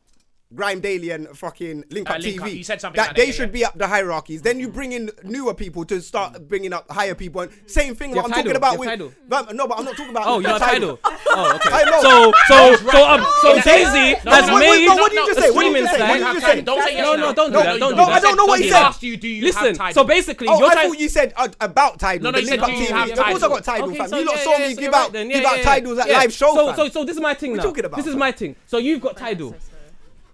[SPEAKER 10] Grime Daily and fucking Link
[SPEAKER 3] Uh,
[SPEAKER 10] Up
[SPEAKER 3] Link
[SPEAKER 10] TV.
[SPEAKER 3] Up. You said something
[SPEAKER 10] that
[SPEAKER 3] about that,
[SPEAKER 10] they
[SPEAKER 3] yeah,
[SPEAKER 10] should
[SPEAKER 3] yeah.
[SPEAKER 10] be up the hierarchies. Then you bring in newer people to start bringing up higher people. And same thing. What I'm
[SPEAKER 2] Tidal,
[SPEAKER 10] talking about
[SPEAKER 2] you
[SPEAKER 10] with
[SPEAKER 2] have
[SPEAKER 10] Fam, no, but I'm not talking about.
[SPEAKER 2] Oh, you're a title. Oh, okay.
[SPEAKER 10] I know.
[SPEAKER 2] So so so um so
[SPEAKER 3] That's
[SPEAKER 2] Jay Z
[SPEAKER 3] right. No,
[SPEAKER 2] has
[SPEAKER 3] no, no,
[SPEAKER 2] made
[SPEAKER 3] no, no,
[SPEAKER 10] what did you
[SPEAKER 2] a
[SPEAKER 10] just say? What did you
[SPEAKER 2] streaming
[SPEAKER 10] say? What
[SPEAKER 2] site-
[SPEAKER 10] did you
[SPEAKER 3] Have
[SPEAKER 10] say?
[SPEAKER 3] time. Don't say yes
[SPEAKER 2] No,
[SPEAKER 3] now.
[SPEAKER 2] no, don't do
[SPEAKER 3] No,
[SPEAKER 2] that,
[SPEAKER 3] you
[SPEAKER 2] don't do
[SPEAKER 10] No,
[SPEAKER 2] that.
[SPEAKER 10] I don't know what
[SPEAKER 3] He
[SPEAKER 10] he said.
[SPEAKER 3] asked you, do you have
[SPEAKER 2] Listen.
[SPEAKER 3] time?
[SPEAKER 2] So basically,
[SPEAKER 10] Oh,
[SPEAKER 2] your
[SPEAKER 10] I
[SPEAKER 2] time.
[SPEAKER 10] thought you said uh, about Tidal.
[SPEAKER 3] No, no,
[SPEAKER 10] the
[SPEAKER 3] you
[SPEAKER 10] Link
[SPEAKER 3] said,
[SPEAKER 10] Up
[SPEAKER 3] do you
[SPEAKER 10] TV.
[SPEAKER 3] have
[SPEAKER 10] Of course I
[SPEAKER 3] Tidal?
[SPEAKER 10] got Tidal,
[SPEAKER 2] Okay,
[SPEAKER 10] fam.
[SPEAKER 2] so
[SPEAKER 10] you lot
[SPEAKER 2] yeah,
[SPEAKER 10] saw
[SPEAKER 2] yeah,
[SPEAKER 10] me
[SPEAKER 2] so
[SPEAKER 10] give
[SPEAKER 2] you're
[SPEAKER 10] out,
[SPEAKER 2] right then.
[SPEAKER 10] give
[SPEAKER 2] Yeah, yeah,
[SPEAKER 10] out
[SPEAKER 2] yeah.
[SPEAKER 10] Tidals at
[SPEAKER 2] Yeah.
[SPEAKER 10] live show,
[SPEAKER 2] So,
[SPEAKER 10] fam.
[SPEAKER 2] so, so this is my thing
[SPEAKER 10] What
[SPEAKER 2] now.
[SPEAKER 10] are you talking about,
[SPEAKER 2] This is
[SPEAKER 10] fam?
[SPEAKER 2] my thing. So you've got Tidal.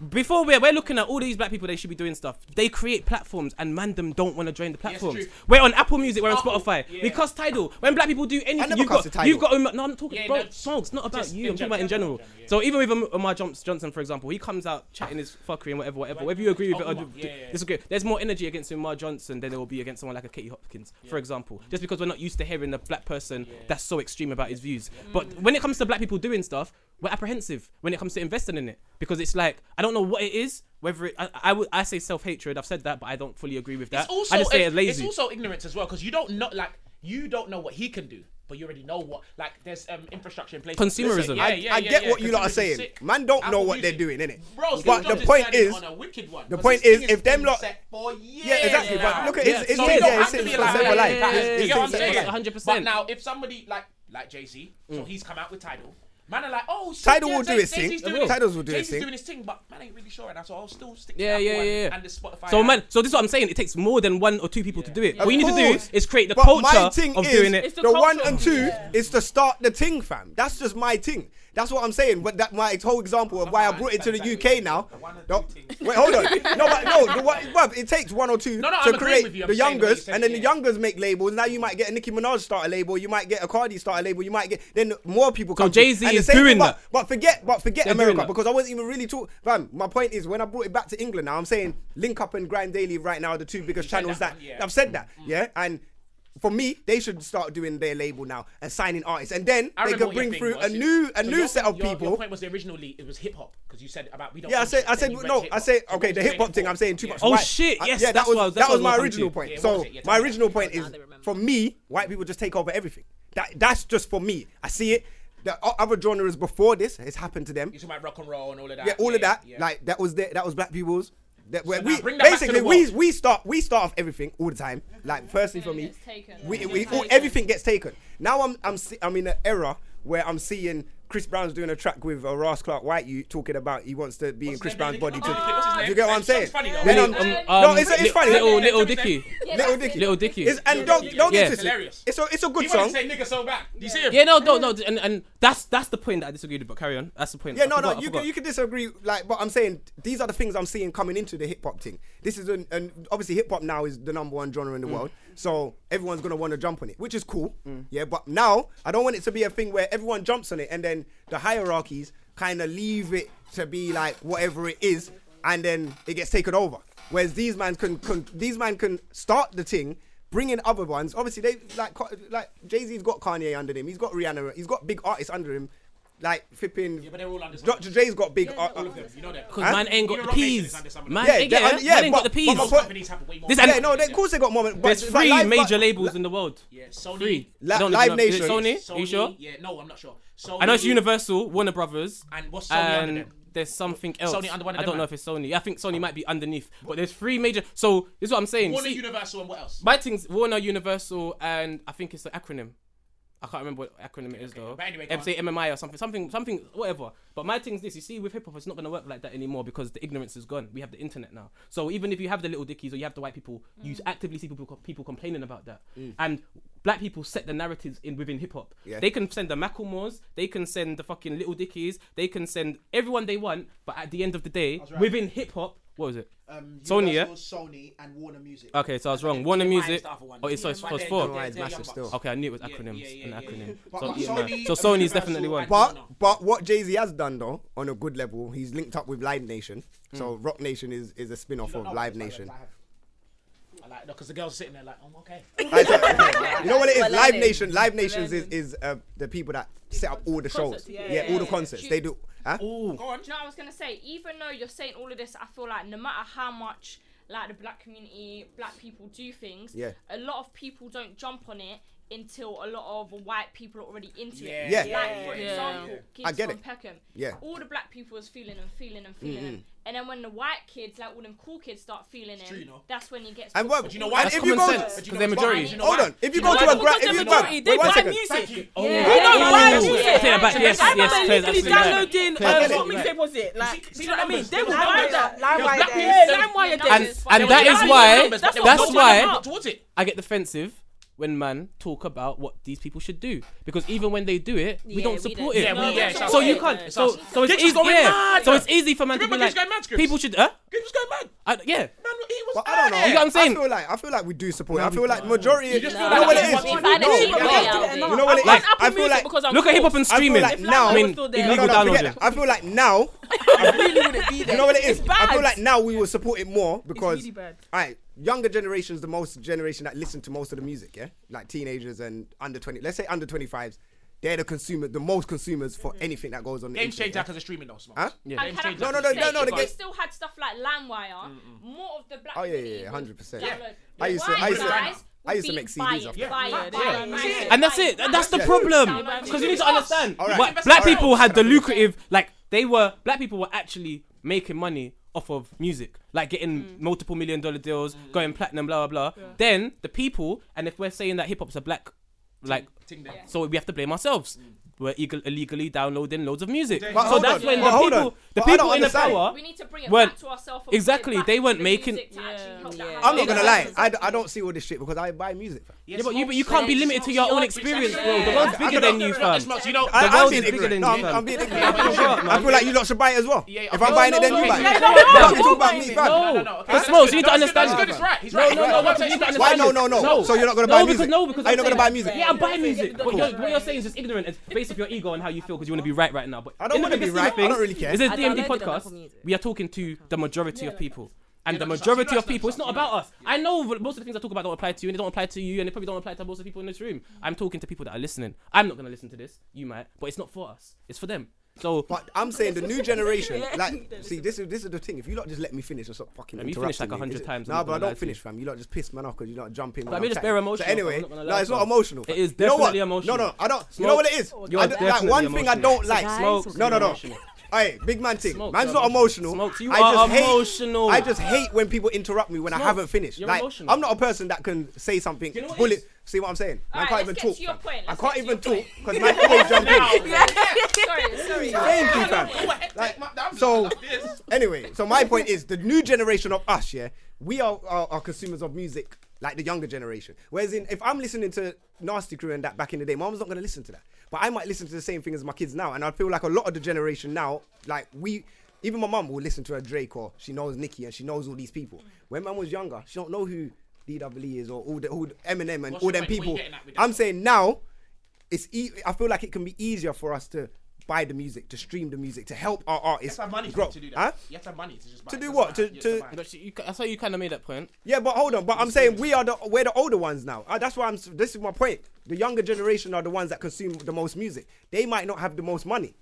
[SPEAKER 2] Before we're, we're looking at all these black people, they should be doing stuff. They create platforms, and man, them don't want to join the platforms.
[SPEAKER 3] true.
[SPEAKER 2] we're on Apple Music, we're on
[SPEAKER 3] Apple,
[SPEAKER 2] Spotify.
[SPEAKER 3] yeah.
[SPEAKER 2] We cuss Tidal. When black people do anything,
[SPEAKER 10] never
[SPEAKER 2] you've
[SPEAKER 10] cussed
[SPEAKER 2] got,
[SPEAKER 10] at Tidal.
[SPEAKER 2] you've got. No, I'm talking,
[SPEAKER 3] Yeah,
[SPEAKER 2] bro.
[SPEAKER 3] no,
[SPEAKER 2] songs, not about
[SPEAKER 3] just
[SPEAKER 2] you.
[SPEAKER 3] in
[SPEAKER 2] I'm talking about in
[SPEAKER 3] general,
[SPEAKER 2] general.
[SPEAKER 3] yeah.
[SPEAKER 2] So even with um, Omar Jumps- Johnson, for example, he comes out chatting his fuckery and whatever, whatever. Whether you agree with
[SPEAKER 3] Oh,
[SPEAKER 2] it or
[SPEAKER 3] Omar, yeah, yeah, yeah.
[SPEAKER 2] disagree, there's more energy against Omar Johnson than there will be against someone like a Katie Hopkins, for example. Just because we're not used to hearing a black person that's so extreme about his views.
[SPEAKER 3] Mm.
[SPEAKER 2] But when it comes to black people doing stuff, we're apprehensive when it comes to investing in it because it's like I don't know what it is. Whether it, I, I would I say self hatred. I've said that, but I don't fully agree with that.
[SPEAKER 3] It's also
[SPEAKER 2] I just say
[SPEAKER 3] it's,
[SPEAKER 2] it's lazy.
[SPEAKER 3] also ignorance as well because you don't know like you don't know what he can do, but you already know what like there's um, infrastructure in place.
[SPEAKER 2] Consumerism.
[SPEAKER 3] Listen, yeah,
[SPEAKER 10] I,
[SPEAKER 3] yeah,
[SPEAKER 10] I
[SPEAKER 3] yeah,
[SPEAKER 10] get
[SPEAKER 3] yeah,
[SPEAKER 10] what you lot are
[SPEAKER 3] consumerism's
[SPEAKER 10] saying.
[SPEAKER 3] sick.
[SPEAKER 10] Man don't know
[SPEAKER 3] Apple
[SPEAKER 10] what they're
[SPEAKER 3] Music.
[SPEAKER 10] doing, innit?
[SPEAKER 3] Bro, Steve
[SPEAKER 10] but
[SPEAKER 3] Jobs
[SPEAKER 10] the point
[SPEAKER 3] turning
[SPEAKER 10] is,
[SPEAKER 3] on a wicked one,
[SPEAKER 10] the
[SPEAKER 3] 'cause
[SPEAKER 10] point
[SPEAKER 3] this
[SPEAKER 10] is,
[SPEAKER 3] thing has
[SPEAKER 10] if them
[SPEAKER 3] been
[SPEAKER 10] lot,
[SPEAKER 3] set for years
[SPEAKER 10] yeah, exactly. But
[SPEAKER 3] now.
[SPEAKER 10] look at
[SPEAKER 2] Yeah,
[SPEAKER 10] his, his
[SPEAKER 3] So
[SPEAKER 10] thing
[SPEAKER 3] you don't
[SPEAKER 10] there.
[SPEAKER 3] have
[SPEAKER 10] His
[SPEAKER 3] to
[SPEAKER 10] thing
[SPEAKER 3] be
[SPEAKER 10] for
[SPEAKER 3] like
[SPEAKER 10] Zephyr
[SPEAKER 3] that.
[SPEAKER 10] Live.
[SPEAKER 3] That is-
[SPEAKER 10] His
[SPEAKER 3] You get
[SPEAKER 10] thing
[SPEAKER 3] what I'm
[SPEAKER 10] for
[SPEAKER 3] saying?
[SPEAKER 10] Zephyr Live.
[SPEAKER 2] 100%.
[SPEAKER 3] But now, if somebody like like Jay Z, so he's come out with Tidal. Man are like, oh, shit,
[SPEAKER 10] Mm. Tidal
[SPEAKER 3] yeah,
[SPEAKER 10] will
[SPEAKER 3] Jay-
[SPEAKER 10] do his
[SPEAKER 3] Jay-Z's
[SPEAKER 10] thing.
[SPEAKER 3] doing
[SPEAKER 2] It will.
[SPEAKER 3] it.
[SPEAKER 10] Tidal will do
[SPEAKER 3] Jay-Z's
[SPEAKER 10] his thing.
[SPEAKER 3] doing his thing, but man ain't really sure right now, so I'll still stick. to
[SPEAKER 2] Yeah,
[SPEAKER 3] Apple
[SPEAKER 2] yeah,
[SPEAKER 3] and-
[SPEAKER 2] yeah, yeah.
[SPEAKER 3] And the Spotify.
[SPEAKER 2] So
[SPEAKER 3] app.
[SPEAKER 2] man, so this is what I'm saying. It takes more than one or two people to do it.
[SPEAKER 10] Of
[SPEAKER 2] What you need to do
[SPEAKER 10] course.
[SPEAKER 2] is create the
[SPEAKER 10] But my
[SPEAKER 2] culture
[SPEAKER 10] thing
[SPEAKER 2] of
[SPEAKER 10] is,
[SPEAKER 2] doing it.
[SPEAKER 5] It's the
[SPEAKER 10] the one
[SPEAKER 5] culture.
[SPEAKER 10] and two is to start the thing, fam. That's just my thing. That's what I'm saying. But that my whole example of why I brought it to the
[SPEAKER 3] Exactly.
[SPEAKER 10] UK now.
[SPEAKER 3] One or two
[SPEAKER 10] No,
[SPEAKER 3] things.
[SPEAKER 10] wait, hold on. No, but no, the, what, bruv, it takes one or two
[SPEAKER 3] No, no,
[SPEAKER 10] to
[SPEAKER 3] I'm agreeing
[SPEAKER 10] create
[SPEAKER 3] with you. I'm
[SPEAKER 10] the
[SPEAKER 3] saying what
[SPEAKER 10] youngers,
[SPEAKER 3] you said,
[SPEAKER 10] and then the
[SPEAKER 3] yeah.
[SPEAKER 10] youngers make labels. Now you might get a Nicki Minaj start a label, you might get a Cardi start a label, you might get then more people come. to-
[SPEAKER 2] Jay-Z
[SPEAKER 10] and the
[SPEAKER 2] is
[SPEAKER 10] same thing,
[SPEAKER 2] doing
[SPEAKER 10] but-
[SPEAKER 2] that.
[SPEAKER 10] But forget, but forget
[SPEAKER 2] They're doing
[SPEAKER 10] America
[SPEAKER 2] that.
[SPEAKER 10] because I wasn't even really talking. Fam, my point is when I brought it back to England. Now I'm saying link up and grind daily right now are the two biggest channels
[SPEAKER 3] that
[SPEAKER 10] that,
[SPEAKER 3] one, yeah. Mm,
[SPEAKER 10] I've said that. Yeah, and. For me, they should start doing their label now and signing artists, and then
[SPEAKER 3] I
[SPEAKER 10] they
[SPEAKER 3] remember
[SPEAKER 10] can
[SPEAKER 3] what your
[SPEAKER 10] bring
[SPEAKER 3] thing
[SPEAKER 10] through a
[SPEAKER 3] was.
[SPEAKER 10] new a
[SPEAKER 3] So
[SPEAKER 10] new
[SPEAKER 3] your-
[SPEAKER 10] set of
[SPEAKER 3] your-
[SPEAKER 10] people.
[SPEAKER 3] Your point was originally it was hip hop because you said about we don't.
[SPEAKER 10] Yeah, I
[SPEAKER 3] own
[SPEAKER 10] said,
[SPEAKER 3] shit,
[SPEAKER 10] I
[SPEAKER 3] then
[SPEAKER 10] said,
[SPEAKER 3] you went
[SPEAKER 10] no,
[SPEAKER 3] hip
[SPEAKER 10] I
[SPEAKER 3] hop. So
[SPEAKER 10] said,
[SPEAKER 3] what
[SPEAKER 10] okay,
[SPEAKER 3] was
[SPEAKER 10] the
[SPEAKER 3] you
[SPEAKER 10] hip hop thing.
[SPEAKER 3] before?
[SPEAKER 10] I'm saying too
[SPEAKER 3] Yeah.
[SPEAKER 10] much.
[SPEAKER 2] Oh,
[SPEAKER 10] Why-
[SPEAKER 2] shit,
[SPEAKER 10] I-
[SPEAKER 2] yes,
[SPEAKER 10] yeah, that
[SPEAKER 2] that's
[SPEAKER 10] was
[SPEAKER 2] what I was-
[SPEAKER 10] that
[SPEAKER 2] that's
[SPEAKER 10] was
[SPEAKER 2] what
[SPEAKER 10] my
[SPEAKER 2] I was
[SPEAKER 10] original
[SPEAKER 2] onto.
[SPEAKER 10] point.
[SPEAKER 3] Yeah, what
[SPEAKER 10] so
[SPEAKER 3] was it? Yeah,
[SPEAKER 10] my
[SPEAKER 3] tell me.
[SPEAKER 10] original point
[SPEAKER 3] Now
[SPEAKER 10] is,
[SPEAKER 3] they remember.
[SPEAKER 10] for me, white people just take over everything. That that's just for me. I see it. The o- other genres before this has happened to them.
[SPEAKER 3] You talking about rock and roll and all of that?
[SPEAKER 10] Yeah, all of that.
[SPEAKER 3] yeah.
[SPEAKER 10] Like that was their, that was black people's. That, where
[SPEAKER 3] now
[SPEAKER 10] we
[SPEAKER 3] bring that back to
[SPEAKER 10] basically
[SPEAKER 3] the
[SPEAKER 10] we
[SPEAKER 3] world.
[SPEAKER 10] we start we start off everything all the time. Like personally for me,
[SPEAKER 12] It's taken.
[SPEAKER 10] we, we, all, everything gets taken. Now I'm I'm see, I'm in an era where I'm seeing Chris Brown's doing a track with uh, Ross Clark White. You talking about he wants to be in
[SPEAKER 3] What's
[SPEAKER 10] Chris
[SPEAKER 3] his
[SPEAKER 10] Brown's
[SPEAKER 3] name?
[SPEAKER 10] body too.
[SPEAKER 3] What's
[SPEAKER 12] Ah.
[SPEAKER 3] his name?
[SPEAKER 10] you get what I'm
[SPEAKER 3] Sounds
[SPEAKER 10] saying?
[SPEAKER 3] funny though.
[SPEAKER 10] Then I'm-
[SPEAKER 2] Um,
[SPEAKER 10] no,
[SPEAKER 2] um,
[SPEAKER 10] it's, it's
[SPEAKER 2] li-
[SPEAKER 10] funny.
[SPEAKER 2] Little,
[SPEAKER 3] Yeah,
[SPEAKER 2] little
[SPEAKER 3] yeah,
[SPEAKER 2] Dicky.
[SPEAKER 12] Yeah,
[SPEAKER 10] Little
[SPEAKER 12] that's
[SPEAKER 10] Dicky.
[SPEAKER 12] it.
[SPEAKER 2] Little Dicky.
[SPEAKER 10] It's, and don't don't
[SPEAKER 2] Yeah.
[SPEAKER 10] get twisted.
[SPEAKER 3] Hilarious.
[SPEAKER 10] It's a it's a
[SPEAKER 3] He
[SPEAKER 10] good
[SPEAKER 3] wanted
[SPEAKER 10] song.
[SPEAKER 3] to say nigga so bad. Do you see him?
[SPEAKER 2] Yeah, no, no, no, and and that's that's the point that I disagree with. But carry on. That's the point.
[SPEAKER 10] Yeah,
[SPEAKER 2] I
[SPEAKER 10] no,
[SPEAKER 2] forgot,
[SPEAKER 10] no,
[SPEAKER 2] I
[SPEAKER 10] you
[SPEAKER 2] forgot.
[SPEAKER 10] can, you can disagree, like, but I'm saying these are the things I'm seeing coming into the hip hop thing. This is an, and obviously hip hop now is the number one genre in
[SPEAKER 2] Mm.
[SPEAKER 10] the world, so everyone's gonna want to jump on it, which is cool. Yeah, but now I don't want it to be a thing where everyone jumps on it and then the hierarchies kind of leave it to be like whatever it is, and then it gets taken over. Whereas these man can, can these man can start the thing. Bring in other ones. Obviously, they like Ka- like Jay Z's got Kanye under him. He's got Rihanna. He's got big artists under him, like flipping.
[SPEAKER 3] Yeah, but they're all under
[SPEAKER 10] Dr. Dre's got big. uh,
[SPEAKER 3] All
[SPEAKER 10] uh,
[SPEAKER 3] of them. You know that.
[SPEAKER 2] Because man ain't got
[SPEAKER 3] You're
[SPEAKER 2] the
[SPEAKER 3] not making this
[SPEAKER 2] peas.
[SPEAKER 3] under some of
[SPEAKER 2] Man,
[SPEAKER 10] Yeah,
[SPEAKER 2] ain't-
[SPEAKER 10] they-
[SPEAKER 2] yeah,
[SPEAKER 10] uh, yeah,
[SPEAKER 2] man ain't got
[SPEAKER 10] but-
[SPEAKER 2] the
[SPEAKER 10] but
[SPEAKER 2] peas.
[SPEAKER 10] my
[SPEAKER 3] Most
[SPEAKER 10] point-
[SPEAKER 3] companies have way more.
[SPEAKER 2] This-
[SPEAKER 10] yeah, no, they, of course they got moment. But
[SPEAKER 2] There's
[SPEAKER 10] like
[SPEAKER 2] three
[SPEAKER 10] Live-
[SPEAKER 2] major labels in the world.
[SPEAKER 3] Yeah, Sony.
[SPEAKER 2] Three.
[SPEAKER 10] La-
[SPEAKER 2] I don't
[SPEAKER 10] Live
[SPEAKER 2] know if you know-
[SPEAKER 10] Nation.
[SPEAKER 2] Is it Sony? Are you sure?
[SPEAKER 3] Yeah, no, I'm not sure. Sony,
[SPEAKER 2] I know it's Universal, Warner Brothers,
[SPEAKER 3] And what's Sony under
[SPEAKER 2] and
[SPEAKER 3] them?
[SPEAKER 2] there's something else.
[SPEAKER 3] Sony under one of
[SPEAKER 2] I
[SPEAKER 3] them,
[SPEAKER 2] don't know
[SPEAKER 3] man?
[SPEAKER 2] if it's Sony. I think Sony might be underneath. But there's three major. So this is what I'm saying.
[SPEAKER 3] Warner
[SPEAKER 2] See,
[SPEAKER 3] Universal and what else?
[SPEAKER 2] my thing's Warner Universal, and I think it's the acronym. I can't remember what acronym it is though.
[SPEAKER 3] But anyway, go
[SPEAKER 2] MC MMI or something, something, something, whatever. But my thing's this: you see, with hip hop, it's not gonna work like that anymore because the ignorance is gone. We have the internet now, so even if you have the little dickies or you have the white people, you actively see people people complaining about that. And black people set the narratives in within hip hop.
[SPEAKER 10] Yeah.
[SPEAKER 2] They can send the Macklemores, they can send the fucking little dickies, they can send everyone they want. But at the end of the day,
[SPEAKER 14] was right.
[SPEAKER 2] within hip hop, what was it?
[SPEAKER 14] Um,
[SPEAKER 2] Sony, yeah?
[SPEAKER 14] Universal, Sony and Warner Music.
[SPEAKER 2] Okay, so I was wrong.
[SPEAKER 3] Yeah,
[SPEAKER 2] Warner
[SPEAKER 3] yeah, mine's
[SPEAKER 2] Music.
[SPEAKER 3] the other one.
[SPEAKER 2] Oh, it's so
[SPEAKER 3] Yeah,
[SPEAKER 2] it's
[SPEAKER 3] mine-
[SPEAKER 2] so it's
[SPEAKER 3] they're-
[SPEAKER 2] four.
[SPEAKER 3] they're-
[SPEAKER 10] Mine's
[SPEAKER 3] they're
[SPEAKER 10] massive
[SPEAKER 3] Young
[SPEAKER 10] still.
[SPEAKER 3] Bucks.
[SPEAKER 2] Okay, I knew it was
[SPEAKER 3] Yeah,
[SPEAKER 2] acronyms.
[SPEAKER 3] yeah, yeah,
[SPEAKER 2] an
[SPEAKER 3] yeah,
[SPEAKER 2] acronym.
[SPEAKER 3] yeah. But
[SPEAKER 2] So,
[SPEAKER 3] Sony
[SPEAKER 2] yeah, man.
[SPEAKER 3] and
[SPEAKER 2] so Sony's
[SPEAKER 3] Universal
[SPEAKER 2] definitely one.
[SPEAKER 3] and-
[SPEAKER 10] But
[SPEAKER 3] No, no.
[SPEAKER 10] but what Jay Z has done though, on a good level, he's linked up with Live Nation. So
[SPEAKER 2] Hmm.
[SPEAKER 10] Rock Nation is is a spin off
[SPEAKER 3] No,
[SPEAKER 10] of
[SPEAKER 3] no,
[SPEAKER 10] Live
[SPEAKER 3] it's like-
[SPEAKER 10] Nation.
[SPEAKER 3] I like because the girls are sitting there like, oh, okay.
[SPEAKER 10] Like, so- you know what it is?
[SPEAKER 4] Well,
[SPEAKER 10] Live
[SPEAKER 4] Lennon.
[SPEAKER 10] Nation. Live Nations is is uh, the people that set up all the shows.
[SPEAKER 9] yeah,
[SPEAKER 10] Yeah,
[SPEAKER 9] yeah,
[SPEAKER 10] all the
[SPEAKER 12] yeah.
[SPEAKER 10] concerts they do. Huh?
[SPEAKER 3] Go on.
[SPEAKER 12] Do you know what I was gonna say? Even though you're saying all of this, I feel like no matter how much like the black community, black people do things,
[SPEAKER 10] Yeah.
[SPEAKER 12] a lot of people don't jump on it until a lot of white people are already into
[SPEAKER 3] Yeah,
[SPEAKER 12] it.
[SPEAKER 10] Yeah.
[SPEAKER 12] Like
[SPEAKER 3] yeah,
[SPEAKER 12] for
[SPEAKER 3] yeah,
[SPEAKER 12] example, kids
[SPEAKER 10] I get
[SPEAKER 12] from
[SPEAKER 10] it.
[SPEAKER 12] Um, Peckham.
[SPEAKER 10] Yeah. Mm-hmm.
[SPEAKER 12] All the black people was feeling and feeling and feeling him. And then when the white kids, like all them cool kids start feeling him,
[SPEAKER 3] true, you know.
[SPEAKER 12] that's when he gets
[SPEAKER 10] And
[SPEAKER 12] put-
[SPEAKER 10] what?
[SPEAKER 3] you know why?
[SPEAKER 10] And
[SPEAKER 2] That's
[SPEAKER 10] if you
[SPEAKER 2] common
[SPEAKER 10] go,
[SPEAKER 2] sense because they're
[SPEAKER 3] But-
[SPEAKER 2] majority.
[SPEAKER 3] you know
[SPEAKER 10] hold
[SPEAKER 3] why?
[SPEAKER 10] on. If you
[SPEAKER 3] You
[SPEAKER 10] go
[SPEAKER 3] know
[SPEAKER 10] to
[SPEAKER 3] why?
[SPEAKER 10] a gra-
[SPEAKER 5] Because
[SPEAKER 10] if
[SPEAKER 5] the
[SPEAKER 10] you go,
[SPEAKER 5] majority, they
[SPEAKER 10] wait, one
[SPEAKER 5] buy
[SPEAKER 10] second.
[SPEAKER 5] music.
[SPEAKER 3] Thank you.
[SPEAKER 2] Oh,
[SPEAKER 5] They
[SPEAKER 2] yeah.
[SPEAKER 5] don't
[SPEAKER 2] Yeah,
[SPEAKER 5] buy
[SPEAKER 2] yeah, yeah.
[SPEAKER 5] music.
[SPEAKER 2] Take that back. Yes,
[SPEAKER 5] I
[SPEAKER 2] yes,
[SPEAKER 5] remember
[SPEAKER 2] Claire's
[SPEAKER 5] literally
[SPEAKER 2] absolutely right.
[SPEAKER 5] downloading
[SPEAKER 2] Claire's
[SPEAKER 5] um,
[SPEAKER 2] absolutely
[SPEAKER 5] what
[SPEAKER 2] right.
[SPEAKER 5] mixtape was it? Like,
[SPEAKER 3] see
[SPEAKER 5] do you know
[SPEAKER 3] the
[SPEAKER 5] what I mean?
[SPEAKER 3] numbers.
[SPEAKER 5] They will
[SPEAKER 3] Those
[SPEAKER 5] buy
[SPEAKER 3] numbers.
[SPEAKER 5] that.
[SPEAKER 3] Those black
[SPEAKER 5] Limewire
[SPEAKER 3] people-
[SPEAKER 5] days. Limewire
[SPEAKER 2] And
[SPEAKER 5] days.
[SPEAKER 2] and
[SPEAKER 3] There
[SPEAKER 2] that
[SPEAKER 3] was
[SPEAKER 2] is
[SPEAKER 3] no
[SPEAKER 2] why
[SPEAKER 3] numbers, but there was
[SPEAKER 2] that's
[SPEAKER 3] no
[SPEAKER 2] why
[SPEAKER 3] numbers towards it.
[SPEAKER 2] I get defensive when man talk about what these people should do because even when they do it, we
[SPEAKER 4] Yeah,
[SPEAKER 2] don't
[SPEAKER 4] we
[SPEAKER 2] support
[SPEAKER 4] don't-
[SPEAKER 2] it.
[SPEAKER 3] Yeah, we- yeah, it's
[SPEAKER 2] so
[SPEAKER 3] us.
[SPEAKER 2] you can't.
[SPEAKER 3] It's
[SPEAKER 2] so
[SPEAKER 3] us.
[SPEAKER 2] so it's
[SPEAKER 3] Gibbs was
[SPEAKER 2] easy.
[SPEAKER 3] going
[SPEAKER 2] Yeah.
[SPEAKER 3] mad,
[SPEAKER 2] so
[SPEAKER 3] yeah.
[SPEAKER 2] it's easy for man
[SPEAKER 3] Do
[SPEAKER 2] to
[SPEAKER 3] you
[SPEAKER 2] be
[SPEAKER 3] remember Gibbs
[SPEAKER 2] like
[SPEAKER 3] going mad, Gibbs?
[SPEAKER 2] people should. Huh?
[SPEAKER 3] He was going mad.
[SPEAKER 2] I, yeah.
[SPEAKER 3] Man, he was.
[SPEAKER 10] But I
[SPEAKER 3] mad.
[SPEAKER 10] don't know.
[SPEAKER 2] You got what I'm saying?
[SPEAKER 10] I feel like I feel like we do support. it. I
[SPEAKER 2] we
[SPEAKER 10] feel like majority. You,
[SPEAKER 3] just
[SPEAKER 10] you
[SPEAKER 3] feel
[SPEAKER 10] know
[SPEAKER 3] like
[SPEAKER 10] what
[SPEAKER 3] it's
[SPEAKER 10] it is.
[SPEAKER 3] what you
[SPEAKER 10] No,
[SPEAKER 4] find
[SPEAKER 10] no,
[SPEAKER 4] it cheap,
[SPEAKER 10] but
[SPEAKER 4] yeah,
[SPEAKER 10] I
[SPEAKER 4] yeah,
[SPEAKER 10] feel-
[SPEAKER 4] yeah.
[SPEAKER 10] You know what it is.
[SPEAKER 2] Like,
[SPEAKER 10] I feel like
[SPEAKER 2] Look at hip hop and
[SPEAKER 10] I feel
[SPEAKER 2] streaming.
[SPEAKER 10] like now.
[SPEAKER 2] I mean,
[SPEAKER 5] still there.
[SPEAKER 10] No,
[SPEAKER 2] illegal
[SPEAKER 10] no, forget
[SPEAKER 2] download.
[SPEAKER 10] that. I feel like now. You know what it is? I feel like now we will support it more because,
[SPEAKER 5] really bad.
[SPEAKER 10] alright, younger generation's the most generation that listen to most of the music, yeah? Like teenagers and under 20, let's say under 25s, they're the consumer, the most consumers for anything that goes on the
[SPEAKER 3] Game
[SPEAKER 10] internet,
[SPEAKER 3] changer
[SPEAKER 10] yeah?
[SPEAKER 3] because of streaming though.
[SPEAKER 10] Huh?
[SPEAKER 3] Smart.
[SPEAKER 2] Yeah.
[SPEAKER 12] And can I
[SPEAKER 3] No,
[SPEAKER 10] no,
[SPEAKER 12] quickly
[SPEAKER 10] no, no,
[SPEAKER 12] say,
[SPEAKER 10] no, the
[SPEAKER 12] if
[SPEAKER 10] ga-
[SPEAKER 12] we still had stuff like LimeWire, more of the black.
[SPEAKER 10] Oh, yeah,
[SPEAKER 12] community
[SPEAKER 10] yeah, yeah,
[SPEAKER 12] would
[SPEAKER 10] 100%.
[SPEAKER 12] download.
[SPEAKER 10] Yeah.
[SPEAKER 12] The
[SPEAKER 10] I used to-
[SPEAKER 12] white
[SPEAKER 10] I used to-
[SPEAKER 12] guys
[SPEAKER 10] I
[SPEAKER 12] would
[SPEAKER 10] used to
[SPEAKER 12] be
[SPEAKER 10] make CDs of-
[SPEAKER 12] buying,
[SPEAKER 10] Yeah.
[SPEAKER 12] buying,
[SPEAKER 3] Yeah.
[SPEAKER 12] buying,
[SPEAKER 3] Yeah.
[SPEAKER 12] buying.
[SPEAKER 2] And that's it. That's the
[SPEAKER 10] Yeah.
[SPEAKER 2] problem.
[SPEAKER 12] Yeah.
[SPEAKER 2] Because you need to understand.
[SPEAKER 10] All right.
[SPEAKER 2] What
[SPEAKER 3] Invest
[SPEAKER 2] black
[SPEAKER 3] in
[SPEAKER 2] people
[SPEAKER 3] ourselves.
[SPEAKER 2] had the lucrative, like they were black people were actually making money off of music, like getting multiple million dollar deals, going platinum, blah blah blah. Then the people, and if we're saying that hip hop's a black, like,
[SPEAKER 3] Ting there.
[SPEAKER 2] so we have to blame ourselves. We're eagle- illegally downloading loads of music.
[SPEAKER 10] But
[SPEAKER 2] so
[SPEAKER 10] hold
[SPEAKER 2] that's
[SPEAKER 10] on.
[SPEAKER 2] when
[SPEAKER 10] But
[SPEAKER 2] the
[SPEAKER 10] hold
[SPEAKER 2] people,
[SPEAKER 10] on.
[SPEAKER 2] the
[SPEAKER 10] But I
[SPEAKER 2] people
[SPEAKER 10] don't
[SPEAKER 2] in the
[SPEAKER 10] understand.
[SPEAKER 2] power.
[SPEAKER 12] We need to bring it
[SPEAKER 2] Well,
[SPEAKER 12] back to ourselves.
[SPEAKER 2] exactly, they weren't making-
[SPEAKER 12] Yeah.
[SPEAKER 10] I'm not gonna lie, I, d- I don't see all this shit because I buy music. fam.
[SPEAKER 2] Yeah, but you, but you can't be limited to your own experience, bro. The world's bigger than you, fam.
[SPEAKER 10] I,
[SPEAKER 2] The
[SPEAKER 10] I'm
[SPEAKER 2] world is
[SPEAKER 10] being
[SPEAKER 2] bigger
[SPEAKER 10] ignorant.
[SPEAKER 2] than
[SPEAKER 10] No,
[SPEAKER 2] you,
[SPEAKER 10] I'm,
[SPEAKER 2] fam.
[SPEAKER 10] I'm being ignorant.
[SPEAKER 2] Shut up,
[SPEAKER 10] I
[SPEAKER 2] man. oh,
[SPEAKER 10] feel like you lot should buy it as well. if I'm
[SPEAKER 3] okay.
[SPEAKER 10] buying
[SPEAKER 3] No,
[SPEAKER 10] it, then
[SPEAKER 3] no,
[SPEAKER 10] you
[SPEAKER 3] no,
[SPEAKER 10] buy
[SPEAKER 3] no,
[SPEAKER 10] it.
[SPEAKER 3] no,
[SPEAKER 10] But
[SPEAKER 3] no,
[SPEAKER 10] you
[SPEAKER 3] no,
[SPEAKER 10] talk about me, fam.
[SPEAKER 3] No, no, no. okay,
[SPEAKER 2] But
[SPEAKER 3] that's
[SPEAKER 2] Smokes,
[SPEAKER 3] good.
[SPEAKER 2] you need to
[SPEAKER 3] No, it's good,
[SPEAKER 2] understand.
[SPEAKER 3] That's good. It's right. He's
[SPEAKER 2] No,
[SPEAKER 3] right.
[SPEAKER 2] no, no,
[SPEAKER 3] Right.
[SPEAKER 2] what I'm saying, you need to
[SPEAKER 10] Why no,
[SPEAKER 2] understand
[SPEAKER 10] no,
[SPEAKER 2] it.
[SPEAKER 10] no?
[SPEAKER 2] No.
[SPEAKER 10] So you're not gonna
[SPEAKER 2] No,
[SPEAKER 10] buy
[SPEAKER 2] because
[SPEAKER 10] music?
[SPEAKER 2] no, because
[SPEAKER 10] Are you not
[SPEAKER 2] I'm
[SPEAKER 10] gonna buy
[SPEAKER 2] saying-
[SPEAKER 10] music?
[SPEAKER 2] Yeah, I'm buying music.
[SPEAKER 12] the
[SPEAKER 2] But
[SPEAKER 12] cool.
[SPEAKER 2] you're, what you're saying is just ignorant. It's based off your ego and how you feel because you want to be right right now. But
[SPEAKER 10] I don't
[SPEAKER 2] want to
[SPEAKER 10] be right. I don't really care.
[SPEAKER 2] This is
[SPEAKER 4] I
[SPEAKER 2] DMD
[SPEAKER 4] downloaded it on Apple
[SPEAKER 2] podcast.
[SPEAKER 4] Music.
[SPEAKER 2] We are talking to the majority of people. And the
[SPEAKER 3] that's-
[SPEAKER 2] majority
[SPEAKER 3] that's-
[SPEAKER 2] of people, it's not
[SPEAKER 3] that's-
[SPEAKER 2] about us. I know that most of the things I talk about don't apply to you, and they don't apply to you, and they probably don't apply to most of the people in this room. I'm talking to people that are listening. I'm not going to listen to this. You might, but it's not for us. It's for them. So
[SPEAKER 10] But I'm saying the new generation, like, see, this is this is the thing. If you lot just let me finish or stop fucking
[SPEAKER 2] Let me finish
[SPEAKER 10] interrupting
[SPEAKER 2] like a
[SPEAKER 10] me,
[SPEAKER 2] hundred
[SPEAKER 10] is it?
[SPEAKER 2] times, I'm
[SPEAKER 10] Nah,
[SPEAKER 2] not
[SPEAKER 10] but I
[SPEAKER 2] gonna lie
[SPEAKER 10] don't
[SPEAKER 2] to you.
[SPEAKER 10] finish, fam. You lot just piss man off because you lot jump in.
[SPEAKER 2] I
[SPEAKER 10] when
[SPEAKER 2] mean,
[SPEAKER 10] I'm
[SPEAKER 2] it's
[SPEAKER 10] chatting.
[SPEAKER 2] bare emotional,
[SPEAKER 10] So anyway,
[SPEAKER 2] I'm not gonna
[SPEAKER 10] no,
[SPEAKER 2] lie,
[SPEAKER 10] it's not
[SPEAKER 2] fam.
[SPEAKER 10] emotional.
[SPEAKER 2] It
[SPEAKER 10] fam.
[SPEAKER 2] is
[SPEAKER 10] you know what?
[SPEAKER 2] definitely emotional.
[SPEAKER 10] No, no, I don't. You know what it is?
[SPEAKER 2] You're
[SPEAKER 10] I d- like
[SPEAKER 2] definitely
[SPEAKER 10] one thing I
[SPEAKER 2] emotional.
[SPEAKER 10] don't like.
[SPEAKER 2] Smokes,
[SPEAKER 10] no, no,
[SPEAKER 2] you're
[SPEAKER 10] no.
[SPEAKER 2] emotional.
[SPEAKER 10] Hey, big man thing.
[SPEAKER 2] Smokes,
[SPEAKER 10] Man's
[SPEAKER 2] you're
[SPEAKER 10] not
[SPEAKER 2] emotional.
[SPEAKER 10] emotional.
[SPEAKER 2] Smokes, you
[SPEAKER 10] I
[SPEAKER 2] are
[SPEAKER 10] just hate-
[SPEAKER 2] emotional.
[SPEAKER 10] I just hate when people interrupt me when I
[SPEAKER 2] Smokes,
[SPEAKER 10] haven't finished.
[SPEAKER 2] you're
[SPEAKER 10] like,
[SPEAKER 2] emotional.
[SPEAKER 10] I'm not a person that can say something.
[SPEAKER 2] know what it
[SPEAKER 10] bullet.
[SPEAKER 2] is?
[SPEAKER 10] See what I'm saying? Man, I
[SPEAKER 12] Alright,
[SPEAKER 10] can't
[SPEAKER 12] let's
[SPEAKER 10] even
[SPEAKER 12] get
[SPEAKER 10] talk.
[SPEAKER 12] to your
[SPEAKER 10] fam.
[SPEAKER 12] point.
[SPEAKER 10] I
[SPEAKER 12] Let's
[SPEAKER 10] can't
[SPEAKER 12] get to
[SPEAKER 10] even
[SPEAKER 12] your
[SPEAKER 10] talk because man always jump in.
[SPEAKER 12] Sorry, sorry.
[SPEAKER 10] Thank you, fam. Like, so
[SPEAKER 3] this.
[SPEAKER 10] anyway, so my point is the new generation of us, yeah, we are, are, are consumers of music like the younger generation. Whereas in if I'm listening to Nasty Crew and that back in the day, my mom's not gonna listen to that. But I might listen to the same thing as my kids now, and I feel like a lot of the generation now, like we. Even my mum will listen to her Drake or she knows Nicki and she knows all these people. When mum was younger, she don't know who DWE is or all the, all the Eminem and all
[SPEAKER 3] your
[SPEAKER 10] them
[SPEAKER 3] point? What you
[SPEAKER 10] people.
[SPEAKER 3] getting at with that?
[SPEAKER 10] I'm saying now it's e- I feel like it can be easier for us to buy the music, to stream the music, to help our
[SPEAKER 3] You
[SPEAKER 10] artists
[SPEAKER 3] have money
[SPEAKER 10] grow.
[SPEAKER 3] to do
[SPEAKER 10] Huh?
[SPEAKER 3] that. You have money to just buy
[SPEAKER 10] To
[SPEAKER 3] it.
[SPEAKER 10] do
[SPEAKER 3] Doesn't
[SPEAKER 10] what?
[SPEAKER 3] matter.
[SPEAKER 10] To-
[SPEAKER 3] You have
[SPEAKER 10] to-
[SPEAKER 3] buy it.
[SPEAKER 2] But you, I saw you kind of made that point.
[SPEAKER 10] Yeah, but hold on. But I'm saying we are the we're the older ones now. Uh, that's why I'm. s- This is my point. The younger generation are the ones that consume the most music. They might not have the most money.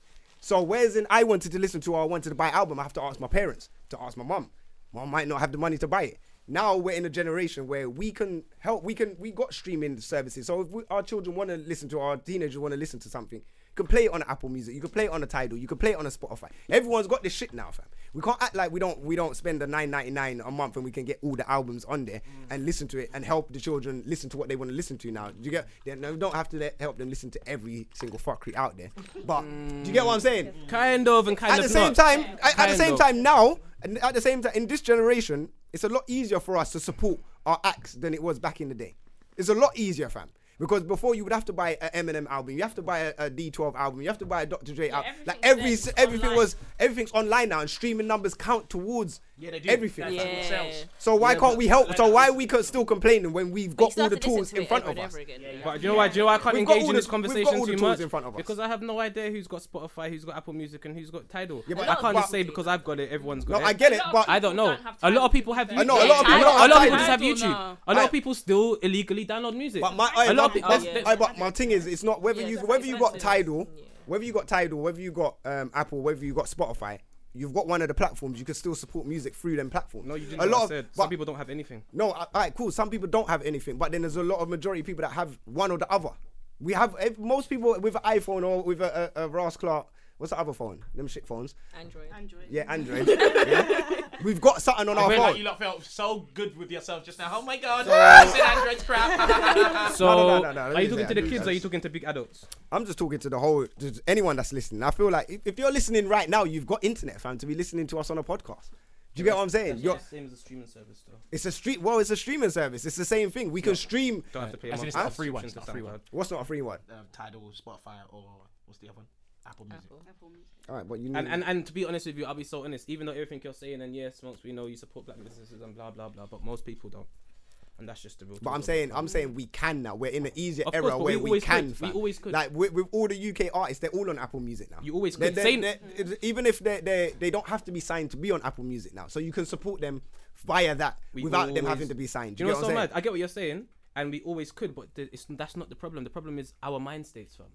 [SPEAKER 10] So whereas in I wanted to listen to or I wanted to buy an album, I have to ask my parents, to ask my mum. Mum might not have the money to buy it. Now we're in a generation where we can help. We can. We got streaming services. So if we, our children want to listen to, our teenagers want to listen to something, you can play it on Apple Music. You can play it on a Tidal. You can play it on a Spotify. Everyone's got this shit now, fam. We can't act like we don't. We don't spend the nine ninety nine a month and we can get all the albums on there and listen to it and help the children listen to what they want to listen to now. Do you get? They, no, we don't have to let, help them listen to every single fuckery out there. But do you get what I'm saying?
[SPEAKER 2] Kind of and kind
[SPEAKER 10] at the
[SPEAKER 2] of
[SPEAKER 10] same
[SPEAKER 2] not.
[SPEAKER 10] time, at, at the
[SPEAKER 2] Kind
[SPEAKER 10] same
[SPEAKER 2] of.
[SPEAKER 10] time now, and at the same time in this generation, it's a lot easier for us to support our acts than it was back in the day. It's a lot easier, fam. Because before you would have to buy an Eminem album, you have to buy a a D12 album, you have to buy a Dr. Dre album. like every
[SPEAKER 12] everything's there,
[SPEAKER 10] everything
[SPEAKER 12] online.
[SPEAKER 10] was everything's online now, and streaming numbers count towards
[SPEAKER 3] Yeah, they do.
[SPEAKER 10] everything.
[SPEAKER 3] That's what sells.
[SPEAKER 4] Yeah.
[SPEAKER 10] So why
[SPEAKER 2] Yeah,
[SPEAKER 10] can't
[SPEAKER 2] but-
[SPEAKER 10] we help? So why are we co- still complaining when we've
[SPEAKER 4] But you
[SPEAKER 10] got
[SPEAKER 4] still
[SPEAKER 10] all
[SPEAKER 4] have
[SPEAKER 10] the
[SPEAKER 4] to listen
[SPEAKER 10] tools
[SPEAKER 4] to
[SPEAKER 10] in
[SPEAKER 4] it
[SPEAKER 10] front
[SPEAKER 4] over
[SPEAKER 10] of
[SPEAKER 4] and
[SPEAKER 10] us?
[SPEAKER 4] over again.
[SPEAKER 2] But do you know why? Do you know why I can't
[SPEAKER 10] We've got
[SPEAKER 2] engage
[SPEAKER 10] all
[SPEAKER 2] in
[SPEAKER 10] the-
[SPEAKER 2] this
[SPEAKER 10] we've got all
[SPEAKER 2] conversation
[SPEAKER 10] the
[SPEAKER 2] too
[SPEAKER 10] tools
[SPEAKER 2] much?
[SPEAKER 10] in front of us.
[SPEAKER 2] Because I have no idea who's got Spotify, who's got Apple Music, and who's got Tidal.
[SPEAKER 10] Yeah, but
[SPEAKER 2] I
[SPEAKER 10] that-
[SPEAKER 2] can't
[SPEAKER 10] but-
[SPEAKER 2] just say because I've got it, everyone's
[SPEAKER 10] No,
[SPEAKER 2] got
[SPEAKER 10] I
[SPEAKER 2] it.
[SPEAKER 10] get it, but
[SPEAKER 2] I don't know.
[SPEAKER 12] Don't have
[SPEAKER 2] A lot
[SPEAKER 12] time.
[SPEAKER 2] of people have
[SPEAKER 12] I
[SPEAKER 2] YouTube.
[SPEAKER 10] know, a lot of people don't
[SPEAKER 2] a
[SPEAKER 10] have
[SPEAKER 2] lot of
[SPEAKER 10] time.
[SPEAKER 2] people just have
[SPEAKER 5] Tidal,
[SPEAKER 2] YouTube.
[SPEAKER 5] no.
[SPEAKER 2] A lot
[SPEAKER 10] I-
[SPEAKER 2] of people still illegally download music.
[SPEAKER 10] But my,
[SPEAKER 2] a lot of
[SPEAKER 10] my,
[SPEAKER 2] people.
[SPEAKER 10] but,
[SPEAKER 2] that's-
[SPEAKER 4] yeah.
[SPEAKER 2] that's-
[SPEAKER 10] but my thing is, it's not whether
[SPEAKER 4] Yeah,
[SPEAKER 10] you
[SPEAKER 4] it's
[SPEAKER 10] whether you got
[SPEAKER 4] expensive.
[SPEAKER 10] Tidal,
[SPEAKER 4] Yeah.
[SPEAKER 10] whether you got Tidal, whether you got um, Apple, whether you got Spotify, you've got one of the platforms. You can still support music through them platforms.
[SPEAKER 2] No, you didn't.
[SPEAKER 10] a lot of but-
[SPEAKER 2] some people don't have anything.
[SPEAKER 10] no, all right, cool. Some people don't have anything, but then there's a lot of majority of people that have one or the other. We have if most people with an iPhone or with a, a, a Ross Clark. What's the other phone? Them shit phones.
[SPEAKER 4] Android.
[SPEAKER 9] Android.
[SPEAKER 10] Yeah, Android. Yeah. We've got something on
[SPEAKER 3] I
[SPEAKER 10] our
[SPEAKER 3] feel like
[SPEAKER 10] phone.
[SPEAKER 3] you lot felt so good with yourself just now. Oh my god, I said Android's crap.
[SPEAKER 2] So,
[SPEAKER 10] no, no, no, no,
[SPEAKER 2] are you
[SPEAKER 10] let me
[SPEAKER 2] talking to
[SPEAKER 10] say
[SPEAKER 2] the
[SPEAKER 10] that.
[SPEAKER 2] kids? or Are you talking to big adults?
[SPEAKER 10] I'm just talking to the whole to anyone that's listening. I feel like if, if you're listening right now, you've got internet, fam, to be listening to us on a podcast. Do you get what I'm saying? You're,
[SPEAKER 2] same as a streaming service, though.
[SPEAKER 10] it's a street. Well, it's a streaming service. It's the same thing. We can stream.
[SPEAKER 2] Don't have to pay a
[SPEAKER 3] I
[SPEAKER 2] monthly
[SPEAKER 3] said it's not a free
[SPEAKER 2] subscription
[SPEAKER 3] one, it's
[SPEAKER 2] to
[SPEAKER 3] not a free
[SPEAKER 2] SoundCloud.
[SPEAKER 3] one.
[SPEAKER 10] What's not a free one?
[SPEAKER 3] Um, Tidal, Spotify, or what's the other one? Apple Music.
[SPEAKER 10] All right, but you need.
[SPEAKER 2] And, and and to be honest with you, I'll be so honest. Even though everything you're saying, and yes, Smokes, we know you support black businesses and blah blah blah, but most people don't, and that's just the real.
[SPEAKER 10] but
[SPEAKER 2] truth
[SPEAKER 10] I'm
[SPEAKER 2] of it.
[SPEAKER 10] saying, I'm saying we can now. We're in an easier
[SPEAKER 2] Of course,
[SPEAKER 10] era
[SPEAKER 2] but we
[SPEAKER 10] where we,
[SPEAKER 2] always
[SPEAKER 10] can.
[SPEAKER 2] could. We
[SPEAKER 10] fam.
[SPEAKER 2] always could.
[SPEAKER 10] Like with, with all the UK artists, they're all on Apple Music now.
[SPEAKER 2] You always
[SPEAKER 10] They're-
[SPEAKER 2] could.
[SPEAKER 10] they're-
[SPEAKER 2] Saying-
[SPEAKER 10] they're- it- even if they they they don't have to be signed to be on Apple Music now, so you can support them via that
[SPEAKER 2] We
[SPEAKER 10] without them
[SPEAKER 2] always-
[SPEAKER 10] having to be signed. Do
[SPEAKER 2] you know what's
[SPEAKER 10] get
[SPEAKER 2] so
[SPEAKER 10] what I'm
[SPEAKER 2] mad?
[SPEAKER 10] saying?
[SPEAKER 2] I get what you're saying, and we always could, but the, it's, that's not the problem. The problem is our mind states, fam.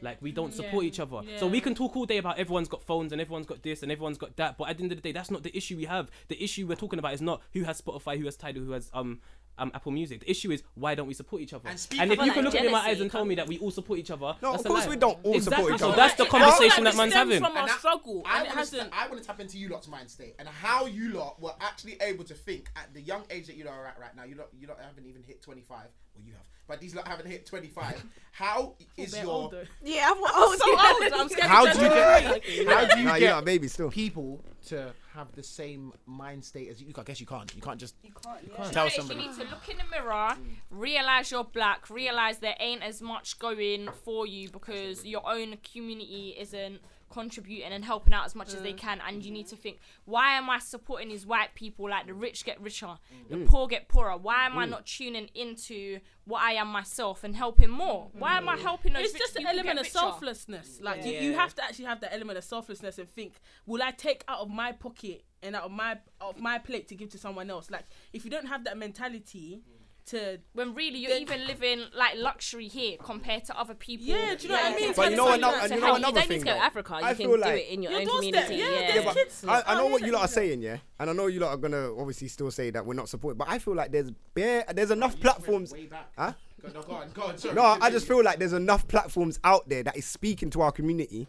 [SPEAKER 2] Like we don't support each other, so we can talk all day about everyone's got phones and everyone's got this and everyone's got that. But at the end of the day, that's not the issue we have. The issue we're talking about is not who has Spotify, who has Tidal, who has um. Um, Apple Music. The issue is why don't we support each other?
[SPEAKER 3] And
[SPEAKER 2] And,
[SPEAKER 3] speak
[SPEAKER 2] if
[SPEAKER 3] about
[SPEAKER 2] you can
[SPEAKER 4] that
[SPEAKER 2] look at me in my
[SPEAKER 4] jealousy,
[SPEAKER 2] eyes and tell
[SPEAKER 4] can't
[SPEAKER 2] me that we all support each other,
[SPEAKER 10] No,
[SPEAKER 2] that's
[SPEAKER 10] of
[SPEAKER 2] a
[SPEAKER 10] course
[SPEAKER 2] lie.
[SPEAKER 10] we don't all
[SPEAKER 2] exactly.
[SPEAKER 10] support each
[SPEAKER 2] so
[SPEAKER 10] other.
[SPEAKER 2] that's the conversation that
[SPEAKER 4] Like,
[SPEAKER 2] man's
[SPEAKER 4] this stems
[SPEAKER 2] having.
[SPEAKER 4] from our
[SPEAKER 14] I-
[SPEAKER 4] struggle,
[SPEAKER 14] I
[SPEAKER 4] and it
[SPEAKER 14] want,
[SPEAKER 4] hasn't.
[SPEAKER 14] to, I want to tap into you lot's mind state and how you lot were actually able to think at the young age that you lot are at right now. You lot, you lot haven't even hit 25 well, you have, but these lot haven't hit 25. How is
[SPEAKER 5] they're
[SPEAKER 14] your
[SPEAKER 5] older.
[SPEAKER 14] yeah? I'm,
[SPEAKER 5] so old, I'm scared to
[SPEAKER 14] How
[SPEAKER 5] touch
[SPEAKER 14] do you
[SPEAKER 5] it.
[SPEAKER 14] get? How do you
[SPEAKER 10] Nah,
[SPEAKER 14] get?
[SPEAKER 10] you're a baby still.
[SPEAKER 14] people to have the same mind state as you. I guess you can't. You can't just you can't,
[SPEAKER 12] No,
[SPEAKER 14] tell
[SPEAKER 12] it's
[SPEAKER 14] somebody.
[SPEAKER 12] You need to look in the mirror, realize you're black, realize there ain't as much going for you because your own community isn't contributing and helping out as much
[SPEAKER 10] Mm.
[SPEAKER 12] as they can, and you need to think, why am I supporting these white people? Like the rich get richer, the
[SPEAKER 10] Mm.
[SPEAKER 12] poor get poorer. Why am I not tuning into what I am myself and helping more? Why am I
[SPEAKER 10] Mm.
[SPEAKER 12] helping those?
[SPEAKER 5] It's
[SPEAKER 12] rich
[SPEAKER 5] just an
[SPEAKER 12] people
[SPEAKER 5] element
[SPEAKER 12] get
[SPEAKER 5] of
[SPEAKER 12] richer?
[SPEAKER 5] selflessness. Like you, you have to actually have that element of selflessness and think, will I take out of my pocket and out of my of my plate to give to someone else? Like if you don't have that mentality to
[SPEAKER 12] When really you're
[SPEAKER 5] Then-
[SPEAKER 12] even living like luxury here compared to other people.
[SPEAKER 5] Yeah, do you know what I mean?
[SPEAKER 10] But you know,
[SPEAKER 5] It's
[SPEAKER 10] another,
[SPEAKER 5] like-
[SPEAKER 10] and
[SPEAKER 12] to
[SPEAKER 10] you know
[SPEAKER 12] help.
[SPEAKER 10] another
[SPEAKER 4] you don't
[SPEAKER 10] thing.
[SPEAKER 4] need to go
[SPEAKER 10] though?
[SPEAKER 4] to Africa. You
[SPEAKER 10] I
[SPEAKER 4] can
[SPEAKER 10] feel
[SPEAKER 4] do
[SPEAKER 10] like-
[SPEAKER 4] it in your,
[SPEAKER 5] Your
[SPEAKER 4] own
[SPEAKER 5] doorstep,
[SPEAKER 4] community.
[SPEAKER 5] yeah,
[SPEAKER 4] Yeah,
[SPEAKER 5] there's
[SPEAKER 10] but
[SPEAKER 5] kids
[SPEAKER 10] I, I
[SPEAKER 5] now.
[SPEAKER 10] know
[SPEAKER 5] Oh,
[SPEAKER 10] what
[SPEAKER 5] yeah,
[SPEAKER 10] you lot are
[SPEAKER 5] exactly.
[SPEAKER 10] saying, yeah, and I know you lot are gonna obviously still say that we're not supported, but I feel like there's bare, there's enough platforms.
[SPEAKER 14] Way back.
[SPEAKER 10] Huh?
[SPEAKER 14] Go, no, go on, go on. Sorry,
[SPEAKER 10] No, I
[SPEAKER 14] continue.
[SPEAKER 10] just feel like there's enough platforms out there that is speaking to our community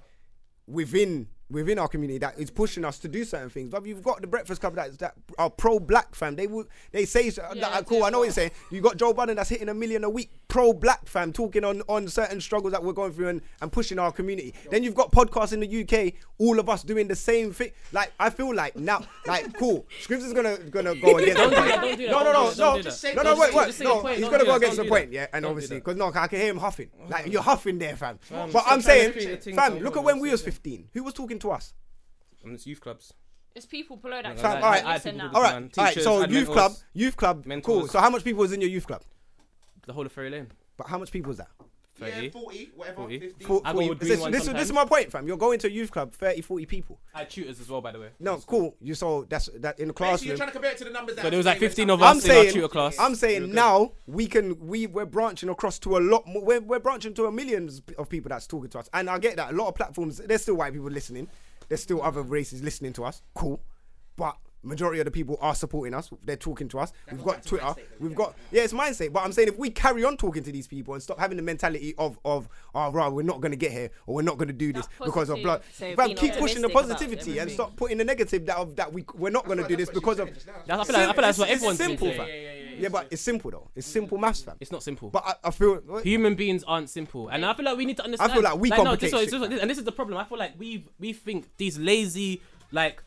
[SPEAKER 10] within within our community that is pushing us to do certain things. But you've got the Breakfast Club that, that are pro-black fam. They will they say so- that, cool. I know what you're saying. You got Joe Budden that's hitting a million a week, pro-black fam, talking on on certain struggles that we're going through and, and pushing our community. Then you've got podcasts in the UK, all of us doing the same thing. Like I feel like now, like cool, Scripps is gonna gonna go against.
[SPEAKER 2] Don't do
[SPEAKER 10] the
[SPEAKER 2] that,
[SPEAKER 10] point.
[SPEAKER 2] don't do that,
[SPEAKER 10] No, no,
[SPEAKER 2] don't
[SPEAKER 10] no,
[SPEAKER 2] do that, don't do that.
[SPEAKER 10] no, no, no, wait, wait,
[SPEAKER 2] Just say your
[SPEAKER 10] no.
[SPEAKER 2] point,
[SPEAKER 10] He's
[SPEAKER 2] don't
[SPEAKER 10] gonna
[SPEAKER 2] do
[SPEAKER 10] go
[SPEAKER 2] that,
[SPEAKER 10] against the
[SPEAKER 2] don't do
[SPEAKER 10] point,
[SPEAKER 2] that.
[SPEAKER 10] yeah,
[SPEAKER 2] Don't
[SPEAKER 10] and
[SPEAKER 2] do
[SPEAKER 10] obviously,
[SPEAKER 2] that.
[SPEAKER 10] because no, I can hear him huffing.
[SPEAKER 2] Oh,
[SPEAKER 10] Like you're huffing there, fam. But
[SPEAKER 2] still
[SPEAKER 10] I'm
[SPEAKER 2] trying to
[SPEAKER 10] saying,
[SPEAKER 2] create a thing
[SPEAKER 10] fam,
[SPEAKER 2] from
[SPEAKER 10] look
[SPEAKER 2] what
[SPEAKER 10] at when
[SPEAKER 2] I'm
[SPEAKER 10] we was
[SPEAKER 2] saying.
[SPEAKER 10] 15. Who was talking to us?
[SPEAKER 2] And it's youth clubs.
[SPEAKER 12] It's people below that.
[SPEAKER 10] Fam,
[SPEAKER 2] I-
[SPEAKER 12] can
[SPEAKER 10] all right,
[SPEAKER 2] I- I
[SPEAKER 12] listen
[SPEAKER 2] people
[SPEAKER 12] now.
[SPEAKER 2] do
[SPEAKER 10] All
[SPEAKER 2] that,
[SPEAKER 10] right,
[SPEAKER 2] man.
[SPEAKER 10] all right.
[SPEAKER 2] Teachers,
[SPEAKER 10] So
[SPEAKER 2] admin
[SPEAKER 10] youth club,
[SPEAKER 2] halls,
[SPEAKER 10] youth club, cool.
[SPEAKER 2] mentors.
[SPEAKER 10] So how much people was in your youth club?
[SPEAKER 2] the whole of Ferry Lane.
[SPEAKER 10] But how much people was that?
[SPEAKER 14] yeah,
[SPEAKER 2] 30.
[SPEAKER 14] 40, whatever,
[SPEAKER 2] 40.
[SPEAKER 14] 50.
[SPEAKER 10] For,
[SPEAKER 2] I
[SPEAKER 10] for
[SPEAKER 2] go
[SPEAKER 10] you-
[SPEAKER 2] with
[SPEAKER 10] this,
[SPEAKER 2] green one
[SPEAKER 10] this, this is my point, fam. You're going to a youth club, 30, 40 people.
[SPEAKER 2] I had tutors as well, by the way.
[SPEAKER 10] No, cool. You saw that's that in
[SPEAKER 14] Wait, so you're
[SPEAKER 10] the classroom.
[SPEAKER 14] trying to compare it to the numbers that
[SPEAKER 2] So there was like 15 of
[SPEAKER 10] I'm
[SPEAKER 2] us in our
[SPEAKER 10] saying,
[SPEAKER 2] tutor class.
[SPEAKER 10] I'm saying now we can we we're branching across to a lot more. We're, we're branching to a millions of people that's talking to us, and I get that a lot of platforms. There's still white people listening. There's still other races listening to us. Cool, but majority of the people are supporting us. They're talking to us. We've got Twitter. We've got yeah, it's mindset. But I'm saying if we carry on talking to these people and stop having the mentality of of oh right, we're not gonna get here or we're not gonna do this
[SPEAKER 4] That
[SPEAKER 10] because of
[SPEAKER 4] positive-
[SPEAKER 10] blood.
[SPEAKER 4] so
[SPEAKER 10] Fam,
[SPEAKER 4] being
[SPEAKER 10] keep pushing the
[SPEAKER 4] optimistic about
[SPEAKER 10] positivity and
[SPEAKER 4] everything.
[SPEAKER 10] stop putting the negative that of that we we're not gonna do this because of.
[SPEAKER 2] That's- I feel like, I feel like that's what
[SPEAKER 10] It's-
[SPEAKER 2] everyone's
[SPEAKER 10] it's simple,
[SPEAKER 2] doing.
[SPEAKER 10] fam. Yeah, but it's simple though. It's simple maths, fam.
[SPEAKER 2] It's not simple.
[SPEAKER 10] But I, I feel
[SPEAKER 2] Human beings aren't simple, and I feel like we need to understand.
[SPEAKER 10] like we
[SPEAKER 2] no, this
[SPEAKER 10] complicate
[SPEAKER 2] is what-
[SPEAKER 10] shit,
[SPEAKER 2] this is what-
[SPEAKER 10] man.
[SPEAKER 2] and this is the problem. I feel like we we think these lazy like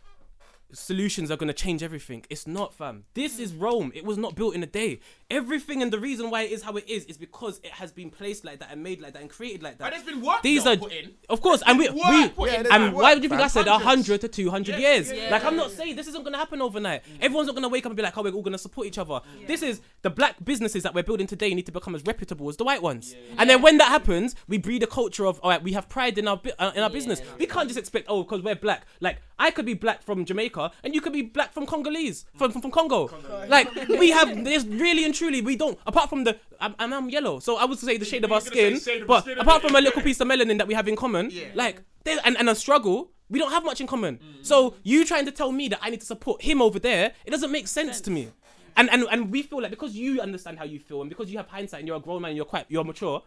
[SPEAKER 2] solutions are gonna change everything. It's not, fam. This is Rome. It was not built in a day. Everything and the reason why it is how it is is because it has been placed like that and made like that and created like that.
[SPEAKER 3] And there's been work
[SPEAKER 2] These
[SPEAKER 3] though
[SPEAKER 2] are,
[SPEAKER 3] put in.
[SPEAKER 2] of course, and we, we
[SPEAKER 3] work put
[SPEAKER 10] in,
[SPEAKER 2] and
[SPEAKER 10] man.
[SPEAKER 2] why would you think I
[SPEAKER 10] Hundreds.
[SPEAKER 2] said hundred to two hundred
[SPEAKER 3] Yeah,
[SPEAKER 2] years?
[SPEAKER 3] yeah,
[SPEAKER 2] like I'm not saying this isn't gonna happen overnight. Everyone's not gonna wake up and be like, oh, we're all gonna support each other. This is the black businesses that we're building today need to become as reputable as the white ones. And then when that happens, we breed a culture of all right, we have pride in our bu- uh, in our business. We can't just expect oh, because we're black. Like I could be black from Jamaica and you could be black from Congolese from from, from Congo. Like we have this really and truly we don't apart from the I'm, I'm- I'm yellow, so I would say the shade of
[SPEAKER 3] You
[SPEAKER 2] our
[SPEAKER 3] were gonna
[SPEAKER 2] skin,
[SPEAKER 3] say shade of the
[SPEAKER 2] but
[SPEAKER 3] skin,
[SPEAKER 2] apart
[SPEAKER 3] innit?
[SPEAKER 2] from a little piece of melanin that we have in common, like there and, and a struggle, we don't have much in common. So you trying to tell me that I need to support him over there, it doesn't make sense, to me. And, and and we feel like because you understand how you feel and because you have hindsight and you're a grown man and you're quite you're mature,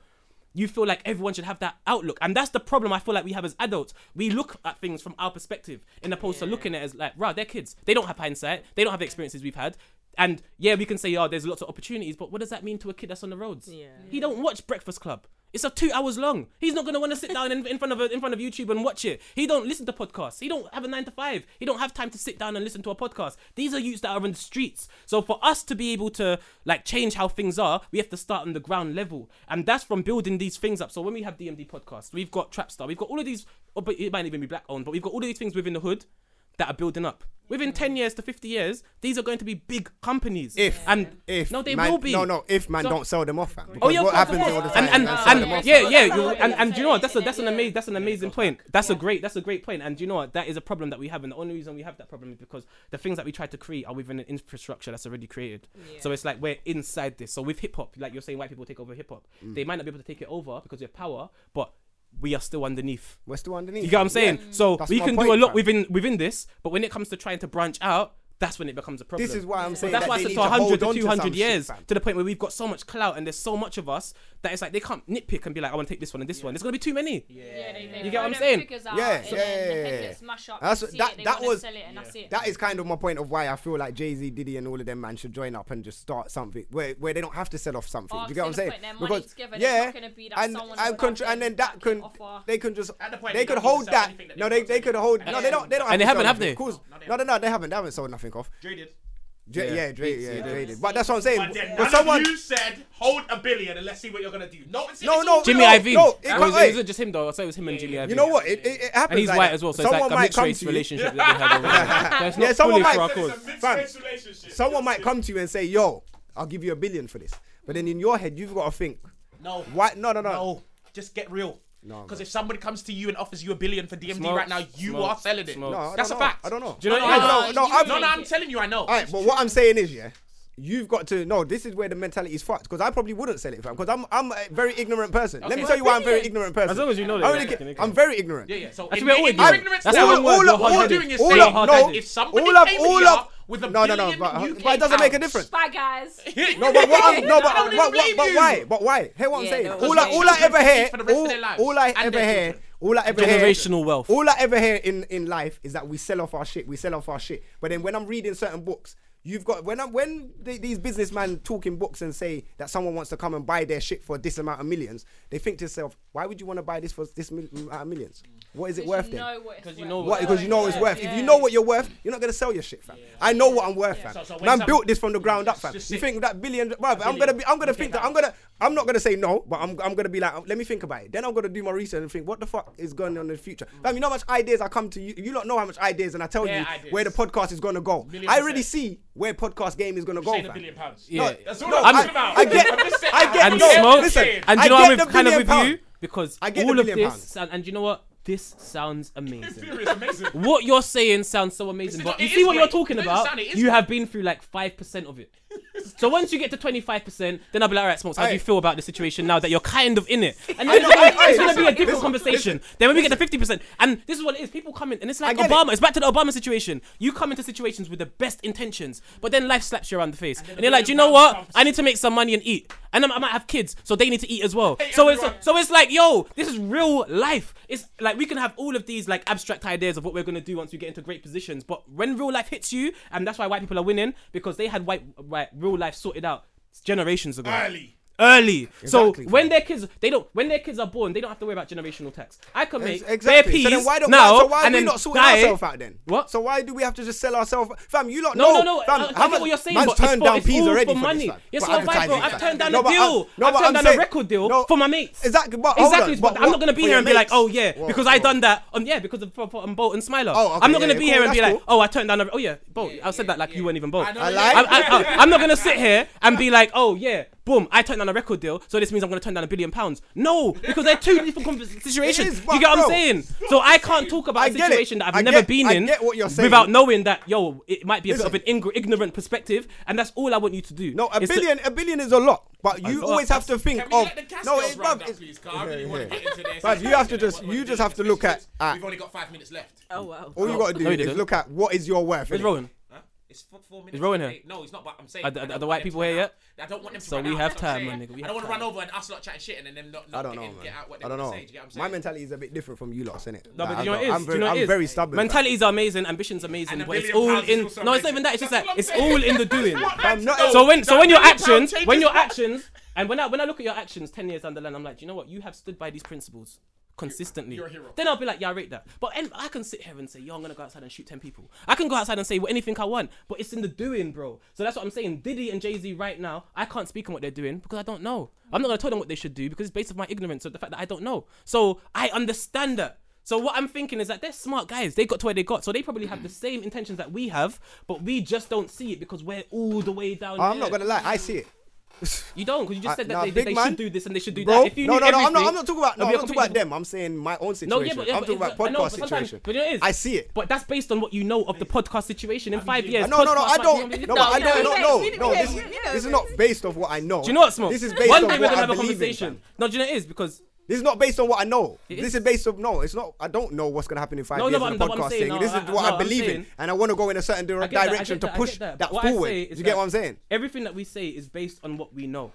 [SPEAKER 2] you feel like everyone should have that outlook. And that's the problem I feel like we have as adults. We look at things from our perspective in opposed to looking at it as like, rah, they're kids. They don't have hindsight. They don't have the experiences we've had. And yeah, we can say, oh, there's lots of opportunities, but what does that mean to a kid that's on the roads?
[SPEAKER 4] Yeah.
[SPEAKER 2] He don't watch Breakfast Club. It's a two hours long. He's not gonna want to sit down in, in front of a, in front of YouTube and watch it. He don't listen to podcasts. He don't have a nine to five. He don't have time to sit down and listen to a podcast. These are youths that are on the streets. So for us to be able to like change how things are, we have to start on the ground level, and that's from building these things up. So when we have DMD podcasts, we've got Trapstar, we've got all of these. Or but it might even be black owned, but we've got all of these things within the hood that are building up. Within ten years to fifty years, these are going to be big companies.
[SPEAKER 10] If-
[SPEAKER 2] and
[SPEAKER 10] if
[SPEAKER 2] no, they
[SPEAKER 10] man,
[SPEAKER 2] will be.
[SPEAKER 10] No, no, if man
[SPEAKER 2] So-
[SPEAKER 10] don't sell them off, fam.
[SPEAKER 2] Oh
[SPEAKER 10] Because
[SPEAKER 2] yeah, of
[SPEAKER 10] what
[SPEAKER 2] course, of
[SPEAKER 10] happens
[SPEAKER 2] course.
[SPEAKER 10] all the time?
[SPEAKER 2] And
[SPEAKER 10] man,
[SPEAKER 2] and,
[SPEAKER 10] sell
[SPEAKER 2] and
[SPEAKER 10] them off,
[SPEAKER 2] yeah,
[SPEAKER 10] fam.
[SPEAKER 2] yeah, you, and, and do you know what? That's a that's an amazing that's an amazing point. That's a great that's a great point. And do you know what? That is a problem that we have, and the only reason we have that problem is because the things that we try to create are within an infrastructure that's already created. So it's like we're inside this. So with hip hop, like you're saying, white people take over hip hop.
[SPEAKER 10] Mm.
[SPEAKER 2] They might not be able to take it over because we have power, but we are still underneath.
[SPEAKER 10] We're still underneath.
[SPEAKER 2] You get what I'm
[SPEAKER 10] fam.
[SPEAKER 2] saying? So
[SPEAKER 10] That's
[SPEAKER 2] we
[SPEAKER 10] my
[SPEAKER 2] can do
[SPEAKER 10] point,
[SPEAKER 2] a lot
[SPEAKER 10] fam.
[SPEAKER 2] within within this, but when it comes to trying to branch out, that's when it becomes a problem.
[SPEAKER 10] This is why I'm saying
[SPEAKER 2] That's
[SPEAKER 10] that
[SPEAKER 2] why I
[SPEAKER 10] they
[SPEAKER 2] said
[SPEAKER 10] need
[SPEAKER 2] to
[SPEAKER 10] to hold
[SPEAKER 2] 100
[SPEAKER 10] on
[SPEAKER 2] to
[SPEAKER 10] to
[SPEAKER 2] 200
[SPEAKER 10] some
[SPEAKER 2] years
[SPEAKER 10] shit, fam.
[SPEAKER 2] to the point where we've got so much clout and there's so much of us that it's like they can't nitpick and be like, I want to take this one and this one. There's gonna be too many.
[SPEAKER 12] Yeah, they, they
[SPEAKER 2] You get what I'm
[SPEAKER 12] throw them
[SPEAKER 2] saying?
[SPEAKER 12] figures out
[SPEAKER 10] Yeah,
[SPEAKER 12] and then
[SPEAKER 10] yeah,
[SPEAKER 12] the
[SPEAKER 10] yeah, yeah.
[SPEAKER 12] figures mash up.
[SPEAKER 10] That's-
[SPEAKER 12] That's, see
[SPEAKER 10] that-
[SPEAKER 12] it, they
[SPEAKER 10] that
[SPEAKER 12] wanna
[SPEAKER 10] was-
[SPEAKER 12] sell it, and that's it.
[SPEAKER 10] That is kind of my point of why I feel like Jay Z, Diddy, and all of them man should join up and just start something where, where they don't have to sell off something.
[SPEAKER 12] Oh,
[SPEAKER 10] Do you get what I'm
[SPEAKER 12] because they're
[SPEAKER 10] saying?
[SPEAKER 12] putting their money
[SPEAKER 10] Because
[SPEAKER 12] together, there's
[SPEAKER 10] yeah,
[SPEAKER 12] not gonna be that
[SPEAKER 10] and
[SPEAKER 12] someone
[SPEAKER 10] and,
[SPEAKER 12] without
[SPEAKER 10] contr- and
[SPEAKER 12] them
[SPEAKER 10] then that
[SPEAKER 12] that
[SPEAKER 10] can
[SPEAKER 12] can offer-
[SPEAKER 10] they can just
[SPEAKER 3] At the point
[SPEAKER 10] they
[SPEAKER 3] they
[SPEAKER 10] could
[SPEAKER 3] don't need
[SPEAKER 10] hold
[SPEAKER 3] to sell
[SPEAKER 10] that.
[SPEAKER 3] anything that
[SPEAKER 10] No,
[SPEAKER 3] they've
[SPEAKER 10] they
[SPEAKER 3] got
[SPEAKER 10] they
[SPEAKER 3] to
[SPEAKER 10] could
[SPEAKER 3] do.
[SPEAKER 10] hold.
[SPEAKER 3] And
[SPEAKER 10] No,
[SPEAKER 3] they
[SPEAKER 10] they don't. They don't.
[SPEAKER 2] And they
[SPEAKER 10] have to
[SPEAKER 2] haven't,
[SPEAKER 10] sell
[SPEAKER 2] have
[SPEAKER 10] nothing.
[SPEAKER 2] they?
[SPEAKER 10] Cause-
[SPEAKER 3] No, they
[SPEAKER 10] No, no, no. They haven't. They haven't sold nothing off.
[SPEAKER 3] Dre did.
[SPEAKER 10] Dre-
[SPEAKER 2] Yeah,
[SPEAKER 10] Yeah, Dre,
[SPEAKER 2] Beats,
[SPEAKER 10] yeah,
[SPEAKER 2] yeah.
[SPEAKER 10] Dre did. But that's what I'm saying.
[SPEAKER 3] But then
[SPEAKER 10] But
[SPEAKER 3] none
[SPEAKER 10] someone.
[SPEAKER 3] of you said hold a billion and let's see what you're gonna do. No, it's,
[SPEAKER 10] No,
[SPEAKER 3] it's
[SPEAKER 10] no,
[SPEAKER 3] all
[SPEAKER 2] Jimmy
[SPEAKER 10] no,
[SPEAKER 2] IV.
[SPEAKER 10] no, it
[SPEAKER 2] it,
[SPEAKER 10] can't-
[SPEAKER 2] was,
[SPEAKER 10] hey.
[SPEAKER 2] it was just him though. So it was him and Jimmy IV.
[SPEAKER 10] You know what? It, it, it happens.
[SPEAKER 2] And he's
[SPEAKER 10] like
[SPEAKER 2] white
[SPEAKER 10] that.
[SPEAKER 2] as well, so
[SPEAKER 10] someone
[SPEAKER 2] it's like a
[SPEAKER 10] might
[SPEAKER 2] mixed
[SPEAKER 10] come
[SPEAKER 2] race
[SPEAKER 10] to you.
[SPEAKER 2] relationship that they have over there. So it's not
[SPEAKER 10] Yeah,
[SPEAKER 2] fully
[SPEAKER 10] someone might-
[SPEAKER 2] for our
[SPEAKER 10] It's a
[SPEAKER 2] cause.
[SPEAKER 10] Fam,
[SPEAKER 3] mixed relationship.
[SPEAKER 10] Someone might come to you and say, "Yo, I'll give you a billion for this," but then in your head you've got to think,
[SPEAKER 3] No.
[SPEAKER 10] "Why? No, no, no."
[SPEAKER 3] No, just get real.
[SPEAKER 10] No,
[SPEAKER 3] Because
[SPEAKER 10] man.
[SPEAKER 3] if somebody comes to you and offers you a billion for DMD
[SPEAKER 2] Smokes,
[SPEAKER 3] right now, you
[SPEAKER 2] smokes,
[SPEAKER 3] are selling it.
[SPEAKER 2] smokes. No, I
[SPEAKER 3] That's a
[SPEAKER 10] don't know.
[SPEAKER 3] fact.
[SPEAKER 10] I don't know.
[SPEAKER 2] Do you know
[SPEAKER 3] No,
[SPEAKER 2] what
[SPEAKER 3] no,
[SPEAKER 2] I mean?
[SPEAKER 10] no,
[SPEAKER 12] you
[SPEAKER 10] I'm-
[SPEAKER 3] No,
[SPEAKER 12] make
[SPEAKER 3] no, I'm
[SPEAKER 12] it.
[SPEAKER 3] telling you, I know.
[SPEAKER 10] All right, but what I'm saying is, yeah, you've got to no. This is where the mentality is fucked. Because I probably wouldn't sell it, fam. Because I'm I'm a very ignorant person. Let me
[SPEAKER 3] Okay.
[SPEAKER 10] tell you why I'm very ignorant person.
[SPEAKER 2] As long as you know that,
[SPEAKER 10] I
[SPEAKER 2] yeah,
[SPEAKER 10] only
[SPEAKER 2] okay,
[SPEAKER 10] get,
[SPEAKER 2] okay.
[SPEAKER 10] I'm very ignorant.
[SPEAKER 3] Yeah, yeah. So
[SPEAKER 2] That's
[SPEAKER 3] in,
[SPEAKER 2] what
[SPEAKER 3] in,
[SPEAKER 2] we're
[SPEAKER 3] in
[SPEAKER 2] doing.
[SPEAKER 3] your ignorance,
[SPEAKER 2] That's
[SPEAKER 3] now,
[SPEAKER 2] how
[SPEAKER 3] all,
[SPEAKER 2] it works.
[SPEAKER 3] all,
[SPEAKER 2] You're
[SPEAKER 3] of- all, all
[SPEAKER 2] hard-headed.
[SPEAKER 3] doing is
[SPEAKER 10] All
[SPEAKER 3] saying,
[SPEAKER 10] of- no,
[SPEAKER 3] if somebody
[SPEAKER 10] all of-
[SPEAKER 3] came
[SPEAKER 10] all
[SPEAKER 3] here
[SPEAKER 10] of-
[SPEAKER 3] with a
[SPEAKER 10] No, no,
[SPEAKER 3] billion
[SPEAKER 10] no, but-
[SPEAKER 3] UK
[SPEAKER 10] but it doesn't make a
[SPEAKER 3] pounds-
[SPEAKER 10] difference.
[SPEAKER 12] Bye, guys.
[SPEAKER 10] No, but what? I'm, no, but
[SPEAKER 12] I
[SPEAKER 10] what,
[SPEAKER 12] don't even
[SPEAKER 10] what,
[SPEAKER 3] blame
[SPEAKER 10] but
[SPEAKER 3] you.
[SPEAKER 10] why? But why? Hear what I'm
[SPEAKER 4] Yeah,
[SPEAKER 10] saying?
[SPEAKER 4] no,
[SPEAKER 10] all
[SPEAKER 4] it's
[SPEAKER 10] I all I
[SPEAKER 3] children
[SPEAKER 10] ever hear,
[SPEAKER 3] for the rest of
[SPEAKER 10] all,
[SPEAKER 3] their lives
[SPEAKER 10] all I
[SPEAKER 3] and
[SPEAKER 10] ever
[SPEAKER 3] their
[SPEAKER 10] hear,
[SPEAKER 3] children.
[SPEAKER 10] all I ever hear,
[SPEAKER 2] Generational wealth.
[SPEAKER 10] All I ever hear in in life is that we sell off our shit. We sell off our shit. But then when I'm reading certain books. You've got when I'm when the, these businessmen talk in books and say that someone wants to come and buy their shit for this amount of millions, they think to themselves, why would you want to buy this for this mil- amount of millions? What is it worth
[SPEAKER 12] you
[SPEAKER 10] then?
[SPEAKER 12] know what it's
[SPEAKER 2] you
[SPEAKER 12] worth.
[SPEAKER 2] know
[SPEAKER 10] What? Because you know what it's worth. If you know what you're worth, you're not gonna sell your shit, fam. I know what I'm worth, fam.
[SPEAKER 3] So- so when
[SPEAKER 10] Man
[SPEAKER 3] some-
[SPEAKER 10] built this from the ground up,
[SPEAKER 3] Just-
[SPEAKER 10] fam.
[SPEAKER 3] just
[SPEAKER 10] You
[SPEAKER 3] sit.
[SPEAKER 10] think that billion, bruv, I'm gonna be, I'm gonna think that I'm gonna, I'm not gonna say no, but I'm, I'm gonna be like, let me think about it. Then I'm gonna do my research and think, what the fuck is going on in the future, fam? You know how much ideas I come to you. You don't know how much ideas, and I tell
[SPEAKER 3] Mm. Yeah,
[SPEAKER 10] you
[SPEAKER 3] ideas.
[SPEAKER 10] where the podcast is gonna go.
[SPEAKER 3] Million
[SPEAKER 10] I already
[SPEAKER 3] percent.
[SPEAKER 10] see where podcast game is gonna go,
[SPEAKER 3] saying a
[SPEAKER 10] fam.
[SPEAKER 3] billion pounds.
[SPEAKER 2] Yeah.
[SPEAKER 3] That's all
[SPEAKER 10] No,
[SPEAKER 3] I'm
[SPEAKER 10] I-
[SPEAKER 3] talking about.
[SPEAKER 10] I get-
[SPEAKER 3] I'm just saying-
[SPEAKER 10] I get-
[SPEAKER 3] I'm
[SPEAKER 2] and
[SPEAKER 10] no,
[SPEAKER 3] just
[SPEAKER 2] smokes.
[SPEAKER 10] listen,
[SPEAKER 3] saying.
[SPEAKER 2] and do
[SPEAKER 10] I
[SPEAKER 2] you know
[SPEAKER 10] get
[SPEAKER 2] what I'm
[SPEAKER 10] the
[SPEAKER 2] kind of
[SPEAKER 10] billion
[SPEAKER 2] with
[SPEAKER 10] pound.
[SPEAKER 2] you because
[SPEAKER 10] I get the
[SPEAKER 2] all of
[SPEAKER 10] billion
[SPEAKER 2] this
[SPEAKER 10] pound.
[SPEAKER 2] sound, and do you know what this sounds amazing.
[SPEAKER 3] It's amazing.
[SPEAKER 2] What you're saying sounds so amazing,
[SPEAKER 3] It's
[SPEAKER 2] but
[SPEAKER 3] not-
[SPEAKER 2] you
[SPEAKER 3] it
[SPEAKER 2] see
[SPEAKER 3] is
[SPEAKER 2] what you're
[SPEAKER 3] great.
[SPEAKER 2] talking
[SPEAKER 3] No, it
[SPEAKER 2] about.
[SPEAKER 3] sound- it is
[SPEAKER 2] you
[SPEAKER 3] great.
[SPEAKER 2] have been through like five percent of it. So once you get to twenty five percent, then I'll be like, alright, Smokes, how do
[SPEAKER 10] Hey.
[SPEAKER 2] you feel about the situation now that you're kind of in it? And
[SPEAKER 10] I
[SPEAKER 2] then
[SPEAKER 10] know,
[SPEAKER 2] it's
[SPEAKER 10] hey, hey,
[SPEAKER 2] it's gonna be a
[SPEAKER 10] listen,
[SPEAKER 2] different
[SPEAKER 10] listen,
[SPEAKER 2] conversation. then when we get to fifty percent, and this is what it is. People come in, and it's like
[SPEAKER 10] I get it.
[SPEAKER 2] Obama. It's back to the Obama situation. You come into situations with the best intentions, but then life slaps you around the face, and, you're like, do you know what? I need to make some money and eat, and I'm- I might have kids, so they need to eat as well. so
[SPEAKER 3] everyone.
[SPEAKER 2] it's so it's like, yo, this is real life. It's like we can have all of these like abstract ideas of what we're gonna do once we get into great positions, but when real life hits you, and that's why white people are winning because they had white, white real life sorted out generations ago.
[SPEAKER 3] Early.
[SPEAKER 2] Early.
[SPEAKER 10] Exactly,
[SPEAKER 2] so when
[SPEAKER 10] fam.
[SPEAKER 2] their kids, they don't. When their kids are born, they don't have to worry about generational tax. I can make
[SPEAKER 10] Exactly.
[SPEAKER 2] bare peas
[SPEAKER 10] so then why don't
[SPEAKER 2] now,
[SPEAKER 10] why, so
[SPEAKER 2] and
[SPEAKER 10] why are we
[SPEAKER 2] then
[SPEAKER 10] not sorting
[SPEAKER 2] die.
[SPEAKER 10] ourselves out then?
[SPEAKER 2] What?
[SPEAKER 10] So why do we have to just sell ourselves? Fam, you lot
[SPEAKER 2] No,
[SPEAKER 10] know.
[SPEAKER 2] no, no,
[SPEAKER 10] Fam,
[SPEAKER 2] I- I
[SPEAKER 10] how
[SPEAKER 2] get
[SPEAKER 10] much-
[SPEAKER 2] what you're saying,
[SPEAKER 10] man's
[SPEAKER 2] but it's
[SPEAKER 10] turned
[SPEAKER 2] for-
[SPEAKER 10] down
[SPEAKER 2] it's
[SPEAKER 10] peas
[SPEAKER 2] all
[SPEAKER 10] already
[SPEAKER 2] for
[SPEAKER 10] this,
[SPEAKER 2] money.
[SPEAKER 10] fam.
[SPEAKER 2] Yes,
[SPEAKER 10] For
[SPEAKER 2] all right, bro,
[SPEAKER 10] advertising,
[SPEAKER 2] I've
[SPEAKER 10] fam.
[SPEAKER 2] turned down
[SPEAKER 10] No,
[SPEAKER 2] a
[SPEAKER 10] but I'm-
[SPEAKER 2] deal.
[SPEAKER 10] no,
[SPEAKER 2] I've
[SPEAKER 10] but
[SPEAKER 2] turned
[SPEAKER 10] I'm
[SPEAKER 2] down a
[SPEAKER 10] saying-
[SPEAKER 2] record deal
[SPEAKER 10] no,
[SPEAKER 2] for my mates.
[SPEAKER 10] Exactly, but hold
[SPEAKER 2] Exactly,
[SPEAKER 10] on,
[SPEAKER 2] but, I'm
[SPEAKER 10] what-
[SPEAKER 2] not gonna be
[SPEAKER 10] for
[SPEAKER 2] here
[SPEAKER 10] your
[SPEAKER 2] and be like,
[SPEAKER 10] mates?
[SPEAKER 2] oh yeah,
[SPEAKER 10] Whoa,
[SPEAKER 2] because I
[SPEAKER 10] whoa.
[SPEAKER 2] done that on yeah because of for, for, on Bolt and Smiler.
[SPEAKER 10] Oh, okay,
[SPEAKER 2] I'm not
[SPEAKER 10] yeah,
[SPEAKER 2] gonna
[SPEAKER 10] yeah,
[SPEAKER 2] be
[SPEAKER 10] cool,
[SPEAKER 2] here and be
[SPEAKER 10] that's
[SPEAKER 2] like,
[SPEAKER 10] cool.
[SPEAKER 2] oh I turned down a oh yeah, Bolt. I said that like you weren't even Bolt.
[SPEAKER 3] know I
[SPEAKER 10] lied.
[SPEAKER 2] I'm, I, I, I'm not gonna sit here and be like, oh yeah, boom, I turned down a record deal, so this means I'm gonna turn down a billion pounds. No, because they're two different convers- situations.
[SPEAKER 10] is,
[SPEAKER 2] you
[SPEAKER 10] but
[SPEAKER 2] get what
[SPEAKER 10] bro,
[SPEAKER 2] I'm saying? So I can't talk about
[SPEAKER 10] I
[SPEAKER 2] a
[SPEAKER 10] get it.
[SPEAKER 2] situation that
[SPEAKER 10] I
[SPEAKER 2] I've never
[SPEAKER 10] get-
[SPEAKER 2] been
[SPEAKER 10] I
[SPEAKER 2] in
[SPEAKER 10] get what you're saying.
[SPEAKER 2] without knowing that yo, it might be a
[SPEAKER 10] Listen.
[SPEAKER 2] bit of an ing- ignorant perspective, and that's all I want you to do.
[SPEAKER 10] No, a
[SPEAKER 2] It's to-
[SPEAKER 10] billion, a billion is a lot, but you
[SPEAKER 2] lot,
[SPEAKER 10] always have to
[SPEAKER 2] that's-
[SPEAKER 10] think
[SPEAKER 3] Can we
[SPEAKER 10] of.
[SPEAKER 3] let the gas
[SPEAKER 10] oh, no,
[SPEAKER 3] girls
[SPEAKER 10] it's
[SPEAKER 3] round
[SPEAKER 10] bruv,
[SPEAKER 3] up,
[SPEAKER 10] it's-
[SPEAKER 3] please? 'Cause I really
[SPEAKER 10] yeah,
[SPEAKER 3] wanna
[SPEAKER 10] yeah.
[SPEAKER 3] get into this.
[SPEAKER 10] Bruv, you have to just-
[SPEAKER 3] We've
[SPEAKER 10] you just have to look at- at-
[SPEAKER 3] We've only got five minutes left.
[SPEAKER 4] Oh wow.
[SPEAKER 10] all you gotta do
[SPEAKER 2] No, he
[SPEAKER 10] is
[SPEAKER 2] didn't.
[SPEAKER 10] look at what is your worth.
[SPEAKER 2] Where's
[SPEAKER 10] innit?
[SPEAKER 2] Rowan?
[SPEAKER 3] Huh? It's four, four minutes.
[SPEAKER 2] Rowan
[SPEAKER 3] left.
[SPEAKER 2] here?
[SPEAKER 3] No, he's not. But I'm saying.
[SPEAKER 2] Are the-
[SPEAKER 3] I don't
[SPEAKER 2] are the
[SPEAKER 3] want
[SPEAKER 2] white
[SPEAKER 3] them
[SPEAKER 2] people
[SPEAKER 3] to run
[SPEAKER 2] here
[SPEAKER 3] out. I don't want them to.
[SPEAKER 2] So
[SPEAKER 3] run
[SPEAKER 2] we
[SPEAKER 3] out,
[SPEAKER 2] have
[SPEAKER 3] that's what I'm
[SPEAKER 2] time, my
[SPEAKER 3] saying.
[SPEAKER 2] nigga, we
[SPEAKER 3] I
[SPEAKER 2] have
[SPEAKER 3] don't want to
[SPEAKER 2] time.
[SPEAKER 3] run over and us lot chatting shit and then them not, not
[SPEAKER 10] I don't know,
[SPEAKER 3] get, in,
[SPEAKER 10] man.
[SPEAKER 3] get out what they
[SPEAKER 10] I don't
[SPEAKER 3] wanna
[SPEAKER 10] know.
[SPEAKER 3] Say, do you get what I'm
[SPEAKER 10] My
[SPEAKER 3] saying?
[SPEAKER 10] mentality is a bit different from you lot, isn't it?
[SPEAKER 2] No, but do you know what it is?
[SPEAKER 10] I'm
[SPEAKER 2] Do
[SPEAKER 10] very,
[SPEAKER 2] you know what
[SPEAKER 10] I'm
[SPEAKER 2] it is?
[SPEAKER 10] very stubborn. fam.
[SPEAKER 2] Mentalities are amazing, ambitions amazing,
[SPEAKER 3] And a
[SPEAKER 2] but it's
[SPEAKER 3] billion
[SPEAKER 2] all
[SPEAKER 3] pounds is
[SPEAKER 2] in.
[SPEAKER 3] also
[SPEAKER 2] No, it's not
[SPEAKER 3] amazing.
[SPEAKER 2] even that. It's just that
[SPEAKER 3] That's what I'm
[SPEAKER 2] it's
[SPEAKER 3] saying.
[SPEAKER 2] all in the doing.
[SPEAKER 10] Fam, not-
[SPEAKER 2] so when so when your
[SPEAKER 3] billion pound
[SPEAKER 2] actions
[SPEAKER 3] changes
[SPEAKER 2] when your
[SPEAKER 3] what?
[SPEAKER 2] actions and when I when I look at your actions ten years down the line, I'm like, "Do you know what? You have stood by these principles consistently.
[SPEAKER 3] You're a hero.
[SPEAKER 2] Then I'll be like, yeah, I rate that. But and I can sit here and say, yo, I'm gonna go outside and shoot ten people. I can go outside and say well, anything I want, but it's in the doing, bro. So that's what I'm saying. Diddy and Jay Z right now, I can't speak on what they're doing because I don't know. I'm not gonna tell them what they should do because it's based on my ignorance of the fact that I don't know. So I understand that. So what I'm thinking is that they're smart guys. They got to where they got, so they probably have the same intentions that we have, but we just don't see it because we're all the way down.
[SPEAKER 10] Oh, I'm
[SPEAKER 2] here.
[SPEAKER 10] not gonna lie, I see it.
[SPEAKER 2] You don't, because you just
[SPEAKER 10] I-
[SPEAKER 2] said that
[SPEAKER 10] nah,
[SPEAKER 2] they,
[SPEAKER 10] big
[SPEAKER 2] they
[SPEAKER 10] man,
[SPEAKER 2] should do this and they should do
[SPEAKER 10] Bro,
[SPEAKER 2] that. If you knew
[SPEAKER 10] no, no, no, I'm not,
[SPEAKER 2] everything,
[SPEAKER 10] I'm not talking about, no,
[SPEAKER 2] it'll
[SPEAKER 10] I'm
[SPEAKER 2] be a
[SPEAKER 10] not talking about
[SPEAKER 2] completely-
[SPEAKER 10] them. I'm saying my own
[SPEAKER 2] No,
[SPEAKER 10] situation.
[SPEAKER 2] yeah, but, yeah, but
[SPEAKER 10] I'm talking
[SPEAKER 2] it's-
[SPEAKER 10] about
[SPEAKER 2] I know,
[SPEAKER 10] podcast
[SPEAKER 2] but sometimes-
[SPEAKER 10] situation.
[SPEAKER 2] But you know what it is?
[SPEAKER 10] I see it.
[SPEAKER 2] But that's based on what you know of the podcast situation in five years.
[SPEAKER 10] No, no, no,
[SPEAKER 2] podcast
[SPEAKER 10] I
[SPEAKER 2] might
[SPEAKER 10] don't.
[SPEAKER 2] be-
[SPEAKER 10] No, but I
[SPEAKER 4] no,
[SPEAKER 10] don't.
[SPEAKER 4] we
[SPEAKER 10] No,
[SPEAKER 4] don't-
[SPEAKER 10] no,
[SPEAKER 4] we don't-
[SPEAKER 10] no.
[SPEAKER 4] we
[SPEAKER 10] This,
[SPEAKER 4] don't-
[SPEAKER 10] this is not based off what I know.
[SPEAKER 2] Do you know what, Smoke?
[SPEAKER 10] This is based
[SPEAKER 2] One
[SPEAKER 10] on
[SPEAKER 2] day we're
[SPEAKER 10] what
[SPEAKER 2] gonna
[SPEAKER 10] I
[SPEAKER 2] have a
[SPEAKER 10] believe in,
[SPEAKER 2] conversation.
[SPEAKER 10] fam.
[SPEAKER 2] no, do you know what it is? Because
[SPEAKER 10] This is not based on what I know.
[SPEAKER 2] It
[SPEAKER 10] this
[SPEAKER 2] is.
[SPEAKER 10] is based on no. It's not. I don't know what's gonna happen in five
[SPEAKER 2] No, no,
[SPEAKER 10] years
[SPEAKER 2] but
[SPEAKER 10] in
[SPEAKER 2] I'm-
[SPEAKER 10] the
[SPEAKER 2] but I'm
[SPEAKER 10] podcast
[SPEAKER 2] saying,
[SPEAKER 10] thing.
[SPEAKER 2] no,
[SPEAKER 10] this
[SPEAKER 2] I-
[SPEAKER 10] is what
[SPEAKER 2] no,
[SPEAKER 10] I
[SPEAKER 2] I'm
[SPEAKER 10] believe in,
[SPEAKER 2] saying-
[SPEAKER 10] and I want to go in a certain dir-
[SPEAKER 2] I get that, I
[SPEAKER 10] direction
[SPEAKER 2] get that,
[SPEAKER 10] to
[SPEAKER 2] I
[SPEAKER 10] push
[SPEAKER 2] get that.
[SPEAKER 10] that,
[SPEAKER 2] But what I
[SPEAKER 10] forward.
[SPEAKER 2] say
[SPEAKER 10] Do
[SPEAKER 2] is
[SPEAKER 10] you get
[SPEAKER 2] that
[SPEAKER 10] what I'm saying?
[SPEAKER 2] Everything that we say is based on what we know.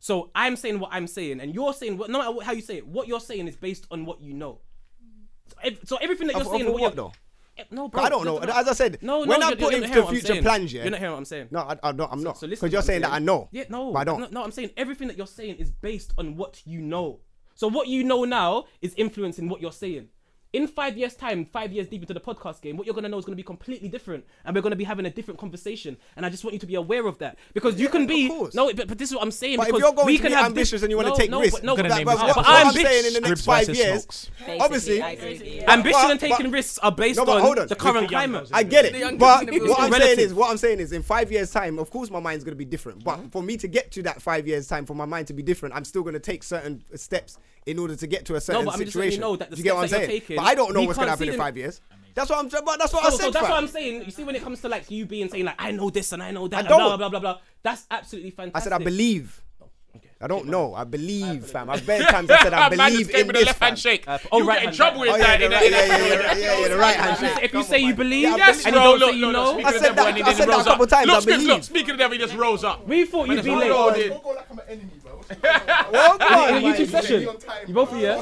[SPEAKER 2] So I'm saying what I'm saying, and you're saying what. No matter what- how you say it, what you're saying is based on what you know. So, ev- so everything that
[SPEAKER 10] Of-
[SPEAKER 2] you're saying,
[SPEAKER 10] of
[SPEAKER 2] what,
[SPEAKER 10] what
[SPEAKER 2] you're,
[SPEAKER 10] though?
[SPEAKER 2] Eh, No, bro.
[SPEAKER 10] I don't know.
[SPEAKER 2] that's what
[SPEAKER 10] As I said,
[SPEAKER 2] No, no,
[SPEAKER 10] when
[SPEAKER 2] you're-
[SPEAKER 10] I put
[SPEAKER 2] you're not
[SPEAKER 10] in
[SPEAKER 2] hearing
[SPEAKER 10] the
[SPEAKER 2] what I'm
[SPEAKER 10] future
[SPEAKER 2] saying.
[SPEAKER 10] plans, yeah.
[SPEAKER 2] You're not hearing what I'm saying.
[SPEAKER 10] No, I, I don't, I'm not.
[SPEAKER 2] So
[SPEAKER 10] Because
[SPEAKER 2] listen to
[SPEAKER 10] you're
[SPEAKER 2] what I'm
[SPEAKER 10] saying that I know.
[SPEAKER 2] Yeah, no,
[SPEAKER 10] But I don't.
[SPEAKER 2] No, no, I'm saying everything that you're saying is based on what you know. So what you know now is influencing what you're saying. In five years' time, five years deep into the podcast game, what you're gonna know is gonna be completely different, and we're gonna be having a different conversation. And I just want you to be aware of that because you can be
[SPEAKER 10] course.
[SPEAKER 2] no, but, but this is what I'm saying.
[SPEAKER 10] But if
[SPEAKER 2] because
[SPEAKER 10] you're going
[SPEAKER 2] we
[SPEAKER 10] to
[SPEAKER 2] can
[SPEAKER 10] be
[SPEAKER 2] have
[SPEAKER 10] ambitious
[SPEAKER 2] diff-
[SPEAKER 10] and you want to
[SPEAKER 2] no,
[SPEAKER 10] take
[SPEAKER 2] no,
[SPEAKER 10] risks,
[SPEAKER 2] but, no,
[SPEAKER 10] I'm
[SPEAKER 2] but,
[SPEAKER 14] gonna name
[SPEAKER 2] but,
[SPEAKER 14] this
[SPEAKER 2] but
[SPEAKER 14] episode.
[SPEAKER 2] I'm
[SPEAKER 10] I'm
[SPEAKER 2] ambitious.
[SPEAKER 10] saying in the next
[SPEAKER 14] Scribs
[SPEAKER 10] five
[SPEAKER 14] versus
[SPEAKER 10] years,
[SPEAKER 14] Snokes.
[SPEAKER 10] obviously,
[SPEAKER 4] I agree with you. Yeah.
[SPEAKER 2] ambition
[SPEAKER 10] but-
[SPEAKER 2] and taking
[SPEAKER 10] but-
[SPEAKER 2] risks are based
[SPEAKER 10] No, but
[SPEAKER 2] on
[SPEAKER 10] hold on.
[SPEAKER 2] the
[SPEAKER 10] With
[SPEAKER 2] current
[SPEAKER 3] the young
[SPEAKER 2] climate.
[SPEAKER 3] girls,
[SPEAKER 10] I get
[SPEAKER 5] The
[SPEAKER 10] it.
[SPEAKER 5] young
[SPEAKER 10] But
[SPEAKER 5] people
[SPEAKER 10] what I'm
[SPEAKER 2] will-
[SPEAKER 10] saying
[SPEAKER 2] Relative.
[SPEAKER 10] is, what I'm saying is, in five years' time, of course, my mind's gonna be different.
[SPEAKER 2] Mm-hmm.
[SPEAKER 10] But for me to get to that five years' time, for my mind to be different, I'm still gonna take certain steps in order to get to a certain
[SPEAKER 2] but I'm just letting you
[SPEAKER 10] situation.
[SPEAKER 2] know that the
[SPEAKER 10] Do you get
[SPEAKER 2] steps
[SPEAKER 10] what I'm
[SPEAKER 2] that you're
[SPEAKER 10] saying?
[SPEAKER 2] taking,
[SPEAKER 10] but I don't know
[SPEAKER 2] we
[SPEAKER 10] what's gonna
[SPEAKER 2] can't see
[SPEAKER 10] happen in
[SPEAKER 2] them.
[SPEAKER 10] five years. That's what I'm. But that's what
[SPEAKER 2] So,
[SPEAKER 10] I
[SPEAKER 2] so
[SPEAKER 10] said.
[SPEAKER 2] that's
[SPEAKER 10] fam.
[SPEAKER 2] what I'm saying. You see, when it comes to like you being saying like I know this and I know that,
[SPEAKER 10] I
[SPEAKER 2] and blah
[SPEAKER 10] don't.
[SPEAKER 2] blah blah blah. That's absolutely
[SPEAKER 10] I
[SPEAKER 2] fantastic.
[SPEAKER 10] said I believe. I don't know. I believe, fam. I've many times I said I
[SPEAKER 3] Man just
[SPEAKER 10] believe
[SPEAKER 3] came
[SPEAKER 10] in
[SPEAKER 3] with a
[SPEAKER 10] this.
[SPEAKER 3] left
[SPEAKER 10] fam.
[SPEAKER 3] hand shake.
[SPEAKER 2] Uh, oh,
[SPEAKER 3] you
[SPEAKER 2] right
[SPEAKER 3] get in
[SPEAKER 2] hand
[SPEAKER 3] trouble
[SPEAKER 2] man.
[SPEAKER 10] Oh
[SPEAKER 3] with
[SPEAKER 10] yeah,
[SPEAKER 3] that.
[SPEAKER 10] the
[SPEAKER 3] innit?
[SPEAKER 10] right, yeah, yeah, yeah, yeah, yeah, the right hand
[SPEAKER 2] If you say-
[SPEAKER 10] shake.
[SPEAKER 2] if you say you believe,
[SPEAKER 10] Yeah, I
[SPEAKER 3] Yes,
[SPEAKER 2] and
[SPEAKER 10] believe-
[SPEAKER 2] you don't
[SPEAKER 3] bro. Look,
[SPEAKER 2] say
[SPEAKER 3] look,
[SPEAKER 2] you
[SPEAKER 3] look,
[SPEAKER 2] know,
[SPEAKER 3] speaking
[SPEAKER 10] I
[SPEAKER 3] of the
[SPEAKER 10] said
[SPEAKER 3] devil
[SPEAKER 10] that-
[SPEAKER 3] and he
[SPEAKER 10] I
[SPEAKER 3] didn't
[SPEAKER 10] said that
[SPEAKER 3] rose
[SPEAKER 10] a couple
[SPEAKER 3] up.
[SPEAKER 10] times, I
[SPEAKER 3] Look, speak-
[SPEAKER 10] believe.
[SPEAKER 3] look, speaking of the devil, he just rose up.
[SPEAKER 2] we thought you'd be
[SPEAKER 3] Man,
[SPEAKER 2] late.
[SPEAKER 3] it's all
[SPEAKER 2] In
[SPEAKER 3] good.
[SPEAKER 14] Don't go like I'm an enemy, bro. What's going on?
[SPEAKER 10] Oh
[SPEAKER 2] a
[SPEAKER 10] God.
[SPEAKER 2] YouTube session, you both here.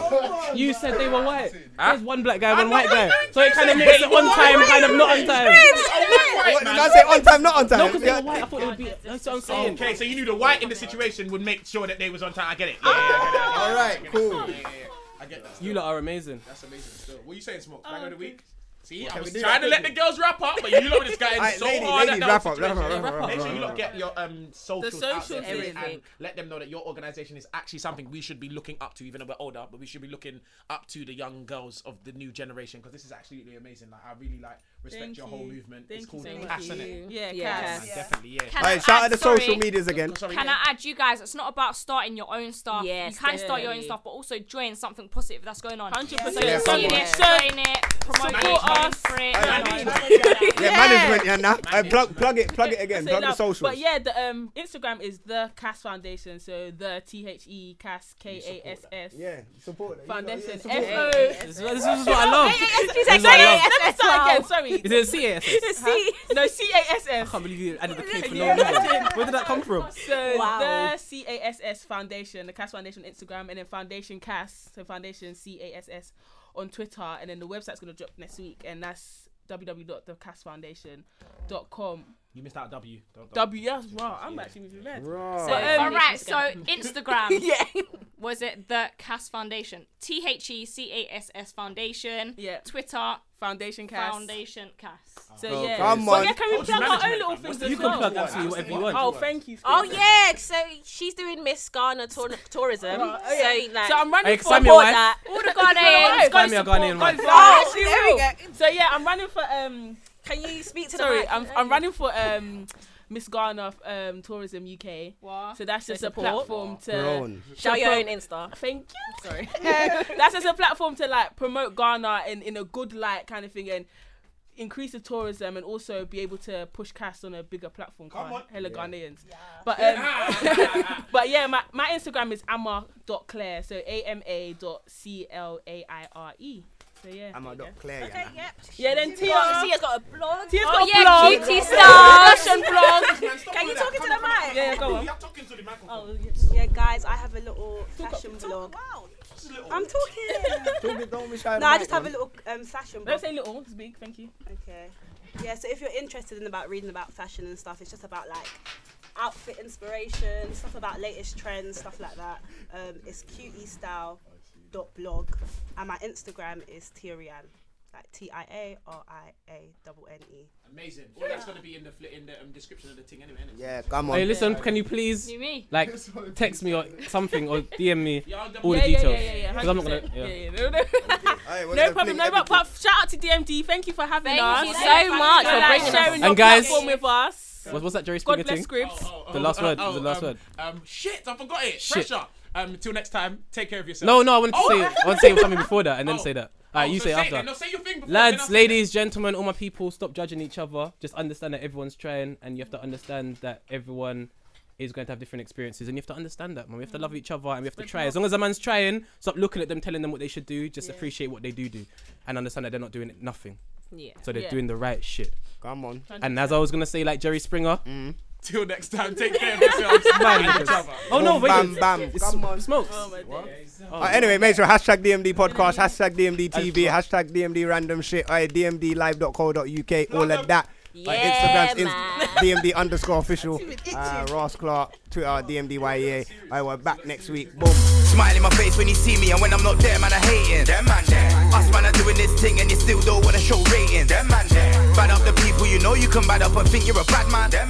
[SPEAKER 2] You said they were white. There's one black guy, one white guy. So it kind of makes it on time, kind of not on time.
[SPEAKER 10] What, did I say on time, not on time?
[SPEAKER 2] No, because they
[SPEAKER 10] Yeah.
[SPEAKER 2] were white. I thought it would be. That's what I'm saying.
[SPEAKER 3] Okay, so you knew the white in the situation would make sure that they was on time. I get it. Yeah, yeah, yeah, yeah, yeah.
[SPEAKER 10] All right, cool.
[SPEAKER 14] I get that.
[SPEAKER 2] You lot are amazing.
[SPEAKER 14] That's amazing. Still, what you saying, Smoke?
[SPEAKER 3] Bang of the week. See, I
[SPEAKER 10] we
[SPEAKER 3] was
[SPEAKER 10] do
[SPEAKER 3] trying
[SPEAKER 10] that
[SPEAKER 3] to let the
[SPEAKER 10] quickly?
[SPEAKER 3] girls wrap up, but you lot just got
[SPEAKER 10] Alright,
[SPEAKER 3] so
[SPEAKER 10] lady,
[SPEAKER 3] hard
[SPEAKER 10] lady,
[SPEAKER 3] at
[SPEAKER 10] wrap
[SPEAKER 3] that
[SPEAKER 10] up, wrap up,
[SPEAKER 3] situation.
[SPEAKER 10] wrap up,
[SPEAKER 3] Make sure you
[SPEAKER 10] wrap
[SPEAKER 3] lot
[SPEAKER 10] up.
[SPEAKER 3] get your um socials, out there
[SPEAKER 5] socials,
[SPEAKER 3] please,
[SPEAKER 4] everything.
[SPEAKER 3] and let them know that your organisation is actually something we should be looking up to, even though we're older, but we should be looking up to the young girls of the new generation because this is absolutely amazing. Like I really like respect
[SPEAKER 5] Thank
[SPEAKER 3] your whole
[SPEAKER 5] you.
[SPEAKER 3] movement.
[SPEAKER 5] Thank
[SPEAKER 3] it's
[SPEAKER 5] you
[SPEAKER 3] called
[SPEAKER 5] so
[SPEAKER 3] Cass,
[SPEAKER 5] much.
[SPEAKER 3] innit?
[SPEAKER 5] Yeah,
[SPEAKER 4] Yeah.
[SPEAKER 5] Cass.
[SPEAKER 4] Yeah.
[SPEAKER 3] Definitely, yeah.
[SPEAKER 12] Can
[SPEAKER 10] All
[SPEAKER 12] I
[SPEAKER 10] right, shout
[SPEAKER 12] add-
[SPEAKER 10] out the
[SPEAKER 12] sorry,
[SPEAKER 10] social medias again.
[SPEAKER 3] Sorry,
[SPEAKER 12] Can
[SPEAKER 3] yeah.
[SPEAKER 12] I add you guys? It's not about starting your own stuff.
[SPEAKER 4] Yes,
[SPEAKER 12] you can start your own
[SPEAKER 4] definitely.
[SPEAKER 12] stuff, but also join something positive that's going on.
[SPEAKER 5] 100%.
[SPEAKER 12] So
[SPEAKER 10] Yeah,
[SPEAKER 12] join
[SPEAKER 10] come on.
[SPEAKER 12] it, join it, promote
[SPEAKER 3] Support
[SPEAKER 12] it,
[SPEAKER 3] us.
[SPEAKER 12] for it.
[SPEAKER 10] Yeah, management, yeah, nah. Uh, plug, plug it, plug it again.
[SPEAKER 5] So
[SPEAKER 10] Plug the
[SPEAKER 5] love.
[SPEAKER 10] socials.
[SPEAKER 5] But yeah, the um Instagram is the Cass Foundation. So the T H E Cass K A S S
[SPEAKER 10] Yeah, support it.
[SPEAKER 5] Foundation. eh. F O. E
[SPEAKER 10] support
[SPEAKER 2] This is this is what I love.
[SPEAKER 4] Let
[SPEAKER 5] Let's start again. Sorry.
[SPEAKER 2] Is it CASS?
[SPEAKER 4] See,
[SPEAKER 5] No C A S S.
[SPEAKER 2] I can't believe you added the K for no reason. Where did that come from?
[SPEAKER 5] So
[SPEAKER 4] Wow.
[SPEAKER 5] the C A S S Foundation, the Cass Foundation on Instagram, and then Foundation Cass, so Foundation C A S S on Twitter, and then the website's gonna drop next week, and that's www.thecassfoundation.com.
[SPEAKER 3] You missed out W. Don't, don't.
[SPEAKER 5] W yes, wow, I'm actually moving mad.
[SPEAKER 10] Right.
[SPEAKER 12] So,
[SPEAKER 5] um,
[SPEAKER 12] all right, so Instagram
[SPEAKER 4] yeah.
[SPEAKER 12] was it the Cass Foundation? T H E C A S S Foundation.
[SPEAKER 5] Yeah.
[SPEAKER 12] Twitter
[SPEAKER 5] Foundation Cass.
[SPEAKER 12] Foundation Cass.
[SPEAKER 5] So
[SPEAKER 2] Oh,
[SPEAKER 5] yeah.
[SPEAKER 10] come
[SPEAKER 5] So
[SPEAKER 10] on.
[SPEAKER 5] yeah, can we
[SPEAKER 3] What's
[SPEAKER 5] plug our own
[SPEAKER 3] management,
[SPEAKER 5] little
[SPEAKER 3] man? What's
[SPEAKER 5] things
[SPEAKER 3] the-
[SPEAKER 5] as
[SPEAKER 2] You can
[SPEAKER 5] well?
[SPEAKER 2] plug absolutely whatever you want.
[SPEAKER 5] Oh, thank you.
[SPEAKER 4] Oh yeah, so she's doing Miss Ghana tour- tourism. So like,
[SPEAKER 5] So I'm running
[SPEAKER 2] Hey,
[SPEAKER 5] for.
[SPEAKER 2] Sam,
[SPEAKER 4] support
[SPEAKER 2] your wife?
[SPEAKER 4] that.
[SPEAKER 12] All the Ghanaians, go
[SPEAKER 2] Find me a
[SPEAKER 12] support.
[SPEAKER 2] Ghanaian
[SPEAKER 12] go
[SPEAKER 2] man.
[SPEAKER 12] vote.
[SPEAKER 5] Oh,
[SPEAKER 4] actually,
[SPEAKER 5] there we
[SPEAKER 4] will.
[SPEAKER 5] So yeah, I'm running for um.
[SPEAKER 4] Can you speak to the
[SPEAKER 5] Sorry,
[SPEAKER 4] mic?
[SPEAKER 5] I'm I'm running for um. Miss Ghana um Tourism UK.
[SPEAKER 12] What?
[SPEAKER 5] So that's just a
[SPEAKER 4] support.
[SPEAKER 5] platform to.
[SPEAKER 10] Grown.
[SPEAKER 4] Shout your own
[SPEAKER 5] promote-
[SPEAKER 4] Insta.
[SPEAKER 5] Thank you. Sorry. That's just a platform to like promote Ghana in, in a good light kind of thing and increase the tourism and also be able to push cast on a bigger platform. Come
[SPEAKER 3] on.
[SPEAKER 5] Hella Ghanaians. But um, but yeah, my, my Instagram is amma.claire. So A M A dot C L A I R E. So yeah.
[SPEAKER 10] I'm
[SPEAKER 5] there
[SPEAKER 10] a
[SPEAKER 5] you
[SPEAKER 10] dot
[SPEAKER 5] go.
[SPEAKER 10] Claire. yeah, nah.
[SPEAKER 5] Yeah, then
[SPEAKER 4] Oh,
[SPEAKER 5] Tia.
[SPEAKER 4] Tia's got a blog.
[SPEAKER 5] Tia's
[SPEAKER 12] Oh
[SPEAKER 5] got a
[SPEAKER 12] yeah,
[SPEAKER 5] blog.
[SPEAKER 12] cutie stars.
[SPEAKER 5] Fashion blog.
[SPEAKER 4] Can you talk into the mic?
[SPEAKER 5] Yeah, go on.
[SPEAKER 3] You're talking to the microphone.
[SPEAKER 9] Yeah, guys, I have a little fashion blog. I'm talking.
[SPEAKER 10] Don't be- don't be shy on
[SPEAKER 9] no, I
[SPEAKER 10] the
[SPEAKER 9] just
[SPEAKER 10] mic,
[SPEAKER 9] have a
[SPEAKER 10] man.
[SPEAKER 9] little um, fashion blog.
[SPEAKER 5] Don't say little, it's big, thank you.
[SPEAKER 9] Okay. Yeah, so if you're interested in about reading about fashion and stuff, it's just about like outfit inspiration, stuff about latest trends, stuff like that. Um, it's qestyle.blog and my Instagram is Tirian. Like T I A R I A double N E.
[SPEAKER 3] Amazing. All that's gonna be in the fl- in the um, description of the thing anyway. innit?
[SPEAKER 10] Yeah, come
[SPEAKER 2] Hey,
[SPEAKER 10] on.
[SPEAKER 2] listen, can you please
[SPEAKER 12] You me?
[SPEAKER 2] like text me or something or DM me
[SPEAKER 3] Yeah, I'll
[SPEAKER 2] all
[SPEAKER 3] definitely-
[SPEAKER 2] the
[SPEAKER 5] yeah,
[SPEAKER 2] details?
[SPEAKER 5] yeah, yeah, yeah.
[SPEAKER 2] 'Cause I'm not gonna.
[SPEAKER 5] 100%.
[SPEAKER 2] yeah.
[SPEAKER 5] yeah, yeah. No, no.
[SPEAKER 10] Alright, we're
[SPEAKER 5] No
[SPEAKER 10] gonna
[SPEAKER 5] problem,
[SPEAKER 10] fling
[SPEAKER 5] no, but,
[SPEAKER 10] everything.
[SPEAKER 5] but shout out to DMD. Thank you for having us.
[SPEAKER 12] Thank you so much
[SPEAKER 5] for
[SPEAKER 12] for bringing us.
[SPEAKER 5] sharing
[SPEAKER 2] And
[SPEAKER 5] your
[SPEAKER 2] guys-
[SPEAKER 5] platform with us.
[SPEAKER 2] What- What's that Jerry Springer
[SPEAKER 5] God bless
[SPEAKER 2] thing?
[SPEAKER 5] Scripts.
[SPEAKER 3] Oh, oh,
[SPEAKER 2] The last
[SPEAKER 3] oh,
[SPEAKER 2] word,
[SPEAKER 3] oh,
[SPEAKER 2] the last
[SPEAKER 3] um,
[SPEAKER 2] word.
[SPEAKER 3] Um, shit, I forgot it.
[SPEAKER 2] Shit.
[SPEAKER 3] Pressure. Um, till next time. Take care of yourself.
[SPEAKER 2] No, no, I wanted to
[SPEAKER 3] Oh.
[SPEAKER 2] say I want to say something before that and then
[SPEAKER 3] Oh.
[SPEAKER 2] say that. Alright,
[SPEAKER 3] Oh,
[SPEAKER 2] you
[SPEAKER 3] so
[SPEAKER 2] say it
[SPEAKER 3] say it
[SPEAKER 2] after.
[SPEAKER 3] then. No, say your thing before, then I'll
[SPEAKER 2] Lads,
[SPEAKER 3] say
[SPEAKER 2] ladies, gentlemen, all my people, stop judging each other. Just understand that everyone's trying, and you have to understand that everyone is going to have different experiences, and you have to understand that, man. We have to love each other, and we have to try. As long as a man's trying, stop looking at them, telling them what they should do. Just appreciate what they do do, and understand that they're not doing nothing.
[SPEAKER 4] Yeah.
[SPEAKER 2] So they're
[SPEAKER 5] Yeah.
[SPEAKER 2] doing the right shit.
[SPEAKER 10] Come on.
[SPEAKER 2] And as I was gonna say, like Jerry Springer.
[SPEAKER 10] Mm.
[SPEAKER 3] Till next time, take care of yourselves and each other.
[SPEAKER 2] Oh no, wait.
[SPEAKER 10] Bam,
[SPEAKER 2] it's-
[SPEAKER 10] bam.
[SPEAKER 2] it's smokes.
[SPEAKER 10] Uh, anyway, make sure hashtag DMD podcast, hashtag DMD TV, hashtag DMD random shit, uh, DMDlive.co.uk, all of that. Uh,
[SPEAKER 4] Yeah,
[SPEAKER 10] Instagram's
[SPEAKER 4] man.
[SPEAKER 10] DMD underscore official. Uh, Ross Clark, Twitter, DMDYEA. I E we're back next week. Boom.
[SPEAKER 1] Smile in my face when you see me, and when I'm not there, man, I hating. Them man there. Us man are doing this thing, and you still don't wanna show ratings. Them man there. Bad up the people you know you can bad up and think you're a bad man. Them